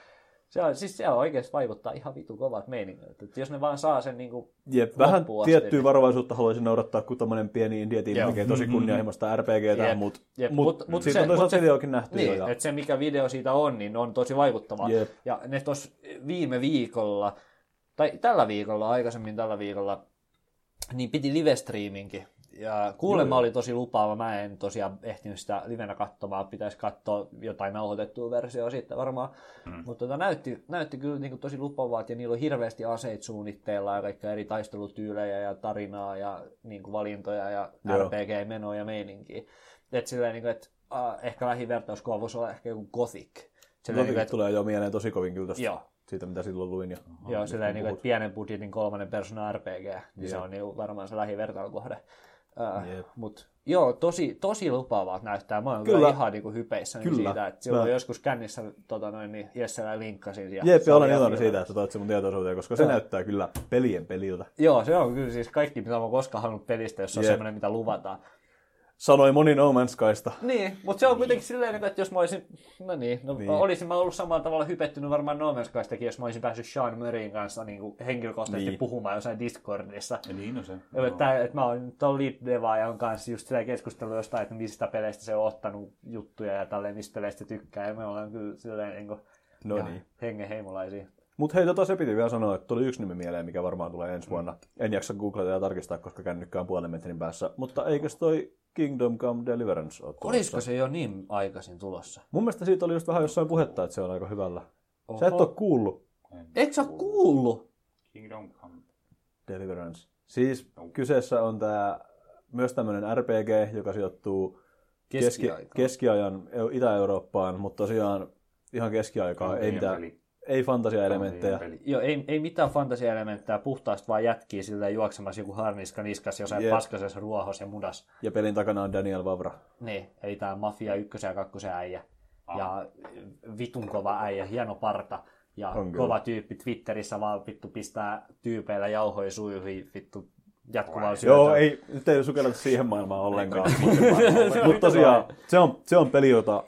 S5: se on, siis se on oikeasti vaikuttaa ihan vitu kovat meiningit. Et jos ne vaan saa sen niin kuin,
S2: Jep, vähän
S5: Loppuun asti,
S2: tiettyä
S5: niin.
S2: varovaisuutta haluaisin noudattaa, kun tämmöinen pieni indie-tiimi
S5: Joo.
S2: tekee tosi kunnianhimoista RPGtä,
S5: Jep,
S2: mutta
S5: jep,
S2: mut,
S5: mut-
S2: mut
S5: mut
S2: siitä
S5: se-
S2: on toisaalta
S5: mut se-
S2: videokin nähty jo.
S5: niin,
S2: Ja,
S5: että se mikä video siitä on, niin on tosi vaikuttavaa.
S2: Jep.
S5: Ja ne tos viime viikolla, tai tällä viikolla, aikaisemmin tällä viikolla, niin piti live-streaminkin. Ja kuulemma oli tosi lupaava, mä en tosiaan ehtinyt sitä livenä katsomaan, pitäisi katsoa jotain nauhoitettua versiota sitten varmaan. Mm. Mutta tota, näytti, näytti kyllä niin tosi lupaavalta ja niillä on hirveästi aseet suunnitteilla ja kaikkia eri taistelutyylejä ja tarinaa ja niin kuin valintoja ja
S2: Joo.
S5: RPG-menoa ja meininkiä. Et silleen, niin kuin, että, äh, ehkä lähivertauskuva voisi olla ehkä joku Gothic. Silleen, niin
S2: Jotenkin
S5: kuin, että,
S2: tulee jo mieleen tosi kovin kyllä tästä,
S5: Joo.
S2: siitä, mitä silloin luin. Ja,
S5: Joo, silleen niin kuin, että pienen budjetin kolmannen persoonan RPG, niin se on niin varmaan se lähivertailukohde.
S2: Jep.
S5: Uh, mut, joo, tosi, tosi lupaavalta näyttää. Mä oon kyllä,
S2: Kyllä.
S5: ihan niin kuin hypeissä
S2: Kyllä.
S5: siitä, että silloin
S2: Mä-
S5: joskus kännissä tota noin, niin Jesselä linkkasin. Ja
S2: Jep,
S5: se
S2: ja
S5: oli
S2: olen
S5: ihan
S2: iloinen
S5: hyvä.
S2: siitä, että toit sen mun tietoisuuteen, koska se näyttää kyllä pelien peliltä.
S5: Joo, se on kyllä siis kaikki, mitä mä oon koskaan halunnut pelistä, jos se on
S2: Jep.
S5: semmoinen, mitä luvataan.
S2: Sanoi moni No Man's Skysta.
S5: Niin, mutta se on kuitenkin silleen, niin kuin, että jos mä olisin, no niin, no, niin. olisin mä ollut samalla tavalla hypettynyt varmaan No Man's Skystakin, jos mä olisin päässyt Sean Murrayn kanssa niin kuin henkilökohtaisesti
S2: Niin.
S5: niin. puhumaan jossain Discordissa.
S4: Ja niin on se.
S5: Joo. Tää, että mä oon tuon Lead Devaajan kanssa just sillä keskustellut jostain, että mistä peleistä se on ottanut juttuja ja tälleen, mistä peleistä tykkää. Ja me ollaan kyllä silleen niin kuin,
S2: No niin.
S5: hengen heimolaisia.
S2: Mutta hei, tota se piti vielä sanoa, että tuli yksi nimi mieleen, mikä varmaan tulee
S5: Mm.
S2: ensi vuonna. En jaksa googlata ja tarkistaa, koska kännykkä on puolen metrin päässä. Mutta eikös toi Kingdom Come Deliverance ole tulossa?
S5: Olisiko se jo niin aikaisin tulossa?
S2: Mun mielestä siitä oli just vähän jossain puhetta, että se on aika hyvällä. Oho. Sä et ole kuullut
S5: Eikö sä oo kuullut?
S4: Kingdom Come.
S2: Deliverance. Siis kyseessä on tämä myös tämmöinen RPG, joka sijoittuu keski,
S5: Keskiaikaan.
S2: keskiajan Eu- Itä-Eurooppaan, mutta tosiaan ihan keskiaikaa, ei,
S4: Meidän
S2: mitään,
S4: peli.
S2: ei fantasiaelementtejä.
S4: Meidän peli.
S5: Joo, ei, ei mitään fantasiaelementtää, puhtaasti vaan jätkii silleen juoksemassa joku harniska niskas jossain
S2: Jep.
S5: yeah. paskasessa ruohos ja mudas.
S2: Ja pelin takana on Daniel Vavra.
S5: Niin, ei tää mafia ykkösen ja kakkosen äijä. Ja vitun kova äijä, hieno parta. Ja
S2: On kyllä.
S5: kova tyyppi Twitterissä vaan vittu pistää tyypeillä jauhoja suihin vittu jatkuvaa syötä.
S2: Joo, ei, nyt ei sukelleta siihen maailmaan ollenkaan.
S5: Se on
S2: mutta tosiaan,
S5: vitun
S2: se on, se on peli, jota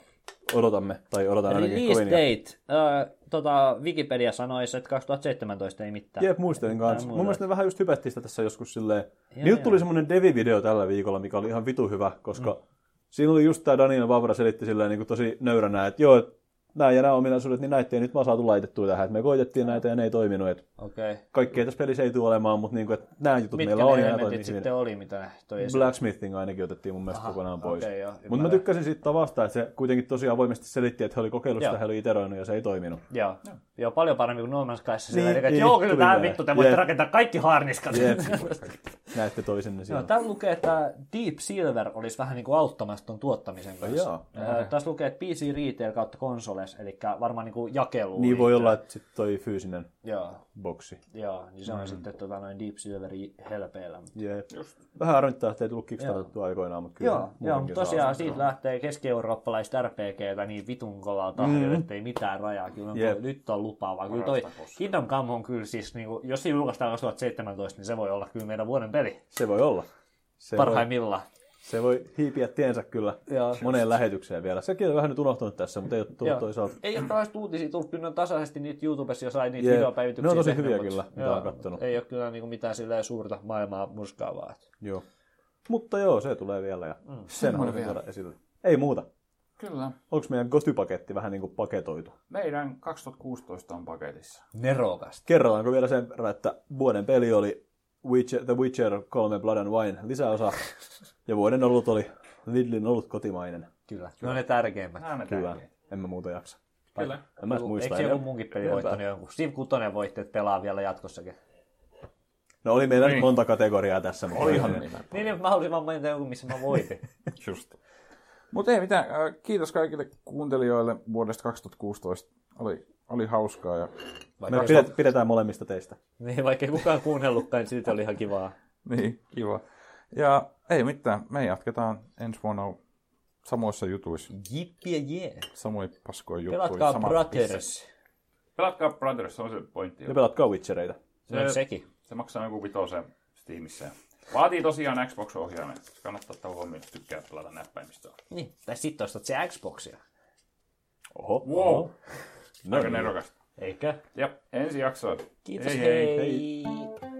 S2: odotamme, tai odotan ainakin
S5: Release
S2: kovin. Ja-
S5: date. Ö, tota, Wikipedia sanoisi, että 2017 ei mitään.
S2: Jep, muistelin kanssa. Mun
S5: muuta.
S2: mielestä ne vähän just hypättiin sitä tässä joskus silleen.
S5: Joo,
S2: Niiltä
S5: joo.
S2: tuli semmoinen Devi-video tällä viikolla, mikä oli ihan vitu hyvä, koska mm. siinä oli just tämä Daniel Vavra selitti silleen niin kuin tosi niinku nöyränä, että joo, et nämä ja nämä ominaisuudet, niin näitä ei nyt vaan saatu laitettua tähän. Et me koitettiin näitä ja ne ei toiminut. Et
S5: Okei. Okay.
S2: kaikkea tässä pelissä ei tule olemaan, mutta niinku, et nämä jutut
S5: Mitkä
S2: meillä on
S5: ne
S2: ja nämä toimii
S5: elementit
S2: hyvin.
S5: sitten oli, mitä ne toi esiin?
S2: Blacksmithing ainakin otettiin mun mielestä
S5: Aha,
S2: kokonaan pois.
S5: okei, joo,
S2: Mutta mä
S5: ymmärrän.
S2: tykkäsin siitä tavasta, että se kuitenkin tosiaan avoimesti selitti, että he oli kokeillut
S5: Joo.
S2: sitä, he oli iteroinut ja se ei toiminut.
S5: Joo. Joo, paljon paremmin kuin No Man's Skyssä.
S2: Niin,
S5: Niin, että
S2: niin,
S5: joo, kyllä
S2: tuli
S5: tähän
S2: mieleen.
S5: vittu, te voitte
S2: Jep.
S5: rakentaa kaikki haarniskat.
S2: Jep. Näette toisenne
S5: Joo,
S2: siellä.
S5: täällä lukee, että Deep Silver olisi vähän niin kuin auttamassa ton tuottamisen kanssa.
S2: Joo.
S5: Joo. Tässä lukee, että PC Retail kautta konsoles, eli varmaan niin kuin jakeluun
S2: Niin voi
S5: liittyen.
S2: olla, että sit toi fyysinen
S5: Joo,
S2: boksi.
S5: joo niin se on mm. sitten tota, noin Deep Silveri helpeillä.
S2: Jep. Vähän harmittaa, että ei tullut kickstartattua aikoinaan, mutta kyllä
S5: Joo, joo mutta tosiaan siitä lähtee keski-eurooppalaiset RPGtä niin vitun kovaa tahdilla, mm. ettei mitään rajaa. Kyllä on,
S2: Jep.
S5: nyt on lupaavaa. Kyllä toi Kingdom Come on kyllä siis, niin kuin, jos se julkaistaan 2017, niin se voi olla kyllä meidän vuoden peli
S2: Se voi olla. Se voi,
S5: parhaimmillaan.
S2: se voi hiipiä tiensä kyllä
S5: Joo.
S2: moneen lähetykseen vielä. Sekin on vähän nyt unohtunut tässä, mutta ei ole tullut
S5: Joo.
S2: toisaalta.
S5: Ei ole kauheasti uutisia tullut, kyllä ne on tasaisesti niitä YouTubessa jo sai niitä
S2: Jep.
S5: videopäivityksiä.
S2: Ne on tosi
S5: tehnyt,
S2: hyviä
S5: mutta-
S2: kyllä, mitä
S5: joo,
S2: on kattonut.
S5: Ei ole kyllä niin kuin mitään silleen suurta maailmaa murskaavaa.
S2: Joo. Mutta joo, se tulee vielä ja mm. sen haluaisin saada esitellä. Ei muuta.
S1: Kyllä.
S2: Onko meidän gotypaketti vähän niin kuin paketoitu?
S1: Meidän 2016 on paketissa.
S5: Nerokasta.
S2: Kerrotaanko vielä sen verran, että vuoden peli oli Witcher, The Witcher 3 Blood and Wine lisäosa ja vuoden ollut oli Lidlin ollut kotimainen.
S5: Kyllä. Ne on ne tärkeimmät.
S1: Nämä
S2: Kyllä,
S1: tärkeitä.
S2: en mä muuta jaksa.
S1: Kyllä.
S2: En mä edes muista
S5: Eikö se joku
S2: enää.
S5: munkin peli voittanut jonkun? Siv Kutonen voitti, että pelaa vielä jatkossakin.
S2: No oli meillä nyt monta kategoriaa tässä. Mutta
S1: Olihan niitä.
S5: Niin, niin mä halusin vaan mainita joku, missä mä voitin.
S1: Just. Mutta ei mitään. Äh, Kiitos kaikille kuuntelijoille vuodesta 2016. Oli, oli hauskaa ja
S2: Me pidet, pidetään molemmista teistä.
S5: niin, vaikka ei kukaan kuunnellutkaan, niin silti oli ihan kivaa.
S1: niin, kiva. Ja ei mitään. Me jatketaan ensi vuonna samoissa jutuissa.
S5: Jippi ja jee.
S1: Samoin paskoja juttuja.
S5: Pelatkaa
S1: samat pisset.
S5: Brothers.
S1: Pelatkaa Brothers, se on se pointti.
S2: Ja pelatkaa Witchereita.
S5: Se on sekin.
S1: Se maksaa joku vitosen Steamissa. Vaatii tosiaan Xbox-ohjaimen. Kannattaa ottaa huomioon, että tykkää pelata näppäimistöä.
S5: Niin. Tai sit ostat se Xboxia.
S2: Oho.
S1: Wow.
S2: No
S1: Aika
S2: niin.
S1: nerokasta.
S5: Eikö?
S1: Jep, ensi jaksoon.
S5: Kiitos,
S1: Hei, hei.
S5: hei. hei. hei.